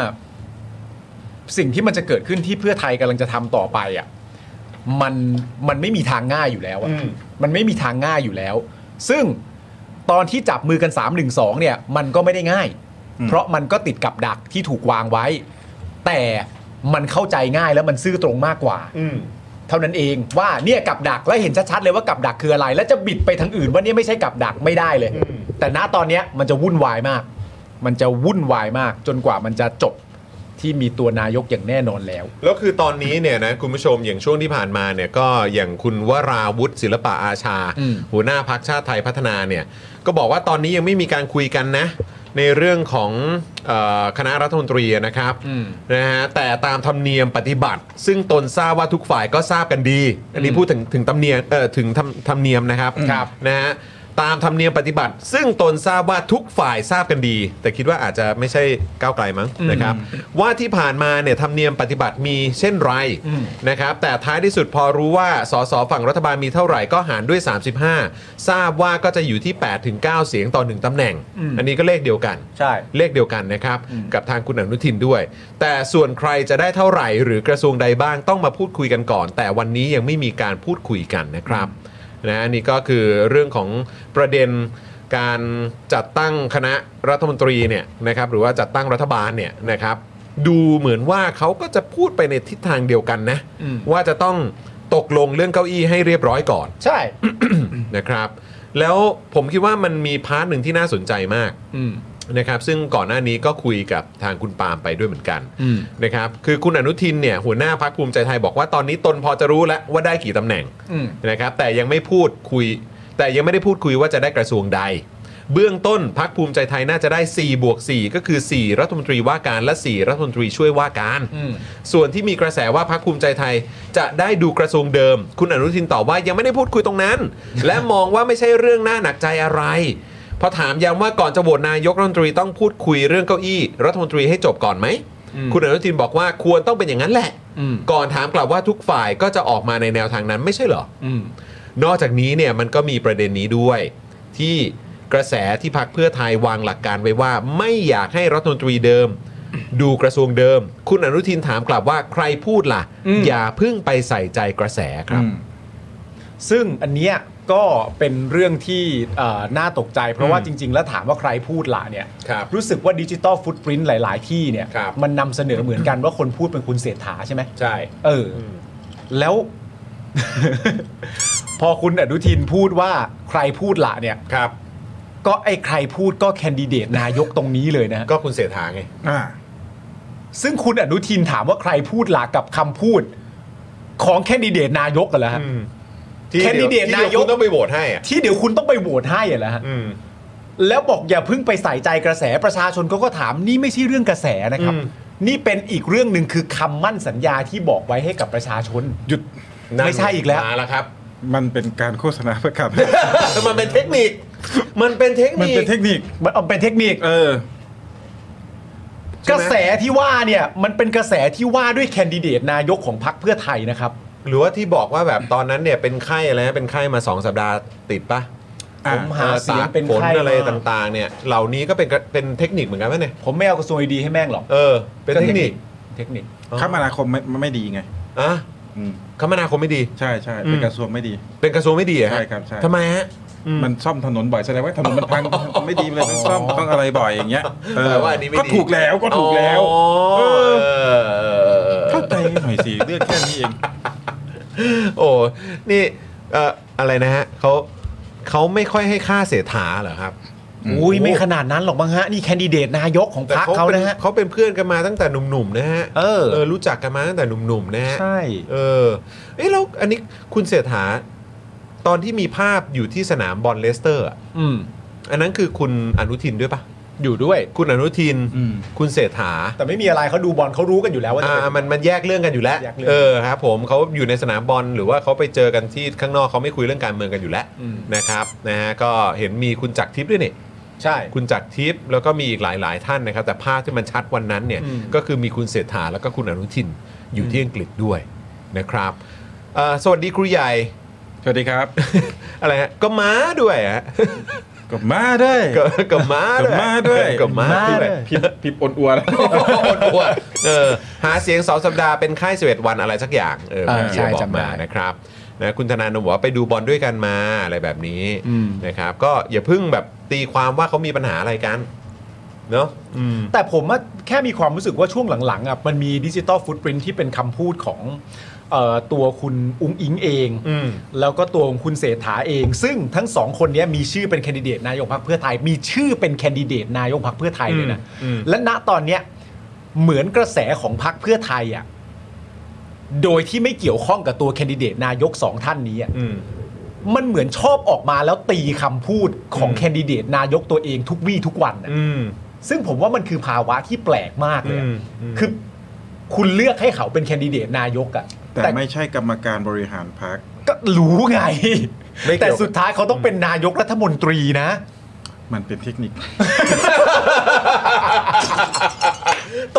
B: สิ่งที่มันจะเกิดขึ้นที่เพื่อไทยกำลังจะทำต่อไปอะมันมันไม่มีทางง่ายอยู่แล้วอะ
A: อืม
B: มันไม่มีทางง่ายอยู่แล้ว ซึ่งตอนที่จับมือกัน 3 1 2 เนี่ย มันก็ไม่ได้ง่าย
C: อืม
B: เพราะมันก็ติดกับดักที่ถูกวางไว้ แต่มันเข้าใจง่ายแล้วมันซื่อตรงมากกว่า
A: อืม
B: เท่านั้นเองว่าเนี่ยกับดักและเห็นชัดๆเลยว่ากับดักคืออะไร และจะบิดไปทางอื่นว่าเนี่ยไม่ใช่กับดักไม่ได้เลย
A: อืม
B: แต่ณตอนเนี้ยมันจะวุ่นวายมาก มันจะวุ่นวายมาก จนกว่ามันจะจบที่มีตัวนายกอย่างแน่นอนแล้ว
A: แล้วคือตอนนี้เนี่ยนะคุณผู้ชมอย่างช่วงที่ผ่านมาเนี่ยก็อย่างคุณวราวุฒิศิลปะอาชา
B: อืม
A: หัวหน้าพักชาติไทยพัฒนาเนี่ยก็บอกว่าตอนนี้ยังไม่มีการคุยกันนะ ในเรื่องของเออคณะรัฐมนตรีนะครับนะฮะแต่ตามธรรมเนียมปฏิบัติ ซึ่งตนทราบว่าทุกฝ่ายก็ทราบกันดี อันนี้พูดถึงถึงธรรมเนียมเออถึงธรรมธรรมเนียมนะครับ
B: ครับ
A: นะฮะตามธรรมเนียมปฏิบัติ ซึ่งตนทราบว่าทุกฝ่ายทราบกันดี แต่คิดว่าอาจจะไม่ใช่ก้าวไกลมั้งนะครับ ว่าที่ผ่านมาเนี่ยธรรมเนียมปฏิบัติมีเช่นไรนะครับแต่ท้ายที่สุดพอรู้ว่าสสฝั่งรัฐบาลมีเท่าไหร่ก็หารด้วย 35 ทราบว่าก็จะอยู่ที่ 8-9 เสียงต่อหนึ่งตำแหน่ง อันนี้ก็เลขเดียวกัน
B: ใช่
A: เลขเดียวกันนะครับ กับทางคุณอนุทินด้วย แต่ส่วนใครจะได้เท่าไหร่หรือกระทรวงใดบ้างต้องมาพูดคุยกันก่อน แต่วันนี้ยังไม่มีการพูดคุยกันนะครับนะอันนี่ก็คือเรื่องของประเด็นการจัดตั้งคณะรัฐมนตรีเนี่ยนะครับหรือว่าจัดตั้งรัฐบาลเนี่ยนะครับ ดูเหมือนว่าเขาก็จะพูดไปในทิศทางเดียวกันนะ
B: อืม
A: ว่าจะต้องตกลงเรื่องเก้าอี้ให้เรียบร้อยก่อน
B: ใช่
A: นะครับ แล้วผมคิดว่ามันมีพาร์ทหนึ่งที่น่าสนใจมาก
B: อืม
A: นะครับซึ่งก่อนหน้านี้ก็คุยกับทางคุณปาล์มไปด้วยเหมือนกัน
B: อืม
A: นะครับคือคุณอนุทินเนี่ยหัวหน้าพักภูมิใจไทยบอกว่าตอนนี้ตนพอจะรู้แล้วว่าได้กี่ตำแหน่ง
B: อืม
A: นะครับแต่ยังไม่พูดคุย แต่ยังไม่ได้พูดคุยว่าจะได้กระทรวงใด เบื้องต้นพักภูมิใจไทยน่าจะได้4บวก4ก็คือ 4 รัฐมนตรีว่าการและ 4 รัฐมนตรีช่วยว่าการ
B: อืม
A: ส่วนที่มีกระแสว่าพักภูมิใจไทยจะได้ดูกระทรวงเดิม คุณอนุทินตอบว่ายังไม่ได้พูดคุยตรงนั้น และมองว่าไม่ใช่เรื่องน่าหนักใจอะไร พอถามย้ำว่าก่อนจะโหวตนายกรัฐมนตรีต้องพูดคุยเรื่องเก้าอี้ รัฐมนตรีให้จบก่อนไหม คุณอนุทินบอกว่าควรต้องเป็นอย่างนั้นแหละ
B: อืม
A: ก่อนถามกลับว่าทุกฝ่ายก็จะออกมาในแนวทางนั้นไม่ใช่เหรอ
B: อืม
A: นอกจากนี้เนี่ยมันก็มีประเด็นนี้ด้วย ที่กระแสที่พักเพื่อไทยวางหลักการไว้ว่า ไม่อยากให้รัฐมนตรีเดิม ดูกระทรวงเดิม คุณอนุทินถามกลับว่าใครพูดล่ะ อย่าเพึ่งไปใส่ใจกระแสครับ
C: อืม
B: ซึ่งอันเนี้ยก็เป็นเรื่องที่เอ่อน่าตกใจ เพราะว่า
A: อืม
B: จริง ๆ แล้วถามว่าใครพูดล่ะเนี่ย
A: ครับ
B: สึกว่าดิจิตอลฟุตปรินต์หลาย ๆ ที่เนี่ย
A: ครับ
B: มันนำเสนอเหมือนกันว่าคนพูดเป็นคุณเศรษฐาใช่ไหม
A: ใช่
B: เอออ
A: ม
B: แล้ว พอคุณอนุทินพูดว่าใครพูดละเนี่ย
A: ครับ
B: ก็ไอ้ใครพูดก็แคนดิเดตนายกตรงนี้เลยนะ
A: ก็คุณเสถาไง
C: อ่า
B: ซึ่งคุณอนุทินถามว่าใครพูดละกับคำพูด ของแคนดิเดตนายกกันแล้วฮะ
A: อืมที่
B: แคนดิเดต
A: ที่วน
B: ายก
A: คุณต้องไปโหวตให้อ่ะ
B: ที่เดี๋ยวคุณต้องไปโหวตให้อะแล้วฮะ
A: อืม
B: แล้วบอกอย่าเพิ่งไปใส่ใจกระแสประชาชนเขาก็ถามนี่ไม่ใช่เรื่องกระแสนะครับ นี่เป็นอีกเรื่องหนึ่งคือคำมั่นสัญญาที่บอกไว้ให้กับประชาชน
C: หยุด
A: นั่น
B: ไม่ใช่อีกแล้ว
A: มาแล้วครับ
C: มันเป็นการโฆษณาประ กาศ
A: มันเป็นเทคนิค มันเป็นเทค
C: มัน
A: นิค
C: เป็นเทคนิค
B: มันเอาเป็นเทคนิค
C: เออ
A: ใช่
B: กระ
A: ไหม
B: แสที่ว่าเนี่ยมันเป็นกระแสที่ว่าด้วยแคนดิเดตนายกของพรรคเพื่อไทยนะครับ
A: หรือว่าที่บอกว่าแบบตอนนั้นเนี่ยเป็นไข้อะไรนะเป็นไข้มาสองสัปดาห์ติดปะ
C: อ่ะ
B: ผมหาเสียงเป็น
A: ผล
B: ใคร
A: อะไร
B: มา
A: ต่างๆ เนี่ย เหล่านี้ก็เป็นกระเป็นเทคนิคเหมือนกันไหมเนี่ย
B: ผมไม่เอากระทรวงดีๆให้แม่งหรอก
A: เออ เป็นเทคนิค
B: เทคนิค
C: คมนาคมไม่ไม่ดีไง
A: อ่ะ
C: อืม
A: คมนาคมไม่ดี
C: ใช่ใช่
A: อืม
C: เป็นกระทรวงไม่ดี
A: เป็นกระทรวงไม่ดีเหอฮะ
C: ใช่ครับใช่
A: ทำไมฮะ
C: มันซ่อมถนนบ่อยแสดงว่าถนนมัน พัง ไม่ดีเลยต้องซ่อมต้องอะไรบ่อยอย่างเงี้ยเออ
A: แปลว่าอันนี้ไม่ดี
C: ก็ถูกแล้วก็ถูกแล้ว
A: อ๋อ
C: เอ
A: เออเอ
C: อ
A: อเออ
C: เข้าใจหน่อยสิเรื่องแค่นี้เอง
A: โอ้นี่เอ่ออะไรนะฮะเขาเขาไม่ค่อยให้ค่าเสถาเหรอครับ
C: อืม
B: อุ้ยไม่ขนาดนั้นหรอกบ้างฮะ นี่แคนดิเดตนายกของ
A: แต่
B: พรรค
A: เขา
B: เขา
A: เป็น
B: นะฮะ
A: เขาเป็นเพื่อนกันมาตั้งแต่หนุ่มๆนะฮะ
B: เออ
A: เออรู้จักกันมาตั้งแต่หนุ่มๆนะฮะ
B: ใช่
A: เออ เอ้แล้วอันนี้คุณเสถาตอนที่มีภาพอยู่ที่สนามบอลเลสเตอร์อะ
B: อืม
A: อันนั้นคือคุณอนุทินด้วยปะ
B: อยู่ด้วย
A: คุณอนุทิน
C: อืม
A: คุณเศรษฐา
B: แต่ไม่มีอะไรเขาดูบอลเขารู้กันอยู่แล้วว่าจะ
A: อ่า
B: เป็น
A: มันมันแยกเรื่องกันอยู่แล้ว
B: แยกเรื่อง
A: เออครับผมเขาอยู่ในสนามบอลหรือว่าเขาไปเจอกันที่ข้างนอกเขาไม่คุยเรื่องการเมืองกันอยู่แล้ว
B: อืม
A: นะครับนะฮะก็เห็นมีคุณจักรทิพย์ด้วยนี่
B: ใช่
A: คุณจักรทิพย์แล้วก็มีอีกหลาย ๆ ท่านนะครับ แต่ภาพที่มันชัดวันนั้นเนี่ย
B: อืม
A: ก็คือมีคุณเศรษฐาแล้วก็คุณอนุทินอยู่ที่อังกฤษด้วยนะครับ เอ่อสวัสดีครูใหญ่
C: สวัสดีครับ
A: อะไรฮะก็ม้าด้วยฮะ
C: กับมาด้วย
A: ก็ก็ม้า
C: กับ
A: ด้วย
C: มาด้วย
A: ก็ม้าด้วย
C: พิมพ์พิมพ์อนอัวแล้ว
A: โอ้โหปวดเออหาเสียงสองสัปดาห์เป็นค่ายสิบเอ็ดวันอะไรสักอย่างเออ
B: เออ
A: เมื่อกี้
B: ใช่
A: บอก
B: จำได้
A: มานะครับนะคุณธนาโนมบอกว่าไปดูบอลด้วยกันมาอะไรแบบนี้นะครับ ก็อย่าเพิ่งแบบตีความว่าเขามีปัญหาอะไรกันเนาะอืม
B: แต่ผมอะแค่มีความรู้สึกว่าช่วงหลังๆอ่ะมันมีดิจิตอลฟุตปรินที่เป็นคำพูดของเอ่อตัวคุณอุ้งอิงเอง
A: อืม
B: แล้วก็ตัวของคุณเศรษฐาเอง ซึ่งทั้งสองคนเนี้ยมีชื่อเป็นแคนดิเดตนายกพรรคเพื่อไทย มีชื่อเป็นแคนดิเดตนายกพรรคเพื่อไทยเลยนะ
A: อืม
B: และณตอนเนี้ยเหมือนกระแสของพรรคเพื่อไทยอ่ะโดยที่ไม่เกี่ยวข้องกับตัวแคนดิเดตนายกสองท่านนี้อะ
A: อืม
B: มันเหมือนชอบออกมาแล้วตีคำพูดของ
A: อืม
B: แคนดิเดตนายกตัวเองทุกวี่ทุกวันน่ะ
A: อืม
B: ซึ่งผมว่ามันคือภาวะที่แปลกมากเลยอะ
A: อืมอืม
B: คือคุณเลือกให้เขาเป็นแคนดิเดตนายกอะ
C: แต่ไม่ใช่กรรมการบริหารพรรค
B: ก็รู้ไง
A: ไม่เกี่ยว
B: แต่สุดท้ายเขาต้องเป็นนายกรัฐมนตรีนะ
C: มันเป็นเทคนิค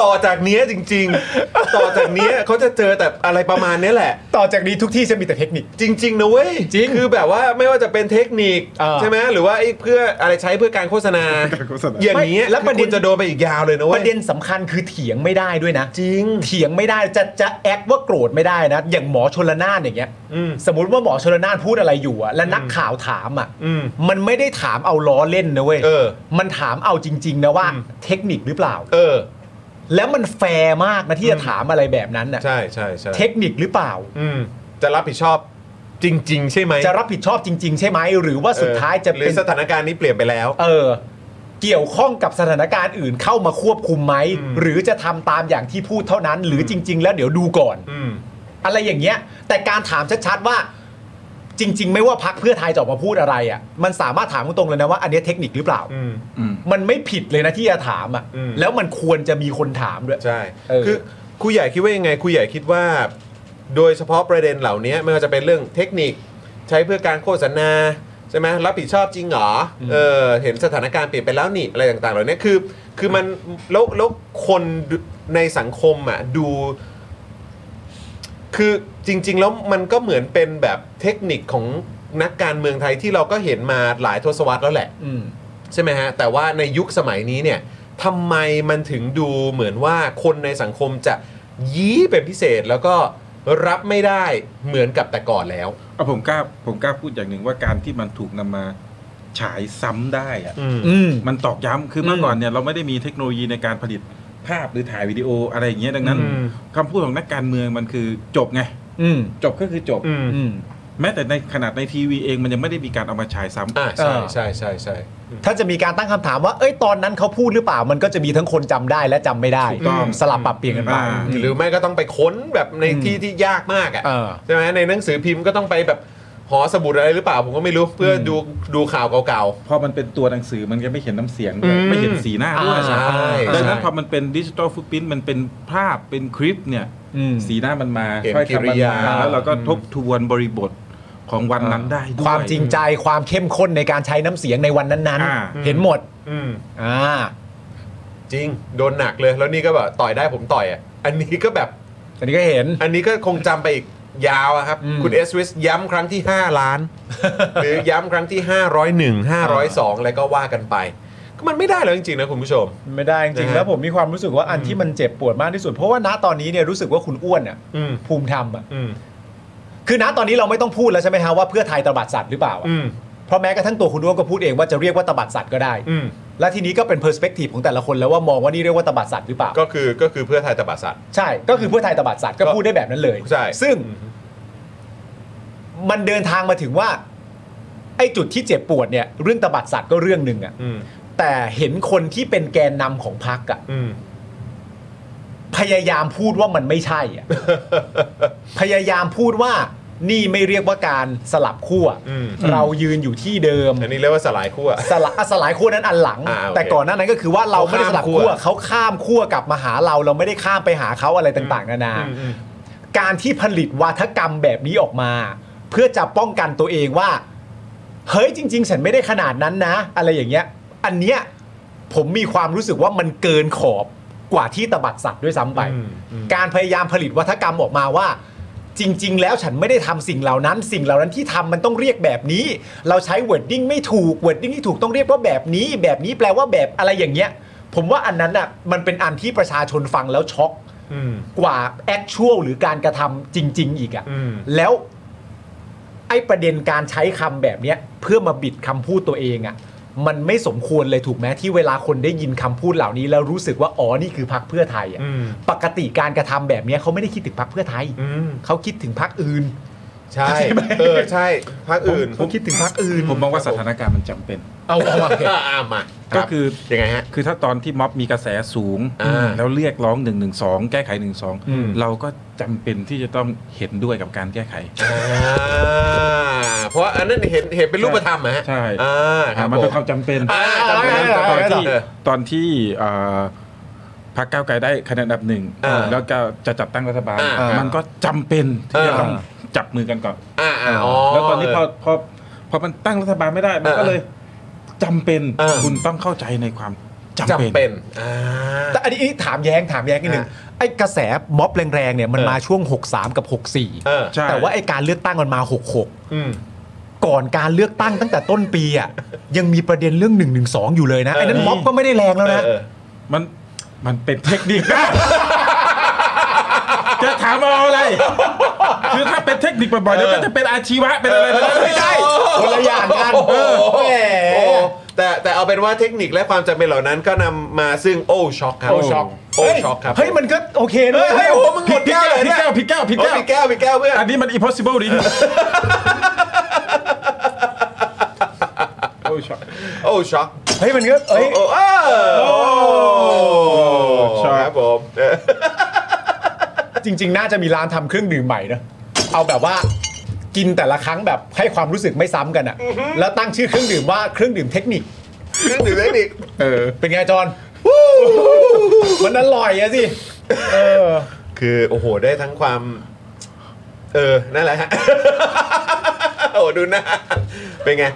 A: ต่อจากเนี้ยจริง ๆ ต่อจากเนี้ยเขาจะเจอแต่อะไรประมาณเนี้ยแหละ
B: ต่อจากนี้ทุกที่จะมีแต่เทคนิค
A: จริง ๆ นะเว้ย
B: จริง
A: คือแบบว่าไม่ว่าจะเป็นเทคนิค
B: เออ
A: ใช่ไหมหรือว่าไอ้เพื่ออะไรใช้เพื่อการโฆษณา
C: การโฆษณา
A: อย่างนี้
B: ไม่แล้วประ
A: คื
B: เด็น
A: อคุณจะโดนไปอีกยาวเลยนะ
B: ป
A: เว้ย
B: ระเด็นสำคัญคือเถียงไม่ได้ด้วยนะ
A: จริง
B: เถียงไม่ได้จะจะแอคว่าโกรธไม่ได้นะ อย่างหมอชนละนานอย่างเงี้ย
A: อืม
B: สมมติว่าหมอชนละนานพูดอะไรอยู่อะและนักข่าวถามอะ
A: อืม
B: มันไม่ได้ถามเอาล้อเล่นนะเว้ย
A: เออ
B: มันถามเอาจริง ๆ นะว่า
A: อืม
B: เทคนิคหรือเปล่า
A: เออ
B: แล้วมันแฟร์มากนะที่จะถามอะไรแบบนั้นอะ
A: ใช่ใช่ใช่
B: เทคนิคหรือเปล่า
A: อืมจะรับผิดชอบจริง ๆ ใช่ไหม
B: จะรับผิดชอบจริง ๆ ใช่ไหมหรือว่าสุดท้ายจะ
A: หรื
B: เป็
A: อน สถานการณ์นี้เปลี่ยนไปแล้ว
B: เออ เกี่ยวข้องกับสถานการณ์อื่นเข้ามาควบคุมไหม
A: อืม
B: หรือจะทำตามอย่างที่พูดเท่านั้น หรือจริง ๆ แล้วเดี๋ยวดูก่อน
A: อืม
B: อะไรอย่างเงี้ย แต่การถามชัดๆว่า จริง ๆ ไม่ว่าพักเพื่อไทยจะออกมาพูดอะไรอะ่ะ มันสามารถถามตรงๆเลยนะว่าอันเนี้ยเทคนิคหรือเปล่า
A: อืม
C: อืม
B: มันไม่ผิดเลยนะที่จะถามอะ่ะ
A: อืม
B: แล้วมันควรจะมีคนถามด้วย
A: ใช่
B: เออ
A: คือครูใหญ่คิดว่ายังไงครูใหญ่คิดว่า โดยเฉพาะประเด็นเหล่านี้ไม่ว่าจะเป็นเรื่องเทคนิคใช้เพื่อการโฆษณาใช่ไหมรับผิดชอบจริงเหรออเออเห็นสถานการณ์เปลี่ยนไปแล้วนี่อะไรต่างๆ เหล่านี้คือ คือมันแล้วแล้วคนในสังคมอ่ะดู คือจริง ๆ แล้วมันก็เหมือนเป็นแบบเทคนิคของนักการเมืองไทยที่เราก็เห็นมาหลายทศวรรษแล้วแหละ
B: อืม
A: ใช่ไหมฮะ แต่ว่าในยุคสมัยนี้เนี่ยทำไมมันถึงดูเหมือนว่าคนในสังคมจะยี้เป็นพิเศษแล้วก็รับไม่ได้เหมือนกับแต่ก่อนแล้ว
C: เอาผมกล้าผมกล้าพูดอย่างหนึ่งว่าการที่มันถูกนำมาฉายซ้ำได้อะ
B: อืม
C: มันตอกย้ำคือเมื่อก่อนเนี่ยเราไม่ได้มีเทคโนโลยีในการผลิตภาพหรือถ่ายวิดีโออะไรอย่างเงี้ยดังนั้น
A: อืม
C: คำพูดของนักการเมืองมันคือจบไง
B: อืม
C: จบก็คือจบ
A: อืม
B: อืม
C: แม้แต่ในขนาดในทีวีเองมันยังไม่ได้มีการเอามาฉายซ้ำ
A: อ่าใช่ใช่ใช่ใช่
B: ถ้าจะมีการตั้งคำถามว่า เอ้ยตอนนั้นเขาพูดหรือเปล่า มันก็จะมีทั้งคนจำได้และจำไม่ได้
A: ถูกต้อง
B: สลับปรับเปลี่ยนกันไป
C: อ่า
A: หรือไม่ก็ต้องไปค้นแบบในที่ที่ยากมาก
B: เออ
A: อะ่ะใช่ไหมในหนังสือพิมพ์ก็ต้องไปแบบหอสมุดอะไรหรือเปล่า ผมก็ไม่รู้เพื่อดูดูข่าวเก่า
C: พอมันเป็นตัวหนังสือมันจะไม่เห็นน้ำเสียงด้วย
A: อืม
C: ไม่เห็นสีหน้าด้วย
A: อ่าใช่
C: ดังนั้น
A: ใช่
C: พอมันเป็นดิจิ t a ลฟุตพิ้นมันเป็นภาพเป็นคลิปเนี่ย
B: อืม
C: สีหน้ามันมา
A: เห็น
C: ถ้อยคำมั
A: กิริยา
C: มาแล้วเราก็ทบทวนบริบทของวันนั้นได้ด้วย
B: ความจริงใจความเข้มข้นในการใช้น้ำเสียงในวันนั้น
C: อ่า
B: ๆ เห็นหมด
A: ๆอืม
B: อ่า
A: จริง โดนหนักเลยแล้วนี่ก็แบบต่อยได้ผมต่อยอะ่ะอันนี้ก็แบบ
B: อันนี้ก็เห็น
A: อันนี้ก็คงจำไปอีกยาวอะครับ
B: อืม
A: คุณเอสวิสย้ำครั้งที่ 5 ล้าน หรือย้ำครั้งที่ 501 502 อะไรก็ว่ากันไป ก็มันไม่ได้แล้วจริงๆนะคุณผู้ชม
B: ไม่ได้จริง
A: นะฮะ
B: ๆแล้วผมมีความรู้สึกว่าอันที่มันเจ็บปวดมากที่สุด เพราะว่าณตอนนี้เนี่ยรู้สึกว่าคุณอ้วนอ่ะ
A: อืม
B: ภูมิธรรมอ่ะ
A: อืม
B: คือณตอนนี้เราไม่ต้องพูดแล้วใช่ไหมฮะว่าเพื่อไทยตบัดสัตว์หรือเปล่าอะ
A: อืม
B: เพราะแม้กระทั่งตัวคุณอ้วนก็พูดเองว่าจะเรียกว่าตบัดสัตว์ก็ได้
A: อืม
B: และทีนี้ก็เป็นเพอร์สเปกทีฟของแต่ละคนแล้วว่ามองว่านี่เรียกว่าตบัดสัตว์หรือเปล่า
A: ก็คือก็คือเพื่อไทยตบะสัตว์
B: ใช่ก็คือเพื่อไทยตบัดสัตว์ก็พูดได้แบบนั้นเลย
A: ใช่
B: ซึ่งมันเดินทางมาถึงว่า ไอ้จุดที่เจ็บปวดเนี่ย เรื่องตบัดสัตว์ก็เรื่องหนึ่งอ่ะ
A: อืม
B: แต่เห็นคนที่เป็นแกนนำของพรรคอ่ะ
A: อืม
B: พยายามพูดว่ามันไม่ใช่ อะ พยายามพูดว่านี่ไม่เรียกว่าการสลับขั้ว
A: อืม
B: เรายืนอยู่ที่เดิม
A: อันนี้เรียกว่าสลายขั้ว
B: สละสลายขั้วนั้นอันหลัง
A: อ่าโอเค
B: แต่ก่อนหน้านั้นก็คือว่าเราไม่ได้สลับขั้ว
A: เขาข้ามขั้ว
B: เขาข้ามขั้วกลับมาหาเรา เราไม่ได้ข้ามไปหาเขาอะไรต่างๆนานา
A: อืม
B: การที่ผลิตวาทกรรมแบบนี้ออกมา เพื่อจะป้องกันตัวเองว่า เฮ้ยจริง ๆ ฉันไม่ได้ขนาดนั้นนะ อะไรอย่างเงี้ย อันเนี้ยผมมีความรู้สึกว่ามันเกินขอบกว่าที่ตบัดสัตว์ด้วยซ้ำไป
A: อืมอืม
B: การพยายามผลิตวัฒกรรมออกมาว่า จ
G: จริง ๆ แล้วฉันไม่ได้ทำสิ่งเหล่านั้น สิ่งเหล่านั้นที่ทำมันต้องเรียกแบบนี้ เราใช้ wording ไม่ถูก wording ที่ถูกต้องเรียกว่าแบบนี้ แบบนี้แปลว่าแบบอะไรอย่างเงี้ย ผมว่าอันนั้นอ่ะมันเป็นอันที่ประชาชนฟังแล้วช็อก
A: อืม
G: กว่า actual หรือการกระทำจริง ๆ อีกอะ่ะ
A: อืม
G: แล้วไอ้ประเด็นการใช้คำแบบเนี้ยเพื่อมาบิดคำพูดตัวเองอะ่ะ มันไม่สมควรเลยถูกไหมที่เวลาคนได้ยินคำพูดเหล่านี้ แล้วรู้สึกว่าอ๋อนี่คือพักเพื่อไทย
A: อื
G: อะ่ะ
A: ม
G: ปกติการกระทำแบบเนี้ยเขาไม่ได้คิดถึงพักเพื่อไทย
A: อืม
G: เขาคิดถึงพักอื่น
A: ใช่เออใช่พักอื่น
G: เขาคิดถึงพักอื่น
C: ผมมองว่าสถานการณ์มันจำเป็น
G: เอาเอามา
A: อ่ะอ่ะมา
C: ก็คือ
A: รับยังไงฮะ
C: คือถ้าตอนที่ม็อบมีกระแสสูง
A: อ่า
C: แล้วเรียกร้อง1นึแก้ไข1นึ
A: อืม
C: เราก็จำเป็นที่จะต้องเห็นด้วยกับการแก้ไข
A: อ่าเพราะอันนั้นเห็นเห็นเป็นรูปธรรมอะฮะ
C: ใช่
A: อ่าครับ
C: มัน
A: ผ
C: เป็
A: ม
C: นความจำเป็น
A: อ่าจำเป็น
C: แต่ตอนที่
A: เออ
C: ตอนที่เอ่อพรรคก้าวไกลได้คะแนนอันดับหนึ่ง
A: อ่า
C: แล้วก็จะจัดตั้งรัฐบาล
A: อ่ามั
C: มันก็จำเป็นที่จะ
A: อ่า
C: ต้องจับมือกันก่อน
A: อ่าอ่าอ๋อ
C: แล้วตอนนี้พอพอพอมันตั้งรัฐบาลไม่ได้ มันก็เลยจำเป็น
A: เออ
C: คุณต้องเข้าใจในความจำ
A: จำ
C: เป็
A: เป็น นอ่า
G: แต่อันนี้ถามแย้งถามแย้งนิดนึงไอ้กระแสม็อบแรงๆเนี่ยมัน
A: เออ
G: มาช่วง 63 กับ 64
A: เออ
C: ใช่
G: แต่ว่าไอการเลือกตั้งมันมา 66
A: อืม
G: ก่อนการเลือกตั้งตั้งแต่ต้นปีอ่ะ ยังมีประเด็นเรื่อง1นึอยู่เลยนะไอ้นั้น
A: เออ
G: ม็อบก็ไม่ได้แรงแล้วนะ
A: เออ
C: มันมันเป็นเทคนิคนะ จะถามเอาอะไร คือถ้าเป็นเทคนิคบ่อยๆเดี๋ยวก็จะเป็นอาชีวะเป็นอะไรไปแล้วไม่ใช่
G: คนละอย่างกัน
A: โอ้โห
G: เออแหม
A: โอ้แต่แต่เอาเป็นว่าเทคนิคและความจำเป็นเหล่านั้นก็นำมาซึ่งโอ้ช็อกครับ
C: โอ้ช็อก
A: โอ้ช็อกครับ
G: เฮ้ย มันก็โอเคนะ
A: เฮ้ยเฮ้ยโอ้โหมึงหม
C: ผิด
A: ดแก้วเลย
C: ผิด
A: เนี่ย
C: แก้วผิดแก้วผิด
A: โอ้
C: แก้ว
A: พี่แก้วพี่แก้วเพื่อน
C: อันนี้มัน impossible ดิโอ้ยช็อต
A: โอ้ช็อก
G: เฮ้ย มันก็เอ้ย
A: โอ้เออโอ้
C: ช็อก
A: ครับผมเออ
G: จริง ๆ น่าจะมีร้านทำเครื่องดื่มใหม่นะ เอาแบบว่ากินแต่ละครั้งแบบให้ความรู้สึกไม่ซ้ำกันอ่ะ แล้วตั้งชื่อเครื่องดื่มว่าเครื่องดื่มเทคนิค
A: เครื่องดื่มเทคนิค
C: เออ
G: เป็นไงจอนมันอร่อยอะสิเออ
A: คือโอ้โหได้ทั้งความ เออนั่นแหละฮ ะโอ้ดูหนะเป็นไง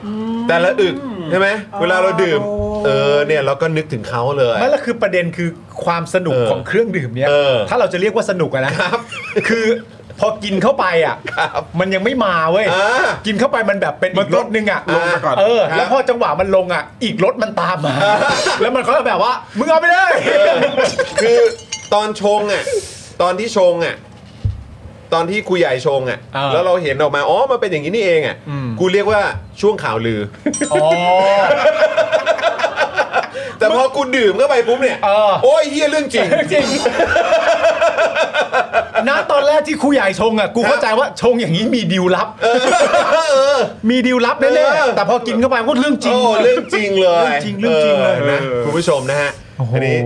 A: แต่ละอึกใช่ไหมเวลาเราดื่ม เออเนี่ยเราก็นึกถึงเขาเลย
G: ไม่และคือประเด็นคือความสนุก
A: เออ
G: ของเครื่องดื่มเนี้ย
A: เออ
G: ถ้าเราจะเรียกว่าสนุกอะนะครับคือพอกินเข้าไปอ่ะ
A: ครับ
G: มันยังไม่มาเว้ย
A: อ่า
G: กินเข้าไปมันแบบเป็นอีกรสนึงอ่ะ
A: ลงมาก่อน
G: เออ
A: ครับ
G: แล้วพอจังหวะมันลงอ่ะ อีกรสมันตามมา แล้วมันก็แบบว่ามึงเอาไปเลย
A: คือตอนชงอ่ะ ตอนที่ชงอ่ะ ตอนที่ครูใหญ่ชงอ่ะ
G: อ่า
A: แล้วเราเห็นออกมาอ๋อมันเป็นอย่างนี้นี่เองอ่ะ
G: อืม
A: กูเรียกว่าช่วงข่าวลือ
G: อ๋อ
A: แต่พอกูดื่มเข้าไปปุ๊บเนี่ย
G: เออ
A: โอ้ยเฮียเรื่องจริง
G: จริงนะตอนแรกที่ครูใหญ่ชงอ่ะกูเข้าใจว่าชงอย่างนี้มีดีลลับมีดีลลับแน่
A: เออ
G: ๆแต่พอกินเข้าไปก็เรื่องจริง
A: โอ้เรื่องจริงเลย
G: เรื่องจริงเรื่องจริงเลย
A: นะคุณผู้ชมนะฮะ
G: โอ้โห
A: อันนี้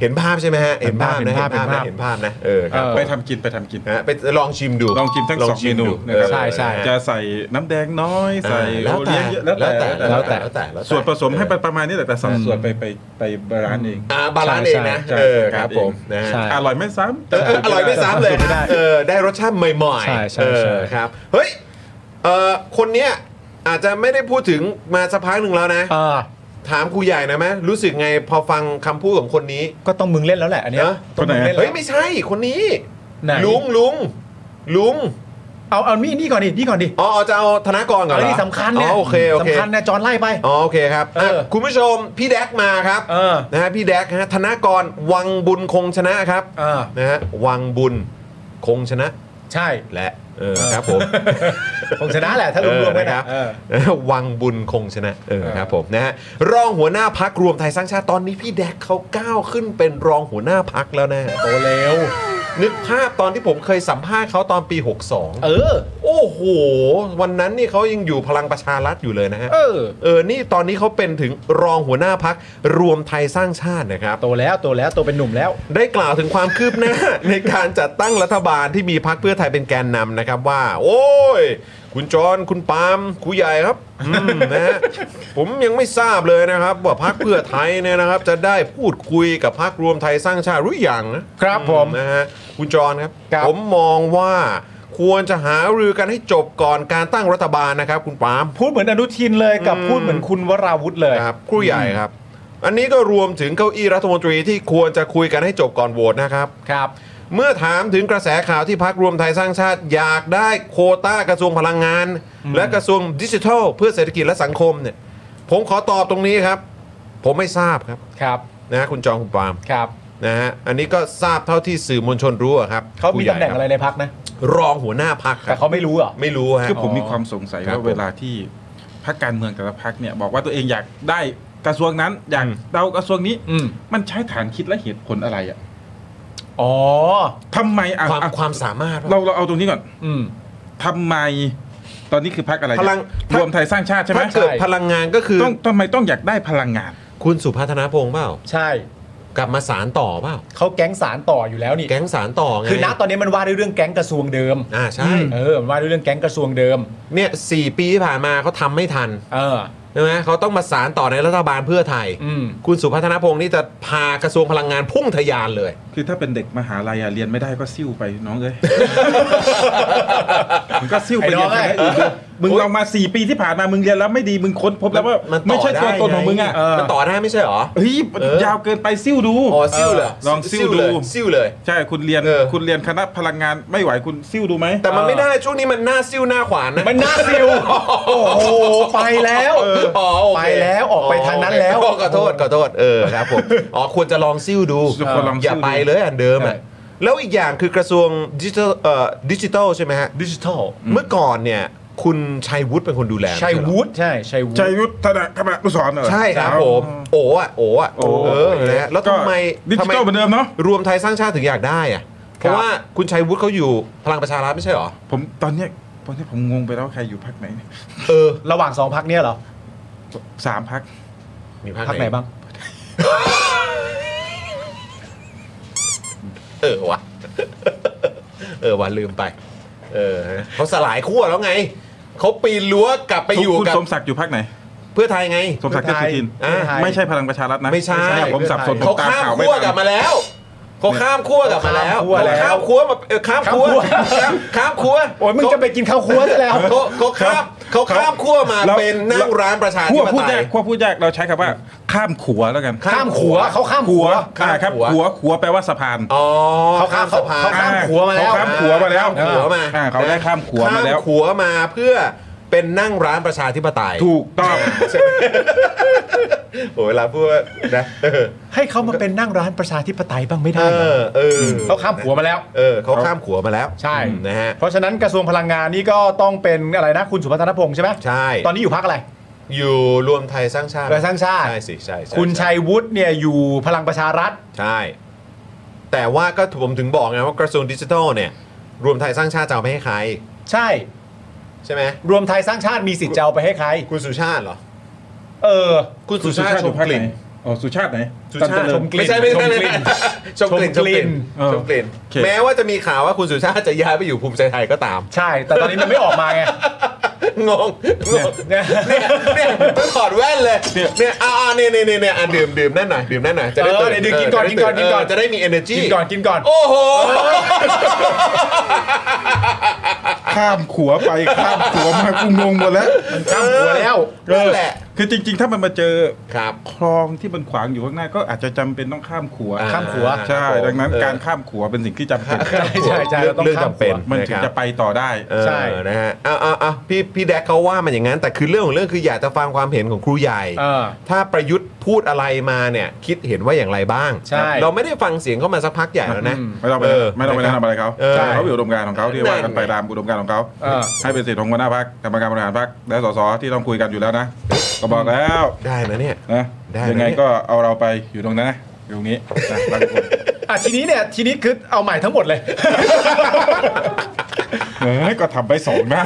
A: เห็นภาพใช่ไหมฮะเห็นภาพนะ
G: เห็นภาพ
A: เห็นภาพนะ
G: เห็
A: เห็น
G: น
A: ภา
G: ภา
A: พ
G: พ
A: นะเออครับ
C: ไปทำกินไปทำกิน
A: นะฮะไปลองชิมดู
C: ลองชิมทั้งสองเมนู
A: ดู
C: นะครับ
G: ใช่ใช่
A: เออ
C: จะใส่น้ำแดงน้อยใส่
A: เออ
C: โอเลี้ยงเยอะแล้วแต่
A: แล้
C: แล้ว ว
A: แต่
C: แต่
A: แล้วแต่แล้วแต่
C: ส่วนผสมให้มันประมาณนี้แหละแต่สัดส่วนไปไปไปบาลานซ์เอง
A: อ่าบาลานซ์เองนะ
C: ใช่ใช่
A: เออ
C: ใช่
A: ครับผมนะฮะ
G: ใช่
C: อร่อยไม่ซ้ำ
A: เอออร่อยไม่ซ้ำเลย
G: ไม่ได้
A: เออได้รสชาติใหม่ๆ
G: ใช่ใช่
A: เออ
G: ใช่
A: ครับ เฮ้ยเออคนเนี้ยอาจจะไม่ได้พูดถึงมาสักพักหนึ่งแล้วนะ
G: อ่า
A: ถามครูใหญ่หนะไหมรู้สึกไงพอฟังคำพูดของคนนี้
G: ก็ต้องมึงเล่นแล้วแหละอันเนี้ย
A: นะ
G: ต้องมึงเล่นแล้
A: เฮ้ยว ไม่ใช่คนนี้
G: ไหน
A: ลุงลุงลุง
G: เอาเอานี่นี่ก่อนดินี่ก่อนดิ
A: อ๋อจะเอาธนากรก่อนเห
G: เอา
A: รอ
G: นี่สำคัญเนี่ย
A: อ๋อโอเคโอเค
G: สำคัญนะจอนไล่ไป
A: อ๋อโอเคครับ
G: เอออ่
A: ะคุณผู้ชมพี่แดกมาครับ
G: เออ
A: นะฮะพี่แดกฮะธนากรวังบุญคงชนะครับ
G: อ่า
A: นะฮะวังบุญคงชนะ
G: ใช่
A: และเออครับผม
G: คงชนะแหละถ้ารวมๆ
A: เออ
G: กัน
A: นะค
G: นะ
A: รับวังบุญคงชนะเออครับผมนะฮะรองหัวหน้าพักรวมไทยสร้างชาติตอนนี้พี่แดกเขาก้าวขึ้นเป็นรองหัวหน้าพักแล้วนะ
G: โตเร็ว
A: นึกภาพตอนที่ผมเคยสัมภาษณ์เขาตอนปี 62
G: เออ
A: โอ้โห วันนั้นนี่เขายังอยู่พลังประชารัฐอยู่เลยนะฮะ
G: เออ
A: เออนี่ตอนนี้เขาเป็นถึงรองหัวหน้าพักรวมไทยสร้างชาตินะครับ
G: โตแล้วโตแล้วโตเป็นหนุ่มแล้ว
A: ได้กล่าวถึงความคืบหน้า ในการจัดตั้งรัฐบาลที่มีพักเพื่อไทยเป็นแกนนำนะครับว่า โอ้ย คุณจรคุณปาล์มคุยใหญ่ครับอืมนะฮะผมยังไม่ทราบเลยนะครับว่าพักเพื่อไทยเนี่ยนะครับ จะได้พูดคุยกับพักรวมไทยสร้างชาติหรือยังนะครับ
G: ผม
A: นะฮะคุณจรครับ
G: ครับ
A: ผมมองว่าควรจะหารือกันให้จบก่อนการตั้งรัฐบาลนะครับ คุณปาล์ม
G: พูดเหมือนอนุทินเลยกับพูดเหมือนคุณวราวุธเลย
A: ครับครูใหญ่ครับ อันนี้ก็รวมถึงเก้าอี้รัฐมนตรีที่ควรจะคุยกันให้จบก่อนโหวตนะครับ
G: ครับ
A: เมื่อถามถึงกระแสข่าวที่พักรวมไทยสร้างชาติ อยากได้โควต้ากระทรวงพลังงาน และกระทรวงดิจิทัล เพื่อเศรษฐกิจและสังคมเนี่ย ผมขอตอบตรงนี้ครับ ผมไม่ทราบครับ
G: ครับ
A: นะฮะคุณจองคุณปาล์ม
G: ครับ
A: นะฮะอันนี้ก็ทราบเท่าที่สื่อมวลชนรู้อะครับ
G: เขามีตำแหน่ง
A: ผู้ใญ่คบ
G: อะไรในพักนะ
A: รองหัวหน้าพักค
G: แต่
A: รับ
G: เขาไม่รู้เหรอ
A: ไม่รู้ฮะ
C: คือผมมีความสงสัย
A: ครับ
C: ว่าเวลาที่พรรคการเมืองแต่ละพรรคเนี่ยบอกว่าตัวเองอยากได้กระทรวงนั้นอยาก
A: อืม
C: เดากระทรวงนี้
G: อืม
C: มันใช้ฐานคิดและเหตุผลอะไรอ่ะ
G: อ๋อ
C: ทำไมอ่ะ
A: ความ
C: อ่ะ
A: ความสามารถวะ
C: เราเราเอาตรงนี้ก่อน
G: อืม
C: ทำไมตอนนี้คือพรรคอะไร
A: พลัง
C: รวมไทยสร้างชาติใช่ไหม
A: ถ้าเกิดพลังงานก็คือ
C: ต้องทำไมต้องอยากได้พลังงาน
A: คุณสุพัฒนาพงษ์เปล่า
G: ใช่
A: กลับมาสารต่อเปล่า
G: เขาแก๊งสารต่ออยู่แล้วนี่
A: แก๊งสารต่อไง
G: คือณตอนนี้มันว่าด้วยเรื่องแก๊งกระทรวงเดิม
A: อ่าใช่
G: เออมันว่าด้วยเรื่องแก๊งกระทรวงเดิม
A: เนี่ยสี่ปีที่ผ่านมาเขาทำไม่ทัน
G: เออ
A: ใช่ไหมเขาต้องมาสารต่อในรัฐบาลเพื่อไทย
G: อืม
A: คุณสุพัฒนพงศ์นี่จะพากระทรวงพลังงานพุ่งทะยานเลย
C: คือถ้าเป็นเด็กมหาลัยอะเรียนไม่ได้ก็ซิ่วไปน้องเอ้ย มันก็ซิ่วไป
G: ไอ้น้
C: เรีย
G: อน ง
C: ไป
G: ไอ้
C: ได้อีกเลยมึงลองมาสี่ปีที่ผ่านมามึงเรียนแล้วไม่ดีมึงค้นพบแล้วว่า
A: มันต่อ
C: ไม่ใช่ตัวตน
A: ได้ไง
C: ของมึงอ่ะ
A: มันต่อได้ไม่ใช่เหรอ
C: เฮ้ย
A: เออ
C: ยาวเกินไปซิ่วดู
A: อ๋อซิ่วเลย
C: ลองซิ่วดู
A: เลยซิ่วเลย
C: ใช่คุณเรียน
A: เออ
C: คุณเรียนคณะพลังงานไม่ไหวคุณซิ่วดูไหม
A: แต่มันไม่ได้ช่วงนี้มันหน้าซิ่วหน้าขวานนะ
G: มันน่าซิลโอ้โห ไปแล้ว
A: อ๋อโอเค
G: ไปแล้วออกไปทางนั้นแล้ว
A: โอเคขอโทษขอโทษเออครับผมอ๋อควรจะลองซิ่วดู
C: ทุกคนลอง
A: อย่า
C: ซิ่วดู
A: ไปเลยอันเดิม
G: ใช่
A: อ่ะแล้วอีกอย่างคือกระทรวงดิจิทัลเอ่อดิจิทัลใช่ไหมฮะ
G: ดิจิทัล
A: เมื่อก่อนเนี่ย คุณชัยวุฒิเป็นคนดูแล
G: ชัยวุฒิใช่ ชัยวุ
C: ชัย
G: ฒิ
C: ยุทธนาคมานุสรณ์เหรอ
A: ใช่ครับผมโอ้อะโอ้อะ
C: โอ้
A: เออนะฮะแล้วทำไม
C: ก็ดิจิ
A: ทำไม
C: ตอลเหมือนเดิมเนาะ
A: รวมไทยสร้างชาติถึงอยากได้อ่ะเพราะว่าคุณชัยวุฒิเขาอยู่พลังประชารัฐไม่ใช่เหรอ
C: ผมตอนเนี้ยตอนนี้ผมงงไปแล้วว่าใครอยู่พักไหนเนี่ย
A: เออ
G: ระหว่างสองพักเนี่ยเหรอ
C: สามพัก
A: มีพรรค
G: พักไหนบ้าง
A: เออวะ เออวะลืมไป เออฮะเขาสลายขั้วแล้วไงเขาปีนรั้วกลับไปอยู่
C: คุณ
A: กับ
C: สมศักดิ์อยู่พักไหน
A: เพื่อไทยไง
C: สมศักดิ์เทพสุทิน
A: อ่า
C: ไม่ใช่พลังประชารัฐนะ
A: ไม่ใช่
C: ผมสับสนผ
A: เขา
C: มตาม
A: ข้าม
C: ข่าวไม่
A: ขั้วก
C: ทั
A: ลับ
C: น
A: มาแล้วเขาข้ามขั้วกลับมาแล้ว
G: ข้ามขั้วแล้ว
A: เขาข้ามขั้วมาเอ่อข้ามขั้ว
G: ข้ามขั้ว
A: ข้ามข้ามขั้ว
G: โอ้ยมึงจะไปกินข้าวคั่วซะแล้ว
A: เขาเขาข้ามเขาข้ามขั้วมา
C: แล้ว
A: เป็นนั่งร้านประชาธิ
C: ขั้ว
A: ป
C: พูด
A: ไต
C: ยาย กขั้วพูดยากเราใช้คำว่า ข้ามขัวแล้วกัน
G: ข้ามขัวเขาข้ามขัว
C: อ่าครับ
A: ขัว
C: ขัวขัวแปลว่าสะพาน
A: อ๋อ
G: เขาข้าม
A: สะพาน
G: เขาข้าม ขัวมาแล้ว
C: เขข้ามขัวมาแล้ว
A: ข้ามขัวมา
C: อ่าเขาได้ข้ามขัวมาแล้ว
A: ข้ขัวมาเพื่อเป็นนั่งร้านประชาธิปไตย
C: ถูกต้อง
A: โอ้ยเวลาพูดว่านะเออ
G: ให้เขามาเป็นนั่งร้านประชาธิปไตยบ้างไม่
A: เอ
G: ได้เหรอ
A: อเออ
G: เขาข้ามขัวมาแล้ว
A: เออเขาข้ามขัวมาแล้ว
G: ใช่
A: นะฮะ
G: เพราะฉะนั้นกระทรวงพลังงานนี่ก็ต้องเป็นอะไรนะคุณสุพัฒนพงษ์ใช่ไหม
A: ใช่
G: ตอนนี้อยู่พักอะไร
A: อยู่รวมไทยสร้างชาติ
G: รวมไทยสร้างชาติ
A: ใช่สิใช่ใช่
G: คุณ
A: ใ
G: ชัยวุฒิเนี่ยอยู่พลังประชารัฐ
A: ใช่ แต่ว่าก็ผมถึงบอกไงว่ากระทรวงดิจิทัลเนี่ย รวมไทยสร้างชาติจะเอาไปให้ใคร
G: ใช่
A: ใช่ไหม
G: รวมไทยสร้างชาติมีสิทธิ์จะเอาไปให้ใคร
A: คุณสุชาติเหรอ
G: เออ
A: คุณสุชาติชมกลิ่น
C: อ๋อสุชาติไหน
A: สุ
C: ตัน
A: ชา
C: เจ
A: ติชมก
C: ริญ
A: ลิ่นไม่ใช่ไม่ใช่ไม่ใช่ชมก ลิ่นช
G: ช
A: มก
G: มกลิ่
A: ลิ่น
G: น
C: เออ
A: ชมกลิ่น
C: โอเค
A: แม้ว่าจะมีข่าวว่าคุณสุชาติจะย้ายไปอยู่ภูมิใจไทยก็ตาม
G: ใช่ แต่ตอนนี้มันไม่ออกมาไง
A: งงงงเนี่ยเนี่ยต้องถอดแว่นเลยเนี่ยอ่าอ่าเนี่ยเนี่ยเนี่ยเนี่ยอ่ะดื่มดื่มนั่นหน่อยดื่มนั่นหน่อยจะได้
G: เออ
A: ตื่น
G: เดี๋ยวกินก่อน
A: เจะ
G: กินก่อน
A: ได้
G: กินก่อน
A: ตื่เจะได้มี energy
G: กินก่อนกินก่อน
A: โอ้โห
C: ข้ามขัวไปข้ามขัวมากูงงหมดแล้ว
G: ข้ามขัวแล้ว
A: นั่นแหละ
C: เออคือจริง ๆ ถ้ามันมาเจอ
A: ครับ
C: คลองที่มันขวางอยู่ข้างหน้าก็อาจจะจำเป็นต้องข้ามขัว
A: อ่า
G: ข้ามขัว
C: ใช่
A: ครับผม
C: ดังนั้น
A: เออ
C: การข้ามขัวเป็นสิ่งที่จำเป็น
G: ใช่ใช่ใช่เราต้อง
A: เรื่อง
G: ข้าม
A: จำเป็น
G: ขัว
C: มันถึงจะไปต่อได้
G: ใช่
A: เออนะฮะเอาเอาเอาพี่พี่แดกเขาว่ามันอย่างนั้น แต่คือเรื่องของเรื่องคืออยากจะฟังความเห็นของครูใหญ่
G: เออ
A: ถ้าประยุทธ์พูดอะไรมาเนี่ย คิดเห็นว่าอย่างไรบ้าง
G: ใช่
A: เราไม่ได้ฟังเสียงเขามาสักพักใหญ่แล้วนะ
C: ไม่ต้องไป
A: เออ
C: ไม่ต้องไปแนะนำอะไรเขา
A: เออ
C: ใช่เขาอยู่อุดมการณ์ของเขาที่ว่ากัน
A: นั่
C: ไป
A: นไง
C: ตามอุดมการณ์ของเขา
G: เออ
C: ให้เป็นสิทธิ์ของหัวหน้าพักกรรมการบริหารพักและสสที่ต้องคุยกันอยู่แล้วนะ ก็บอกแล้ว
A: ได้นะเนี่ย
C: นะ
A: ได้นะ
C: ยังไงก็เอาเราไปอยู่ตรงนั้นนะอยู่ตรงนี้ นะบางคน
G: อ่ะทีนี้เนี่ยทีนี้คือเอาใหม่ทั้งหมดเลย
C: เอ้ยก็ทำไปสองหน้า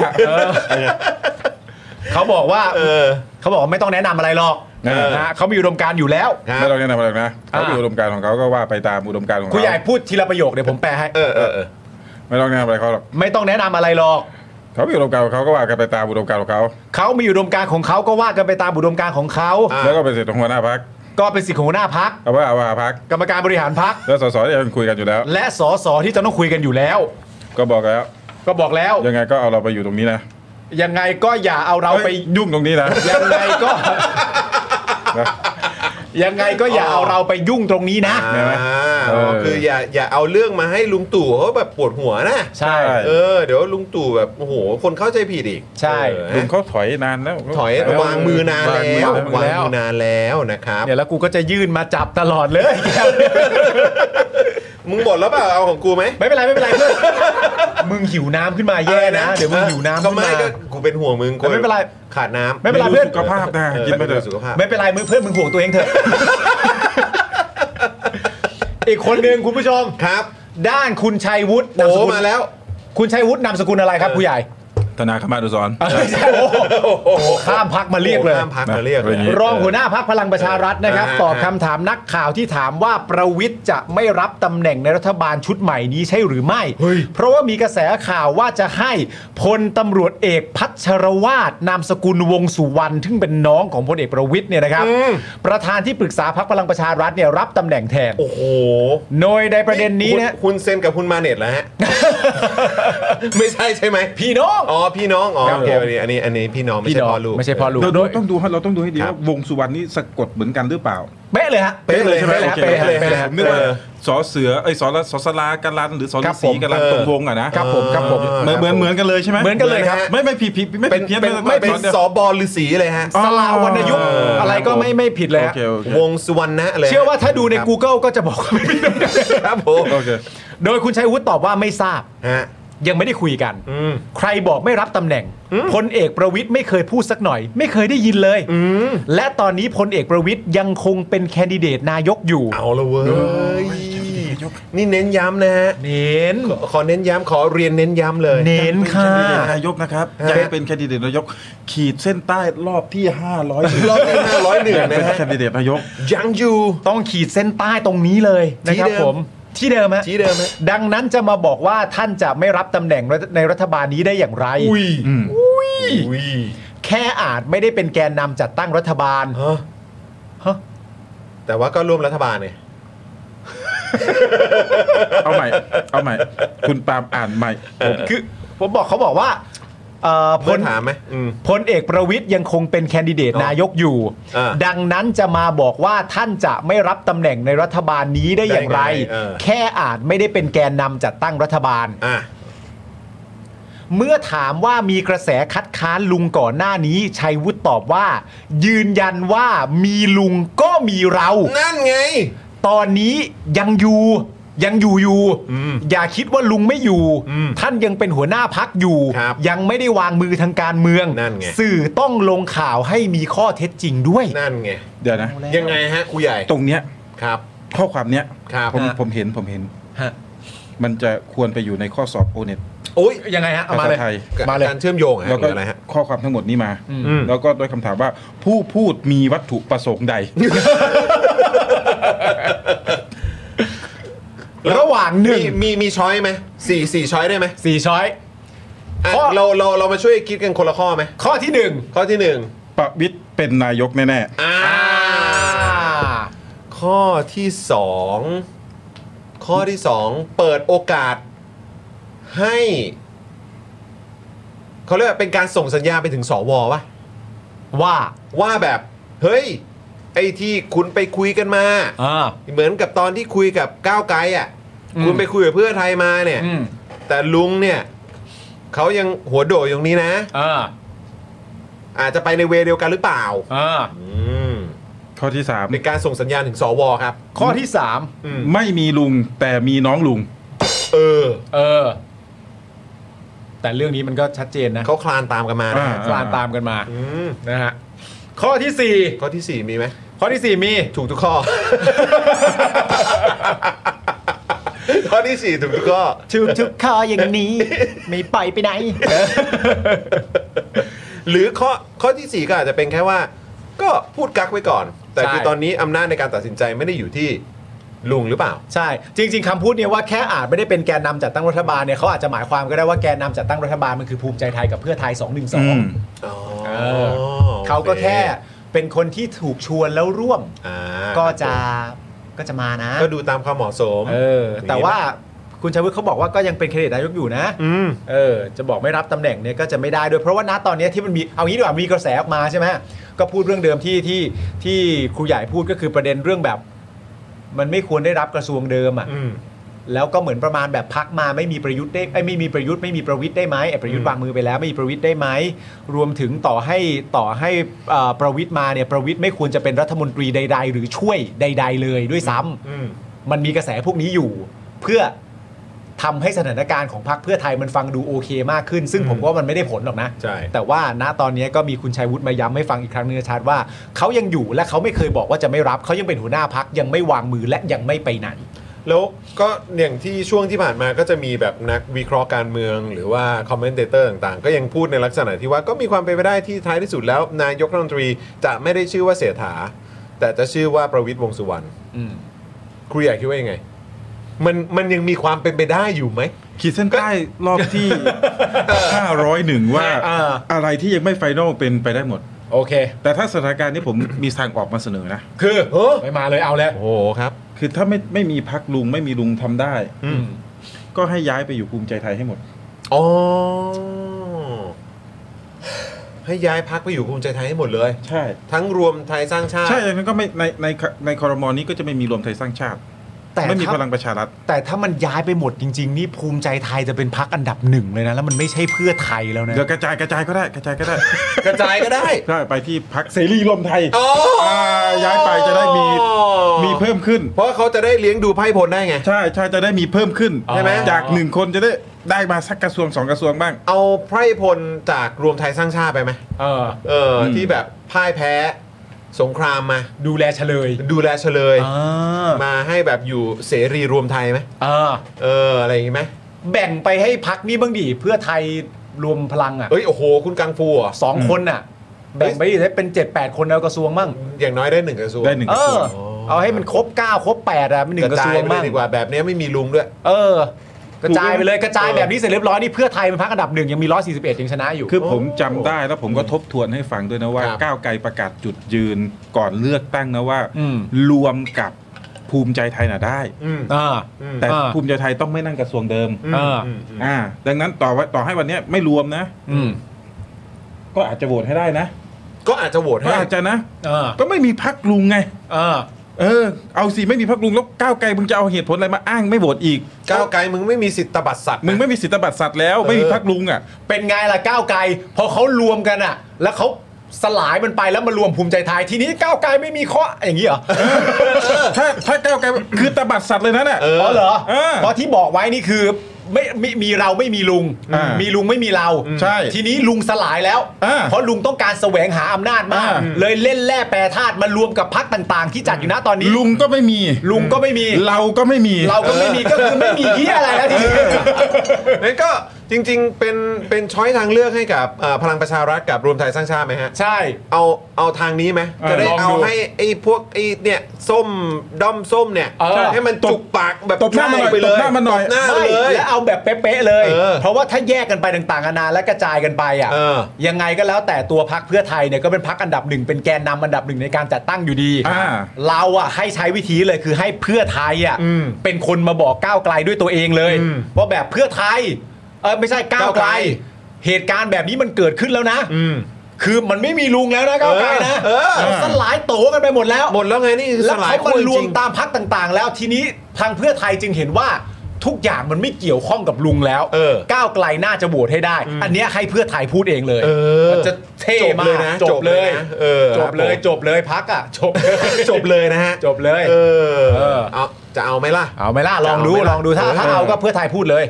G: เขาบอกว่า
A: เออ
G: เขาบอกว่าไม่ต้องแนะนำอะไรหรอก
C: เออ
G: นะเขามีอุดมการณ์อยู่แล้ว
A: ครับ
C: ไม่ต้องแนะนำอะไรนะเขาอยู่
G: อ่า
C: อุดมการณ์ของเขาก็ว่าไปตามอุดมการณ์ของ
G: คุณ
C: เขา
G: ใหญ่พูดทีละประโยคเดี๋ยวผมแปลให้
A: เออเออเออ
C: ไม่ต้องแนะนำอะไรเขาหรอก
G: ไม่ต้องแนะนำอะไรหรอก
C: เขาอยู่อุดมการณ์ของเขาก็ว่ากันไปตามอุดมการณ์ของเขา
G: เขามีอุดมการณ์ของเขาก็ว่ากันไปตามอุดมการณ์ของเขา
A: อ่ะ
C: แล้วก็เป็นสิทธิ์ของหัวหน้าพัก
G: ก็เป็นสิทธิ์ของหัวหน้าพัก
C: เอาว่าเอาว่าพัก
G: กรรมการบริหารพัก
C: แล้วสสที่ยังคุยกันอยู่แล้ว
G: และสสที่จะต้องคุยกันอยู่แล้ว
C: ก็บอกแล้ว
G: ก็บอกแล้ว
C: ยังไงก็เอาเราไปอยู่ตรงนี้นะ
G: ยังไงก็อย่าเอาเราไป
C: อ้ยยุ่งตรงนี้นะ
G: ยังไงก็ ยังไงก็อย่าเอาเราไปยุ่งตรงนี้นะ
A: อ่า
G: เออ
A: คืออย่าอย่าเอาเรื่องมาให้ลุงตู่เขาแบบปวดหัวนะ
G: ใช่
A: เออเดี๋ยวลุงตู่แบบโอ้โหคนเข้าใจผิดอีก
G: ใช่
A: เออ
C: ลุงเขาถอยนานแล้ว
A: ถอยวางมือนานแล้ว
C: วางมื
A: วา
C: อง นานแล้ว
A: มือนานแล้วนะครับ
G: เนี่ยแล้วกูก็จะยื่นมาจับตลอดเลย
A: มึงบ่นแล้วเปล่าเอาของกูไหม
G: ไม่เป็นไรไม่เป็นไรเพื่อน มึงหิวน้ำขึ้นมาแย่นะ เดี๋ยวมึงหิวน้ำ
A: ก็
G: ขึ้น
A: ไม่
G: มา
A: ก็กูเป็นห่วงมึง
G: แต่ไม่เป็นไร
A: ขาดน้ำ
G: ไม่เป็นไรเพื่อน
C: สุขภาพนะกินไปเถอะ
A: สุขภาพ
G: ไม่เป็นไรมึงเพื่อนมึงห่วงตัวเองเถ อะ อีกคนหนึ่งคุณผู้ชม
A: ครับ
G: ด้านคุณชัยวุฒินาม
A: โอ้
G: สกุล
A: มาแล้ว
G: คุณชัยวุฒินามสกุลอะไรครับผู้ใหญ่
C: ธนาคมาดุสร
G: โอ้โหข้ามพักมาเรียกเลย
A: ข้ามพักมาเรียกเลย
G: รองหัวหน้าพักพลังประชารัฐนะครับ
A: อ่า
G: ตอบคำถามนักข่าวที่ถามว่าประวิทย์จะไม่รับตำแหน่งในรัฐบาลชุดใหม่นี้ใช่หรือไม่ เพราะว่ามีกระแสข่าวว่าจะให้พลตำรวจเอกพัชรวาทนามสกุลวงสุวรรณซึ่งเป็นน้องของพลเอกประวิทย์เนี่ยนะครับ ประธานที่ปรึกษาพักพลังประชารัฐเนี่ยรับตำแหน่งแทน
A: โอ้โห
G: โดยในประเด็นนี้นะ
A: คุณคุณเซนกับคุณมาเน็ตแล้วฮะ ไม่ใช่ใช่ไหม
G: พี่น้อง
A: อ๋อพี่น้องอ๋อ
G: ครับ
A: โอเค
G: ผม
A: อันนี้อันนี้อันนี้พี่น้องไม่
G: พี่
A: ใช่
G: น้อง
A: พ่อลูก
G: ไม่ใช่พ่อลูก
C: เรา
G: โดย
C: ต้องดูให้เราต้องดูให้ดี
A: ครับ
C: ว่าวงสุวรรณนี่สะกดเหมือนกันหรือเปล่า
G: เป๊ะเลยฮะ
A: เป๊ะเลยใช่ไหม
G: เป๊ะเลยฮะ
A: โอค
G: เป๊ะเลยฮะเป๊ะเลย
C: ผ
G: ฮะ
C: มนึกว่าสอเสือไอ้ยสอละสอสลากันลันหรือสอ
G: ครั
C: ฤา
G: บผ
C: ษี
G: ม
C: กันลัน
A: เออ
C: ตรงวงอะนะ
G: ครับผมครับผม
C: เหมือนเหมือนเหมือนกันเลยใช่ไหม
G: เหมือนกันเลยครับ
C: ไม่ไม่ผิดผิดไม่
A: เป็น
C: ผิดเพี้ยน
A: เป็น
C: ลย
A: ไม่เป็น
C: ตอดียว
A: สอบอฤาษีเลยฮะ
G: สลาวรรณยุกต์
A: เอออ
G: อะไรก็ไม่ไม่ผิดเลย
C: โอ
G: ฮะ
C: เคโอเค
A: วงสุวรรณะเลย
G: เชื่อว่าถ้าดูใน
A: ครับ
G: Google ก็จะบอกว่าไม่มี
A: ครับผม
C: โอเค
G: โดยคุณชัยวุฒิตอบว่าไม่ทราบ
A: ฮะ
G: ยังไม่ได้คุยกัน
A: อืม
G: ใครบอกไม่รับตำแหน่ง
A: อืม
G: พลเอกประวิทย์ไม่เคยพูดสักหน่อย ไม่เคยได้ยินเลย
A: อืม
G: และตอนนี้พลเอกประวิทย์ยังคงเป็นแคนดิเดตนายกอยู่
A: เอาละเว้ยนี่เน้นย้ำนะฮะ
G: เน้น
A: ขอเน้นย้ำขอเรียนเน้นย้ำเลย
G: เน้นค่ะ
C: เป็นแคนดิเดตนายกนะครับอยากให้เป็นแคนดิเดตนายก ขีดเส้นใต้รอบที่ 500
A: รอบที่501นะฮะ
C: เป็นแคนดิเดตนายก
A: ยังอยู่
G: ต้องขีดเส้นใต้ตรงนี้เลยนะครับ
A: ที่เดิม
G: ผมที่เดิมฮะ
A: ที่เดิมฮะ
G: ดังนั้นจะมาบอกว่าท่านจะไม่รับตำแหน่งในรัฐบาลนี้ได้อย่างไร
A: อุ้ย
C: อืม
A: อุ้ย
G: แค่อาจไม่ได้เป็นแกนนำจัดตั้งรัฐบาล
A: ฮะ
G: ฮะ
A: แต่ว่าก็ร่วมรัฐบาลไง
C: เอาใหม่ เอาใหม่ คุณปาล์มอ่านใหม่ผม
G: คือผมบอกเขาบอกว่าเอ่อพ
A: เพื่อ
G: ล
A: นถามไหมอืม
G: พลเอกประวิทย์ยังคงเป็นแคนดิเด
A: อ๋อน
G: ตายกอยู่
A: อ่า
G: ดังนั้นจะมาบอกว่าท่านจะไม่รับตำแหน่งในรัฐบาลนี้ได้อย่างไร
A: ได้ไงเออ
G: แค่อาจไม่ได้เป็นแกนนำจัดตั้งรัฐบาล
A: อ่ะ
G: เมื่อถามว่ามีกระแสคัดค้านลุงก่อนหน้านี้ชัยวุฒิตอบว่า ยืนยันว่ามีลุงก็มีเรา
A: นั่นไง
G: ตอนนี้ยังอยู่ยังอยู่อยู่
A: อืม
G: อย่าคิดว่าลุงไม่อยู่
A: อืม
G: ท่านยังเป็นหัวหน้าพักอยู่
A: ครับ
G: ยังไม่ได้วางมือทางการเมือง
A: นั่นไง
G: สื่อต้องลงข่าวให้มีข้อเท็จจริงด้วย
A: นั่นไง
C: เดี๋ยวนะ
A: ยังไงฮะครูใหญ่
C: ตรงเนี้ย
A: ครับ
C: ข้อความเนี้ย
A: ครับ
C: ผม
A: ฮะ
C: ผมเห็นผมเห็น
G: ฮะ
C: มันจะควรไปอยู่ในข้อสอบโอเน็ต
A: โอ้ย
G: ยังไงฮะเอามาเลย
C: ไทย
A: กับ
G: มาเลย
A: การเชื่อมโยงอะฮะ
C: แล้ว
A: ห
C: ก็
A: รืออะไรฮะ
C: ข้อความทั้งหมดนี้มา
A: อืม
C: แล้วก็ด้วยคำถามว่าผู้พูดมีวัตถุประสง ค์ใด
G: ระหว่างหนึ่ง
A: มีมีมีช้อยไหมสี่สี่ช้อยได้ไหม
G: สี่ช้อย
A: อ่ะ
G: ข้อ
A: เราเราเรามาช่วยคิดกันคนละข้อไหม
G: ข้อที่หนึ่ง
A: ข้อที่หนึ่ง
C: ประวิตยเป็นนายกแน่
A: อ่าข้อที่สองข้อที่สองเปิดโอกาสให้เขาเรียกว่าเป็นการส่งสัญญาณไปถึงสวป่ะ
G: ว่า
A: ว่าแบบเฮ้ย ไอ้ที่คุณไปคุยกันมา เหมือนกับตอนที่คุยกับก้าวไกลอ่ะ
G: อืม
A: คุณไปคุยกับเพื่อไทยมาเนี่ย
G: อืม
A: แต่ลุงเนี่ยเขายังหัวโดดอย่างนี้นะ
G: อ่า
A: อาจจะไปในเวย์เดียวกันหรือเปล่า
G: อ่า
A: อืม
C: ๆ ข้อที่สาม
A: เป็นการส่งสัญญาณถึงสวครับ
G: ข้อที่สาม
C: ไม่มีลุงแต่มีน้องลุง
A: เออ
G: เออ แต่เรื่องนี้มันก็ชัดเจนนะ
A: เขาคลานตามกันมานะ
C: อ่า
G: คลานตามกันมา
A: อืม
G: นะฮะข้อที่สี่
A: ข้อที่ 4 มีไหม
G: ข้อที่สี่มี
A: ถูกทุก ข้อ ข้อที่ 4 ถูกทุกข้อ
G: ทุกทุกข้ออย่าง นี้ ไม่ไปไปไหน
A: หรือข้อข้อที่ 4 ก็อาจจะเป็นแค่ว่า ก็พูดกักไว้ก่อน แต่คือ
G: ใช่
A: ตอนนี้อำนาจในการตัดสินใจไม่ได้อยู่ที่ลุงหรือเปล่า
G: ใช่ จริง ๆคำพูดเนี่ยว่าแค่อาจไม่ได้เป็นแกนนำจัดตั้งรัฐบาลเนี่ยเขาอาจจะหมายความก็ได้ว่าแกนนำจัดตั้งรัฐบาลมันคือภูมิใจไทยกับเพื่อไทย 2 1
C: อืม
G: 2
A: อ๋อ
G: เออ
A: โอค
G: เขาก็แค่เป็นคนที่ถูกชวนแล้วร่วม
A: อ่า
G: ก็จะก็จะมานะ
A: ก็ดูตามความเหมาะสม
G: เออ
A: ย่างนี้
G: แต่ว่า คุณชัยวุฒิเขาบอกว่าก็ยังเป็นแคนดิเดตนายกอยู่นะ
A: อืม
G: เออจะบอกไม่รับตำแหน่งเนี่ยก็จะไม่ได้ด้วย เพราะว่าณตอนเนี้ยที่มันมีเอางี้ดีกว่ามีกระแสออกมาใช่ไหมก็พูดเรื่องเดิมที่ที่ที่ครูใหญ่พูดก็คือประเด็นเรื่องแบบ มันไม่ควรได้รับกระทรวงเดิมอ่ะ
A: อืม
G: แล้วก็เหมือนประมาณแบบพักมาไม่มีประยุทธ์ได้ไอ้ยไม่มีประยุทธ์ไม่มีประวิทย์ได้ไหมไอ้ประยุทธ์วางมือไปแล้วไม่มีประวิทย์ได้ไหมรวมถึงต่อให้ต่อให้เอ่อประวิทย์มาเนี่ยประวิทย์ไม่ควรจะเป็นรัฐมนตรีใด ๆ หรือช่วยใด ๆ เลยด้วยซ้ำ
A: อืม
G: มันมีกระแสพวกนี้อยู่ เพื่อทำให้สถานการณ์ของพรรคเพื่อไทยมันฟังดูโอเคมากขึ้น ซึ่งผมว่ามันไม่ได้ผลหรอกนะ
A: ใช่
G: แต่ว่าณตอนนี้ก็มีคุณชัยวุฒิมาย้ำให้ฟังอีกครั้งหนึงนะชัดว่าเขายังอยู่และเขาไม่เคยบอกว่าจะไม่รับเขายังเป็นหัวหน้าพักยังไม่วางมือและยังไม่ไปไหน
A: แล้วก็อย่างที่ช่วงที่ผ่านมาก็จะมีแบบนักวิเคราะห์การเมือง หรือว่าคอมเมนเตอร์ต่างๆ ก็ยังพูดในลักษณะที่ว่าก็มีความเป็นไปได้ที่ท้ายที่สุดแล้ว นายกรัฐมนตรีจะไม่ได้ชื่อว่าเสถา แต่จะชื่อว่าประวิตยวงษ์สุวรรณ
G: อืม
A: ครูใหญ่คิดว่ายังไง มันมันยังมีความเป็นไปได้อยู่ไหม
C: ขีดเส้นใต้รอบ ที่ 501 ว่า
G: อ่า
C: อะไรที่ยังไม่ไฟนอลเป็นไปได้หมด
G: โอเค
C: แต่ถ้าสถานการณ์นี้ผมมีทางออกมาเสนอนะ
G: คือไม่มาเลยเอาแล้ว
A: โอ้โหครับ
C: คือถ้าไม่ไม่มีพักลุงไม่มีลุงทำได้
A: อืม
C: ก็ให้ย้ายไปอยู่ภูมิใจไทยให้หมด
A: อ๋อให้ย้ายพักไปอยู่ภูมิใจไทยให้หมดเลย
C: ใช่
A: ทั้งรวมไทยสร้างชาติ
C: ใช่อย่างนั้นก็ไม่ในในในคอรมอนี้ก็จะไม่มีรวมไทยสร้างชาติ
G: แต่
C: ไม่มี
G: ถ้า
C: พลังประชารัฐ
G: แต่ถ้ามันย้ายไปหมดจริง ๆ นี่ภูมิใจไทยจะเป็นพักอันดับหนึ่งเลยนะ แล้วมันไม่ใช่เพื่อไทยแล้วนะ
C: เดี๋ยวกระจายกระจายก็ได้กระจายก็ได้
A: กระจายก็ได้
C: ได้ไปที่พักเสรีรวมไทย
A: อ๋ออ่
C: าย้ายไปจะได้มีมีเพิ่มขึ้น
A: เพราะเขาจะได้เลี้ยงดูไพ่พลได้ไง
C: ใช่ใช่จะได้มีเพิ่มขึ้น
A: ใช่ไหม
C: จากหนึ่งคนจะได้ได้มาสักกระทรวงสองกระทรวงบ้าง
A: เอาไพร่พลจากรวมไทยสร้างชาติไปไหม
G: เออ
A: เอออ
C: ม
A: ที่แบบพ่ายแพ้สงครามมา
G: ดูแลเฉลย
A: ดูแลเฉลย
G: อ่า
A: มาให้แบบอยู่เสรีรวมไทยไหม
G: อ่า
A: เอออะไรอย่างงี้ไหม
G: แบ่งไปให้พักนี้บ้างดิเพื่อไทยรวมพลังอ่ะ
A: เอ้ยโอ้โห คุณกังฟูเหรอ
G: สองคนอ่ะ
A: เอ้ย
G: แบ่งไปดิให้เป็น7จดแปดคนเอากระทรวงมั่ง
A: อย่างน้อยได้หนึ่งกระทรวง
C: ได้หนึ่ง
G: เอก
C: ระทร
G: อ
C: วง
G: เอาให้มันครบ 9 ครบ 8 อ่ะมันหนึ่
A: ก
G: ง
A: ระ
G: กระ
A: จา
G: ทร
A: ยวไป
G: ง
A: เล
G: มั่
A: ย
G: ง
A: ดีกว่าแบบเนี้ยไม่มีลุงด้วย
G: เออ กระจายไปเลยกระจาย
A: เออ
G: แบบนี้เสร็จเรียบร้อยนี่เพื่อไทยเป็นพักอันดับหนึ่งยังมี 141 ยังชนะอยู่
C: คือผมจำได้แล้วผมก็ทบทวนให้ฟังด้วยนะว่า
A: ครับ
C: ก้าวไกลประกาศจุดยืนก่อนเลือกตั้งนะว่า
G: ม
C: รวมกับภูมิใจไทยน่ะได้
A: อืม
G: อ่า
A: อืม
C: แต่
G: อ่า
C: ภูมิใจไทยต้องไม่นั่งกระทรวงเดิม
A: อืม
G: อ่า
A: อืมอืม
C: อ่าดังนั้นต่อว่าต่อให้วันเนี้ยไม่รวมนะ
G: อืม
C: ก็อาจจะโหวตให้ได้นะ
A: ก็อาจจะโหวต
C: ก็
A: ให้
C: อาจจะนะ
G: อ่า
C: ก็ไม่มีพักลุงไง
G: อ่า
C: เออ เอาสิไม่มีพักลุงแล้วก้าวไกลมึงจะเอาเหตุผลอะไรมาอ้างไม่โหวตอีก
A: ก้าวไกลมึงไม่มีสิทธิ์ตบัดสัตว์นะ
C: มึงไม่มีสิทธิบัตรสัตว์แล้วไม่มีพักลุงอ่ะ
G: เป็นไงล่ะก้าวไกลพอเขารวมกันอ่ะ แล้วเขาสลายมันไปแล้วมารวมภูมิใจไทยทีนี้ก้าวไกลไม่มีข้ออย่างนี้เหรอ
C: ถ้าถ้าก้าวไกลคือตบัดสัตว์เลยนั่นอ่ะ
A: เออ
G: อ๋อเหรอ
C: เออ
G: เพราะที่บอกไว้นี่คือไม่มีมีเราไม่มีลุง
C: อ่ามี
G: มีลุงไม่มีเรา
C: ใช่
G: ทีนี้ลุงสลายแล้ว
C: อ่า
G: เพราะลุงต้องการแสวงหาอำนาจมาก
C: อ่า
G: เลยเล่นแร่แปรธาตุมารวมกับพักต่างๆ ที่จัดอยู่นะตอนนี้
C: ลุงก็ไม่มี
G: ลุงก็ไม่มี
C: เราก็ไม่มี
G: เราก็ไม่มีก็คือไม่มีเหียอะไรแล้วทีนี้
A: นั่นก็จริงๆ เป็นเป็นช้อยทางเลือกให้กับเอ่อพลังประชารัฐกับรวมไทยสร้างชาติไหมฮะ
G: ใช่
A: เอาเอาทางนี้ไหม
C: เออ
A: จะได้
C: ลองดู
A: เอาให้ไอ้พวกไอ้เนี่ยส้มด้อมส้มเนี่ย
G: เออ
A: ให้มัน
C: ตบ
A: จุกปากแบบ
C: ตบหน้ามันหน่อย
A: ไปเลย
C: ตบหน้ามันหน่อย
A: ตบหน้า
G: ไม่
A: เลย
G: แล้วเอาแบบเป๊ะๆเลย
A: เออ
G: เพราะว่าถ้าแยกกันไปต่างๆนานาและกระจายกันไปอ่ะ
A: เออ
G: ยังไงก็แล้วแต่ตัวพักเพื่อไทยเนี่ยก็เป็นพักอันดับหนึ่งเป็นแกนนำอันดับหนึ่งในการจัดตั้งอยู่ดี
C: อ่า
G: เราอะให้ใช้วิธีเลยคือให้เพื่อไทยอะ
A: อืม
G: เป็นคนมาบอกก้าวไกลด้วยตัวเองเลย
A: อืม
G: ว่าแบบเพื่อไทยเออไม่ใช่ก้าวไก
A: ก้าวไกล
G: ลเหตุการณ์แบบนี้มันเกิดขึ้นแล้วนะ
A: อืม
G: คือมันไม่มีลุงแล้วนะก้าวไกลนะ
A: เออเออ
G: มันสลายโตกันไปหมดแล้ว
A: หมดแล้วไงนี่คือ
G: แล้
A: ส
G: ว
A: ลาย
G: เขา
A: ขั้
G: มาว ร
A: จ
G: วม
A: ริง
G: ตามพักต่างๆ แล้วทีนี้ทางเพื่อไทยจึงเห็นว่าทุกอย่างมันไม่เกี่ยวข้องกับลุงแล้ว
A: เออ
G: ก้าวไกลน่าจะโหวตให้ได้ อันเนี้ยให้เพื่อไทยพูดเองเลย
A: เออ
G: มันจะเท่
A: จบ
G: มาก
A: เลยนะ
G: จบ
A: จบ
G: เลย
A: เลยนะเออ
G: จบเลย
A: ครับผม
G: จบเลยพักอ่ะ จบ
A: จบเลยนะฮะ
G: จบเลย
A: เออ
G: เออ
A: เอาจะเอาไหมล่ะ
G: เอาไหมล่ะ ลองดู
A: เอาไหมล่ะ
G: ลองดูถ้า
A: เออ
G: ถ้าเอาก็เพื่อไทยพูดเลย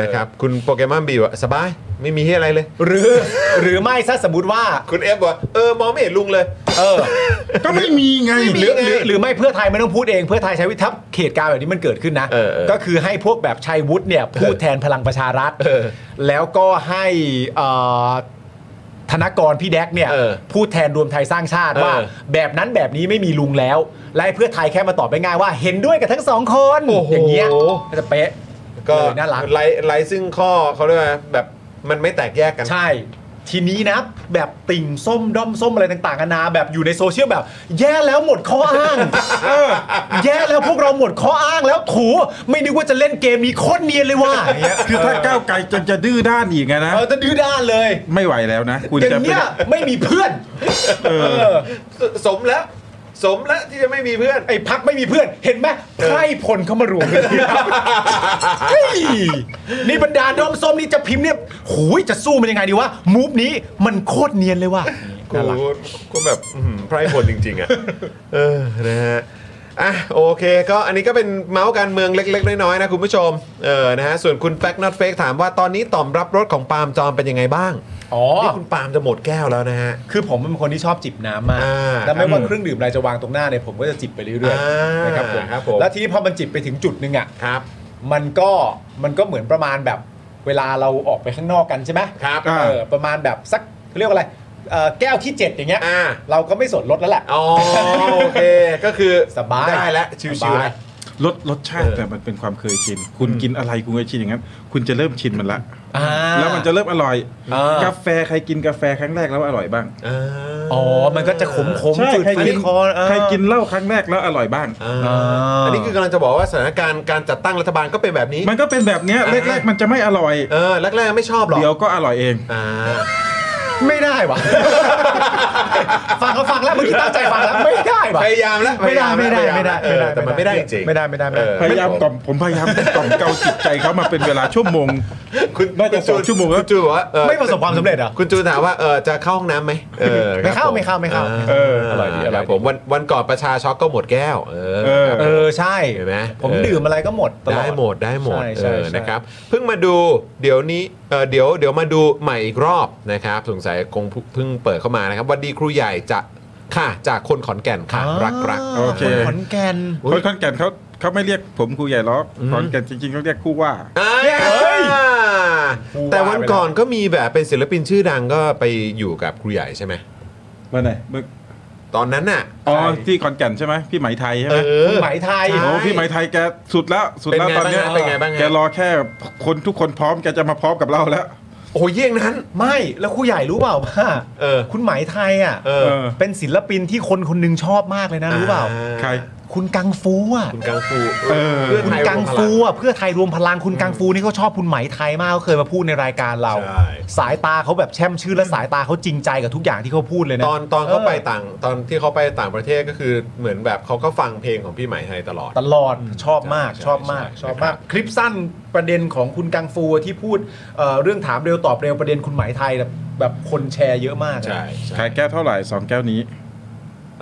A: นะครับคุณโปเกมอนบีว่าสบายไม่มีที่อะไรเลย
G: หรือ หรือไม่ถ้าสมมติว่า
A: คุณเอฟบอกว่าเออมองไม่เห็นลุงเลย
G: เออ
C: ก็ไม่มีไง
G: หรือหรือหรือไม่เพื่อไทยไม่ต้องพูดเองเพื่อไทยใช้วิธีทับเหตุการณ์แบบนี้มันเกิดขึ้นนะ
A: เออเออ
G: ก็คือให้พวกแบบชัยวุฒิเนี่ยพูดแทนพลังประชารัฐ
A: เออ
G: แล้วก็ให้เอ่อธนกรพี่แดกเนี่ย
A: เออ
G: พูดแทนรวมไทยสร้างชาติว่า
A: เออ
G: แบบนั้นแบบนี้ไม่มีลุงแล้วและให้เพื่อไทยแค่มาตอบง่ายๆว่า เห็นด้วยกับทั้งสองคนอย่างเงี้ยก็จะเป๊ะ
A: ก็
G: เลยน่ารัก
A: ไลไลซึ่งข้อเขาเรียกว่าแบบมันไม่แตกแยกกัน
G: ใช่ ทีนี้นะ แบบติ่งส้มด้อมส้มอะไรต่างๆนานาแบบอยู่ในโซเชียลแบบ แย่แล้วหมดข้ออ้าง เออแย่แล้วพวกเราหมดข้ออ้างแล้วโถูไม่นึกว่าจะเล่นเกมนี้โคตรเนียนเลยว่ะอย่างเงี้ย
C: คือถ้าก้าวไกลจนจะดื้อด้านอีกอะนะ
G: เออจะดื้อด้านเลย
C: ไม่ไหวแล้วนะคุณ
G: อย่า
C: จะ
G: ง
C: เป็
G: เงี้
C: น
G: ยไม่มีเพื่อน
C: เออ
A: สสมแล้ว สมแล้วที่จะไม่มีเพื่อน
G: ไอ้พักไม่มีเพื่อน เห็นไหมไพร่พลเขามารวมกันทีเฮ้ยนี่บรรดาด้อมส้มนี่จะพิมพ์เนี่ยหูยจะสู้มันยังไงดีวะมูฟนี้มันโคตรเนียนเลยว่ะ
A: กู
G: น่ารัก
A: กูแบบอื้อหือไพร่พลจริง ๆ อ่ะ เออ นะฮะ อ่ะ โอเค ก็อันนี้ก็เป็นเมาส์การเมืองเล็ก ๆ น้อย ๆ นะ คุณผู้ชม เออ นะฮะ ส่วนคุณแฟก not fake ถามว่าตอนนี้ต่อมรับรสของปาล์มจอมเป็นยังไงบ้าง
G: อ๋อ
A: นี่คุณปาล์มจะหมดแก้วแล้วนะฮะ
G: คือผมเป็นคนที่ชอบจิบน้ำมาก
A: อ่า
G: แล้วไม่ว่า
C: ครับ
G: เครื่องดื่มอะไรจะวางตรงหน้าเนี่ยผมก็จะจิบไปเรื่อย
A: อ่า
G: ๆนะครับ
A: ครับผ
G: ผม ม แล้วทีนี้พอมันจิบไปถึงจุดหนึงอ่ะ
A: ครับ
G: มันก็มันก็เหมือนประมาณแบบเวลาเราออกไปข้างนอกกันใช่ไหม
A: ครับ
G: เออประมาณแบบสักเขาเรียกว่าอะไรเอ่อแก้วที่ 7 อย่างเงี้ย
A: อ่า
G: เราก็ไม่สนลดแล้วแหละ
A: อ๋อ โอเค ก็คือ
G: สบาย
A: ได้แล้ว
G: ส
A: ชิวๆ
G: บา
A: แล้
G: ย
A: ว
C: ลดรสชาติแต่มันเป็นความเคยชิน คุณกินอะไรคุณก็ชินอย่างนั้น คุณจะเริ่มชินมันละ
G: อ่า
C: แล้วมันจะเริ่มอร่อย
G: อ่าก
C: กาแฟใครกินกาแฟครั้งแรกแล้วอร่อยบ้าง
G: อ๋อ มันก็จะขมขม
C: ใช่
G: จืด
C: ใคร
G: ฟัน
C: กิน
G: คออ่า
C: ใครกินเหล้าครั้งแรกแล้วอร่อยบ้าง
A: อา
G: อ่า
A: อันนี้คือกำลังจะบอกว่าสถานการณ์การจัดตั้งรัฐบาลก็เป็นแบบนี้
C: มันก็เป็นแบบเนี้ย
A: อ่า
C: แรกๆ มันจะไม่อร่อย
A: เออแรกๆไม่ชอบหรอก
C: เดี๋ยวก็อร่อยเอง
A: อ่า
G: ไม่ได้ วะ ฟังก็ฟังแล้วเมื่อกี้ตั้งใจฟังแล้วไม่ได้วะ
A: พยายามแล้ว
G: ไม่ได้
A: พ
G: ไม่
A: ยายาแล้ว
G: ได้ไม่ได้
A: เออแต่มันไม่ได้จริงๆ
G: ไม่ได้ไม่ได้ไม่
A: เออ
G: ได้
C: พยายามกล่อมผมพยายามกล่อมเกลาจิตใจเขามาเป็นเวลาชั่วโมง
A: คุณ
C: น่าจะสองชั่วโมงแล้ว
A: คุณจูนบอกว่าเออ
G: ไม่ประสบความสำเร็จเหรอ
A: คุณจูนถามว่าเออจะเข้าห้องน้ำไหมเออ
G: ไม่เข้า
A: ครับผ
G: ไม่เข้าไม่เข้า
C: เออ
A: อร่อยดีอร่อยดีผมวันวันก่อนประชาช็อกก็หมดแก้ว เออ
C: เอ
A: ค
C: อ
A: รับ
G: เออใช่
A: เห็นไหม
G: ผม
A: เออ
G: ดื่มอะไรก็หมดตลอด
A: ได้หมดได้หมด
G: ใช่
A: เอ
G: ใช่
A: อ
G: ใช่
A: นะครับเพิ่งมาดูเดี๋ยวนี้เอ่อเดี๋ยวเดี๋ยวมาดูใหม่อีกรอบนะครับสงสัยคงเพิ่งเปิดเข้ามานะครับหวันดีครูใหญ่จะค่ะจากคนขอนแก่นค่ะ รักรัก
C: โอเค
G: ขอนแก่น
C: คนขอนแก่นเขาเขาไม่เรียกผมครูใหญ่หรอกขอนแก่นจริงๆเขาเรียกครู่ว่า
A: อ่า
G: ครูว่า
A: แต่วันก่อนก็มีแบบเป็นศิลปินชื่อดังก็ไปอยู่กับครูใหญ่ใช่ไหม
C: วันไหนเมื่อ
A: ตอนนั้นน่ะ
C: อ๋อที่ขอนแก่นใช่ไหมพี่ไหมไทยใช่
A: เอ
C: ไ
A: อ
C: หม
G: ไหมไทย
C: โอ้พี่ไหมไทยแกสุดแล้วสุดแล้ว
A: เป็นไง
C: ตอนเนี้ย
A: บ้างฮะเป็นไงบ้างฮะ
C: แกรอแค่คนทุกคนพร้อมแกจะมาพร้อมกับเราแล้ว
A: โอ้ยเยี่ยงนั้น
G: ไม่แล้วครูใหญ่รู้เปล่าว่า
A: เออ
G: คุณไหมไทยอ่ะ
A: เออ
C: เออ
G: เป็นศิลปินที่คนคนหนึงชอบมากเลยนะรู้เปล่า
C: ใคร
G: คุณกังฟูอ่ะ
A: คุณกังฟู
C: เออ
A: เพื่อน
G: คุ
A: ไท
G: ณ
A: ย
G: กัง
A: รวมพลั
G: ฟูอ่ะเพื่อไทยรวมพลังคุณกังฟูนี่เขาชอบคุณไหมไทยมากเขาเคยมาพูดในรายการเรา
A: ใช่
G: สายตาเขาแบบแช่มชื่นและสายตาเขาจริงใจกับทุกอย่างที่เขาพูดเลยนะ
A: ตอนตอนเขาไป
G: อ
A: ต่างตอนที่เขาไปต่างประเทศก็คือเหมือนแบบเขาก็ฟังเพลงของพี่ไหมไทยตลอด
G: อตลอดชอบมาก
A: ใช่
G: ชอบมาก
A: ใช่
G: ชอบมาก คลิปสั้นประเด็นของคุณกังฟูที่พูดเอ่อเรื่องถามเร็วตอบเร็วประเด็นคุณไหมไทยแบบแบบคนแชร์เยอะมากอะ
A: ใช่
C: ขายแก้วเท่าไหร่สองแก้วนี้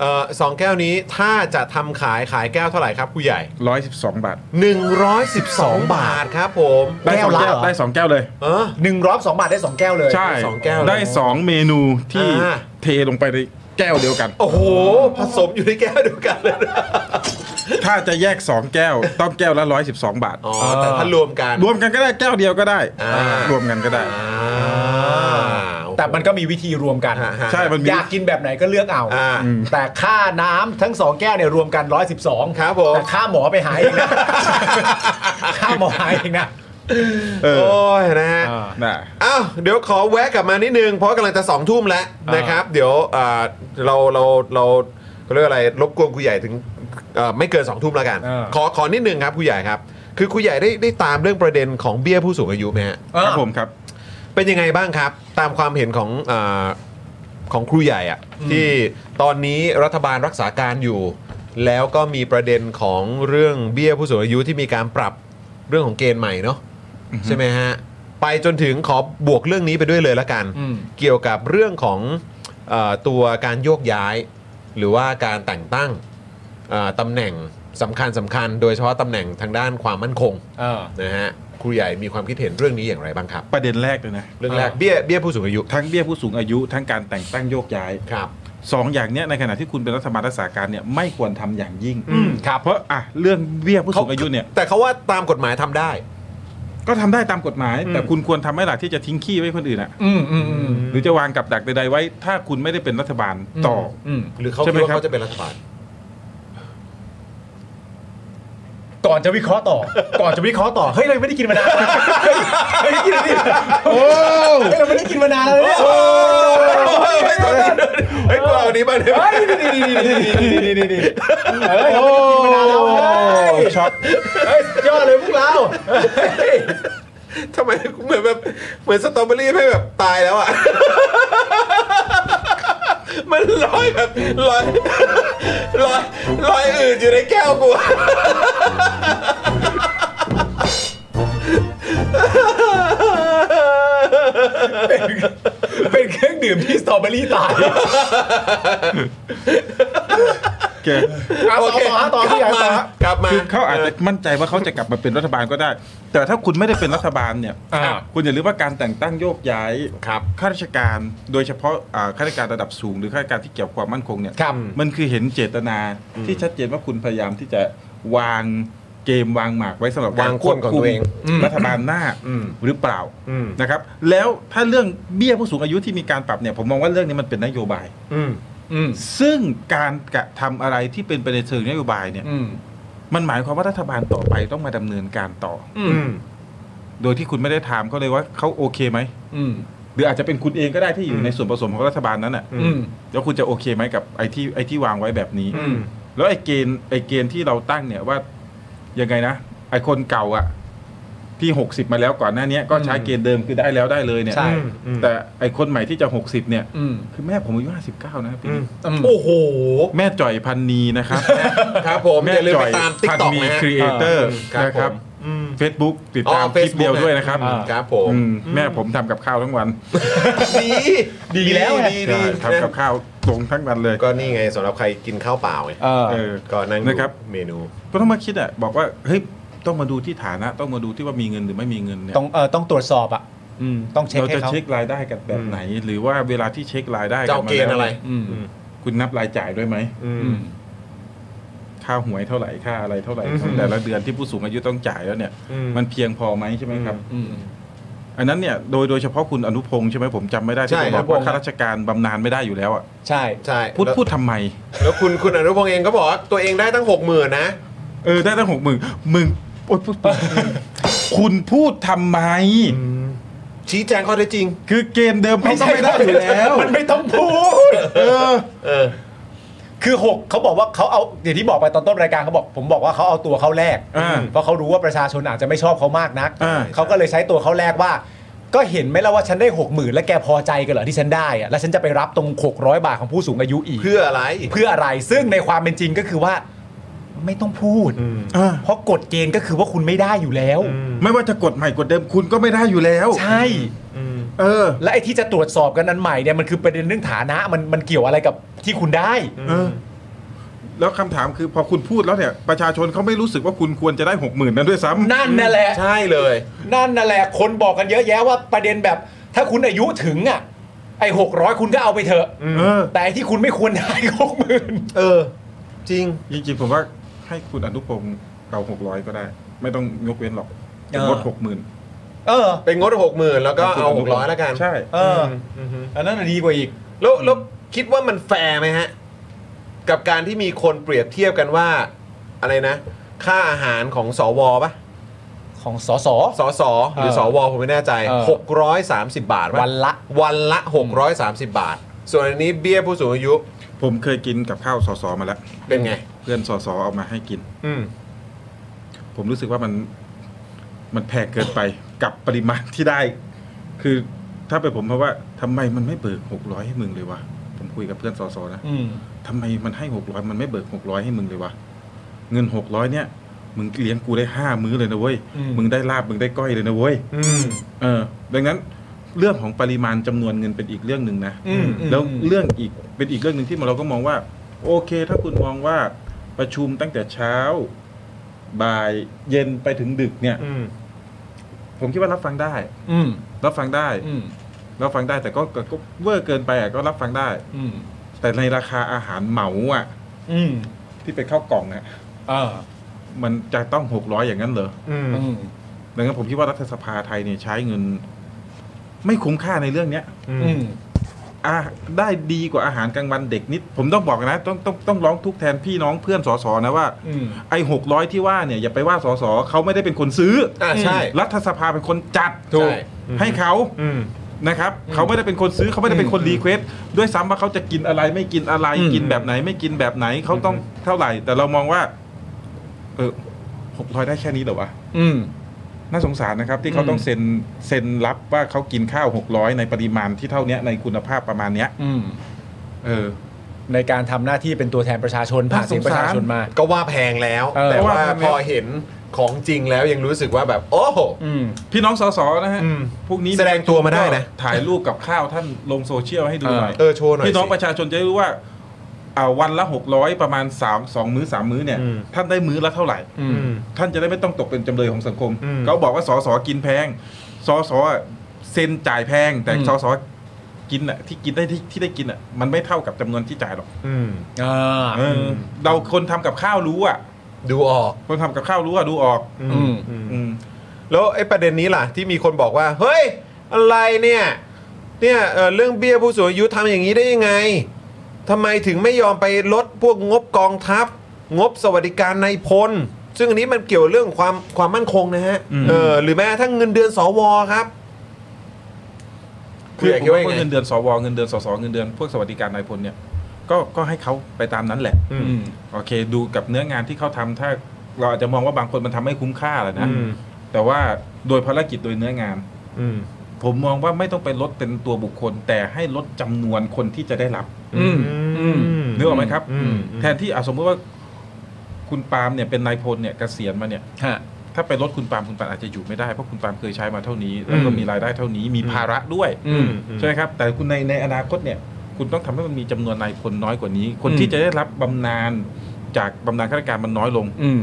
A: เอ่อสองแก้วนี้ถ้าจะทำขายขายแก้วเท่าไหร่ครับผู้ใหญ่
C: ร้อยสิบสองบาท
A: 112 บาทครับผม
C: ได้สอง
G: แก้
C: แก้
G: วละ
C: ว
G: เหรอ
C: ได้สองแก้วเลย
A: เออ
G: หนึ่งรอบสองบาทได้สองแก้วเลย
C: ใช่
A: สองแก้วเลย
C: ได้สองเมนูที่
A: อ่า
C: เทลงไปในแก้วเดียวกัน
A: โอ้โห ผสมอยู่ในแก้วเดียวกันเลยนะ
C: ถ้าจะแยกสองแก้ว ต้องแก้วละร้อยสิบสองบาท
A: อ๋อ แต่ถ้ารวมกัน
C: รวมกันก็ได้แก้วเดียวก็ได้
A: อ่า
C: รวมกันก็ได้
A: อ่าโอ้โห
G: แต่มันก็มีวิธีรวมกัน
A: ฮะฮะ
C: ใช่มันมี
G: อยากกินแบบไหนก็เลือกเอา
A: อ่า
G: แต่ค่าน้ำทั้งสองแก้วเนี่ยรวมกัน 112
A: ครับผม
G: แต่ค่าหมอไปหายเองนะ ค่าหมอหายเองนะ
C: เออ
A: โอ้ยนะฮะ
C: น่ะ
A: อ้าวเดี๋ยวขอแวะกลับมานิดนึง เพราะกำลังจะสองทุ่มแล้ว
G: อ่าน
A: นะครับ เดี๋ยวอ่าเราเราเราเขาเรียกอะไรรบกวนครูใหญ่ถึงเอ่อไม่เกินสองทุ่มแล้วกัน ขอขอนิดนึงครับครูใหญ่ครับ คือครูใหญ่ได้ได้ตามเรื่องประเด็นของเบี้ยผู้สูงอายุไหมฮะ
C: ครับผมครับ
A: เป็นยังไงบ้างครับ ตามความเห็นของอาของครูใหญ่อะที่ตอนนี้รัฐบาลรักษาการอยู่ แล้วก็มีประเด็นของเรื่องเบี้ยผู้สูงอายุที่มีการปรับเรื่องของเกณฑ์ใหม่เนาะ ใช่ไหมฮะ ไปจนถึงขอบวกเรื่องนี้ไปด้วยเลยละกัน
G: อืม
A: เกี่ยวกับเรื่องของเออตัวการโยกย้าย หรือว่าการแต่งตั้งเอ่อตำแหน่งสำคัญสำคัญๆโดยเฉพาะตำแหน่งทางด้านความมั่นคง
G: เออ
A: นะฮะครูใหญ่มีความคิดเห็นเรื่องนี้อย่างไรบ้างครับ
C: ประเด็นแรกเลยนะ
A: เรื่องแรกเบี้ยเบี้ยผู้สูงอายุ
C: ทั้งเบี้ยผู้สูงอายุ ทั้งการแต่งตั้งโยกย้าย
A: ครับ
C: สองอย่างเนี้ยในขณะที่คุณเป็นรัฐบาลรักษาการเนี่ยไม่ควรทำอย่างยิ่ง
A: อืมครับ
C: เพราะอ่ะเรื่องเบี้ยผู้สูงอายุเนี่ย
A: แต่เขาว่าตามกฎหมายทำได้
C: ก็ทำได้ตามกฎหมาย แต่คุณควรทำไหม่หลักที่จะทิ้งขี้ไว้ให้คนอื่นอ่ะ
G: อืมอืมอืม
C: หรือจะวางกับดักใดๆไว้ ถ้าคุณไม่ได้เป็นรัฐบาลต่อ
G: อืม
A: หรือเขา
C: ใช่
A: คิด
C: ไหม
A: ว่า
C: ครับ
A: เขาจะเป็นรัฐบาล
G: ก็ ก่อนจะวิเคราะห์ต่อ ก่อนจะวิเคราะห์ต่อ เฮ้ยเรายังไม่ได้กินมานานเฮ้ยเฮ้ยกินดิโอ้ยเราไม่ได้กินมานานแล้วเนี่ย
A: โอ้ยเฮ้ยโทษทีเฮ้ยกูเอาอันนี้มาเนี่ย
G: เฮ้ยดีดีดีดีดีดีดีดีเฮ้ยเราไม่ได้กินมานานแล้วเฮ้ย
C: ช็อต
G: เฮ้ยสุดยอดเลยพวกเราเฮ้ย
A: ทำไมเหมือนแบบเหมือนสตรอเบอรี่ไม่แบบตายแล้วอ่ะ มันลอยแบบลอยลอยลอยอื่นอยู่ในแก้วกู
G: เป็นเครื่องดื่มที่สตรอเบอรี่ตาย
C: แก
G: เอา
A: โอ
G: ต่อ
A: เคลั
G: ต่อฮะต่อพี่
A: บ
G: ใหญ่
A: มา
G: ต่อฮะ
A: กลับมา
C: คือเขาอาจจะมั่นใจว่าเขาจะกลับมาเป็นรัฐบาลก็ได้ แต่ถ้าคุณไม่ได้เป็นรัฐบาลเนี่ย
G: อ่า
C: คุณอย่าลืมว่าการแต่งตั้งโยกย้าย
A: ครับ
C: ข้าราชการ โดยเฉพาะอ่าข้าราชการระดับสูงหรือข้าราชการที่เกี่ยวกับความมั่นคงเนี่ย
G: ครับ
C: มันคือเห็นเจตนาที่ชัดเจนว่าคุณพยายามที่จะวางเกมวางหมากไว้สำหรับกร
A: วางกลของตัวเอง
C: ควบคุมรัฐบาลหน้า
A: อืม
C: หรือเปล่า
A: อืม
C: นะครับ แล้วถ้าเรื่องเบี้ยผู้สูงอายุที่มีการปรับเนี่ยผมมองว่าเรื่องนี้มันเป็นนโยบาย
A: อืม
G: อืม
C: ซึ่งการกระทำอะไรที่เป็นไปในเชิงนโยบายเนี่ย
G: อืม
C: มันหมายความว่ารัฐบาลต่อไปต้องมาดำเนินการต่อ
G: อืม
C: โดยที่คุณไม่ได้ถามเขาเลยว่าเขาโอเคไหม
G: อืม
C: หรืออาจจะเป็นคุณเองก็ได้ที่อยู่ในส่วนผสมของรัฐบาลนั้นน่ะ
G: อืม
C: แล้วคุณจะโอเคไหมกับไอ้ที่ไอ้ที่วางไว้แบบนี้
A: อืม
C: แล้วไอ้เกณฑ์ไอ้เกณฑ์ที่เราตั้งเนี่ยว่ายังไงนะไอ้คนเก่าอ่ะที่ 60 มาแล้วก่อนหน้าเนี้ยก็ใช้เกณฑ์เดิมคือได้แล้วได้เลยเนี่ย
G: ใช่
C: แต่ไอ้คนใหม่ที่จะ 60 เนี่ย
G: อืม
C: คือแม่ผมอายุ59นะพี่
G: อืม
A: โอ้โห
C: แม่จ่อยพันนีนะครับ
A: ครับผมอย่าลืมไปตามติ๊ก
C: พัน
A: ต็อก
C: นี
A: นะฮะ
C: ครีเอเตอร์
A: ครับ
C: นะ
A: ผ
C: ครับ
A: มอืม
C: Facebook ติดตาม
A: อ๋อ
C: คลิป
A: Facebook
C: เดียวด้วยนะครับ
A: อ่าครับผม
C: อืแม่ผมทำกับข้าวทั้งวัน
A: ดีดีแล้วดีดี
C: ใช่
A: นะ
C: ทำกับข้าวตรงทั้งวันเลย
A: ก็นี่ไงสำหรับใครกินข้าวเปล่าไง
G: เออ
C: เออ
A: ก็นั่งดู
C: นะครับ
A: เมนู
C: ก็ต้องมาคิดอ่ะบอกว่าเฮ้ยต้องมาดูที่ฐานะ ต้องมาดูที่ว่ามีเงินหรือไม่มีเงินเนี่ย
G: ต้องเออต้องตรวจสอบอ่ะ
C: อืม
G: ต้องเช็ค
C: เรา
G: ให้
C: จะ
G: เขา
C: เช็ครายได้กันแบบไหน หรือว่าเวลาที่เช็ครายได้
A: เจ้าเกณฑ์อะไร
G: อืม
C: คุณนับรายจ่ายด้วยไหม
A: อืม
C: อืมค่าหวยเท่าไหร่ค่าอะไรเท่าไหร่
A: อืม
C: แต่ละเดือนที่ผู้สูงอายุต้องจ่ายแล้วเนี่ย
A: อืม
C: มันเพียงพอไหมใช่ไหมครับ
G: อืม
C: อันนั้นเนี่ยโดยโดยเฉพาะคุณอนุพงศ์ใช่ไหมผมจำไม่ได้
A: ใช่
C: ที่ผม
A: ครับ บอก
C: ว่า
A: ผม
C: ข้าราชการบำนาญไม่ได้อยู่แล้วอ่ะ
G: ใช่
A: ใช่
C: พูดพูดทำไม
A: แล้วคุณคุณอนุพงษ์เองก็บอกว่าตัวเองได้ตั้งหกหมื่นนะ
C: เออได้ตั้งหกหมื่นมึงโอ๊ยพูด คุณพูดทำไม
A: ชี้แจงข้อเท็จจริง
C: คือเกณฑ์เดิมเขาก็ไม่ได้อยู่แล้ว
G: มันไม่ต้องพูด
C: เออ
A: เออ
G: คือหกเขาบอกว่าเขาเอาอย่างที่บอกไปตอนต้นรายการเขาบอก ผมบอกว่าเขาเอาตัวเขาแรก
C: อ่า
G: เพราะเขารู้ว่าประชาชนอาจจะไม่ชอบเขามากนัก
C: อ่า
G: เขาก็เลยใช้ตัวเขาแรกว่า ก็เห็นไหมล่ะว่าฉันได้หกหมื่นแล้วแกพอใจกันเหรอที่ฉันได้อะแล้วฉันจะไปรับตรงหกร้อยบาทของผู้สูงอายุอีก
A: เพื่ออะไร
G: เพื่ออะไรซึ่งในความเป็นจริงก็คือว่า ไม่ต้องพูด
A: อืม
C: อ่ะ
G: เพราะกฎเกณฑ์ก็คือว่าคุณไม่ได้อยู่แล้ว
C: ไม่ว่าจะกดใหม่กดเดิมคุณก็ไม่ได้อยู่แล้ว
G: ใช่
C: เออ
G: และไอ้ที่จะตรวจสอบกันอันใหม่เนี่ยมันคือประเด็นเรื่องฐานะมันมันเกี่ยวอะไรกับที่คุณได้
C: เออ แล้วคำถามคือพอคุณพูดแล้วเนี่ย ประชาชนเขาไม่รู้สึกว่าคุณควรจะได้หกหมื่นนั้นด้วยซ้ำ
G: นั่นน่ะแหละ
A: ใช่เลย
G: นั่นน่ะแหละ คนบอกกันเยอะแยะว่าประเด็นแบบ ถ้าคุณอายุถึงอ่ะ ไอ้หกร้อยคุณก็เอาไปเถอะ
C: เออ
G: แต่ไอ้ที่คุณไม่ควรได้หกหมื่น
A: เออ จริง
C: จริงๆผมว่าให้คุณอนุพงศ์เอาหกร้อยก็ได้ ไม่ต้องยกเว้นหรอกลดหกหมื่น
G: เออ
A: เป็นงดหกหมื่นแล้วก็เอาหกร้อยแล้วกัน
C: ใช่
G: เออ
A: อือฮึ
G: อันนั้นนะดีกว่าอีก
A: แล้วแล้วคิดว่ามันแฟร์ไหมฮะ กับการที่มีคนเปรียบเทียบกันว่า อะไรนะ ค่าอาหารของสวปะ
G: ของสส
A: สสหรือสวผมไม่แน่ใจ
G: เออ
A: 630 บาทป
G: วันละ
A: วันละ 630 บาท ส่วนอันนี้เบี้ยผู้สูงอายุ
C: ผมเคยกินกับข้าวสอสอมาแล้ว
A: เป็นไง
C: เพื่อนสอสอเอามาให้กิน
A: อืม
C: ผมรู้สึกว่ามันมันแพงเกินไป กับปริมาณที่ได้ คือถ้าเป็นผมเพราะว่าทำไมมันไม่เบิกหกร้อยให้มึงเลยวะผมคุยกับเพื่อนสอสอนะ
G: อืม
C: ทำไมมันให้หกร้อยมันไม่เบิกหกร้อยให้มึงเลยวะเงินหกร้อยเนี่ย มึงเลี้ยงกูได้ห้ามื้อเลยนะเว้ย
G: อืม
C: มึงได้ลาบมึงได้ก้อยเลยนะเว้ย
A: อืม
C: เออ ดังนั้นเรื่องของปริมาณจำนวนเงินเป็นอีกเรื่องหนึ่งนะ
G: อืม
C: แล้วเรื่องอีกเป็นอีกเรื่องหนึ่งที่เราก็มองว่า โอเค ถ้าคุณมองว่าประชุมตั้งแต่เช้า บ่ายเย็นไปถึงดึกเนี่ย
A: อืม
C: ผมคิดว่ารับฟังได้
G: อืม
C: รับฟังได้
G: อืม
C: รับฟังได้แต่ก็ก็ก็เวอร์เกินไปอะก็รับฟังได้
G: อืม
C: แต่ในราคาอาหารเหมาอ่ะ
G: อืม
C: ที่เป็นข้าวกล่องอ่ะ
G: เออ
C: มันจะต้องหกร้อยอย่างนั้นเหรอ
A: อืม
G: อืม
C: ดังนั้นผมคิดว่ารัฐสภาไทยเนี่ยใช้เงิน ไม่คุ้มค่าในเรื่องเนี้ย
G: อืม
C: อาได้ดีกว่าอาหารกลางวันเด็กนิด ผมต้องบอกนะ ต้องต้องต้องร้องทุกข์แทนพี่น้องเพื่อนสสนะว่า
B: อืม
C: ไอ้หกร้อยที่ว่าเนี่ยอย่าไปว่าสสเขาไม่ได้เป็นคนซื้ออา
A: ใช่
C: รัฐสภาเป็นคนจัด
A: ถูก
C: ให้เขานะครับเขาไม่ได้เป็นคนซื้อเขาไม่ได้เป็นคนรีเควสด้วยซ้ำว่าเขาจะกินอะไรไม่กินอะไรกินแบบไหน ไม่กินแบบไหนเขาต้องเท่าไหร่ แต่เรามองว่า เออหกร้อยได้แค่นี้เหรอวะ
B: อืม
C: น่าสงสารนะครับที่เขาต้องเซ็นเซ็นรับว่าเขากินข้าว 600 ในปริมาณที่เท่าเนี้ยในคุณภาพประมาณเนี้ย
B: อืม
C: เออ
B: ในการทำหน้าที่เป็นตัวแทนประชาชนผ่านเสียงประชาชนมา
A: ก็ว่าแพงแล้ว
B: เออ
A: แต่ว่า
C: ว่าแพงแล้ว
A: พอเห็นของจริงแล้วยังรู้สึกว่าแบบ โอ้โห
B: อืม
C: พี่น้องสสนะฮะ
A: อืม
C: พวกนี้
A: แสดงตัวมาได้นะ
C: ถ่ายรูปกับข้าวท่านลงโซเชียลให้ดูหน่อย
A: เออโชว์หน่อย
C: พี่น้องป
A: สิ
C: ระชาชนจะได้รู้ว่าอ่าวันละ 600 ประมาณ3 2มื้อ3 มื้อเนี่ย
A: อืม
C: ท่านได้มื้อละเท่าไหร่
B: อืม
A: อืม
C: ท่านจะได้ไม่ต้องตกเป็นจำเลยของสังคม
A: อืม
C: เขาบอกว่าสสกินแพงสสเซ็นจ่ายแพง แต่
B: อืม
C: สสกินอ่ะที่กินได้ที่ที่ได้กินอ่ะมันไม่เท่ากับจำนวนที่จ่ายหรอก
A: อืม
B: อ่า
C: เออเราคนทำกับข้าวรู้อ่ะ
A: ดูออก
C: คนทำกับข้าวรู้อ่ะ ดูออก
B: อืม
A: อืม
C: อืม
A: แล้วไอ้ประเด็นนี้ล่ะ ที่มีคนบอกว่า เฮ้ย อะไรเนี่ยเนี่ยเอ่อเรื่องเบี้ยผู้สูงอายุทำอย่างนี้ได้ยังไงทำไมถึงไม่ยอมไปลดพวกงบกองทัพ งบสวัสดิการในายพล ซึ่งอันนี้มันเกี่ยวเรื่องความความมั่นคงนะฮะ
C: อืม
A: เออหรือแม้กระทั้งเงินเดือนสวครับ
C: คือ
A: อยาก
C: ผม
A: คิดว่า
C: ว่าพวก
A: ไง
C: เงินเดือนสวเงินเดือนสสเงินเดือนพวกสวัสดิการนายพลเนี่ย ก็ก็ให้เขาไปตามนั้นแหละ
A: อืม
C: โอเค ดูกับเนื้องานที่เขาทำถ้าเราอาจจะมองว่าบางคนมันทำไม่คุ้มค่าแหละนะ
A: อืม
C: แต่ว่าโดยภารกิจโดยเนื้องาน
A: อืม
C: ผมมองว่าไม่ต้องไปลดเป็นตัวบุคคล แต่ให้ลดจำนวนคนที่จะได้รับ
B: อืม อืม
C: นึกออกไหมครับ
A: อืม
C: แทนที่อะสมมติว่าคุณปาล์มเนี่ยเป็นนายพลเนี่ยเกษียณมาเนี่ย
B: ฮะ
C: ถ้าไปลดคุณปาล์มคุณปาล์มอาจจะอยู่ไม่ได้เพราะคุณปาล์มเคยใช้มาเท่านี้ แล้วก็
B: อืม
C: มีรายได้เท่านี้มีภาระด้วย
B: อืม
C: ใช่ไหมครับ แต่คุณในในอนาคตเนี่ย คุณต้องทำให้มันมีจำนวนนายพลน้อยกว่านี้ คน
B: อืม
C: ที่จะได้รับบำนาญจากบำนาญข้าราชการมันน้อยลง
B: อืม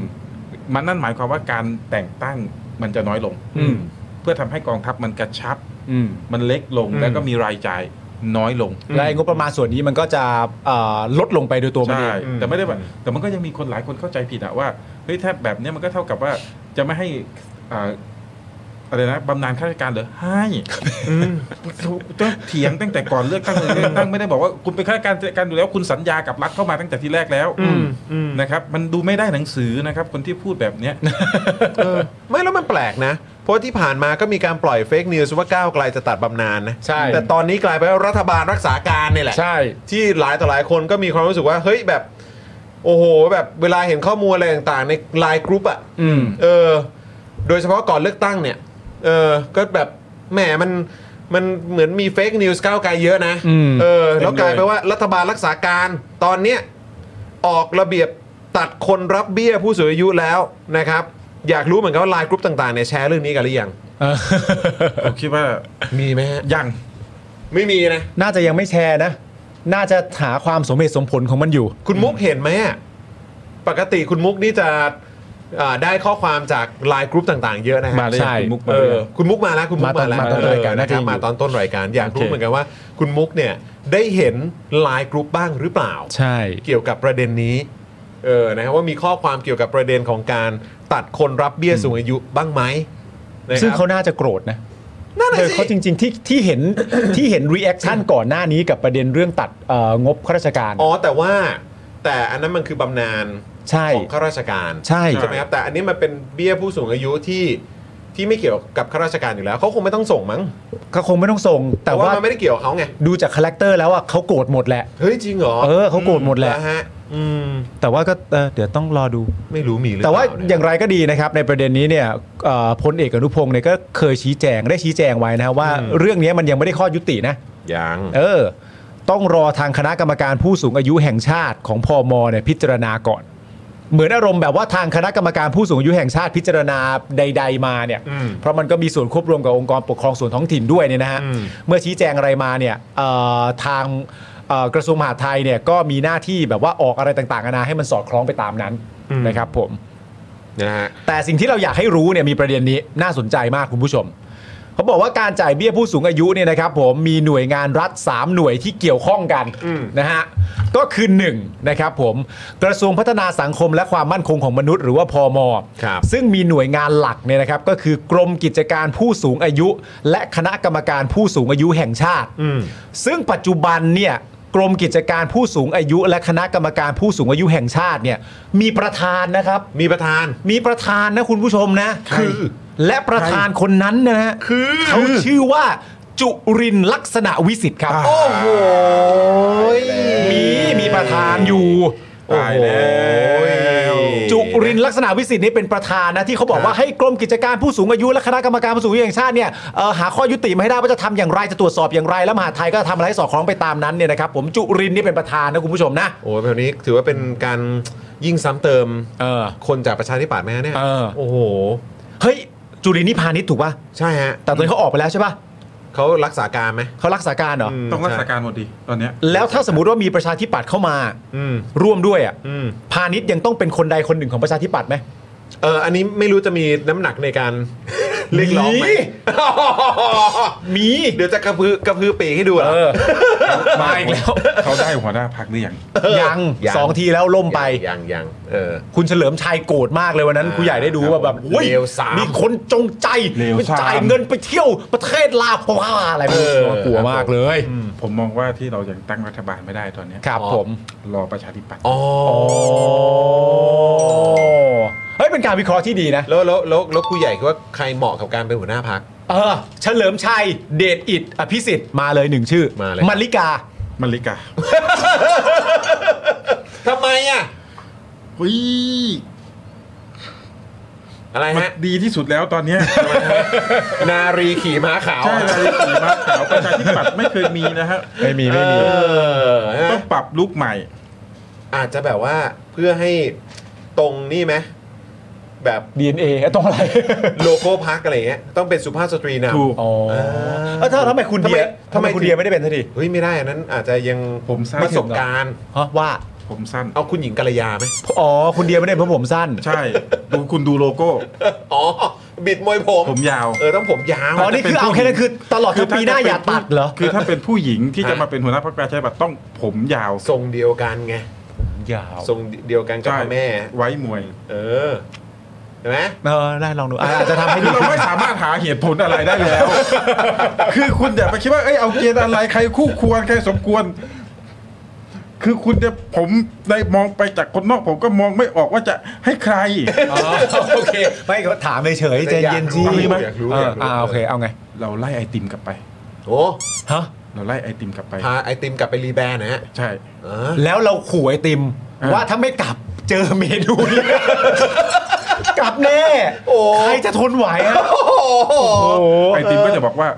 C: มันนั่นหมายความว่าการแต่งตั้งมันจะน้อยลง
B: อืม
C: เพื่อทำให้กองทัพมันกระชับ
B: อืม
C: มันเล็กลงแล้วก็มีรายจ่ายน้อยลง
B: และไอ้งบประมาณส่วนนี้มันก็จะเอ่อลดลงไปโดยตัวมันเอ
C: ใช่
B: ง
C: แต่ไม่ได้ว่าแต่มันก็ยังมีคนหลายคนเข้าใจผิดอะว่าเฮ้ยถ้าแบบเนี้ยมันก็เท่ากับว่าจะไม่ให้อ่าอะไรนะบำนาญข้าราชการเหรอให้
A: อืม
C: ต้องเถียงตั้งแต่ก่อนเลือกตั้งเลยเลือกตั้งไม่ได้บอกว่าคุณเป็นข้าราชการการดูแล้วคุณสัญญากับรัฐเข้ามาตั้งแต่ที่แรกแล้ว
A: อืมอืม
C: นะครับ มันดูไม่ได้หนังสือนะครับ คนที่พูดแบบเนี้ย
A: เออไม่แล้วมันแปลกนะ เพราะที่ผ่านมาก็มีการปล่อยเฟกนิวส์ว่าก้าวไกลจะตัดบำนาญนะ
B: ใช่
A: แต่ตอนนี้กลายเป็นว่ารัฐบาลรักษาการเนี่ยแหละ
B: ใช่
A: ที่หลายต่อหลายคนก็มีความรู้สึกว่า เฮ้ยแบบ โอ้โห แบบเวลาเห็นข้อมูลอะไรต่างๆ ในไลน์กรุ๊ปอ่ะ
B: อืม
A: เออ โดยเฉพาะก่อนเลือกตั้งเนี่ย เออ ก็แบบแหมมันมันเหมือนมีเฟกนิวส์ก้าวไกลเยอะนะ
B: อืม
A: เออ แล้วกลายเป็นว่ารัฐบาลรักษาการตอนเนี้ยออกระเบียบตัดคนรับเบี้ยผู้สูงอายุแล้วนะครับ อยากรู้เหมือนกันว่าไลน์กรุ๊ปต่างๆเนี่ยแชร์เรื่องนี้กันหรือยัง
B: เออ
C: ผมคิดว่า
A: มีไหมฮะ
C: ยัง
A: ไม่มีนะ
B: น่าจะยังไม่แชร์นะ น่าจะหาความสมเหตุสมผลของมันอยู่
A: คุณมุกเห็นไหมอะปกติคุณมุกนี่จะอ่าได้ข้อความจากไลน์กรุ๊ปต่างๆ เยอะนะฮะ
C: มาเลย
B: ใช่
C: คุณมุกมา
A: เอ
C: เลย
A: อคุณมุกมาแล้วคุณมุก
B: มาต
A: มา
B: อ
A: น แล้ว
B: มาตอนรายการ
A: เนะครับ
B: น่าจะอยู่
A: มาตอนต้นรายการอยาก
B: โอ
A: รู้
B: เค
A: เหมือนกันว่า คุณมุกเนี่ยได้เห็นไลน์กรุ๊ปบ้างหรือเปล่า
B: ใช่
A: เกี่ยวกับประเด็นนี้เออนะครับว่ามีข้อความเกี่ยวกับประเด็นของการตัดคนรับเบี้ยสูงอายุบ้างไหมนะครับ
B: ซึ่งเขาน่าจะโกรธนะ
A: นั่น
B: เอ
A: น่ะ
B: อ
A: สิ
B: เขาจริง ๆ ที่ที่เห็น ที่เห็นรีแอคชั่นก่อนหน้านี้กับประเด็นเรื่องตัดเอ่องบข้าราชการ
A: อ๋อแต่ว่าแต่อันนั้นมันคือบำนาญ
B: ใช่
A: ของข้าราชการ
B: ใช่
A: ใช่ไหมครับแต่อันนี้มันเป็นเบี้ยผู้สูงอายุที่ที่ไม่เกี่ยวกับข้าราชการอยู่แล้วเขาคงไม่ต้องส่งมั้ง
B: ก็คงไม่ต้องส่ง
A: แต่
B: แต่
A: ว่า
B: ว่า
A: มันไม่ได้เกี่ยวกับเขาไง
B: ดูจากคาแรคเตอร์แล้วอ่ะเขาโกรธหมดแหละ
A: เฮ้ยจริงเหรอ
B: เออเขาโกรธหมดแหละ
A: นฮะอืม
B: แต่ว่าก็เออเดี๋ยวต้องรอดู
A: ไม่รู้มีหรือ
B: แต่ว่า
A: เปล่เนี่ย
B: อย่างไรก็ดีนะครับในประเด็นนี้เนี่ยเอ่อพลเอกอนุพงศ์เนี่ยก็เคยชี้แจงได้ชี้แจงไว้นะครับว่าเรื่องนี้มันยังไม่ได้ข้อยุตินะ
A: ยัง
B: เออ ต้องรอทางคณะกรรมการผู้สูงอายุแห่งชาติของพอมเนี่ยพิจารณาก่อน เหมือนอารมณ์แบบว่าทางคณะกรรมการผู้สูงอายุแห่งชาติพิจารณาใด ๆ มาเนี่ย เพราะมันก็มีส่วนควบรวมกับองค์กรปกครองส่วนท้องถิ่นด้วยเนี่ยนะฮะ เมื่อชี้แจงอะไรมาเนี่ยเอ่อทางเอ่อกระทรวงมหาดไทยเนี่ยก็มีหน้าที่แบบว่าออกอะไรต่างๆนานาให้มันสอดคล้องไปตามนั้นนะครับผม
A: นะฮะ
B: แต่สิ่งที่เราอยากให้รู้เนี่ยมีประเด็นนี้น่าสนใจมากคุณผู้ชม เขาบอกว่าการจ่ายเบี้ยผู้สูงอายุเนี่ยนะครับผมมีหน่วยงานรัฐ 3 หน่วยที่เกี่ยวข้องกันนะฮะก็คือ1นะครับผมกระทรวงพัฒนาสังคมและความมั่นคงของมนุษย์หรือว่าพม
A: ครับ
B: ซึ่งมีหน่วยงานหลักเนี่ยนะครับก็คือกรมกิจการผู้สูงอายุ และคณะกรรมการผู้สูงอายุแห่งชาติ ซึ่งปัจจุบันเนี่ยกรมกิจการผู้สูงอายุ และคณะกรรมการผู้สูงอายุแห่งชาติเนี่ยมีประธานนะครับ
A: มีประธาน
B: มีประธานนะคุณผู้ชมนะ
A: ใคร
B: คือและประธานคนนั้นนะฮะ
A: คือ
B: เขาชื่อว่าจุรินทร์ลักษณะวิสิทธิ์ครับ โอ้โหมีมีประธานอยู่โอ้
A: ตาย
B: โห
A: แล้ว
B: จุรินทร์ลักษณะวิสิทธิ์นี่เป็นประธานนะที่เขาบอกว่าให้กรมกิจการผู้สูงอายุและคณะกรรมการผู้สูงอายุแห่งชาติเนี่ยเอ่อหาข้อยุติมาให้ได้ว่าจะทำอย่างไรจะตรวจสอบอย่างไร แล้วมหาดไทยก็ทำอะไรให้สอดคล้องไปตามนั้นเนี่ยนะครับผมจุรินทร์นี่เป็นประธานนะคุณผู้ชมนะ
A: โอ้ยแบบนี้ถือว่าเป็นการยิ่งซ้ำเติม
B: เออ
A: คนจากประชาธิปัตย์ไหมฮะเนี่ย
B: เออ
A: โอ้โห
B: เฮ้ยจุรินทร์นี่พาณิชย์ถูกป่ะ
A: ใช่ฮะ
B: แต่ตอนนี้เขาออกไปแล้วใช่ป่ะ
A: เขารักษาการไหม
B: เขารักษาการเหรออ
A: ม
C: ต้องรักษา
A: ใช่
C: การหมดดิตอนเนี้ย
B: แล้วถ้าสมมติว่ามีประชาธิปัตย์เข้ามา
A: อืม
B: ร่วมด้วยอ่ะ
A: อืม
B: พาณิชย์ยังต้องเป็นคนใดคนหนึ่งของประชาธิปัตย์ไหม
A: เอออันนี้ไม่รู้จะมีน้ำหนักในการ เรียกร้องไหม
B: มี มี
A: เดี๋ยวจะกระพือกระพือปีกให้ดูเหรอ
B: เออมาอีกแล้ว
C: เขาได้หัวหน้าพักหรือยัง
B: ยัง
A: ยัง
B: สองทีแล้วล่มไป
A: ยังยังเออ
B: คุณเฉลิมชัยโกรธมากเลยวันนั้น
A: อ่า
B: ผู้ใหญ่ได้ดูว่าแบบ
A: ครับผม
B: โอ้ย
A: เลวสาม
B: มีคนจงใจ
C: เลว
B: ไป
C: สาม
B: จ่ายเงินไปเที่ยวประเทศลาวเพราะว่าอะไรไม่รู้
A: เออ
B: น่ากลัวมากเลย
C: ผมมองว่าที่เรายังตั้งรัฐบาลไม่ได้ตอนเนี้ย
B: ครับผม
C: รอประชาธิปัตย์
A: อ๋อ
B: เฮ้ยเป็นการวิเคราะห์ที่ดีนะ
A: แล้วแล้วแล้วแล้วครูใหญ่คิดว่าใครเหมาะกับการเป็นหัวหน้าพัก
B: เออ เฉลิมชัยเดชอิดอภิสิทธิ์มาเลยหนึ่งชื่อ
A: มาเลย
B: มัลลิกา
C: มลลิกา
A: ทำไมอ่ะ
C: เฮ้ย
A: อะไร
C: มัน
A: ฮะ
C: ดีที่สุดแล้วตอนเนี้ย
A: นารีขี่ม้าขาว
C: ใช่เลยขี่ม้าขาวประชาธิปัตย์ไม่เคยมีนะฮะ
B: ไม่มี
A: เอ
B: ไม่มี
A: อฮะ
C: ต้องปรับลุกใหม่
A: อาจจะแบบว่าเพื่อให้ตรงนี่ไหมแบบ
B: DNA อะต้องอะไร
A: โลโก้พักอะไรเงี้ยต้องเป็นสุภาพสตรีนำ
C: ถูก
B: อ๋อ
A: เอ
B: เอ
A: อ
B: อถ้าทำไมคุณเดีย
A: ทำ
B: ทำ
A: ไม
B: ไมคุณเดียไม่ได้เป็นทันที
A: เฮ้ยไม่ได้อันนั้นอาจจะยัง
C: ผมสั้น
A: ประสบการณ์
B: ฮะว่า
C: ผมสั้น
A: เอาคุณหญิงกัลยาไหม
B: อ๋อคุณเดียไม่ได้เพราะผมสั้น
C: ใช่ดูคุณดูโลโก้
A: อ๋อ บิดมวยผม
C: ผมยาว
A: เออต้องผมยาว
B: อ๋อนี่คือเอาแค่นั้นคือตลอดทั้งปีหน้าอย่าตัดเหรอ
C: คือถ้าเป็นผู้หญิงที่จะ
A: ฮะ
C: มาเป็นหัวหน้าพรรคประชาธิปัตย์ต้องผมยาว
A: ทรงเดียวกันไง
B: ยาว
A: ทรงเดียวกันกับพ่อแม่
C: ไว้มวย
A: เออเห็นไหม
B: เออได้ลองดูอ่ะอาจจะทำให้
C: คื
B: ดี
C: อเราไม่สามารถหาเหตุผลอะไรได้แล้ว คือคุณอย่าไปคิดว่าเอ้ยเอาเกณฑ์อะไรใครคู่ควรใครสมควร คือคุณจะผมได้มองไปจากคนนอก ผมก็มองไม่ออกว่าจะให้ใคร
B: โอเค ไม่ก็ถามเฉยๆใจเย็นจี
A: อยากรู้
C: ไหม
A: อยากรู้
B: เออย
A: ากรู้
B: อ่าโอเคเอาไง
C: เราไล่ไอติมกลับไป
A: โอ้
B: ฮะ
C: เราไล่ไอติมกลับไป
A: พาไอติมกลับไปรีแบรนด์นะฮะ
C: ใช่
A: เออ
B: แล้วเราขู่ไอติม
C: อ่า
B: ว่าถ้าไม่กลับเจอเมนูนี้ กลับแน่ใครจะทนไหวอะ
C: ไอติมก็จะบอกว่า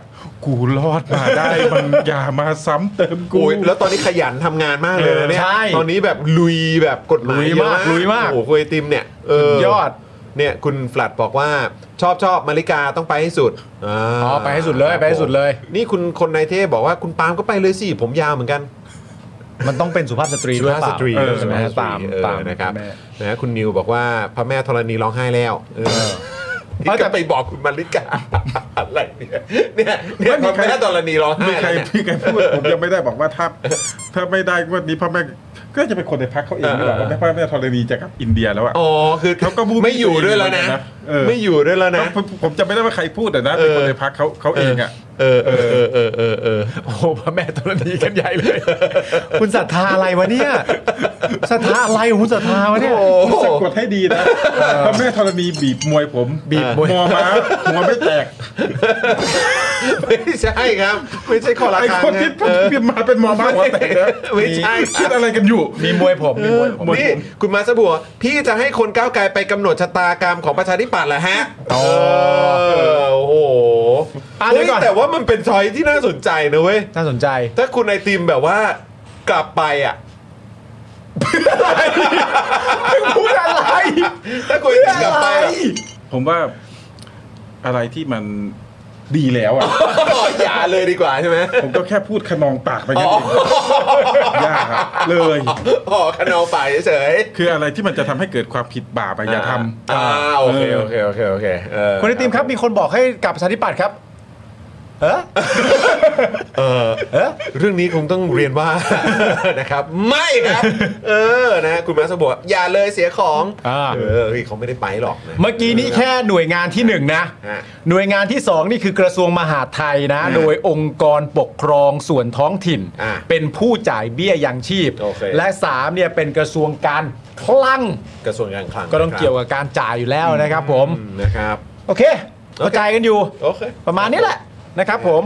C: กูรอดมาได้ มันอย่ามาซ้ำเติมกู
A: โอ้ยแล้วตอนนี้ขยันทำงานมากเลยนะเนี่ย
B: ใช่
A: ตอนนี้แบบลุยแบบกฎหมาย
B: ลุยมาก
A: เอะ
B: ลุยมาก
A: โอ้โหคุณไอติมเนี่ยเออ
B: ยอด
A: เนี่ยคุณฟลัดบอกว่าชอบชอบมาริกาต้องไปให้สุดอ๋
B: อ๋อไปให้สุดเลยไปให้สุดเลย
A: นี่คุณคนในเทพบอกว่าคุณปาล์มก็ไปเลยสิ ผมยาวเหมือนกัน
B: มันต้องเป็นสุภาพสตรี
A: สุ
B: ด้วย
A: ภาพส
B: เปล่า
A: ตรี
C: เออ
A: ใช่ไหม
B: นะฮะตาม
A: เออ
B: ตาม
A: นะครับ
B: แม่
A: นะคุณนิวบอกว่าพระแม่ธรณีร้องไห้แล้วเออ
B: เอา
A: นี่
B: แต่
A: ก็ไปบอกคุณมาริกา อะไรเนี่ยเนี่ยเนี่ยพ
C: ไม่มี
A: ระ
C: ใคร
A: แม่ธรณีร้องไห้
C: ไม่ใคร
A: แล้วเนี่ย
C: พี่ใครพูดผมยังไม่ได้บอกว่าถ้าถ้าไม่ได้งวันนี้พ่อแม่ก็จะเป็นคนในพักเขาเองหรือเปล่า
A: เออ
C: ว่าแม่พ่อแม่ธรณีจะกลับอินเดียแล้วอะ
A: อ๋อคือ
C: เขาก็พูด
A: ไม่อยู่ด้วยแล้วนะ
C: เออ
A: ไม่อยู่ด้วยแล้วนะ
C: ผมผมจะไม่ได้ว่าใครพูดแต่นะเป็นคนในพักเขาเขาเองอะ
A: เออเออเออเออเออเออ
B: โอ้โหพระแม่ธรณีกันใหญ่เลย คุณศรัทธาอะไรวะเนี่ยศรัทธาอะไรของคุณศรัทธาวะเนี่ย
C: คุณสะกดให้ดีนะพ่อแม่ธรณีบีบมวยผม
B: บีบมวย
C: หัวม้าหัวไม่แตก
A: ไม่ใช่ครับ ไม่ใช่คอละ
C: ไอ้
A: ครั้ง
C: คนที่
A: เออ
C: เปลี่ยนมาเป็นหมอม้าหัวแตกนะ
A: ไม่ใช่
C: คิดอะไรกันอยู่
B: มีมวยผมมีมวยผม
A: นี่คุณมาสบัว พี่จะให้คนก้าวไกลไปกำหนดชะตากรรมของประชาธิปัตย์เหรอฮะเออโอ้โห
B: อ่ะเดี๋ยวก่อน
A: ฮ้แต่ว่ามันเป็นชอยที่น่าสนใจนะเว้ย
B: น่าสนใจ
A: ถ้าคุณไอติมแบบว่ากลับไปอ่ะ
B: พูดอะไร
A: ถ้าคุณไอติมกลับไปอะ
C: ผมว่าอะไรที่มันดีแล้วอะ
A: อ๋ออย่าเลยดีกว่าใช่ไหม
C: ผมก็แค่พูดขนองปากไปแค่นั้นเองยากอะเลย
A: อ๋อคนเอาไปเฉย
C: คืออะไรที่มันจะทำให้เกิดความผิดบาปอะอย่าทำ
A: อ่าโอเคโอเคโอเคโอเคเ
B: คนไอติมครับมีคนบอกให้กลับประชาธิปัตย์ครับ
G: เออ
A: เออ
G: เอ๊ะ
A: เรื่องนี้คงต้องเรียนว่า นะครับ ไม่ครับ เออนะคุณมาสบอกว่าอย่าเลยเสียของ
G: อ่า
A: เออเฮ้ยเขาไม่ได้ไปหรอกนะ
G: เมื่อกี้นี้แค่หน่วยงานที่หนึ่งนะ
A: ฮะ
G: หน่วยงานที่สองนี่คือกระทรวงมหาดไทยนะ
A: อ่า
G: โดยองค์กรปกครองส่วนท้องถิ่น
A: อ่า
G: เป็นผู้จ่ายเบี้ยยังชีพ
A: โอเค
G: และสามเนี่ยเป็นกระทรวงการคลัง
A: กระทรวงการคลัง
G: ก็ต้องเกี่ยวกับการจ่ายอยู่แล้วนะครับผม
A: อืมนะครับ
G: โอเคเข้าใจกันอยู่
A: โอเค
G: ประมาณนี้แหละนะครับผม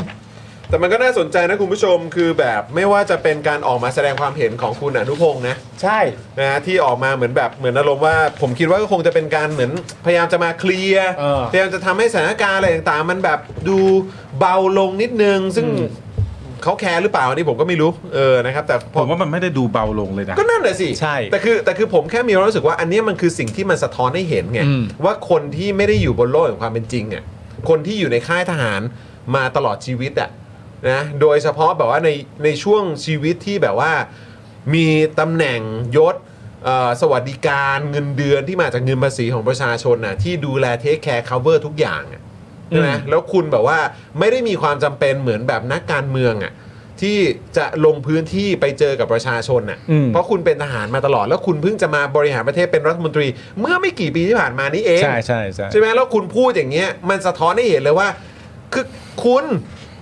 A: แต่มันก็น่าสนใจนะคุณผู้ชมคือแบบไม่ว่าจะเป็นการออกมาแสดงความเห็นของคุณอนุพงษ์นะ
G: ใช่
A: นะฮะที่ออกมาเหมือนแบบเหมือนอารมณ์ว่า ผมคิดว่าก็คงจะเป็นการเหมือนพยายามจะมาเคลียร์
G: เออ
A: พยายามจะทำให้สถานการณ์อะไรต่างๆ มันแบบดูเบาลงนิดนึง ซึ่งเขาแคร์หรือเปล่าอันนี่ผมก็ไม่รู้เออนะครับแต่พ
C: ผ
A: อ
C: มว่ามันไม่ได้ดูเบาลงเลยนะ
A: ก็นั่นแหละสิ
G: ใช่
A: แต่คือแต่คือผมแค่มีความรู้สึกว่าอันเนี้ยมันคือสิ่งที่มันสะท้อนให้เห็นไง
G: อืม
A: ว่าคนที่ไม่ได้อยู่บนโลกแห่งความเป็นจริงอ่ะคนที่อยู่ในค่ายทหารมาตลอดชีวิตอ่ะนะโดยเฉพาะแบบว่าในในช่วงชีวิตที่แบบว่า มีตำแหน่งยศเอ่อสวัสดิการเงินเดือนที่มาจากเงินภาษีของประชาชนน่ะที่ดูแลเทคแคร์ cover ทุกอย่างอะใช่ไหมแล้วคุณแบบว่าไม่ได้มีความจำเป็นเหมือนแบบนักการเมืองอ่ะที่จะลงพื้นที่ไปเจอกับประชาชนน่ะ
G: อืม
A: เพราะคุณเป็นทหารมาตลอด แล้วคุณเพิ่งจะมาบริหารประเทศเป็นรัฐมนตรี เมื่อไม่กี่ปีที่ผ่านมานี้เอง
G: ใช่ใช่ใช่
A: ใช่ไหมแล้วคุณพูดอย่างเงี้ยมันสะท้อนให้เห็นเลยว่า คือคุณ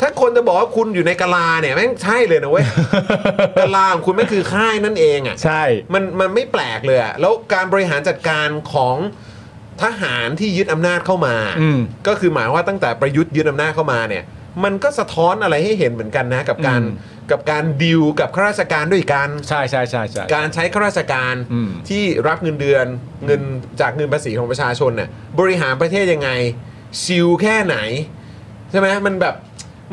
A: ถ้าคนจะบอกว่าคุณอยู่ในกะลาเนี่ยแม่งใช่เลยนะเว้ย กะลาของคุณแม่งคือค่ายนั่นเองอ่ะ
G: ใช่
A: มันมันไม่แปลกเลยอะแล้วการบริหารจัดการของทหารที่ยึดอำนาจเข้ามา
G: อืม
A: ก็คือหมายว่าตั้งแต่ประยุทธ์ยึดอำนาจเข้ามาเนี่ย มันก็สะท้อนอะไรให้เห็นเหมือนกันนะกับการ
G: อืม
A: กับการดิวกับข้าราชการด้วยกัน
G: ใช่ใช่ใช่ใช่
A: การใช้ข้าราชการ
G: อืม
A: ที่รับเงินเดือนเงินจากเงินภาษีของประชาชนเนี่ยบริหารประเทศยังไงชิลแค่ไหน ใช่ไหมมันแบบ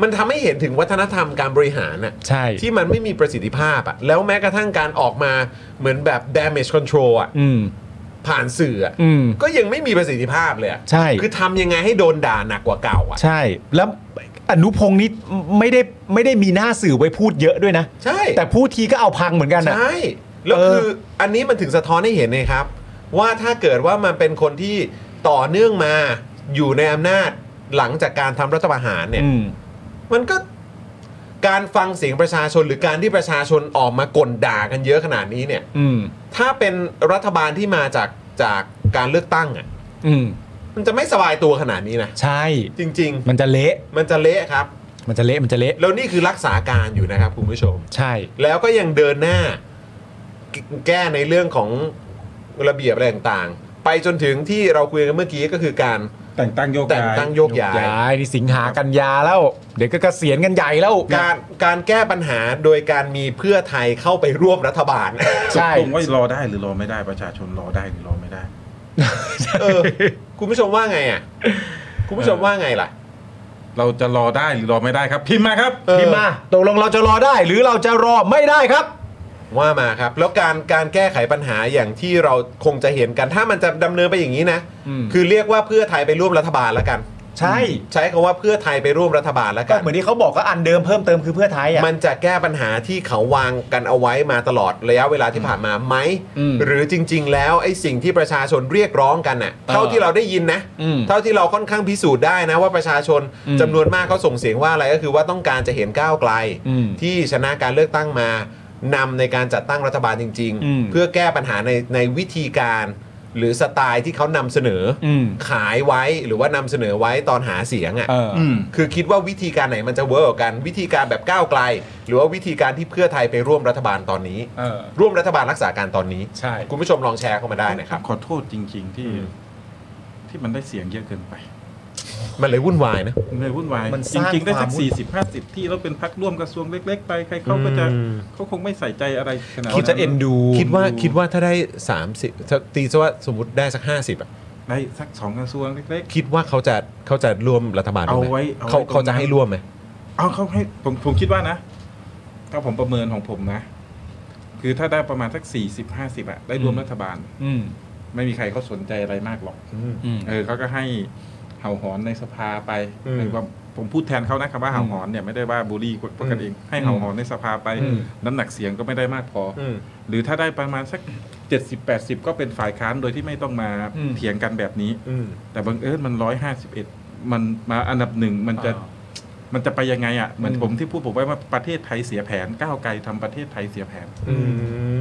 A: มันทำให้เห็นถึงวัฒนธรรมการบริหารน่ะ
G: ใช่
A: ที่มันไม่มีประสิทธิภาพอะแล้วแม้กระทั่งการออกมาเหมือนแบบ damage control อะ
G: อืม
A: ผ่านสื่ออะ
G: อืม
A: ก็ยังไม่มีประสิทธิภาพเลยอะ
G: ใช่
A: คือทำยังไงให้โดนด่าหนักกว่าเก่าอะ
G: ใช่ แล้วอนุพงศ์นี่ไม่ได้ไม่ได้มีหน้าสื่อไว้พูดเยอะด้วยนะ
A: ใช่
G: แต่พูดทีก็เอาพังเหมือนกันนะ
A: ใช่ แล้ว
G: เออ
A: คืออันนี้มันถึงสะท้อนให้เห็นนะครับ ว่าถ้าเกิดว่ามันเป็นคนที่ต่อเนื่องมาอยู่ในอำนาจหลังจากการทำรัฐประหารเนี่ย
G: อืม
A: มันก็การฟังเสียงประชาชนหรือการที่ประชาชนออกมากลด่ากันเยอะขนาดนี้เนี่ย
G: อืม
A: ถ้าเป็นรัฐบาลที่มาจากจากการเลือกตั้งอ่ะ
G: อืม
A: มันจะไม่สบายตัวขนาดนี้นะ
G: ใช่
A: จริง
G: มันจะเละ
A: ๆ มันจะเละครับ
G: มันจะเละ มันจะเละ
A: แล้วนี่คือรักษาการอยู่นะครับคุณผู้ชม
G: ใช่
A: แล้วก็ยังเดินหน้าแกแก้ในเรื่องของระเบียบอะไรต่างๆ ไปจนถึงที่เราคุยกันเมื่อกี้ก็คือการ
C: แต่งตั้งโยก
A: แต่ง
C: ย้าย
A: ตั้งโยกย้าย
G: ย้ายนี่สิงหากันยาแล้ว เดี๋ยวก็เกษียณกันใหญ่แล้ว
A: การการแก้ปัญหาโดยการมีเพื่อไทยเข้าไปร่วมรัฐบาล
G: ใช่
C: ตรงว่ารอได้หรือรอไม่ได้ประชาชนรอได้หรือรอไม่ได้
A: เออ คุณผู้ชมว่าไงอ่ะ คุณผู้ชมว่าไงล่ะ
C: เราจะรอได้หรือรอไม่ได้ครับ พิมพ์มาครับ
A: เออ
G: พิมพ์มาตกลงเราจะรอได้ หรือเราจะรอไม่ได้ครับ
A: ว่ามาครับ แล้วการการแก้ไขปัญหาอย่างที่เราคงจะเห็นกัน ถ้ามันจะดำเนินไปอย่างนี้นะ
G: อืม
A: คือเรียกว่าเพื่อไทยไปร่วมรัฐบาลแล้วกัน
G: ใช่
A: ใช้คำว่าเพื่อไทยไปร่วมรัฐบาลแล้ว
G: ก็
A: กัน
G: เหมือนที่เขาบอกก็อันเดิมเพิ่มเติมคือเพื่อไทยอ่ะ
A: มันจะแก้ปัญหาที่เขาวางกันเอาไว้มาตลอดระยะเวลาที่ผ่านมาไหม
G: อืม
A: หรือจริง ๆ แล้วไอ้สิ่งที่ประชาชนเรียกร้องกันน่ะ เท่าที่เราได้ยินนะ
G: อืม
A: เท่าที่เราค่อนข้างพิสูจน์ได้นะว่าประชาชน
G: อืม
A: จำนวนมากเขาส่งเสียงว่าอะไรก็คือว่าต้องการจะเห็นก้าวไกล
G: อืม
A: ที่ชนะการเลือกตั้งมานำในการจัดตั้งรัฐบาลจริง
G: อืม
A: ๆ เพื่อแก้ปัญหาในในวิธีการ หรือสไตล์ที่เขานำเสนออ
G: ม
A: ขายไว้หรือว่านำเสนอไว้ตอนหาเสียงอ่ะ
G: เออ
C: อืม
A: คือคิดว่าวิธีการไหนมันจะเวิร์กกว่ากันวิธีการแบบก้าวไกล หรือว่าวิธีการที่เพื่อไทยไปร่วมรัฐบาลตอนนี้
G: เออ
A: ร่วมรัฐบาลรักษาการตอนนี้
G: ใช่
A: คุณผู้ชมลองแชร์เข้ามาได้นะครับ
C: ขอโทษจริง ๆ ที่ ที่มันได้เสียงเยอะเกินไป
A: มันเลยวุ่นว ายนะ
C: มันเลยวุ่นวาย
G: มัน
C: จ
G: สร้าง
C: ริง ๆ ได้สัก
G: ความวุ่น
C: สี่สิบห้าสิบที่แล้วเป็นพักร่วมกระทรวงเล็ก ๆ ไปใครเขาก็จะ
A: อืม
C: เขาคงไม่ใส่ใจอะไรขนาด
G: เขาจะเอ็นดู
A: คิดว่าคิดว่าถ้าได้ 30ถ้าตีซะว่าสมมติได้สัก 50อะ
C: ในสักสองกระทรวงเล็ก
A: คิดว่าเขาจะเขาจะร่วมรัฐบาลด้วยไหม
C: เอาไว้เอาไว้
A: เขา
C: ตรงนั้น
A: เขาจะให้ร่วมไหม
C: ๆเอาเขาให้ผมผมคิดว่านะ ถ้าผมประเมินของผมนะ คือถ้าได้ประมาณสักสี่สิบห้าสิบอะได้รวมรัฐบาล
G: อืม
C: ไม่มีใครเขาสนใจอะไรมากหรอก
A: อืม
G: อืม
C: เออเขาก็ให้เห่าหอนในสภาไป
A: อืม
C: หรือว่าผมพูดแทนเขานะคำว่าเห่าหอนเนี่ยไม่ได้ว่าบูลลี่พวกกันเองให้เห่าหอนในสภาไป
A: อืม
C: น้ำหนักเสียงก็ไม่ได้มากพออ
A: อืม
C: หรือถ้าได้ประมาณสัก 70-80 ก็เป็นฝ่ายค้านโดยที่ไม่ต้องมา
G: อืม
C: เถียงกันแบบนี้
A: อืม
C: แต่บังเอิญมัน 151 มันมาอันดับหนึ่งมันจะ มันจะไปยังไงอ่ะเหมือนผมที่พูดผมไว้ว่าประเทศไทยเสียแผนก้าวไกลทำประเทศไทยเสียแผน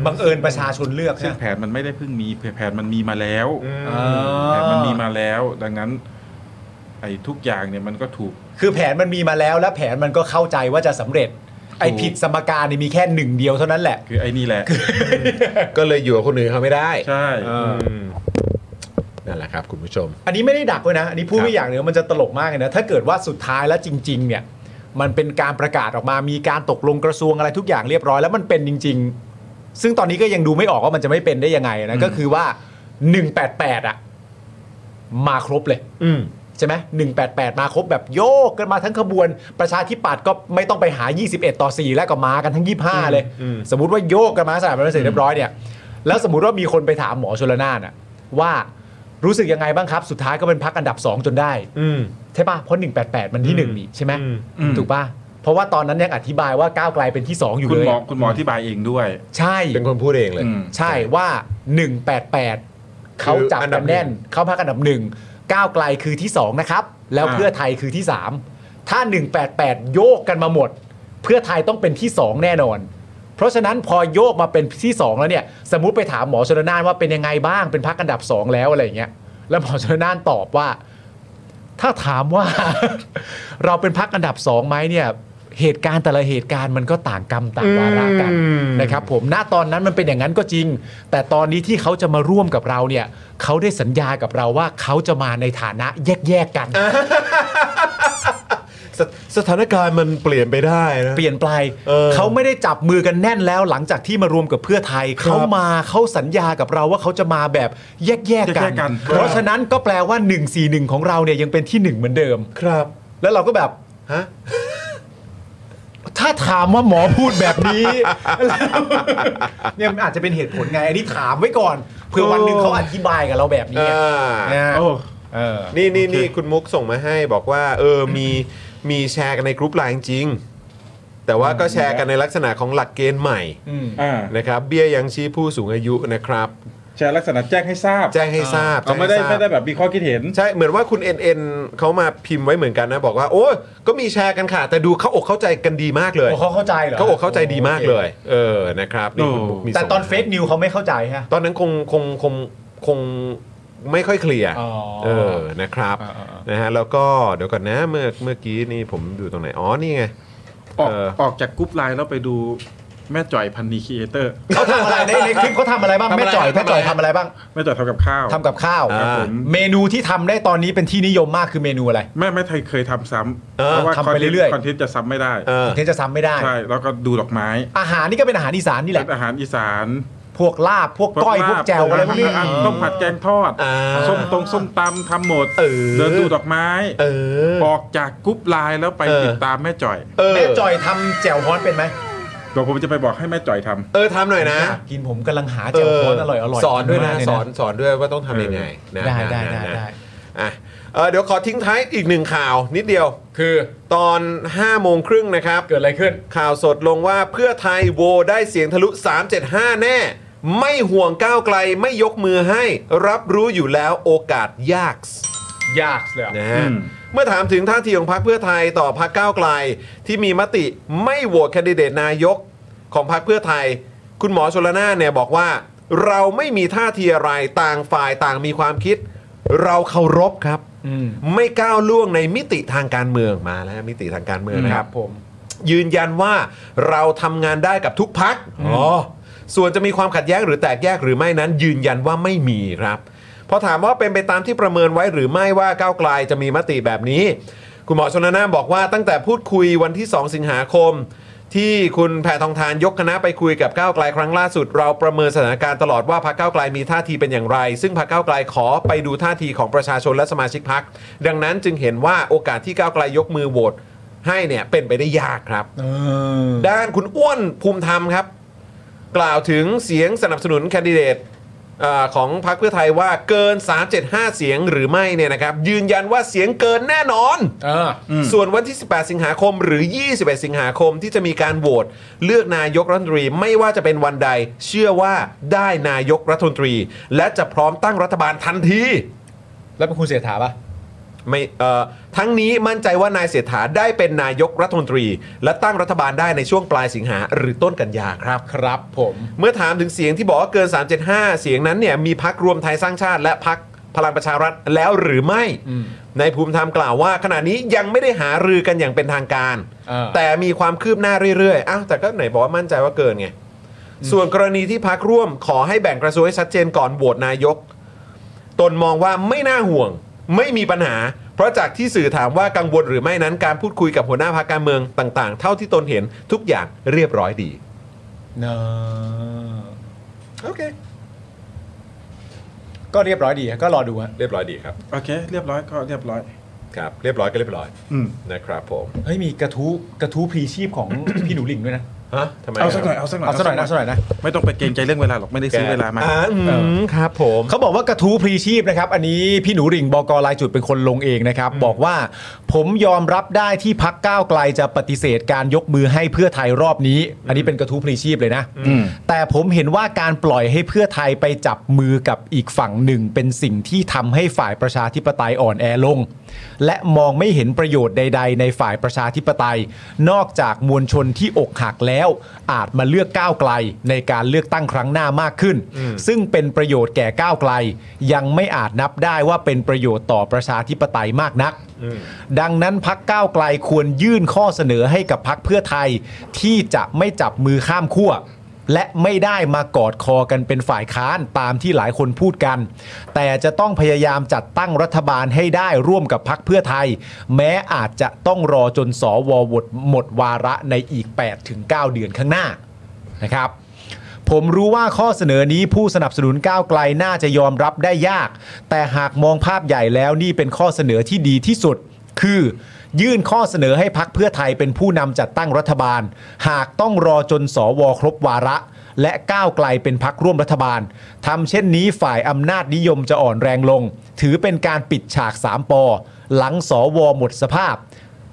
B: บังเอิญประชาชนเลือก
C: ซึ่ง
B: นะ
C: แผนมันไม่ได้เพิ่งมีแผนมันมีมาแล้ว
B: อ่
C: แผนา มันมีมาแล้ว ดังนั้น ไอ้ทุกอย่างเนี่ยมันก็ถูก
B: คือแผนมันมีมาแล้วและแผนมันก็เข้าใจว่าจะสำเร็จ ไอ้ผิดสมการนี่มีแค่หนึ่งเดียวเท่านั้นแหละ
C: คือไอ้นี่แหละ
A: ก็เลยอยู่กับคนอื่นเขาไม่ได้
C: ใช่
A: อืมนั่นแหละครับ คุณผู้ชม
B: อันนี้ไม่ได้ดักไว้นะ อันนี้พูด
A: ครับ
B: ไม่อย่างเดียวมันจะตลกมากเลยนะ ถ้าเกิดว่าสุดท้ายแล้วจริง ๆ เนี่ย มันเป็นการประกาศออกมา มีการตกลงกระทรวงอะไรทุกอย่างเรียบร้อยแล้วมันเป็นจริง ๆ ซึ่งตอนนี้ก็ยังดูไม่ออกว่ามันจะไม่เป็นได้ยังไงนะ ก็คือว่า 188 อ่ะ มาครบเลย
A: อืม
B: ใช่ไหม188 มาครบแบบโยกกันมาทั้งขบวน ประชาธิปัตย์ก็ไม่ต้องไปหา 21 ต่อ 4 แล้วก็มากันทั้ง 25 เลย
A: อืม
B: สมมติว่าโยกกันมาสนามบินเสร็จเรียบร้อยเนี่ย แล้วสมมติว่ามีคนไปถามหมอชลนานอะว่ารู้สึกยังไงบ้างครับ สุดท้ายก็เป็นพักอันดับ 2 จนได้
A: อืม
B: ใช่ป่ะ เพราะ 188 มันที่1นงนี่ใช่ไหม
A: อืม
C: อืม
B: ถูกป่ะ เพราะว่าตอนนั้นยังอธิบายว่าก้าวไกลเป็นที่ 2 อยู่
C: คุณ
B: เลย
C: หมอคุณหมออธิบายเองด้วย
B: ใช่
A: เป็นคนพูดเองเลย
C: อืม
B: ใช่ว่า 188 เขาจับกันแน่น เขาพักอันดับหนึ่งก้าวไกลคือที่ 2 นะครับ แล้ว
C: อ่า
B: เพื่อไทยคือที่ 3 ถ้า 188 โยกกันมาหมด เพื่อไทยต้องเป็นที่ 2 แน่นอน เพราะฉะนั้นพอโยกมาเป็นที่ 2 แล้วเนี่ย สมมติไปถามหมอชนนานว่าเป็นยังไงบ้างเป็นพักอันดับ 2 แล้วอะไรอย่างเงี้ยแล้วหมอชนนานตอบว่า ถ้าถามว่า เราเป็นพักอันดับสองไหมเนี่ย เหตุการณ์แต่ละเหตุการณ์มันก็ต่างกรรมต่างวาระกัน
A: อืม
B: นะครับ ผมณตอนนั้นมันเป็นอย่างนั้นก็จริง แต่ตอนนี้ที่เขาจะมาร่วมกับเราเนี่ย เขาได้สัญญากับเราว่าเขาจะมาในฐานะแยกๆกัน
A: สสถานการณ์มันเปลี่ยนไปได้นะ
B: เปลี่ยนไปลาย
A: เออ
B: เขาไม่ได้จับมือกันแน่นแล้วหลังจากที่มารวมกับเพื่อไทย
A: ครับ
B: เขามาเขาสัญญากับเราว่าเขาจะมาแบบแยกๆกัน
C: แยกๆกัน
B: เพราะฉะนั้นก็แปลว่า 141 ของเราเนี่ยยังเป็นที่หนึ่งเหมือนเดิม
A: ครับ
B: แล้วเราก็แบบ
A: ฮะ
B: ถ้าถามว่าหมอพูดแบบนี้ แล้ว เนี่ยมันอาจจะเป็นเหตุผลไงอันนี้ถามไว้ก่อนเผื่อวันหนึ่งเขาอธิบายกับเราแบบนี้
A: อ่า
B: นะ
C: โอ้
B: เออ
A: นี่นี่นี่คุณมุกส่งมาให้บอกว่า เออมีมีแชร์กันในกรุ๊ปไลน์จริง แต่ว่าก็แชร์กันในลักษณะของหลักเกณฑ์ใหม่
C: อ่า
A: นะครับเบี้ยยังชีพผู้สูงอายุนะครับ
C: แชร์ลักษณะแจ้งให้ทราบ
A: แจ้งให้ทราบแจ้
C: เอา
A: ง
C: ไม่
A: ให้
C: ได้
A: ทรา
C: ไม่ได้
A: บ
C: แบบมีข้อคิดเห็น
A: ใช่เหมือนว่าคุณ NN เขามาพิมพ์ไว้เหมือนกันนะ บอกว่า โอ้ยก็มีแชร์กันค่ะ แต่ดูเขาอกเข้าใจกันดีมากเลย
B: โอ้เขาเข้าใจเหรอ
A: เขาอกเข้าใจดีมากเลย เออนะครับนี่คุณมุกมีส่ง
B: แต่ตอน
A: มา
B: เฟซนิวเขาไม่เข้าใจฮะ
A: ตอนนั้นคงคงคงคงไม่ค่อยเคลียร์
B: อ๋อ
A: เออ นะครับ นะฮะ แล้วก็เดี๋ยวก่อนนะ เมื่อ เมื่อกี้นี่ผมอยู่ตรงไหน อ๋อ นี่ไง
C: ออก
A: เออ
C: ออกจากกรุ๊ปไลน์แล้วไปดูแม่จ่อยพันนีครีเอเตอร์
B: เขาทำอะไรในในคลิปเขาทำอะไรบ้าง
A: ทำอะไร
B: แม่จ่อย
A: ทำอะไร
B: แม่จ่อยทำอะไรบ้าง
C: แม่จ่อยทำกับข้าว
B: ทำกับข้าว
A: อ่า
B: เมนูที่ทำได้ตอนนี้เป็นที่นิยมมากคือเมนูอะไร
C: แม่ไม่ไทยเคยทำซ้ำ
A: เออ
C: เพราะว่า
B: ทำไป
C: คอนทนต์
B: เรื่อยๆ
C: คอนเทนต์จะซ้ำไม่ได้
A: เออ
B: เทนจะซ้ำไม่ได้
C: ใช่ แล้วก็ดูดอกไม้
B: อาหารนี่ก็เป็นอาหารอีสานนี่แหละ
C: เป็นอาหารอีสาน
B: พวกลาบพวกก้อยพวก
C: ลาบ
B: แจ่วอะไรพวกนี้
C: าหาต้มผัดแกงทอด
A: อ่า
C: ส้มตรงส้มตำทำหมด
A: เออ
C: เดินดูดอกไม้
A: เออ
C: ออกจากกรุ๊ปไลน์แล้วไป
A: เออ
C: ติดตามแม่จ่อย
A: เออ
B: แม่จ่อยทำแจ่วฮ้อนเป็นไหม
C: เดี๋ยวผมจะไปบอกให้แม่จ่อยทำ
A: เออทำหน่อยนะ
B: อยากกินผมกำลังหาแจ่วฮ้อนอร่อยอร่อย
A: สอนด้วยนะ
B: มากเล
A: สอน สอนด้วยว่าต้องทำยังไงนะ
B: ได้ได้
A: นะ
B: ได้
A: นะ
B: ได้
A: อ่ะเออเดี๋ยวขอทิ้งท้ายอีกหนึ่งข่าวนิดเดียว
B: คือ
A: ตอน5โมงครึ่งนะครับ
B: เกิดอะไรขึ้น
A: ข่าวสดลงว่าเพื่อไทยโหวได้เสียงทะลุ 375 แน่ ไม่ห่วงก้าวไกลไม่ยกมือให้ รับรู้อยู่แล้วโอกาสยาก
B: ยากเลยอะ
A: นะฮะ
C: อืม
A: เมื่อถามถึงท่าทีของพรรคเพื่อไทยต่อพรรคก้าวไกล ที่มีมติไม่โหวตแคนดิเดตนายกของพรรคเพื่อไทย คุณหมอชลนานเนี่ยบอกว่า เราไม่มีท่าทีอะไรต่างฝ่ายต่างมีความคิด เราเคารพครับ
B: อืม
A: ไม่ก้าวล่วงในมิติทางการเมืองมาแล้วฮะมิติทางการเมืองนะ
B: ค
A: ค
B: รั
A: รับ
B: บผม
A: ยืนยันว่าเราทำงานได้กับทุกพักอ๋อ ส่วนจะมีความขัดแย้งหรือแตกแยกหรือไม่นั้น ยืนยันว่าไม่มีครับ พอถามว่าเป็นไปตามที่ประเมินไว้หรือไม่ว่าก้าวไกลจะมีมติแบบนี้ คุณหมอชนน่านบอกว่าตั้งแต่พูดคุยวันที่ 2 สิงหาคม ที่คุณแพทองทานยกคณะไปคุยกับก้าวไกลครั้งล่าสุด เราประเมินสถานการณ์ตลอดว่าพรรคก้าวไกลมีท่าทีเป็นอย่างไร ซึ่งพรรคก้าวไกลขอไปดูท่าทีของประชาชนและสมาชิกพรรคดังนั้นจึงเห็นว่าโอกาสที่ก้าวไกลยกมือโหวตให้เนี่ยเป็นไปได้ยากครับ
B: เออ
A: ด้านคุณอ้วนภูมิธรรมครับ กล่าวถึงเสียงสนับสนุนแคนดิเดตเอ่อของพรรคเพื่อไทยว่าเกิน 375 เสียงหรือไม่เนี่ยนะครับ ยืนยันว่าเสียงเกินแน่นอน
B: เออ
A: ส่วนวันที่ 18 สิงหาคมหรือ 21 สิงหาคมที่จะมีการโหวตเลือกนายกรัฐมนตรีไม่ว่าจะเป็นวันใด เชื่อว่าได้นายกรัฐมนตรี และจะพร้อมตั้งรัฐบาลทันที
B: แล้วเป็นคุณเสียถาปะ
A: ไม่เอ่อ ทั้งนี้มั่นใจว่านายเศรษฐาได้เป็นนายกรัฐมนตรี และตั้งรัฐบาลได้ในช่วงปลายสิงหาหรือต้นกันยาครับ
B: ครับผม
A: เมื่อถามถึงเสียงที่บอกว่าเกิน 375 เสียงนั้นเนี่ยมีพักรวมไทยสร้างชาติ และพักพลังประชารัฐแล้วหรือไม่ ในภูมิธรรมกล่าวว่า ขณะนี้ยังไม่ได้หารือกันอย่างเป็นทางการ
B: เออ
A: แต่มีความคืบหน้าเรื่อยๆ อ้าวแต่ก็ไหนบอกว่ามั่นใจว่าเกินไง ส่วนกรณีที่พักร่วมขอให้แบ่งกระทรวงให้ชัดเจนก่อนโหวตนายก ตนมองว่าไม่น่าห่วง ไม่มีปัญหา เพราะจากที่สื่อถามว่ากังวลหรือไม่นั้นการพูดคุยกับหัวหน้าพรรคการเมืองต่าง ๆ เท่าที่ตนเห็นทุกอย่างเรียบร้อยดี
B: เนอะโอเค ก็เรียบร้อยดีฮะก็รอดูฮะ
A: เรียบร้อยดีครับ
C: โอเค เรียบร้อยก็เรียบร้อย
A: ครับเรียบร้อยก็เรียบร้อย
C: อืม
A: นะครับผม
B: เฮ้ยมีกระทู้กระทู้พรีชีพของ พี่หนูหลิงด้วยนะ
A: ฮะทำไม
C: เอาสักหน่อยเอาสักหน่อย
B: เอาสักหน่อยนะเอาสักหน่อยนะ
C: ไม่ต้องไปเกรงใจเรื่องเวลาหรอกไม่ได้ซื้อเวลามา
A: อ่อืมครับผม
B: เขาบอกว่ากระทู้พรีชีพนะครับ อันนี้พี่หนูหริ่งบกลายจุดเป็นคนลงเองนะครับ บอกว่าผมยอมรับได้ที่พักก้าวไกลจะปฏิเสธการยกมือให้เพื่อไทยรอบนี้ อันนี้เป็นกระทู้พรีชีพเลยนะ แต่ผมเห็นว่าการปล่อยให้เพื่อไทยไปจับมือกับอีกฝั่งหนึ่ง เป็นสิ่งที่ทำให้ฝ่ายประชาธิปไตยอ่อนแอลง และมองไม่เห็นประโยชน์ใด ๆ ในฝ่ายประชาธิปไตย นอกจากมวลชนที่อกหักแล้ว อาจมาเลือกก้าวไกลในการเลือกตั้งครั้งหน้ามากขึ้น ซึ่งเป็นประโยชน์แก่ก้าวไกล ยังไม่อาจนับได้ว่าเป็นประโยชน์ต่อประชาธิปไตยมากนัก ดังนั้นพักก้าวไกลควรยื่นข้อเสนอให้กับพักเพื่อไทย ที่จะไม่จับมือข้ามขั้ว และไม่ได้มากอดคอกันเป็นฝ่ายค้านตามที่หลายคนพูดกัน แต่จะต้องพยายามจัดตั้งรัฐบาลให้ได้ร่วมกับพักเพื่อไทย แม้อาจจะต้องรอจนสววดหมดวาระในอีก 8-9 เดือนข้างหน้านะครับ ผมรู้ว่าข้อเสนอนี้ผู้สนับสนุนก้าวไกลน่าจะยอมรับได้ยาก แต่หากมองภาพใหญ่แล้วนี่เป็นข้อเสนอที่ดีที่สุด คือ ยื่นข้อเสนอให้พักเพื่อไทยเป็นผู้นำจัดตั้งรัฐบาล หากต้องรอจนสวครบวาระ และก้าวไกลเป็นพักร่วมรัฐบาลทำเช่นนี้ฝ่ายอำนาจนิยมจะอ่อนแรงลง ถือเป็นการปิดฉาก 3ปอหลังสวหมดสภาพ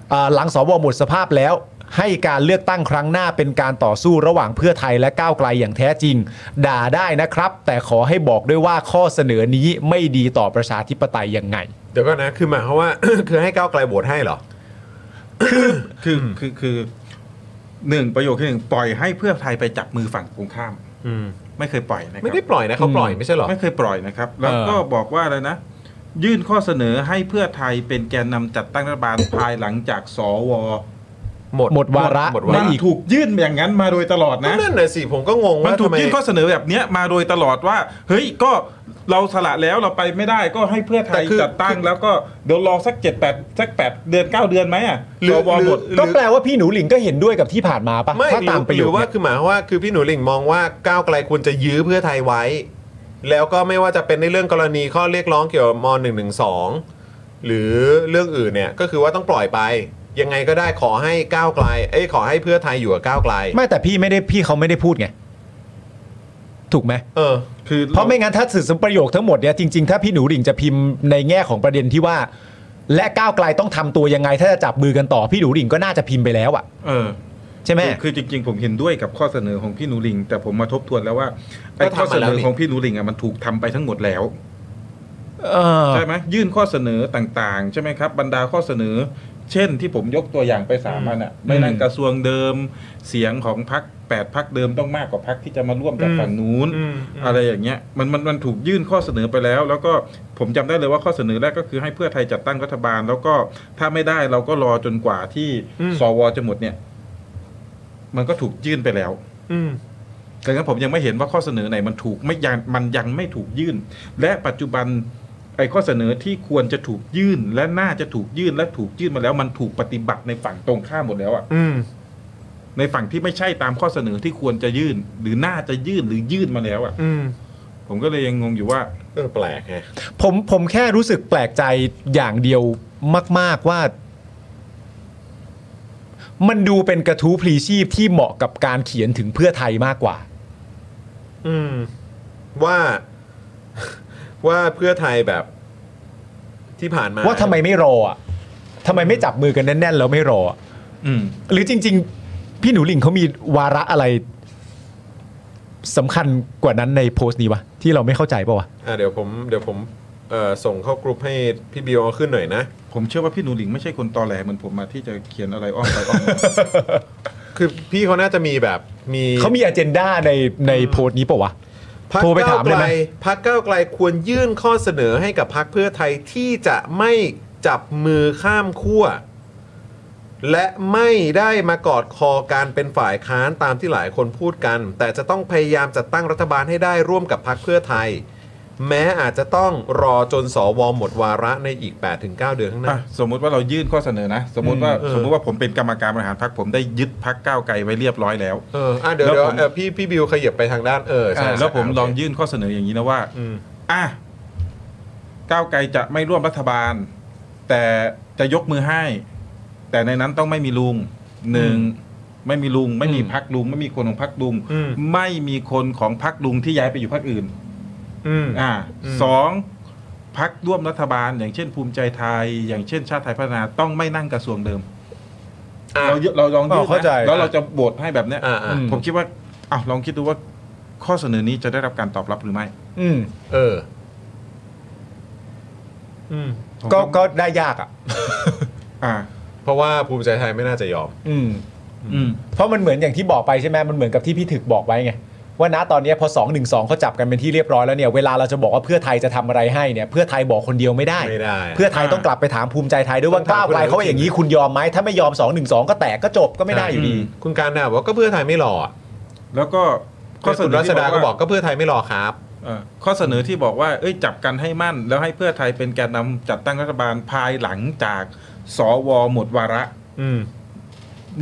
B: เอ่อหลังสวหมดสภาพแล้ว ให้การเลือกตั้งครั้งหน้าเป็นการต่อสู้ระหว่างเพื่อไทยและก้าวไกลอย่างแท้จริง ด่าได้นะครับ แต่ขอให้บอกด้วยว่าข้อเสนอนี้ไม่ดีต่อประชาธิปไตยยังไง
A: เดี๋ยวก่อนนะคือหมายความว่า คือให้ก้าวไกลโหวตให้เหรอ
C: คือคือคือหนึ่งประโยคที่หนึ่งปล่อยให้เพื่อไทยไปจับมือฝั่งตรงข้าม
A: อืม
C: ไม่เคยปล่อยนะครับ
A: ไม่ได้ปล่อยนะเขาปล่อยไม่ใช่เหรอ
C: ไม่เคยปล่อยนะครับ แล้วก็บอกว่าอะไรนะ ยื่นข้อเสนอให้เพื่อไทยเป็นแกนนำจัดตั้งรัฐบาลภายหลังจากสว
A: หมด
B: หมดวาระ
A: หมด
C: มั
A: วาน ระ
C: ถูกยื่นอย่างนั้นมาโดยตลอด
A: ก็
C: นะ
A: นั่นน่ะสิผมก็งง
C: มัน
A: ว่า
C: ถู
A: ทำ
C: ก
A: ไม
C: ยื่นข้อเสนอแบบเนี้ยมาโดยตลอดว่า เฮ้ยก็เราสละแล้วเราไปไม่ได้ก็ให้เพื่อไทยจัดตั้ง แล้วก็เดี๋ยวรอสักเจ็ดแปดสักแปดเดือนเก้าเดือนไหมอ่ะสวหมด
B: ก็แปลว่าพี่หนูหลิงก็เห็นด้วยกับที่ผ่านมาปะ
A: ไม่
B: ถ้า
A: หรือ
B: ตามประ
A: ห
B: โย
A: รือ
B: ค
A: ว่า
B: เนี่ย
A: คือหมายความว่าคือพี่หนูหลิงมองว่าก้าวไกลควรจะยื้อเพื่อไทยไว้ แล้วก็ไม่ว่าจะเป็นในเรื่องกรณีข้อเรียกร้องเกี่ยวกับม .112 หรือเรื่องอื่นเนี่ยก็คือว่าต้องปล่อยไป ยังไงก็ได้ขอให้ก้าวไกล เอ้ยขอให้เพื่อไทยอยู่กับก้าวไกล
B: ไม่แต่พี่ไม่ได้พี่เขาไม่ได้พูดไง ถูกไหม
A: เออ
C: คือ
B: เพราะไม่งั้นถ้าสื่อสมประโยคทั้งหมดเนี่ยจริงๆ ถ้าพี่หนูหลิงจะพิมพ์ในแง่ของประเด็นที่ว่า และก้าวไกลต้องทำตัวยังไง ถ้าจะจับมือกันต่อพี่หนูหลิงก็น่าจะพิมพ์ไปแล้วอะ
C: เออ
B: ใช่ไหม
C: คือคือจริงๆ ผมเห็นด้วยกับข้อเสนอของพี่หนูหลิง แต่ผมมาทบทวนแล้วว่าไอ้
A: ก็
C: ข้อ
A: ทำ
C: เส
A: มาแล้
C: น
A: ว
C: อ
A: นี่
C: ของพี่หนูหลิงอ่ะมันถูกทำไปทั้งหมดแล้ว
B: เออ
C: ใช่ไหมยื่นข้อเสนอต่างๆ ใช่ไหมครับ บรรดาข้อเสนอ เช่นที่ผมยกตัวอย่างไปสามอันอ่ะไม่นั่นกระทรวงเดิม เสียงของพักแปดพักเดิมต้องมากกว่าพักที่จะมาร่วมจากฝั่งนู้น
A: อืมอืม
C: อะไรอย่างเงี้ยมันมันมันถูกยื่นข้อเสนอไปแล้ว แล้วก็ผมจำได้เลยว่าข้อเสนอแรกก็คือให้เพื่อไทยจัดตั้งรัฐบาล แล้วก็ถ้าไม่ได้เราก็รอจนกว่าที่สวจะหมดเนี่ย มันก็ถูกยื่นไปแล้ว
A: อืม
C: ดังนั้นผมยังไม่เห็นว่าข้อเสนอไหนมันถูกไม่ยังมันยังไม่ถูกยื่น และปัจจุบันไอ้ข้อเสนอที่ควรจะถูกยื่น และน่าจะถูกยื่นและถูกยื่นมาแล้ว มันถูกปฏิบัติในฝั่งตรงข้ามหมดแล้วอะ
A: อืม
C: ในฝั่งที่ไม่ใช่ตามข้อเสนอที่ควรจะยื่น หรือน่าจะยื่นหรือยื่นมาแล้วอะ
A: อืม
C: ผมก็เลยยังงงอยู่ว่า
A: เออแปลกแฮะ
B: ผมผมแค่รู้สึกแปลกใจอย่างเดียวมาก ๆว่า มันดูเป็นกระทู้พลีชีพที่เหมาะกับการเขียนถึงเพื่อไทยมากกว่า
A: อืมว่าว่าเพื่อไทยแบบที่ผ่านมา
B: ว่าทำไมไม่รออะทำไมไม่จับมือกันแน่นๆแล้วไม่รออะ
C: อืม
B: หรือจริง ๆ พี่หนูหลิงเขามีวาระอะไรสำคัญกว่านั้นในโพสต์นี้วะที่เราไม่เข้าใจปะวะ
A: อ่ะเดี๋ยวผมเดี๋ยวผม เอ่อส่งเข้ากรุ๊ปให้พี่บิวเอาขึ้นหน่อยนะ
C: ผมเชื่อว่าพี่หนูหลิงไม่ใช่คนตอแหลเหมือนผมมาที่จะเขียนอะไรอ้อมไปอ้อม มา
A: คือพี่เขาน่าจะมีแบบมี
B: เขามีอเจนดาในในโพสต์นี้ปะวะ
A: พรรค
B: โทรไปถามเลยไหม
A: ก้วกพักก้าวไกลควรยื่นข้อเสนอให้กับพักเพื่อไทยที่จะไม่จับมือข้ามขั้ว และไม่ได้มากอดคอการเป็นฝ่ายค้านตามที่หลายคนพูดกัน แต่จะต้องพยายามจัดตั้งรัฐบาลให้ได้ร่วมกับพักเพื่อไทย แม้อาจจะต้องรอจนสวหมดวาระในอีก 8-9 เดือนข้างหน้า
C: อ่ะสมมุติว่าเรายื่นข้อเสนอนะ สมมุติว่า
A: เออ
C: สมมุติว่าผมเป็นกรรมการบริหารพรรคผมได้ยึดพรรคก้าวไกลไว้เรียบร้อยแล้ว
A: เอออ่ะเดี๋ยว
C: แล้ว
A: เดี๋ยว
C: ผม
A: เออพี่พี่บิวขยับไปทางด้านเออใช่
C: แล้วผม
A: ใช่
C: ลองยื่นข้อเสนออย่างนี้นะว่า
A: อืม
C: อ่ะก้าวไกลจะไม่ร่วมรัฐบาล แต่จะยกมือให้ แต่ในนั้นต้องไม่มีลุงหนึ่งไม่มีลุง ไม่มีพักลุง ไม่มีคนของพักลุง
A: อืม
C: ไม่มีคนของพักลุงที่ย้ายไปอยู่พักอื่น
A: อืม
C: อ่า
A: อืม
C: สองพักร่วมรัฐบาล อย่างเช่นภูมิใจไทย อย่างเช่นชาติไทยพัฒนาต้องไม่นั่งกระทรวงเดิม
A: อ่ะ
C: เรายเราลอง
B: อ๋อ
C: ยืด
B: เข้าใจ
C: นะแล้วเราจะโบวตให้แบบเนี้ย
A: อ่าอ่า
C: ผมคิดว่าอ้าวลองคิดดูว่าข้อเสนอนี้จะได้รับการตอบรับหรือไม่
B: อืม
A: เออ อืม
C: ผม
B: ก็ก็ได้ยากอ่ะ
C: อ่า
A: เพราะว่าภูมิใจไทยไม่น่าจะยอม
B: อืม
C: อืม
B: เพราะมันเหมือนอย่างที่บอกไปใช่ไหมมันเหมือนกับที่พี่ถึกบอกไว้ไง ว่าณตอนเนี้ยพอ2อหนึ่งสองเขาจับกันเป็นที่เรียบร้อยแล้วเนี่ยเวลาเราจะบอกว่าเพื่อไทยจะทำอะไรให้เนี่ยเพื่อไทยบอกคนเดียวไม่ได้
A: ไม่ได้
B: เพื่อไทยต้องกลับไปถามภูมิใจไทยด้วยว่า
A: ต้องถาม
B: ก้าวไกลเขาว่าอย่างนี้
A: เพื่อไทย
B: คุณยอมไหมถ้าไม่ยอม2อหนึ่งสองก็แตกก็จบก็ไม่ได้อยู่ดี
C: อืม
A: คุณการดาบอกว่าก็เพื่อไทยไม่รออ่ะ
C: แล้วก็ข้อเส
A: คุ
C: น
A: ณ
C: อ
A: รัช
C: ที่
A: ดาก็บอก
C: ว่า
A: ก็เพื่อไทยไม่รอครับ
C: เอ่อข้อเสนอที่บอกว่าเอ้ยจับกันให้มั่น แล้วให้เพื่อไทยเป็นแกนนำจัดตั้งรัฐบาลภายหลังจากสวหมดวาระ
A: อืม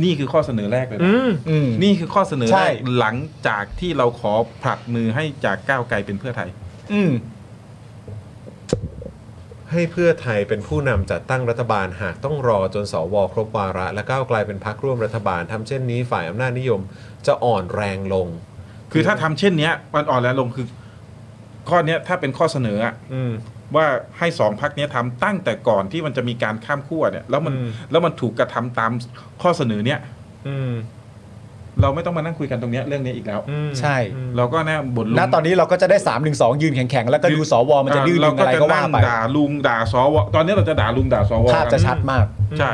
C: นี่คือข้อเสนอแรกเลยนะ
A: อืม
B: อืม
C: นี่คือข้อเสนอ
B: ใช่
C: แรกหลังจากที่เราขอผลักมือให้จากก้าวไกลเป็นเพื่อไทย
B: อืม
A: ให้เพื่อไทยเป็นผู้นำจัดตั้งรัฐบาลหากต้องรอจนสวครบวาระ และก้าวไกลเป็นพักร่วมรัฐบาลทำเช่นนี้ฝ่ายอำนาจนิยมจะอ่อนแรงลง
C: คือถ้าทำเช่นเนี้ยมันอ่อนแรงลงคือ ข้อเนี้ยถ้าเป็นข้อเสนออะ
A: อืม
C: ว่าให้สองพักนี้ยทำตั้งแต่ก่อนที่มันจะมีการข้ามขั้วเนี่ยแล้วมัน
A: อืม
C: แล้วมันถูกกระทำตามข้อเสนอเนี้ย
A: อืม
C: เราไม่ต้องมานั่งคุยกันตรงเนี้ยเรื่องเนี้ยอีกแล้ว
A: อืม
B: ใช่
A: อืม
C: เราก็แน่บทลุง
B: ณตอนนี้เราก็จะได้3ามหนึ่งสองยืนแข็งๆ แล้วก็ดูสวมันจะดื้อดึ
C: เรา
B: ง
C: ก็
B: อะไร
C: จะ
B: ก็ว่า
C: นั่ง
B: ไป
C: ด่าลุงด่าสวตอนนี้เราจะด่าลุงด่าสว
B: ภาพจะชัดมาก
C: ใช่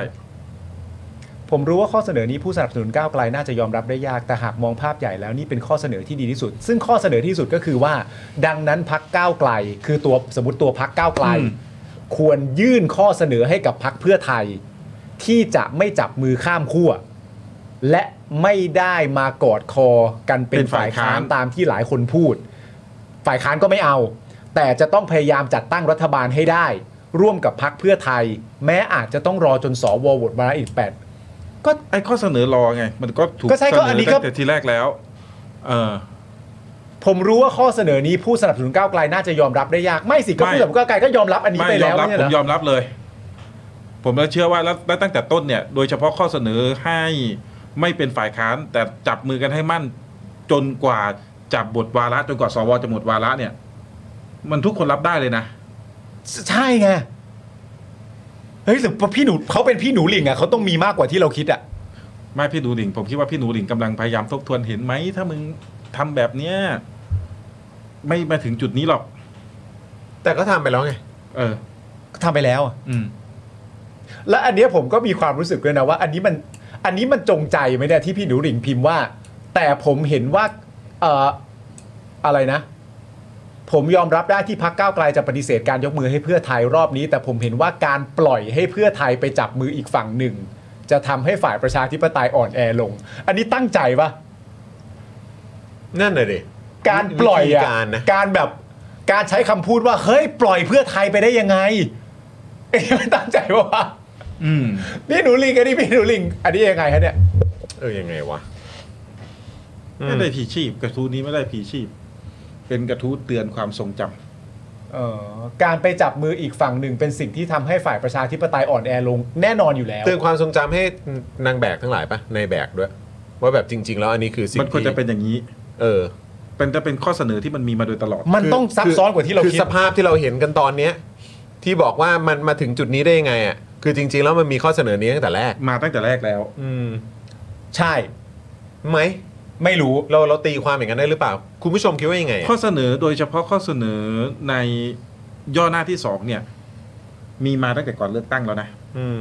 B: ผมรู้ว่าข้อเสนอนี้ผู้สนับสนุนก้าวไกลน่าจะยอมรับได้ยาก แต่หากมองภาพใหญ่แล้วนี่เป็นข้อเสนอที่ดีที่สุด ซึ่งข้อเสนอที่สุดก็คือว่า ดังนั้นพักก้าวไกล คือตัวสมมติตัวพักก้าวไกล
C: อืม
B: ควรยื่นข้อเสนอให้กับพักเพื่อไทย ที่จะไม่จับมือข้ามขั้วและไม่ได้มากอดคอกันเป็นฝ่ายค้านตามที่หลายคนพูด ฝ่ายค้านก็ไม่เอา แต่จะต้องพยายามจัดตั้งรัฐบาลให้ได้ ร่วมกับพักเพื่อไทย แม้อาจจะต้องรอจนสวโหวตมาอีกแปด
C: ไอ้ข้อเสนอรอไง มันก็ถูก
B: ก็ใช่
C: เสน
B: ก็
C: อ
B: อั
C: อน
B: นี้ก็
C: ตั้งแต่ทีแรกแล้ว เออ
B: ผมรู้ว่าข้อเสนอนี้ผู้สนับสนุนก้าวไกลน่าจะยอมรับได้ยากไม่สิก็
C: ไม่
B: ผู้สนับสนุนก้าวไกลก็ยอมรับอันนี้
C: ไม่
B: ไป
C: ยอ
B: แล้
C: ม
B: ว
C: รับ
B: เนี่ย
C: ผมย
B: นะ
C: อมรับเลย ผมเลยเชื่อว่าแล้วแล้วตั้งแต่ต้นเนี่ย โดยเฉพาะข้อเสนอให้ไม่เป็นฝ่ายค้าน แต่จับมือกันให้มั่น จนกว่าจับบทวาระจนกว่าสวจะหมดวาระเนี่ย มันทุกคนรับได้เลยนะ
B: ใช่ไงเฮ้ยหรือพี่หนูเขาเป็นพี่หนูหลิงอ่ะเขาต้องมีมากกว่าที่เราคิดอ่ะ
C: ไม่พี่หนูหลิง ผมคิดว่าพี่หนูหลิงกำลังพยายามทบทวนเห็นไหม ถ้ามึงทำแบบเนี้ยไม่มาถึงจุดนี้หรอก
A: แต่ก็ทำไปแล้วไง
C: เออ
B: ทำไปแล้วอะ
C: อืม
B: และอันเนี้ยผมก็มีความรู้สึกด้วยนะว่า อันนี้มันอันนี้มันจงใจไหมเนี่ยที่พี่หนูหลิงพิมพ์ว่า แต่ผมเห็นว่าเอ่ออะไรนะ ผมยอมรับได้ที่พักก้าวไกลจะปฏิเสธการยกมือให้เพื่อไทยรอบนี้ แต่ผมเห็นว่าการปล่อยให้เพื่อไทยไปจับมืออีกฝั่งหนึ่ง จะทำให้ฝ่ายประชาธิปไตยอ่อนแอลง อันนี้ตั้งใจปะ
A: นั่นน่ะดิ
B: การปล่อย
A: วิธี
B: อ่ะ
A: การนะ
B: การแบบการใช้คำพูดว่า เฮ้ย ปล่อยเพื่อไทยไปได้ยังไงเอ้ยมัน ตั้งใจว่าวะ
C: อืม
B: นี่หนูลิงอันนี้พี่หนูลิง อันนี้ยังไงฮะเนี่ย
A: เออยังไงวะอืม
C: ไม่ได้ผีชีพ กระทู้นี้ไม่ได้ผีชีพ เป็นกระทู้เตือนความทรงจำ
B: เอ่อการไปจับมืออีกฝั่งหนึ่งเป็นสิ่งที่ทำให้ฝ่ายประชาธิปไตยอ่อนแอลงแน่นอนอยู่แล้ว
A: เตือนความทรงจำให้นางแบกทั้งหลายปะในแบกด้วย ว่าแบบจริง ๆ แล้วอันนี้คือสิ่ง
C: มันควร
A: ที่
C: จะเป็นอย่างนี้
A: เออ
C: เป็นจะเป็นข้อเสนอที่มันมีมาโดยตลอด
B: มันต้องซับซ้อนกว่าที่เรา
A: คือ
B: คิด
A: สภาพที่เราเห็นกันตอนเนี้ยที่บอกว่ามันมาถึงจุดนี้ได้ยังไงอ่ะคือจริง ๆ แล้วมันมีข้อเสนอนี้ตั้งแต่แรก
C: มาตั้งแต่แรกแล้ว
A: อืม
B: ใช่
A: ไหม
B: ไม่รู้
A: เราเราตีความอย่างนั้นได้หรือเปล่า คุณผู้ชมคิดว่ายังไงอะ
C: ข้อเสนอโดยเฉพาะข้อเสนอใน ย่อหน้าที่สองเนี่ย มีมาตั้งแต่ก่อนเลือกตั้งแล้วนะ
A: อืม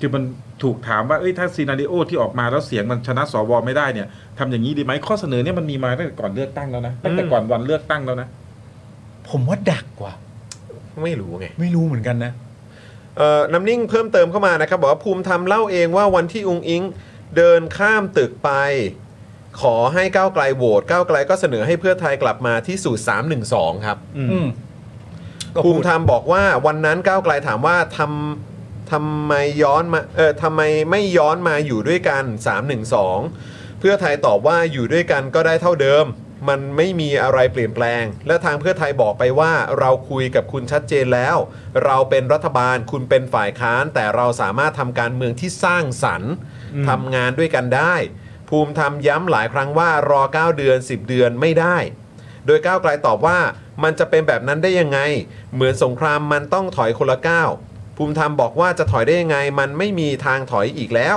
C: คือมันถูกถามว่าเอ้ยถ้าซีนารีโอที่ออกมาแล้วเสียงมันชนะสวไม่ได้เนี่ยทำอย่างนี้ดีไหมข้อเสนอเนี่ยมันมีมาตั้งแต่ก่อนเลือกตั้งแล้วนะตั้งแต่ก่อนวันเลือกตั้งแล้วนะ
B: ผมว่าดักกว่า
A: ไม่รู้ไง
B: ไม่รู้เหมือนกันนะ
A: เอ่อน้ำนิ่งเพิ่มเติมเข้ามานะครับ บอกว่าภูมิธรรมเล่าเองว่าวันที่อุงอิงเดินข้ามตึกไป ขอให้ก้าวไกลโหวตก้าวไกลก็เสนอให้เพื่อไทยกลับมาที่สูตร 312 ครับ
B: อืมก็
A: ภู
B: พูด
A: มิธรรมบอกว่าวันนั้นก้าวไกลถามว่าทำทำไมย้อนมาเออทำไมไม่ย้อนมาอยู่ด้วยกัน 312 เพื่อไทยตอบว่าอยู่ด้วยกันก็ได้เท่าเดิม มันไม่มีอะไรเปลี่ยนแปลง และทางเพื่อไทยบอกไปว่าเราคุยกับคุณชัดเจนแล้ว เราเป็นรัฐบาลคุณเป็นฝ่ายค้าน แต่เราสามารถทำการเมืองที่สร้างสรรค์ทำงานด้วยกันได้ ภูมิธรรมย้ำหลายครั้งว่ารอ 9 เดือน 10 เดือนไม่ได้ โดยก้าวไกลตอบว่ามันจะเป็นแบบนั้นได้ยังไง เหมือนสงครามมันต้องถอยคนละก้าวภูมิธรรมบอกว่าจะถอยได้ยังไง มันไม่มีทางถอยอีกแล้ว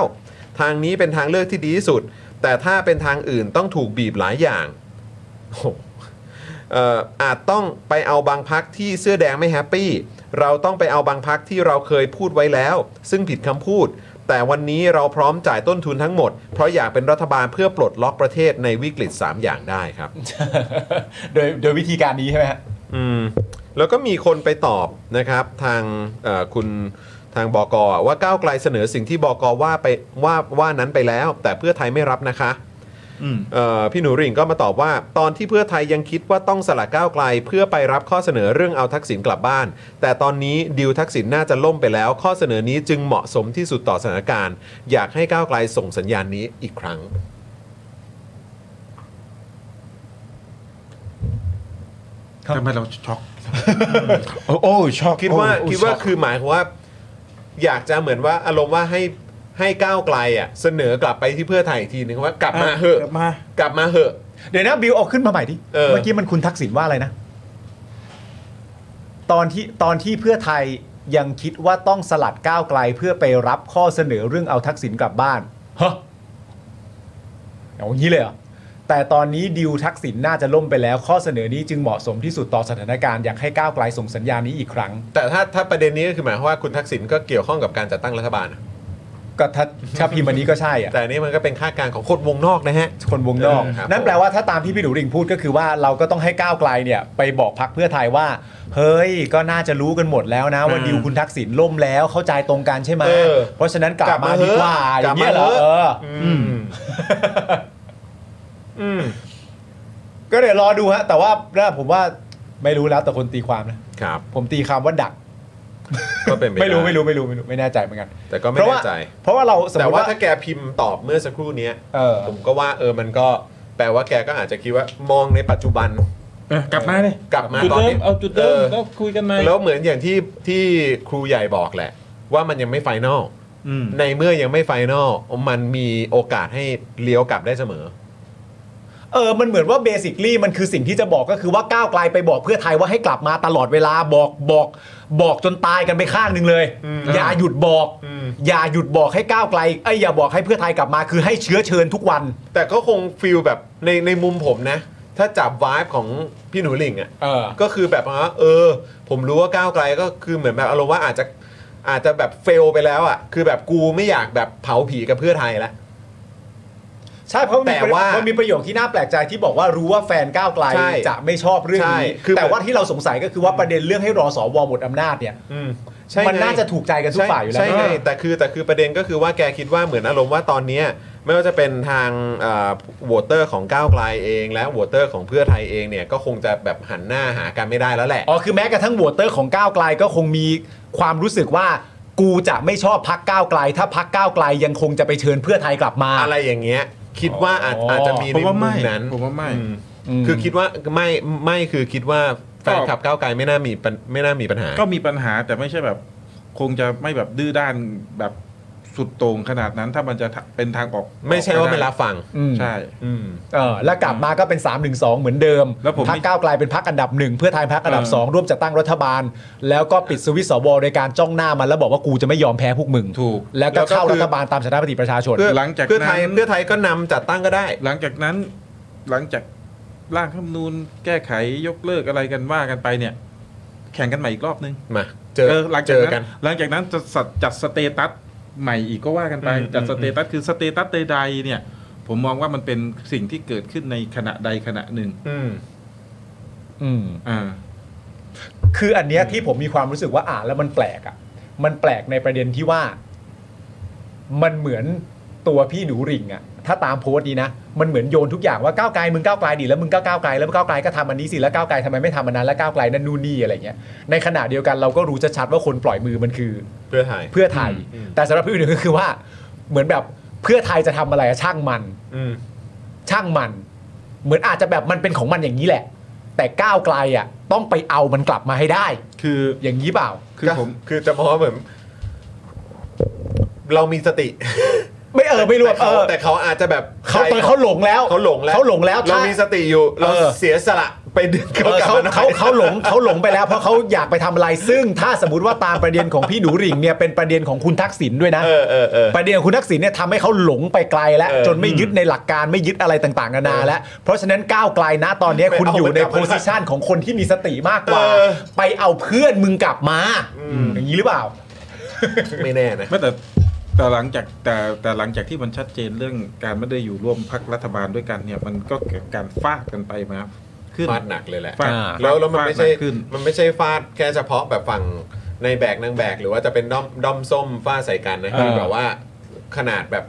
A: ทางนี้เป็นทางเลือกที่ดีที่สุด แต่ถ้าเป็นทางอื่นต้องถูกบีบหลายอย่างโอ้โหเอ่ออาจต้องไปเอาบางพักที่เสื้อแดงไม่แฮปปี้เราต้องไปเอาบางพักที่เราเคยพูดไว้แล้ว ซึ่งผิดคำพูด แต่วันนี้เราพร้อมจ่ายต้นทุนทั้งหมด เพราะอยากเป็นรัฐบาลเพื่อปลดล็อกประเทศในวิกฤตสามอย่างได้ครับ
B: โดยโดยวิธีการนี้ใช่ไหมฮะ
A: อืมแล้วก็มีคนไปตอบนะครับทางเอ่อคุณทางบกว่าก้าวไกลเสนอสิ่งที่บกว่าไปว่าว่านั้นไปแล้ว แต่เพื่อไทยไม่รับนะคะ
C: อืม
A: เอ่อพี่หนูริ่งก็มาตอบว่า ตอนที่เพื่อไทยยังคิดว่าต้องสละก้าวไกล เพื่อไปรับข้อเสนอเรื่องเอาทักษิณกลับบ้าน แต่ตอนนี้ดิวทักษิณน่าจะล่มไปแล้ว ข้อเสนอนี้จึงเหมาะสมที่สุดต่อสถานการณ์ อยากให้ก้าวไกลส่งสัญญาณนี้อีกครั้ง
B: ครับ
C: ทำไมเราช็อก
B: โอ้โอ้ชอบ
A: คิดว่า
B: โอ้
A: คิดว่า
B: ชอบ
A: คือหมายความว่า อยากจะเหมือนว่าอารมณ์ว่าให้ให้ก้าวไกลอ่ะเสนอกลับไปที่เพื่อไทยอีกทีนึงว่ากลับมาเหอะ
C: กลับมา
A: กลับมาเหอะ
B: เดี๋ยวนะบิวเอาขึ้นมาใหม่ดิ
A: เออ
B: เมื่อกี้มันคุณทักษิณว่าอะไรนะ ตอนที่ตอนที่เพื่อไทยยังคิดว่าต้องสลัดก้าวไกลเพื่อไปรับข้อเสนอเรื่องเอาทักษิณกลับบ้านฮะเอางี้เลยเหรอแต่ตอนนี้ดิวทักษิณน่าจะล่มไปแล้ว ข้อเสนอนี้จึงเหมาะสมที่สุดต่อสถานการณ์อยากให้ก้าวไกลส่งสัญญาณนี้อีกครั้ง
A: แต่ถ้าถ้าประเด็นนี้ก็คือหมายความว่าคุณทักษิณก็เกี่ยวข้องกับการจัดตั้งรัฐบาลอะ
B: ก็ถ้าถ้าพิมพ์อันนี้ก็ใช่อ่ะ
A: แต่อันนี้มันก็เป็นคาดการณ์ของคนวงนอกนะฮะ
B: คนวงนอก
A: เออครับ
B: นั่นแปลว่าถ้าตามที่พี่ดูริงพูดก็คือว่าเราก็ต้องให้ก้าวไกลเนี่ย ไปบอกพักเพื่อไทยว่า เฮ้ย ก็น่าจะรู้กันหมดแล้วนะ ว่า
A: อืม
B: ดิวคุณทักษิณล่มแล้วเข้าใจตรงกันใช่ไหม
A: เออ
B: เพราะฉะนั้นกลับ
A: กลับ
B: มา
A: มา
B: ดีกว่าอก
A: ลับ
B: ย่างเงี้ยเหรอ
A: มาเถอะ
B: เออ
A: อืม อืม
B: ก็เดี๋ยวรอดูฮะ แต่ว่านะผมว่าไม่รู้แล้วแต่คนตีความนะ
A: ครับ
B: ผมตีความว่าดัก
A: ก็เป็นปด้
B: ไม่รู้ไม่รู้ไม่รู้ไม่รู้ไม่แน่ใจเหมือนกัน
A: แต่ก็ไม่
B: เพราะว่า
A: แน่ใจ
B: เพราะว่าเราสม
A: แต่
B: มติ
A: ว่า
B: ว่า
A: ถ้าแกพิมพ์ตอบเมื่อสักครู่เนี้ย
B: เออ
A: ผมก็ว่าเออมันก็แปลว่าแกก็อาจจะคิดว่ามองในปัจจุบัน
C: เออกลับมาเลย
A: กลับมา
C: จุด
A: ตอน
C: เริ่ม
A: นี้
C: เอาจุดเริ่มแล้วคุยกันไหม
A: แล้วเหมือนอย่างที่ที่ครูใหญ่บอกแหละ ว่ามันยังไม่ไฟนอล
C: อืม
A: ในเมื่อยังไม่ไฟนอลมันมีโอกาสให้เลี้ยวกลับได้เสมอ
B: เออ มันเหมือนว่าเบสิคลี่มันคือสิ่งที่จะบอกก็คือว่าก้าวไกลไปบอกเพื่อไทยว่าให้กลับมาตลอดเวลาบอกบอกบอกจนตายกันไปข้างหนึ่งเลย
A: อืม
B: อย่าหยุดบอก
A: อืม
B: อย่าหยุดบอกให้ก้าวไกลไอ้ยอย่าบอกให้เพื่อไทยกลับมาคือให้เชื้อเชิญทุกวัน
A: แต่ก็คงฟิลแบบในในมุมผมนะ ถ้าจับวายของพี่หนูหลิงอ่ะ
B: เออ
A: ก็คือแบบว่าเออ ผมรู้ว่าก้าวไกลก็คือเหมือนแบบอารมณ์ว่าอาจจะอาจจะแบบเฟลไปแล้วอ่ะคือแบบกูไม่อยากแบบเผาผีกับเพื่อไทยละ
B: ใช่เพราะมันมี
A: แต่ว่า
B: เพระนมีประโยคที่น่าแปลกใจที่บอกว่ารู้ว่าแฟนก้าวไกล
A: ใช่
B: จะไม่ชอบเรื่องนี้
A: ใช่คือ
B: แต่ว่าที่เราสงสัยก็คือว่าประเด็นเรื่องให้รอสวหมดอำนาจเนี่ย
A: อืมใช่ไง
B: มันน่าจะถูกใจกันทุกฝ่ายอยู่แล้ว
A: ใช่ใช่ไงแต่คือแต่คือประเด็นก็คือว่าแกคิดว่าเหมือนอารมณ์ว่าตอนเนี้ยไม่ว่าจะเป็นทางวอเตอร์ของก้าวไกลเอง และวอเตอร์ของเพื่อไทยเองเนี่ยก็คงจะแบบหันหน้าหากันไม่ได้แล้วแหละ
B: อ๋อคือแม้กระทั่งโหวตเตอร์ของก้าวไกลก็คงมีความรู้สึกว่ากูจะไม่ชอบพักก้าวไกล ถ้าพักก้าวไกลยังคงจะไปเชิญเพื่อไทยกลับมา
A: อะไรอย่างเงี้ยคิดว่าอาจ
B: อ๋ออ
A: อาจจะมีใน
C: ผมว่าไม่
A: มุมนั้น
C: ผมว่าไม่
A: อืคือคิดว่าไม่ไม่คือคิดว่าแฟนคลับก้าวไกลไม่น่ามีปัญไม่น่ามีปัญหา
C: ก็มีปัญหาแต่ไม่ใช่แบบ คงจะไม่แบบดื้อด้านแบบสุดโต่งขนาดนั้น ถ้ามันจะเป็นทางออก
A: ไม่ใช่ว่าไม่รับฟัง
B: อืม
C: ใช่
A: อืม
B: เออแล้วกลับมาก็เป็น 3 1 2 เหมือนเดิม
C: แล้วผม
B: พักก้าวไกลเป็นพักอันดับหนึ่งเพื่อไทยพักอันดับ
C: เออ
B: 2 ร่วมจัดตั้งรัฐบาล แล้วก็ปิดสวิตช์สวโดยการจ้องหน้ามันแล้วบอกว่ากูจะไม่ยอมแพ้พวกมึง
C: ถูก
B: แล้วก็เข้า
A: แล้วก็คือ
B: รัฐบาลตามสถาปฏิประชาชน
A: เพื่อ
C: หลังจาก
A: เพื่อไทย
C: นั้น
A: เพื่อไทยก็นำจัดตั้งก็ได้
C: หลังจากนั้นหลังจาก ร่างรัฐธรรมนูญแก้ไขยกเลิกอะไรกันว่ากันไปเนี่ย แข่งกันใหม่อีกรอบนึง
A: มา เจอ
C: หลัง
A: เจ
C: จาก
A: อกั
C: นั้น นหลังจากนั้นจะสัตจัดสเตตัสใหม่อีกก็ว่ากันไป
A: อืม
C: จัด
A: อืม
C: สเตตัสคือสเตตัสใดๆเนี่ย ผมมองว่ามันเป็นสิ่งที่เกิดขึ้นในขณะใดขณะหนึ่ง
A: อืม
B: อืม
C: อ่า
B: คืออันเนี้ยที่ผมมีความรู้สึกว่าอ่านแล้วมันแปลกอะ่ะ มันแปลกในประเด็นที่ว่า มันเหมือนตัวพี่หนูหริ่งอะ่ะ ถ้าตามโพสต์นี้นะ มันเหมือนโยนทุกอย่างว่าก้าวไกลมึงก้าวไกลดีแล้วมึงก้าวก้าวไกลแล้วก้าวไกลก็ทำอันนี้สิแล้วก้าวไกลทำไมไม่ทำอันนั้นแล้วก้าวไกลนั่นนู่นนี่อะไรเงี้ย ในขณะเดียวกันเราก็รู้ชัดๆว่าคนปล่อยมือมันคือ
A: เพื่อไทย
B: เพื่อไทย
A: อืม
B: แต่สำหรับพี่หนูก็คือว่า เหมือนแบบเพื่อไทยจะทำอะไรอะช่างมัน
A: อืม
B: ช่างมัน เหมือนอาจจะแบบมันเป็นของมันอย่างนี้แหละ แต่ก้าวไกลอ่ะ ต้องไปเอามันกลับมาให้ได้
C: คือ
B: อย่างนี้เปล่า
C: คือผม
A: คือจะมองว่าเหมือนเรามีสติ
B: ไม่เออไม่รู้
A: แต่
B: เอ
A: เขา
B: อ
A: แต่เขาอาจจะแบบ
B: เขาตอนเขาหลงแล้ว
A: เขาหลงแล้ว
B: เขาหลงแล้ว
A: เรา
B: ถ้า
A: มีสติอยู่ เรา
B: เออ
A: เสียสละไปดึงเขา
B: เออก
A: ลับ
B: เขา
A: มาหน่อย
B: เขาเขาหลง เขาหลงไปแล้วเพราะเขาอยากไปทำอะไรซึ่ง ถ้าสมมติว่าตามประเด็นของพี่หนูหริ่งเนี่ยเป็นประเด็นของคุณทักษิณด้วยนะ
A: เออเออเออ
B: ประเด็นของคุณทักษิณเนี่ยทำให้เขาหลงไปไกลแล้ว
A: เออ
B: จนไม่ยึดในหลักการไม่ยึดอะไรต่างๆนานาแล้ว เพราะฉะนั้นก้าวไกลนะตอนเนี้ยคุณ
A: ไม่เอา
B: อยู่ใน
A: มันกลับ
B: โพสิชันของคนที่มีสติมากกว่า
A: เออ
B: ไปเอาเพื่อนมึงกลับมาอย่างนี้หรือเปล่า
A: ไม่แน่นะ
C: ไม่แต่แต่หลังจากแต่แต่หลังจากที่มันชัดเจนเรื่องการไม่ได้อยู่ร่วมพักรัฐบาลด้วยกันเนี่ย มันก็เกิดการฟาดกันไปมาขึ้น
A: ฟาดหนักเลยแหละ
C: ฟาด
A: อ่าแล้วแล้วมัน
C: ฟาด
A: ไม่ใช่
C: หนักขึ้น
A: มันไม่ใช่ฟาดแค่เฉพาะแบบฝั่งในแบกนางแบก หรือว่าจะเป็นด้อมด้อมส้มฟาดใส่กันนะ
B: เออ
A: คือแบบว่าขนาดแบบ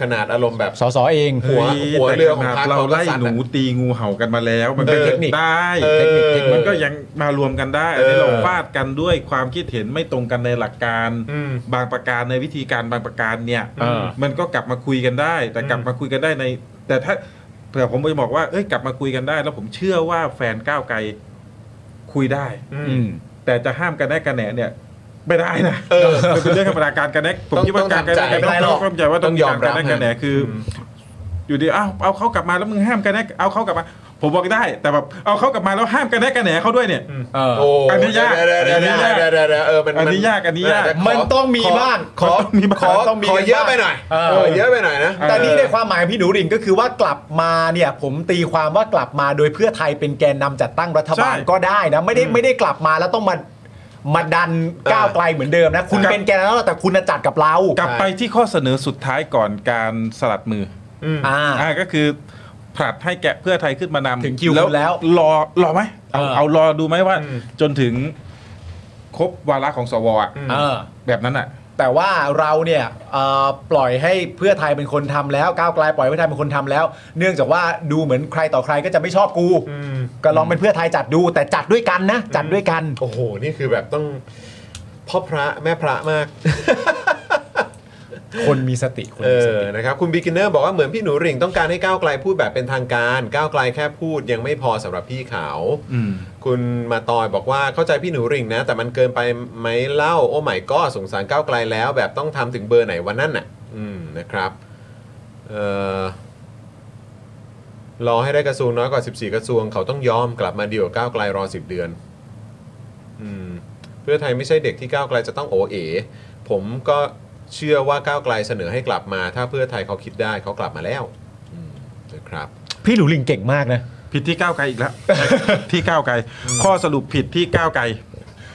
A: ขนาดอารมณ์แบบ
B: สสเอง
A: หัว
C: ฮ้ย
A: หัวเรือของ
C: แต่ข
A: พร
C: นาด
A: รค
C: เราไล่
A: ของกษัตริย์
C: หนู
A: อะ
C: ตีงูเห่ากันมาแล้ว มันก็
A: เออ
C: เกิดได้
A: เออ
C: เทคนิค
A: เออ
C: มันก็ยังมารวมกันได้อันนี้
A: เออ
C: เราฟาดกันด้วยความคิดเห็นไม่ตรงกันในหลักการ
A: อืม
C: บางประการในวิธีการบางประการเนี่ย
A: เออ
C: มันก็กลับมาคุยกันได้ แต่กลับ
A: อืม
C: มาคุยกันได้ใน แต่ถ้าแต่ผมจะบอกว่าเอ้ยกลับมาคุยกันได้ แล้วผมเชื่อว่าแฟนก้าวไกลคุยได้
A: อืม
C: แต่จะห้ามกันแนกกันแหนเนี่ยไม่ได้นะ
A: เออ
C: มันเป็นเรื่องธรรมดาการกันแนกผม
A: ต้อง
C: คิดว่าการกันแนก
A: ต้องทำใจไม่
C: ต้อง
A: ได้หรอก
C: ต้องเข้าใจว่า
A: ต้
C: ต้
A: อ
C: องง
A: ย
C: ย
A: อ
C: อ
A: ม
C: ม
A: รั
C: รับ บกันแนกกันแหนคือออยู่ดีอ้าวเอาเขากลับมาแล้วมึงห้ามกันแนกเอาเขากลับมา ผมบอกได้ แต่แบบเอาเขากลับมาแล้วห้ามกันแนกกันแหนเขาด้วยเนี่ย
A: โอ้
C: อันนี้ยาก
A: เดี๋วเดี๋วเดี๋ว
C: อันนี้ยาก
A: เดี๋วเดี๋วเดี๋วเออมัน
C: อันนี้ยากอันนี้ยาก
A: แต่ข
B: มันต้องมี
A: ข
B: บ้าง
A: ขอ
C: มันต้องมีบ้าง
A: ขอ
B: ต้องมี
A: ขอเยอะ
B: บ้าง
A: ไปหน่อย
B: เออ
A: ขอเยอะไปหน่อยนะ
B: แต่นี่
A: เออ
B: ในความหมายของพี่หนูหริ่งก็คือว่ากลับมาเนี่ย ผมตีความว่ากลับมาโดยเพื่อไทยเป็นแกนนำจัดตั้งรัฐบาล
C: ใช่
B: ก็ได้นะ ไม่ได้ไม่ได้กลับมาแล้วต้องมามาดันก้าวไกลเหมือนเดิมนะ คุณ
C: ครับ
B: เป็นแกนนำแล้วแต่คุณน่ะจัดกับเรา
C: กลับไปที่ข้อเสนอสุดท้ายก่อนการสลัดมือ
B: อ่า
C: อ่าก็คือผลัดให้แกะเพื่อไทยขึ้นมานำ
B: ถึงคิวคุณแล้ว
C: รอรอไหมเอา
B: เออ
C: เอารอดูไหมว่า
A: อืม
C: จนถึงครบวาระของสวอะ
B: เออ
C: แบบนั้นอ่ะ
B: แต่ว่าเราเนี่ยเอ่อปล่อยให้เพื่อไทยเป็นคนทำแล้วก้าวไกลปล่อยให้เพื่อไทยเป็นคนทำแล้ว เนื่องจากว่าดูเหมือนใครต่อใครก็จะไม่ชอบกู
A: อืม
B: ก็ลองเป็นเพื่อไทยจัดดู แต่จัดด้วยกันนะจัดด้วยกัน
A: โอ้โห นี่คือแบบต้องพ่อพระแม่พระมาก
B: คนมีสติคน
A: เอ
B: มีส
A: อ
B: ติ
A: นะครับ คุณบิ๊กเนอร์บอกว่าเหมือนพี่หนูหริ่งต้องการให้ก้าวไกลพูดแบบเป็นทางการ ก้าวไกลแค่พูดยังไม่พอสำหรับพี่เขา
C: อืม
A: คุณมาตอยบอกว่าเข้าใจพี่หนูหริ่งนะ แต่มันเกินไปไหมเล่า โอ้ไม่ก็สงสารก้าวไกลแล้ว แบบต้องทำถึงเบอร์ไหนวันนั่นน่ะ อืม นะครับ เออรอให้ได้กระทรวงน้อยกว่า 14 กระทรวง เขาต้องยอมกลับมาดีกว่าก้าวไกลรอ 10 เดือน อืม เพื่อไทยไม่ใช่เด็กที่ก้าวไกลจะต้องโอเอ ผมก็เชื่อว่าก้าวไกลเสนอให้กลับมา ถ้าเพื่อไทยเขาคิดได้เขากลับมาแล้วอืมนะครับ
B: พี่หนูลิงเก่งมากนะ
C: ผิดที่ก้าวไกลอีกแล้ว ที่ก้าวไกล ข้อสรุปผิดที่ก้าวไกล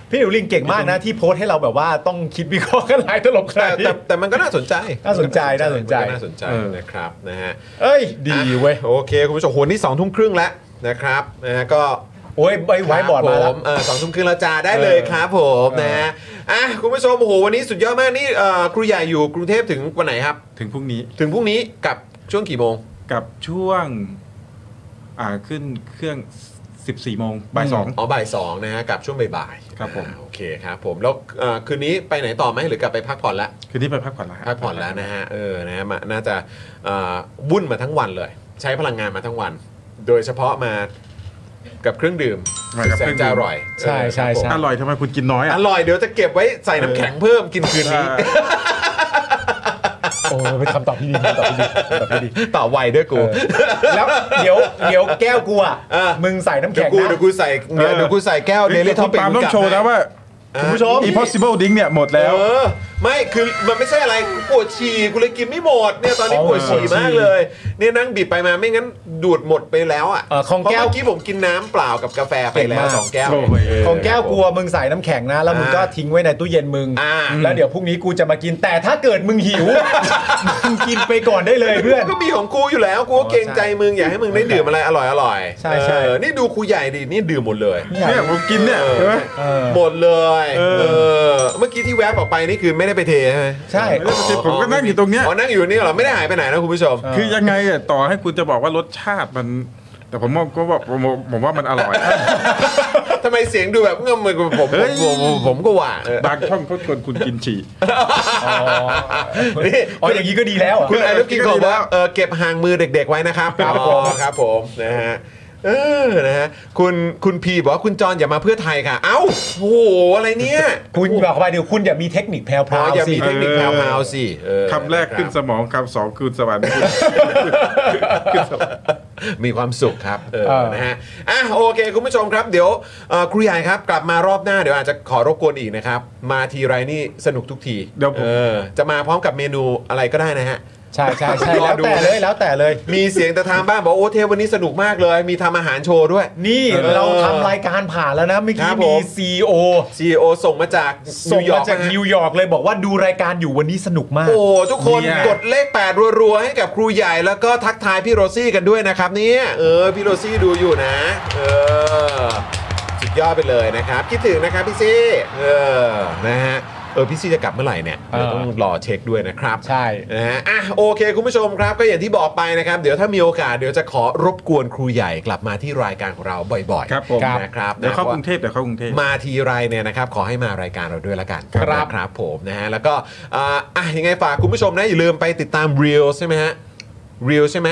B: พี่หนูลิงเก่งมากนะ ที่โพสต์ให้เราแบบว่าต้องคิดวิเคราะห์กันหลายตลบหลา
A: แต่
B: ย
A: แต่แต่มันก็น่าสนใจ
B: น่าสนใจน่าสนใจ
A: มัก็น่าสนใจ
C: เออ
A: นะครับนะฮะ
B: เอ้ย ดีเว้ย
A: โอเค คุณผู้ชมโหนี่สองทุ่มครึ่งแล้วนะครับนะฮะก็
B: โอ้ยไว้ไว้บอร์ดมา
A: ค
B: แล้
A: รั
B: ว
A: ผเออสองทุ่มครึ่งแล้วจ้าได้เลยครับผมนะฮะอ่ะคุณผู้ชมโอ้โหวันนี้สุดยอดมากนี่เอ่อครูใหญ่อยู่กรุงเทพถึงวันไหนครับ
C: ถึงพรุ่งนี้
A: ถึงพรุ่งนี้กลับช่วงกี่โมง
C: กับช่วง อ่าขึ้นเครื่อง 14โมงบ่ายสอง
A: อ๋อบ่ายสองนะฮะกลับช่วงบ่ายๆ
C: ครับผม
A: อ่าโอเคครับผมแล้วเอ่อคืนนี้ไปไหนต่อไหมหรือกลับไปพักผ่อนละ
C: คืนนี้ไปพักผ่อนแล้วฮะ
A: พักผ่อนแล้วนะฮะเออนะฮะมาน่าจะเอ่อวุ่นมาทั้งวันเลย ใช้พลังงานมาทั้งวัน โดยเฉพาะมากับเครื่องดื่ม
C: มากับ
A: แสนจะอร่อย
B: ใช่ใช่ใช่
C: อร่อยทำไมคุณกินน้อย
A: อ
C: อ่ะ
A: ร่อยเดี๋ยวจะเก็บไว้ใส่น้ำแข็งเพิ่มกินคืนนี้
B: โอ้ยเป็นคำตอบที่ดีคำตอบที่ดีคำตอบที่ดี
A: ต่อไวด้วยกู
B: แล้วเดี๋ยวเดี๋ยวแก้วกูอ่ะ
A: เออ
B: มึงใส่น้ำ
A: เดี๋ยว
B: แข็ง
A: กู
B: นะ
A: เดี๋ยวกูใส่เดี๋ยว
C: เออ
A: เดี๋ยวกูใส่แก้วเดลิทอป
C: คุณ
A: ปิ้ง
C: ปาล์มต้องโชว์นะว่า
B: คุณผู้ชม
C: Impossible Drink เนี่ยหมด
A: แล้
C: แล้ว
A: ว ไม่คือมันไม่ใช่อะไรปวดฉี่กูเลยกินไม่หมดเนี่ยตอนนี้
B: อ๋อ
A: ปวดฉี่
B: ปวดฉี่
A: มากเลยเนี่ยนั่งบีบไปมาไม่งั้นดูดหมดไปแล้วอ่ะ
B: เออของแก้ว
A: เพราะเมื่อกี้ผมกินน้ำเปล่ากับกาแฟไปแล้
B: เก่ง
A: ว
B: มาก
A: สองแก้ว
B: ของแก้วกลัวมึงใส่น้ำแข็งนะ แล้วมึงก็
A: อ่า
B: ทิ้งไว้ในตู้เย็นมึง
A: อ่า
B: แล้วเดี๋ยวพรุ่งนี้กูจะมากินแต่ถ้าเกิดมึง หิว มึงกินไปก่อนได้เลยเพื่อน
A: ก็มีของกูอยู่แล้วกูก็เกรงใจมึงอยากให้มึงได้ดื่มอะไรอร่อยอร่อยๆ
B: ใช่ใช่
A: เออนี่ดูครูใหญ่ดินี่ดื่มหมดเลย
C: เนี่ยผมกินเนี่ยใช่ไหม
B: เออ
A: หมดเลยเออเมื่อกี้ที่แวบออกไปนี่คือไม่ได้ไปเทใช่ไหม
B: ใช่
C: ไม่ได้ไปเทผมก็นั่งอยู่ตรงเนี้ย
A: อ๋อนั่งอยู่นี่เหรอไม่ได้หายไปไหนนะคุณผู้ชม
C: คือยังไงอะต่อให้คุณจะบอกว่ารสชาติมัน แต่ผมว่าก็บอกผมผมว่ามันอร่อย
A: ทำไมเสียงดูแบบเงื่อมมือผมผม
C: เฮ้ย
A: ผมผมผมก็หว่าเออบ
C: างช่องเขาชวนคุณกินฉี่
A: นี่
B: อ๋ออย่างนี้ก็ดีแล้วอะ
A: คุณไอ้ลูกกินของว่า
C: ก็ดีแล้ว
A: เออเก็บห่างมือเด็กๆไว้นะครับครับผมครับผมนะฮะเออนะฮะคุณคุณพีบอกว่าคุณจอนอย่ามาเพื่อไทยค่ะ เอ้าโอ้โหอะไรเนี่ย
B: คุณบอกเข้าไปเดี๋ยวคุณอย่ามีเทคนิคแพรวพ
A: พอ
B: ราว
A: อย่า
B: สิ
A: มีเทคนิคแพรวๆสิเออ
C: คำแรกขึ้นสมองคำสองคืนสวรรค์ขึ้น
A: มีความสุขครับเออ
B: เออ
A: นะฮะอ่ะโอเค คุณผู้ชมครับเดี๋ยวเอ่อครูใหญ่ครับกลับมารอบหน้าเดี๋ยวอาจจะขอรบกวนอีกนะครับมาทีไรนี่สนุกทุกที
C: เดี๋ยวผม
A: ออจะมาพร้อมกับเมนูอะไรก็ได้นะฮะ
B: ใช่ใช่ใช่
A: รอ
B: แล้ว
A: ดู
B: แต่เลยแล้วแต่เลย
A: มีเสียงแต่ทางบ้านบอกโอ้เทปวันนี้สนุกมากเลย มีทำอาหารโชว์ด้วย
B: นี่
A: เออ
B: เราทำรายการผ่านแล้วนะเมื่อ
A: ค
B: กี้
A: รับผ
B: มี
A: ม
B: ซีโอ
A: CEO ส่งมาจาก
B: ส่งมาจาก
A: นิ
B: นิ
A: ว
B: วย
A: อร์กนะฮะ
B: ยอร์กเลยบอกว่าดูรายการอยู่วันนี้สนุกมาก
A: โอ้ทุกคน
C: เนี่ย
A: กดเลข 8 รัวๆ ให้กับครูใหญ่แล้วก็ทักทายพี่โรซี่กันด้วยนะครับเนี่ยเออ พี่โรซี่ดูอยู่นะ เออ สุดยอดไปเลยนะครับ คิดถึงนะครับพี่ซี่เออนะฮะเออพี่ซี่จะกลับเมื่อไหร่เนี่ยเดี๋ยว
B: เออ
A: ต้องรอเช็คด้วยนะครับ
B: ใช่
A: นะฮะอ่ะโอเค คุณผู้ชมครับ ก็อย่างที่บอกไปนะครับ เดี๋ยวถ้ามีโอกาสเดี๋ยวจะขอรบกวนครูใหญ่กลับมาที่รายการของเราบ่อยๆ
C: ครับผม
A: นะครับ
C: เดี๋ยวเข้า
A: นะ
C: กรุงเทพเดี๋ยวเข้ากรุงเทพ
A: มาทีไรเนี่ยนะครับ ขอให้มารายการเราด้วยละกัน
B: ครับ
A: นะครับผมนะฮะแล้วก็อ่าอ่ะยังไงฝากคุณผู้ชมนะ อย่าลืมไปติดตาม Real ใช่ไหมฮะ Real ใช่ไหม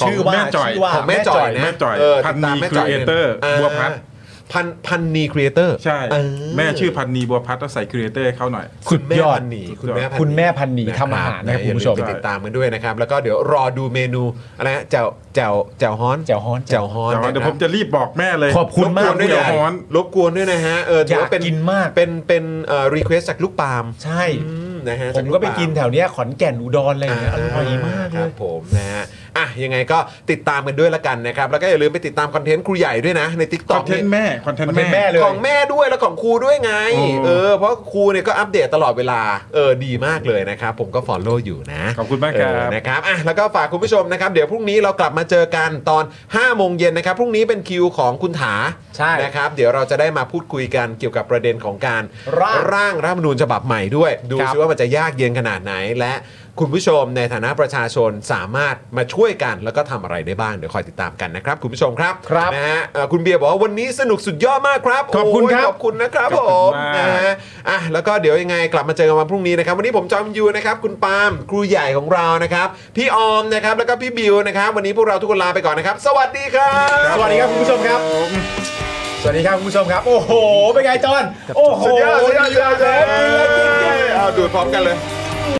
C: ของ
B: ชื่อว่า
C: แม่จ่อย
B: ชื่ว่า
A: ของแม่จอยนะ
C: แม่จ่อย
A: เ
C: พัน
A: ติด
C: นี
A: ตามแม่จย
C: Creator
A: นี่ย
C: บัวพัด
A: อ่าพันพันนีครีเอเตอร์
C: ใช่ แม่ชื่อพันนีบัวพัดแล้วใส่ครีเอเตอร์ให้เข้าหน่อย
B: สุดยอด
A: นี
C: สุ
A: คุ
C: ด
A: ณ
C: ยอด
A: แม่พันนี
B: คุณแม่พันหนีทำอาหารนะครับคุณผู้ชม
A: อย่าลืไปติดตามกันด้วยนะครับ แล้วก็เดี๋ยวรอดูเมนูอะไรนะแจ่วแจ่วแจ่วฮ้อน
B: แจ่วฮ้อน
A: แจ่วฮ้อน
C: เดี๋ยวเดี๋ยวผมจะรีบบอกแม่เลย
B: ขอบคุณมาก
C: รบวนด้วย
B: เล
C: เดี๋ย
B: ย
C: วฮ้อน
A: รบกวนด้วยนะฮะเออถือว่าเป็น
B: อยากกินมาก
A: เป็นเป็นเอ่อรีเควสจากลูกปาล์ม
B: ใช่
A: อืมนะฮะ
B: ผ
A: จาม
B: ก็ไป
A: ลูาล์
B: กินแถวเนี้ยขอนแก่นอุดรอะไรอย่างเงี้ยอร่อยมาก
A: ค
B: เล
A: รับ
B: ย
A: ผมนะฮะอ่ะยังไงก็ติดตามกันด้วยละกันนะครับ แล้วก็อย่าลืมไปติดตามคอนเทนต์ครูใหญ่ด้วยนะใน t ิ k ก
C: ค
A: ต็อ
C: อน
A: ก
C: เทนต์แม่ คอนเทนต์แม่
B: แม่เลย
A: ของแม่ด้วยแล้วของครูด้วยไง
C: โอ้
A: เออเพราะครูเนี่ยก็อัปเดตตลอดเวลาเออดีมากเลยนะครับผมก็ฟอลโล่อยู่นะ
C: ขอบคุณมากครั
A: เออบ นะครับอ่ะแล้วก็ฝากคุณผู้ชมนะครับ เดี๋ยวพรุ่งนี้เรากลับมาเจอกันตอน 5 โมงเย็นนะครับ พรุ่งนี้เป็นคิวของคุณถา
B: ใช่
A: นะครับ เดี๋ยวเราจะได้มาพูดคุยกันเกี่ยวกับประเด็นของการ
B: ร่า
A: ง
B: ง
A: รัฐธรรมนูญฉบับใหม่ด้วย ดู
B: ครับ
A: ซิว่ามันจะยากเย็นขนาดไหน และคุณผู้ชมในฐานะประชาชนสามารถมาช่วยกัน แล้วก็ทำอะไรได้บ้าง เดี๋ยวคอยติดตามกันนะครับ คุณผู้ชมครับ
B: ครับ
A: นะฮะเอ่อคุณเบียร์บอกว่าวันนี้สนุกสุดยอดมากครับ
C: ขอบคุณครับ
A: โยขอบคุณนะครับ
C: ข
A: ผ
C: อบคุณ
A: ม
C: มาก
A: นะฮะ อ่ะแล้วก็เดี๋ยวยังไงกลับมาเจอกันวันพรุ่งนี้นะครับ วันนี้ผมจอมยูนะครับ คุณปาล์มครูใหญ่ของเรานะครับ พี่ออมนะครับ แล้วก็พี่บิวนะครับ วันนี้พวกเราทุกคนลาไปก่อนนะครับ สวัสดีครับ
B: สวัสดีครับคุณผู้ชมครับ สวัสดีครับคุณผู้ชมครับ โอ้โห เป็นไงจอน โอ้โห
A: สุดยอดสุดยอดสุดยอดเลยเอาดูดพร้อมกันเลย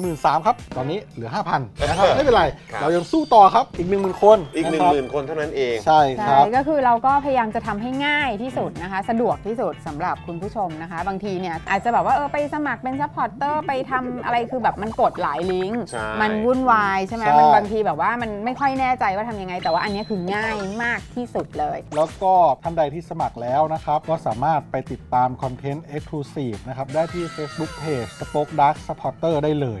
G: หมื่นสามครับ ตอนนี้เหลือ 5,000นะครับ ไม่เป็นไร
A: ครับ
G: เรายังสู้ต่อครับ อีก 10,000 คน
A: อีกหนึ่ง
G: ะครับ
A: หมื่นคนเท่านั้นเอง
G: ใช่ค
J: ใช่
G: รับ
J: ก็คือเราก็พยายามจะทำให้ง่ายที่สุดนะคะ สะดวกที่สุดสำหรับคุณผู้ชมนะคะ บางทีเนี่ยอาจจะแบบว่าเออไปสมัครเป็นซัพพอร์ตเตอร์ไปทำอะไรคือแบบมันกดหลายลิงก์
A: ใช่
J: มันวุ่นวายใช่ไหม
G: ใช่
J: มันบางทีแบบว่ามันไม่ค่อยแน่ใจว่าทำยังไง แต่ว่าอันเนี้ยคือง่ายมากที่สุดเลย
G: แล้วก็ท่านใดที่สมัครแล้วนะครับ ก็สามารถไปติดตามคอนเทนต์ Exclusive นะครับ ได้ที่ Facebook Page Spoke Dark Supporter ได้เลย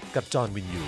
K: กับจอห์นวินยู